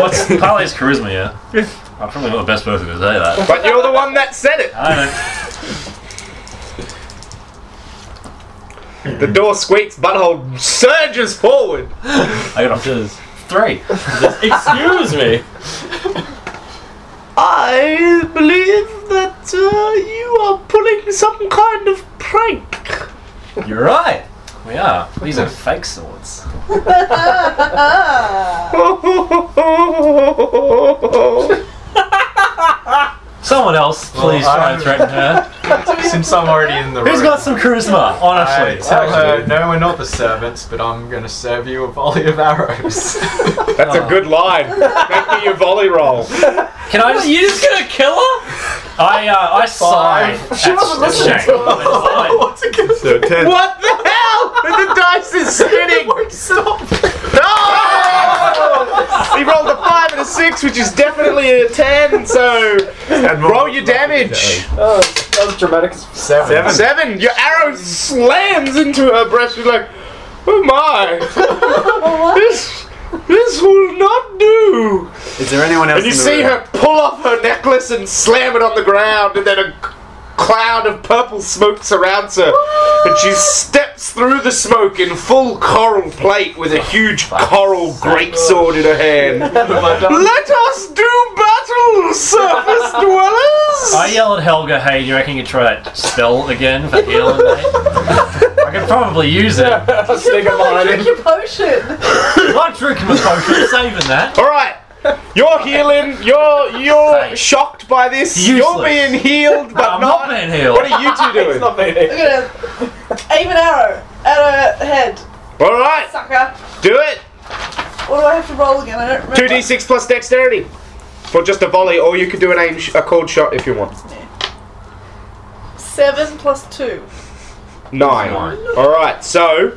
Speaker 2: What's Parley's charisma yet? I'm probably not the best person to say that.
Speaker 1: But you're the one that said it.
Speaker 2: I don't
Speaker 1: The door squeaks, butthole surges forward.
Speaker 2: I got a
Speaker 9: Just-
Speaker 2: three.
Speaker 9: just- excuse me.
Speaker 1: I believe that uh, you are pulling some kind of prank.
Speaker 2: You're right. We are. These are fake swords. Someone else, please
Speaker 7: Well,
Speaker 2: try
Speaker 7: I'm-
Speaker 2: and threaten her.
Speaker 7: Since I'm already in the
Speaker 2: Who's
Speaker 7: room.
Speaker 2: got some charisma?
Speaker 7: I
Speaker 2: Honestly.
Speaker 7: tell her, no, we're not the servants, but I'm gonna serve you a volley of arrows.
Speaker 1: That's
Speaker 7: Ah.
Speaker 1: a good line. Make me your volley roll.
Speaker 2: Can I just?
Speaker 9: You just gonna kill her?
Speaker 2: I uh, I sigh. She wasn't
Speaker 7: What's it gonna
Speaker 6: So ten.
Speaker 1: What the hell? The dice is spinning. No! He rolled a five and a six, which is definitely a ten. So roll your damage.
Speaker 5: Oh, that was dramatic. as-
Speaker 7: Seven.
Speaker 6: Seven.
Speaker 1: Seven. Your arrow slams into her breast. She's like, "Oh my! this this will not do."
Speaker 6: Is there anyone else?
Speaker 1: And you
Speaker 6: in the
Speaker 1: see
Speaker 6: room?
Speaker 1: her pull off her necklace and slam it on the ground, and then a c- cloud of purple smoke surrounds her. And she steps through the smoke in full coral plate with a huge coral greatsword in her hand. Let us do battle, surface dwellers!
Speaker 2: I yell at Helga, hey, do you reckon you could try that spell again for healing, mate? I could probably use it. I'm
Speaker 5: Sneak up behind
Speaker 4: Drink
Speaker 5: him.
Speaker 4: your potion.
Speaker 2: drinking my potion, saving that.
Speaker 1: All right. You're healing. You're you're
Speaker 2: Hey.
Speaker 1: shocked by this. You're
Speaker 2: Useless.
Speaker 1: being healed, but
Speaker 2: I'm
Speaker 1: not.
Speaker 2: not being healed.
Speaker 1: What are you two doing?
Speaker 4: We're gonna aim an arrow at her head,
Speaker 1: All right,
Speaker 4: sucker.
Speaker 1: do it.
Speaker 4: What do I have to roll again? I don't remember.
Speaker 1: Two d six plus dexterity for just a volley, or you could do an aim sh- a cold shot if you want.
Speaker 4: Seven plus two.
Speaker 1: Nine. All right. So,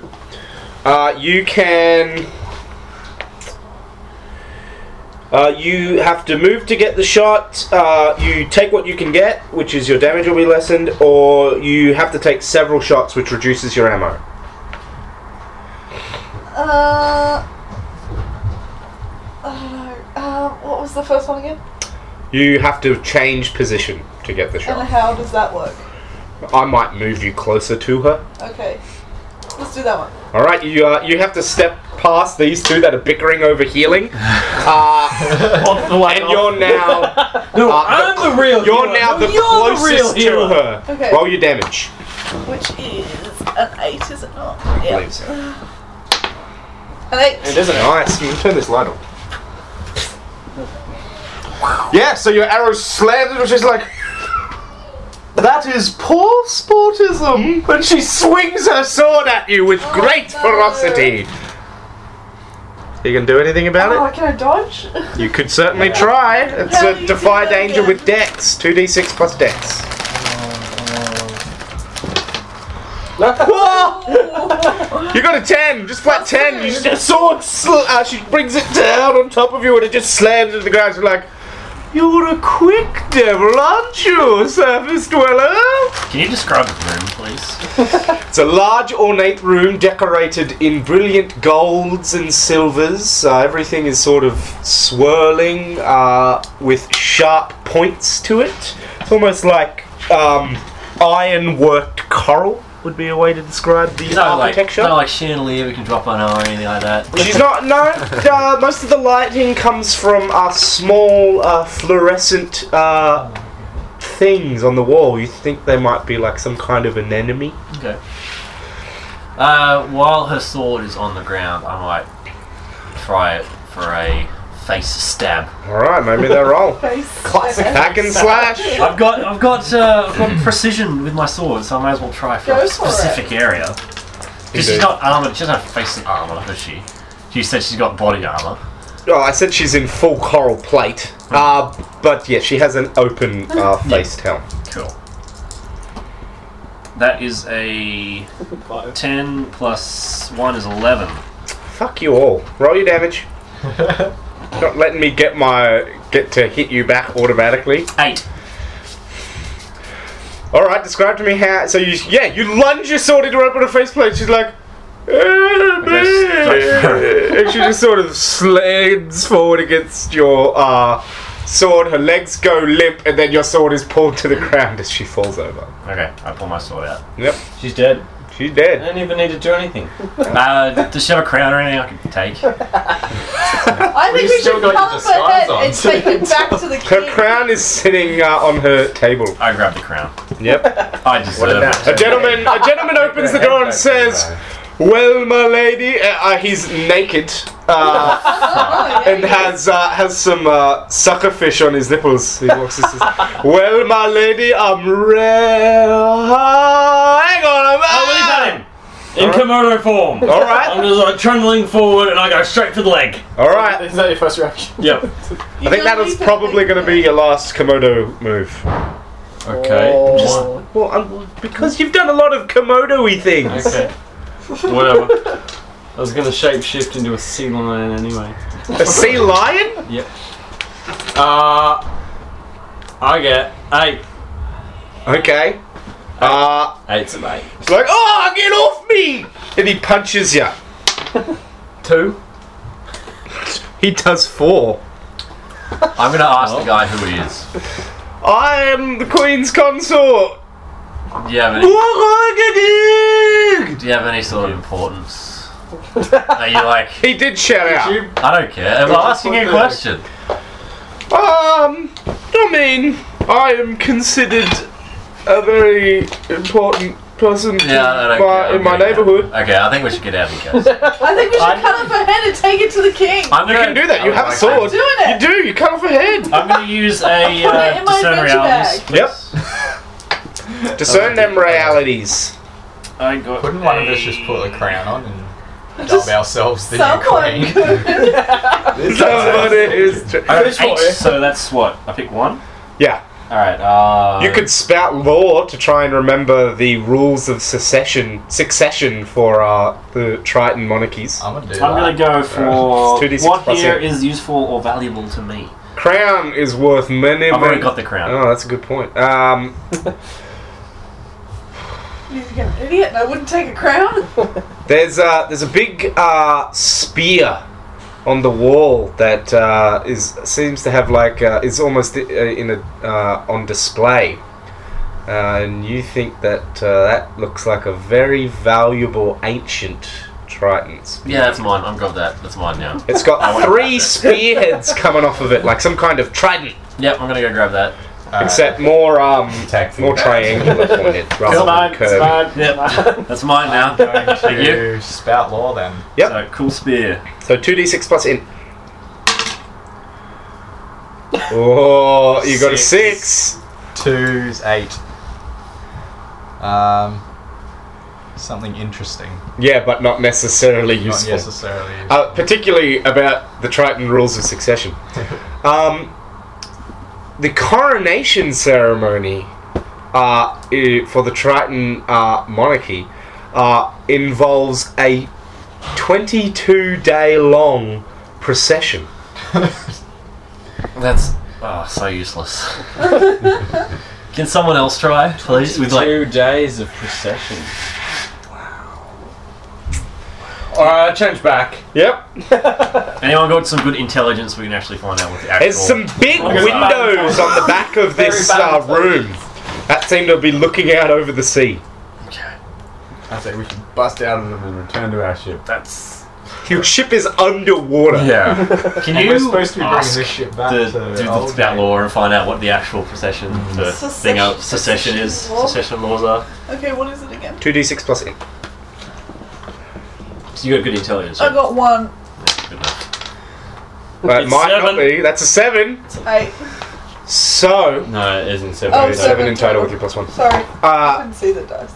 Speaker 1: uh, you can. Uh, you have to move to get the shot. Uh, you take what you can get, which is your damage will be lessened, or you have to take several shots, which reduces your ammo.
Speaker 4: Uh. I don't know. Um, what was the first one again?
Speaker 1: You have to change position to get the
Speaker 4: And
Speaker 1: shot.
Speaker 4: how does that work?
Speaker 1: I might move you closer to her.
Speaker 4: Okay. Let's do that one.
Speaker 1: All right, you uh, you have to step past these two that are bickering over healing, uh,
Speaker 2: Off the way
Speaker 1: and you're now
Speaker 9: No,
Speaker 1: Uh,
Speaker 9: I'm the, real.
Speaker 1: you're
Speaker 9: hero.
Speaker 1: now
Speaker 9: No,
Speaker 1: the
Speaker 9: you're
Speaker 1: closest
Speaker 9: the real
Speaker 1: to
Speaker 9: hero.
Speaker 1: her.
Speaker 4: Okay.
Speaker 1: Roll your damage.
Speaker 4: Which is an eight, is it not?
Speaker 1: I believe so.
Speaker 4: An eight.
Speaker 1: It isn't. Nice. You can turn this light on.
Speaker 8: Yeah, so your arrow slams it, and she's like, That is poor
Speaker 1: Hmm?
Speaker 8: sportism! And she swings her sword at you
Speaker 1: Oh,
Speaker 8: with great
Speaker 4: no.
Speaker 8: ferocity. You can do anything
Speaker 4: Oh,
Speaker 8: about
Speaker 4: can I dodge?
Speaker 8: it? You could certainly try. It's
Speaker 4: How do
Speaker 8: a
Speaker 4: you
Speaker 8: defy
Speaker 4: do that
Speaker 8: danger
Speaker 4: again?
Speaker 8: with dex. 2d6 plus dex. Whoa! you got a 10, just flat 10. You just, your sword, sl- uh, she brings it down on top of you and it just slams into the ground. She's like, You're a quick devil, aren't you, surface dweller?
Speaker 2: Can you describe the room, please?
Speaker 1: It's a large, ornate room decorated in brilliant golds and silvers. Uh, everything is sort of swirling uh, with sharp points to it. It's almost like um, iron worked coral, would be a way to describe the
Speaker 2: No, like,
Speaker 1: architecture.
Speaker 2: no, like chandelier we can drop on or anything like that.
Speaker 1: She's not. No. Uh, most of the lighting comes from uh, small uh, fluorescent uh, things on the wall. You think they might be like some kind of anemone?
Speaker 2: Okay. Uh, while her sword is on the ground, I might try it for a face stab.
Speaker 1: All right, maybe they're roll.
Speaker 4: Face.
Speaker 8: Classic hack and slash.
Speaker 2: I've got, I've got, uh, I've got precision with my sword, so I might as well try for
Speaker 4: Go
Speaker 2: a
Speaker 4: for it.
Speaker 2: specific area. Because she's not armored. She doesn't have face and armor, does she? She said she's got body armor.
Speaker 1: Oh, I said she's in full coral plate.
Speaker 8: Oh.
Speaker 1: Uh, but yeah, she has an open uh, faced helm.
Speaker 2: Cool. That is a ten plus one is eleven.
Speaker 1: Fuck you all. Roll your damage. not letting me get my get to hit you back automatically.
Speaker 2: Eight.
Speaker 1: All right, describe to me how. So you, yeah, you lunge your sword into her open her faceplate. She's like, "Eh, man." and she just sort of slams forward against your uh, sword. Her legs go limp, and then your sword is pulled to the ground as she falls over.
Speaker 2: Okay, I pull my sword out.
Speaker 1: Yep,
Speaker 3: She's dead.
Speaker 1: she's
Speaker 3: I
Speaker 1: dead.
Speaker 3: don't even need to do anything.
Speaker 2: Uh, does she have a crown or anything I can take?
Speaker 4: I think we
Speaker 7: still
Speaker 4: should
Speaker 7: got your
Speaker 4: cover
Speaker 7: disguise
Speaker 4: that
Speaker 7: on.
Speaker 4: and take it back to the king.
Speaker 1: Her crown is sitting uh, on her table.
Speaker 2: I grab the crown.
Speaker 1: Yep.
Speaker 2: I deserve it.
Speaker 1: A gentleman, a gentleman opens the door and says, "Well, my lady, uh, uh, he's naked." Uh,
Speaker 4: Oh, yeah,
Speaker 1: and
Speaker 4: yeah.
Speaker 1: has uh, has some uh, suckerfish on his nipples. He walks and says, "Well, my lady, I'm real. Hang on, I'm uh,
Speaker 3: At him! In Komodo form!
Speaker 1: All
Speaker 3: I'm
Speaker 1: right,
Speaker 3: just like trundling forward and I go straight for the leg.
Speaker 1: all right.
Speaker 5: Is that your first reaction?
Speaker 3: Yep.
Speaker 1: I think that is probably going to be your last Komodo move.
Speaker 3: Okay.
Speaker 5: Oh.
Speaker 1: Well, um, because you've done a lot of Komodo-y things.
Speaker 3: Okay. Whatever. I was gonna shape shift into a sea lion anyway.
Speaker 1: A sea lion?
Speaker 3: Uh, I get eight.
Speaker 1: Okay. Uh,
Speaker 3: Eight's an eight.
Speaker 1: it's like, oh, get off me! And he punches you.
Speaker 3: Two.
Speaker 1: He does four.
Speaker 2: I'm gonna ask the guy who he is.
Speaker 1: I am the queen's consort.
Speaker 2: Do you have any?
Speaker 1: He
Speaker 2: Do you have any sort of importance? Are you like?
Speaker 1: did shout out.
Speaker 2: I don't care. I'm asking you a question.
Speaker 1: Um, I mean, I am considered a very important person
Speaker 2: Yeah, I don't
Speaker 1: in my,
Speaker 2: care.
Speaker 1: in my
Speaker 2: Okay,
Speaker 1: neighborhood.
Speaker 2: Okay, I think we should get out of the case.
Speaker 4: I think we should cut off her head and take it to the king.
Speaker 2: I'm
Speaker 1: You
Speaker 2: gonna
Speaker 1: can do that. You have a sword.
Speaker 4: Doing it.
Speaker 1: You do. You cut off a head.
Speaker 2: I'm gonna use a
Speaker 4: Put it
Speaker 2: uh,
Speaker 4: in my
Speaker 2: discern
Speaker 4: adventure
Speaker 2: realities.
Speaker 4: bag.
Speaker 1: Yep.
Speaker 2: please.
Speaker 1: Discern them realities.
Speaker 2: I got.
Speaker 7: Couldn't one of
Speaker 2: a-
Speaker 7: us just put a crown on and dub
Speaker 4: Just
Speaker 7: ourselves the new
Speaker 4: someone
Speaker 7: queen?
Speaker 4: could.
Speaker 1: Somebody is. tr-
Speaker 2: I got eight, so that's what I pick one.
Speaker 1: Yeah.
Speaker 2: All right. Uh,
Speaker 1: You could spout law to try and remember the rules of secession, succession for uh, the Triton monarchies.
Speaker 2: Uh,
Speaker 7: I'm gonna do that.
Speaker 2: I'm gonna go for
Speaker 1: It's 2d6
Speaker 2: what
Speaker 1: plus
Speaker 2: here
Speaker 1: eight.
Speaker 2: is useful or valuable to me.
Speaker 1: Crown is worth many.
Speaker 2: I've already
Speaker 1: many.
Speaker 2: got the crown.
Speaker 1: Oh, that's a good point. Um,
Speaker 4: You're an idiot, and I wouldn't take a crown.
Speaker 1: There's a there's a big uh, spear on the wall that uh, is seems to have like uh, is almost i- uh, in a uh, on display, uh, and you think that uh, that looks like a very valuable ancient Triton. spear.
Speaker 2: Yeah, that's mine. I've got that. That's mine now.
Speaker 1: It's got three spearheads coming off of it, like some kind of trident,
Speaker 2: Yep, I'm gonna go grab that.
Speaker 1: except more um
Speaker 6: Taxi.
Speaker 1: more triangular pointed rather
Speaker 5: It's
Speaker 1: than
Speaker 5: mine, it's
Speaker 1: curved.
Speaker 5: mine.
Speaker 2: Yep. That's mine now.
Speaker 7: Going
Speaker 2: Thank you.
Speaker 7: to spout law then.
Speaker 1: Yep.
Speaker 2: So cool spear.
Speaker 1: So two d six plus in. Oh, you got a six.
Speaker 7: Two's eight. Um, something interesting.
Speaker 1: Yeah, but not necessarily
Speaker 7: Not
Speaker 1: useful.
Speaker 7: necessarily.
Speaker 1: uh, particularly about the Triton rules of succession. Um, the coronation ceremony uh, i- for the Triton uh, monarchy uh, involves a 22 day long procession.
Speaker 2: That's oh, so useless. Can someone else try, please? With like,
Speaker 9: Two days of procession. Alright, I change back.
Speaker 1: Yep.
Speaker 2: anyone got some good intelligence? We can actually find out what the actual.
Speaker 1: There's some big
Speaker 2: Because
Speaker 1: windows on the back of this uh, room that seem to be looking out over the sea.
Speaker 6: I say we should bust out of them and return to our ship.
Speaker 2: That's
Speaker 1: Your ship is underwater.
Speaker 6: Yeah.
Speaker 2: can
Speaker 7: And
Speaker 2: you
Speaker 7: we're supposed to be bringing
Speaker 2: ask
Speaker 7: this ship back
Speaker 2: the,
Speaker 7: to Mm.
Speaker 2: do the
Speaker 7: old
Speaker 2: about
Speaker 7: mate.
Speaker 2: law and find out what the actual procession, the thing of secession is,
Speaker 4: Secession law.
Speaker 2: secession laws are?
Speaker 4: Okay, what is it again?
Speaker 1: 2d6 plus eight.
Speaker 2: So you got good intelligence.
Speaker 4: I
Speaker 2: right?
Speaker 4: got one.
Speaker 2: Yeah, good enough.
Speaker 1: That
Speaker 9: It's
Speaker 1: Uh, might not
Speaker 9: seven.
Speaker 1: be. That's a seven.
Speaker 4: Eight.
Speaker 1: So
Speaker 9: No, it isn't seven.
Speaker 4: Oh,
Speaker 9: days.
Speaker 4: so-
Speaker 1: seven in total with your plus one.
Speaker 4: Sorry, I
Speaker 1: Uh,
Speaker 4: didn't see the dice.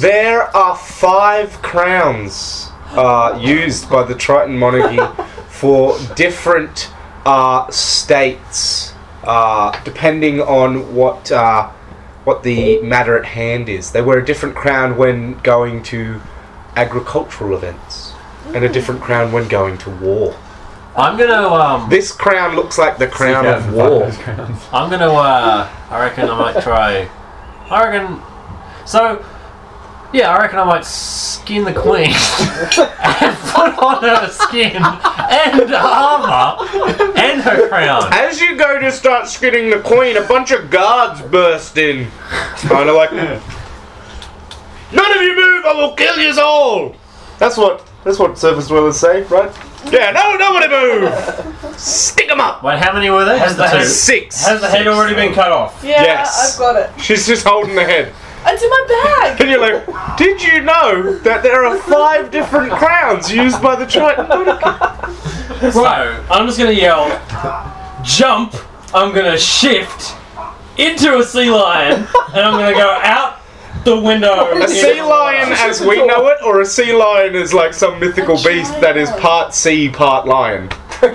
Speaker 1: there are five crowns uh, used by the Triton monarchy for different uh, states, uh, depending on what uh, what the matter at hand is. They wear a different crown when going to agricultural events, and a different crown when going to war.
Speaker 2: I'm gonna um.
Speaker 1: This crown looks like the crown of war.
Speaker 2: I'm gonna. Uh, I reckon I might try. I reckon. So, yeah, I reckon I might skin the queen and put on her skin and armor and her crown.
Speaker 1: As you go to start skinning the queen, a bunch of guards burst in. Kind of like, none of you move, I will kill you all. That's what that's what surface dwellers say, right? Yeah, no, nobody move. Stick 'em up.
Speaker 2: Wait, how many were there? Just the
Speaker 1: That's
Speaker 2: two.
Speaker 1: six.
Speaker 9: Has the head already been cut off?
Speaker 4: Yeah,
Speaker 1: Yes.
Speaker 4: I've got it.
Speaker 1: She's just holding the head.
Speaker 4: It's in my bag.
Speaker 1: And you're like, did you know that there are five different crowns used by the Triton monarchy?
Speaker 9: So, I'm just gonna yell, jump, I'm gonna shift into a sea lion, and I'm gonna go out the window.
Speaker 1: A sea lion as we know it, or a sea lion is like some mythical beast that is part sea, part lion?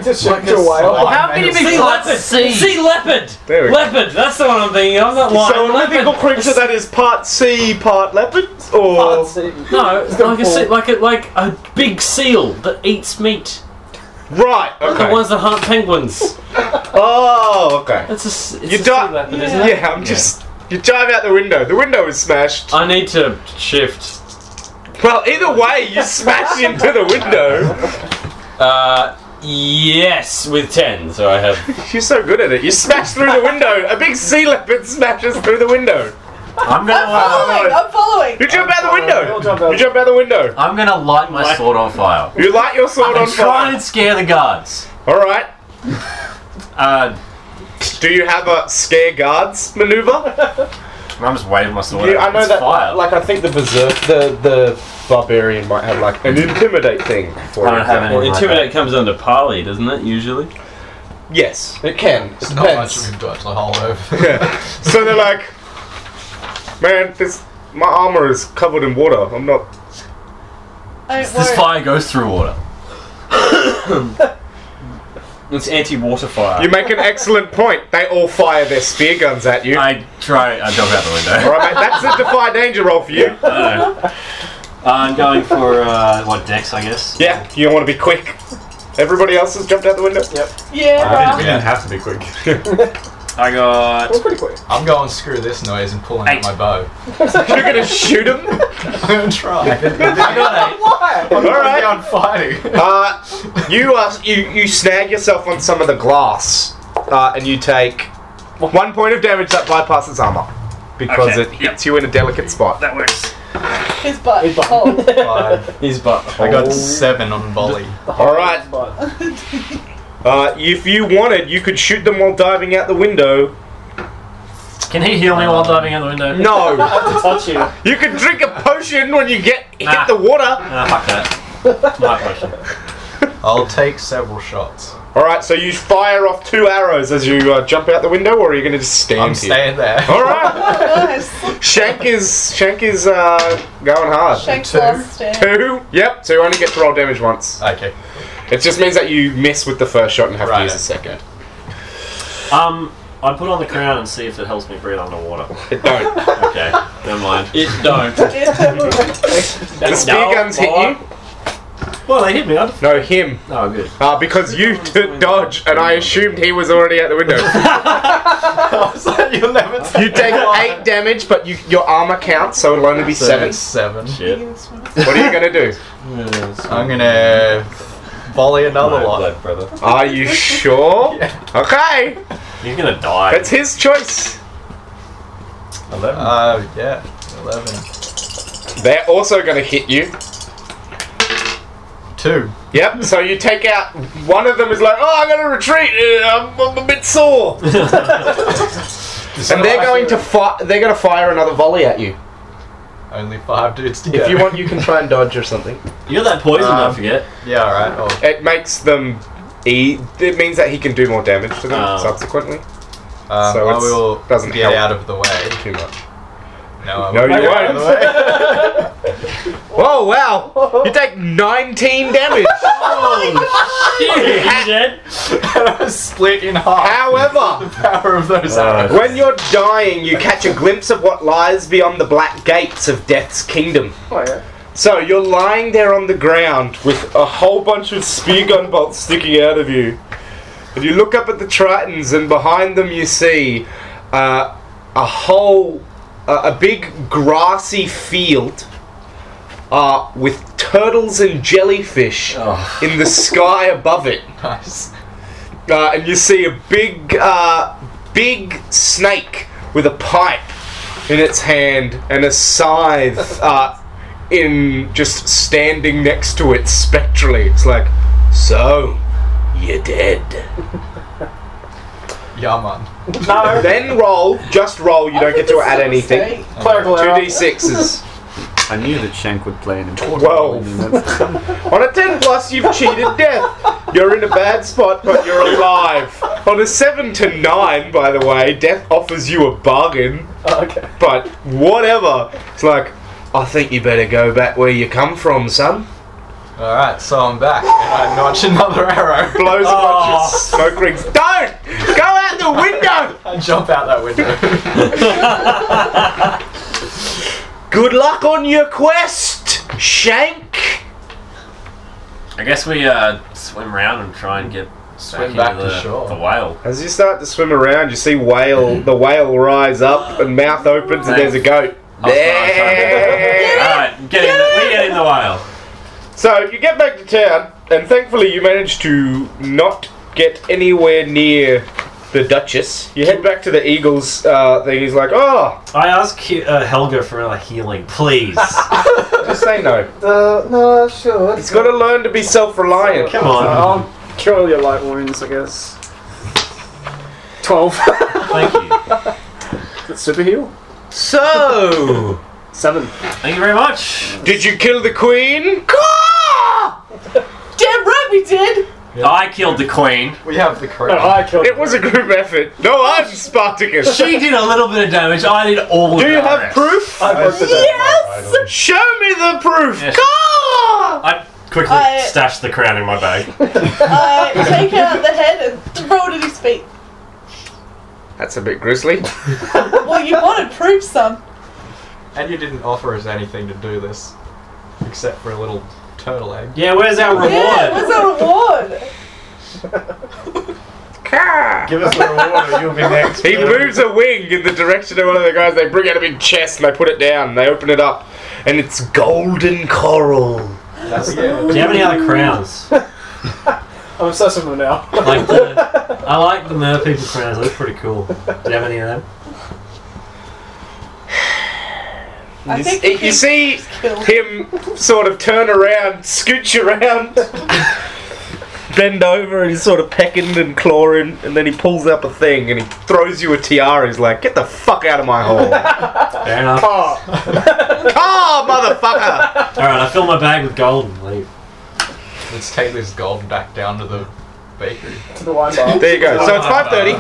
Speaker 5: Just shoot your whale.
Speaker 9: How can you be sea leopard?
Speaker 2: sea?
Speaker 9: Sea leopard!
Speaker 1: There we go.
Speaker 9: Leopard, that's the one I'm thinking of, not lion.
Speaker 1: So a mythical
Speaker 9: leopard.
Speaker 1: creature that is part sea, part leopard, or
Speaker 9: No, like a,
Speaker 5: fall.
Speaker 9: sea, like a like a big seal that eats meat.
Speaker 1: right? Okay.
Speaker 9: The ones that hunt penguins.
Speaker 1: Oh, okay.
Speaker 9: That's a, s- it's
Speaker 1: You
Speaker 9: a sea
Speaker 1: di-
Speaker 9: leopard,
Speaker 4: Yeah.
Speaker 9: isn't it?
Speaker 1: Yeah, I'm just. You dive out the window. The window is
Speaker 3: Uh.
Speaker 1: smashed.
Speaker 9: I need to shift.
Speaker 1: Well, either way, you smash into the window.
Speaker 9: Uh, yes, with ten, so I have.
Speaker 1: You're so good at it. You smash through the window. A big sea leopard smashes through the window.
Speaker 2: I'm
Speaker 4: I'm
Speaker 2: gonna. Uh,
Speaker 4: following. I'm following.
Speaker 1: You jump out the
Speaker 5: We'll
Speaker 1: window.
Speaker 5: jump out.
Speaker 1: You jump out the window.
Speaker 2: I'm gonna light my sword on fire.
Speaker 1: You light your sword on
Speaker 2: I'm trying
Speaker 1: fire.
Speaker 2: to scare the guards.
Speaker 1: All right.
Speaker 2: Uh,
Speaker 1: Do you have a scare guards maneuver?
Speaker 2: I'm just waving my sword.
Speaker 1: Yeah,
Speaker 2: at
Speaker 1: I
Speaker 2: them.
Speaker 1: know
Speaker 2: It's
Speaker 1: that.
Speaker 2: Fire.
Speaker 1: Like I think the berserk, the the barbarian might have like an intimidate thing. For
Speaker 2: I don't have
Speaker 1: example.
Speaker 2: any. like that.
Speaker 9: Intimidate comes under parley, doesn't it? Usually.
Speaker 1: Yes, it can. It
Speaker 7: There's not much
Speaker 1: depends.
Speaker 7: we can dodge the hole over.
Speaker 1: So they're like, man, this my armor is covered in water. I'm not.
Speaker 4: I ain't
Speaker 2: This
Speaker 4: worried.
Speaker 2: fire goes through water.
Speaker 9: It's anti-water fire.
Speaker 1: You make an excellent point. They all fire their spear guns at you.
Speaker 2: I try. I jump out the window.
Speaker 1: All right, mate, that's a defy danger roll for you.
Speaker 2: Uh, I'm going for uh, what dex, I guess.
Speaker 1: Yeah, you want to be quick. Everybody else has jumped out the window. Yep.
Speaker 4: Yeah,
Speaker 6: we
Speaker 4: right.
Speaker 6: didn't have to be quick.
Speaker 2: I got.
Speaker 5: Pretty quick.
Speaker 7: I'm going screw this noise and pulling out
Speaker 2: Eight.
Speaker 7: my bow.
Speaker 1: You're gonna shoot him.
Speaker 7: I'm gonna try.
Speaker 2: I got eight.
Speaker 1: All right.
Speaker 7: I'm fighting.
Speaker 1: Uh, you are you you snag yourself on some of the glass, uh, and you take one point of damage that bypasses armor because
Speaker 2: Okay,
Speaker 1: it hits you in a delicate spot.
Speaker 2: That works.
Speaker 4: his butt. Oh.
Speaker 7: Five.
Speaker 9: His butt.
Speaker 7: I got
Speaker 2: Oh.
Speaker 7: seven on volley.
Speaker 1: All right.
Speaker 5: But
Speaker 1: Uh, if you wanted, you could shoot them while diving out the window.
Speaker 2: Can he heal me while diving out the window?
Speaker 1: No,
Speaker 5: to touch you.
Speaker 1: you can drink a potion when you get
Speaker 2: Nah. Uh,
Speaker 1: hit the water.
Speaker 2: Ah, fuck that. My question.
Speaker 7: I'll take several shots.
Speaker 1: All right, so you fire off two arrows as you uh, jump out the window, or are you going to just stand
Speaker 7: I'm
Speaker 1: here?
Speaker 7: staying there.
Speaker 1: All right.
Speaker 4: Nice.
Speaker 1: Shank is Shank is uh, going hard.
Speaker 4: Shank's
Speaker 7: Two.
Speaker 4: last stand.
Speaker 1: Two. Yep. So you only get to roll damage once.
Speaker 7: Okay.
Speaker 1: It just means that you miss with the first shot and have to
Speaker 7: Right.
Speaker 1: use the second.
Speaker 2: Um, I put on the crown and see if it helps me breathe underwater.
Speaker 1: It don't.
Speaker 2: Okay, never mind.
Speaker 9: It don't.
Speaker 1: the spear guns hit you.
Speaker 2: Well, they hit me. I
Speaker 1: No, him.
Speaker 2: oh, good.
Speaker 1: Uh, because you took dodge, and I assumed he was already out the window.
Speaker 7: You'll never
Speaker 1: You take eight damage, but you, your armor counts, so it'll only be seven.
Speaker 7: Seven.
Speaker 2: Shit.
Speaker 1: What are you gonna do?
Speaker 7: I'm gonna volley another one.
Speaker 2: brother.
Speaker 1: Are you sure? Okay,
Speaker 2: He's gonna die.
Speaker 1: that's his choice.
Speaker 2: Eleven.
Speaker 7: Uh, yeah. Eleven.
Speaker 1: They're also gonna hit you.
Speaker 7: Two.
Speaker 1: Yep. So you take out one of them is like, oh, I'm gonna retreat. uh, I'm, I'm a bit sore. and they're going to fi- They're gonna fire another volley at you.
Speaker 7: Only five dudes together.
Speaker 1: If you want, you can try and dodge or something.
Speaker 2: You're that poison.
Speaker 7: Um,
Speaker 2: don't forget.
Speaker 7: Yeah, alright. Well,
Speaker 1: It makes them. E- it means that he can do more damage to them
Speaker 2: Oh.
Speaker 1: subsequently.
Speaker 7: um,
Speaker 1: So
Speaker 7: I
Speaker 1: it's-
Speaker 7: will
Speaker 1: doesn't
Speaker 7: get
Speaker 1: help.
Speaker 7: out of the way.
Speaker 1: Too much.
Speaker 7: No, I
Speaker 1: No,
Speaker 7: won't
Speaker 1: you
Speaker 7: get out of the
Speaker 1: won't.
Speaker 7: way.
Speaker 1: Oh wow! You take 19 damage.
Speaker 2: you dead?
Speaker 7: Split in half.
Speaker 1: However,
Speaker 7: Power of those arrows.
Speaker 1: when you're dying, you catch a glimpse of what lies beyond the black gates of Death's kingdom.
Speaker 5: Oh, yeah.
Speaker 1: So you're lying there on the ground with a whole bunch of spear gun bolts sticking out of you. And you look up at the Tritons, and behind them you see uh, a whole, uh, a big grassy field uh, with turtles and jellyfish in the sky above it.
Speaker 7: Nice.
Speaker 1: uh, and you see a big, uh, big snake with a pipe in its hand and a scythe uh, in just standing next to it spectrally. It's like, so you're dead.
Speaker 7: Yeah, man.
Speaker 5: No.
Speaker 1: Then roll, just roll. You don't get to add anything.
Speaker 5: Clerical
Speaker 1: Two
Speaker 5: error.
Speaker 1: d sixes.
Speaker 8: I knew that Shank would play an important
Speaker 1: Twelve.
Speaker 8: role in this.
Speaker 1: On a ten plus, you've cheated death. You're in a bad spot, but you're alive. On a seven to nine, by the way, death offers you a bargain.
Speaker 5: Oh, okay.
Speaker 1: But whatever. It's like, I think you better go back where you come from, son.
Speaker 7: Alright, so I'm back. And I notch another arrow.
Speaker 1: Blows a
Speaker 2: Oh.
Speaker 1: bunch of smoke rings. Don't! Go out the window!
Speaker 7: I jump out that window.
Speaker 1: Good luck on your quest, Shank!
Speaker 2: I guess we uh, swim around and try and get
Speaker 7: Swim
Speaker 2: back
Speaker 7: back
Speaker 2: into the,
Speaker 7: to shore.
Speaker 2: the whale.
Speaker 1: As you start to swim around, you see whale. the whale rise up and mouth opens and there's a goat.
Speaker 2: I'll try and try
Speaker 1: There.
Speaker 2: Alright, get in. The, we get in the whale.
Speaker 1: So you get back to town, and thankfully you manage to not get anywhere near the Duchess. You head back to the Eagles uh, thing. He's like, oh,
Speaker 2: I ask He- uh, Helga for a healing, please.
Speaker 1: just say no.
Speaker 5: Uh, no, sure.
Speaker 1: He's got to learn to be self-reliant.
Speaker 2: Come on.
Speaker 5: I'll cure your light wounds, I guess. 12.
Speaker 2: Thank you.
Speaker 5: Super heal?
Speaker 1: So,
Speaker 5: 7.
Speaker 2: Thank you very much.
Speaker 1: did you kill the queen?
Speaker 4: Damn right we did.
Speaker 2: I killed the queen.
Speaker 7: we have the
Speaker 5: No,
Speaker 7: correct.
Speaker 5: I killed
Speaker 1: It was a group effort. No, I'm Spartacus.
Speaker 2: She did a little bit of damage. I did all
Speaker 1: Do
Speaker 2: the
Speaker 1: you have
Speaker 2: rest.
Speaker 1: proof?
Speaker 5: I broke the
Speaker 4: Yes.
Speaker 1: Show me the proof.
Speaker 2: Yes.
Speaker 1: Caw!
Speaker 2: I quickly
Speaker 4: I-
Speaker 2: stashed the crown in my bag.
Speaker 4: I Uh, take out the head and throw it at his feet.
Speaker 1: That's a bit grisly.
Speaker 4: Well, you wanted proof, son.
Speaker 7: And you didn't offer us anything to do this, except for a little turtle egg.
Speaker 2: Yeah, where's our reward?
Speaker 4: Yeah, what's our reward?
Speaker 6: Give us the reward, or you'll be next.
Speaker 1: He moves a wing in the direction of one of the guys. They bring out a big chest and they put it down. They open it up, and it's golden coral.
Speaker 7: That's yeah.
Speaker 2: Do you have any other crowns?
Speaker 5: I'm obsessed with them now.
Speaker 2: like the, I like the mer people crowns. They look pretty cool. Do you have any of them?
Speaker 4: I
Speaker 1: You,
Speaker 4: think
Speaker 1: s- you see
Speaker 4: Kill.
Speaker 1: him sort of turn around, scooch around, bend over, and he's sort of pecking and clawing, and then he pulls up a thing and he throws you a tiara. He's like, "Get the fuck out of my hole,
Speaker 2: Fair enough. All
Speaker 5: Oh,
Speaker 1: car, motherfucker!"
Speaker 2: right, I fill my bag with gold and leave.
Speaker 7: Let's take this gold back down to the bakery.
Speaker 5: to the wine bar.
Speaker 1: There you go. So it's five thirty.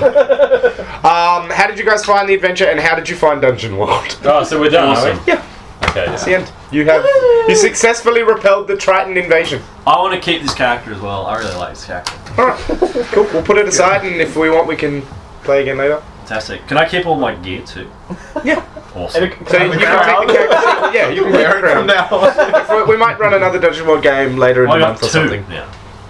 Speaker 1: Um, how did you guys find the adventure, and how did you find Dungeon World?
Speaker 9: Oh, so we're done. Awesome.
Speaker 1: Yeah.
Speaker 9: Okay.
Speaker 1: That's the end. You have you successfully repelled the Triton invasion.
Speaker 2: I want to keep this character as well. I really like this character.
Speaker 1: All right, cool. We'll put it aside, and if we want, we can play again later.
Speaker 2: Fantastic. Can I keep all my gear too?
Speaker 1: Yeah.
Speaker 2: Awesome.
Speaker 1: So you can take the character. Yeah, you can wear it around. If we, we might run another Dungeon World game later in
Speaker 2: I
Speaker 1: the
Speaker 2: got
Speaker 1: month or
Speaker 2: two
Speaker 1: something.
Speaker 2: now.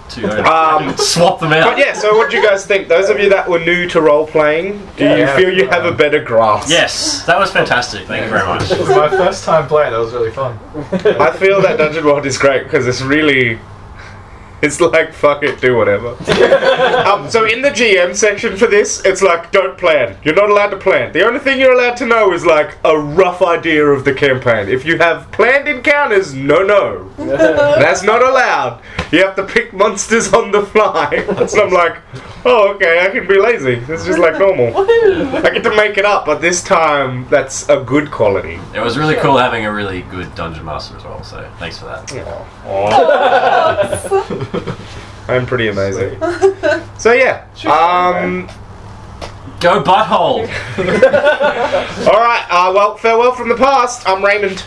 Speaker 2: Two. I
Speaker 1: Um,
Speaker 2: can swap them out.
Speaker 1: But yeah, so what do you guys think? Those of you that were new to role playing, do you
Speaker 7: Yeah.
Speaker 1: feel you have a better grasp?
Speaker 2: Yes, that was fantastic. Thank you very much.
Speaker 7: It was my first time playing. That was really fun.
Speaker 1: I feel that Dungeon World is great because it's really. It's like, fuck it, do whatever. um, so, in the GM section for this, it's like, don't plan. You're not allowed to plan. The only thing you're allowed to know is like a rough idea of the campaign. If you have planned encounters, no, no. That's not allowed. You have to pick monsters on the fly. and I'm like, oh, okay, I can be lazy. It's just like normal.
Speaker 4: Woohoo!
Speaker 1: I get to make it up, but this time, that's a good quality.
Speaker 2: It was really cool having a really good dungeon master as well. So thanks for that.
Speaker 1: I'm pretty amazing. so yeah. Um,
Speaker 2: Go butthole.
Speaker 1: all right. Uh, well, farewell from the past. I'm Raymond.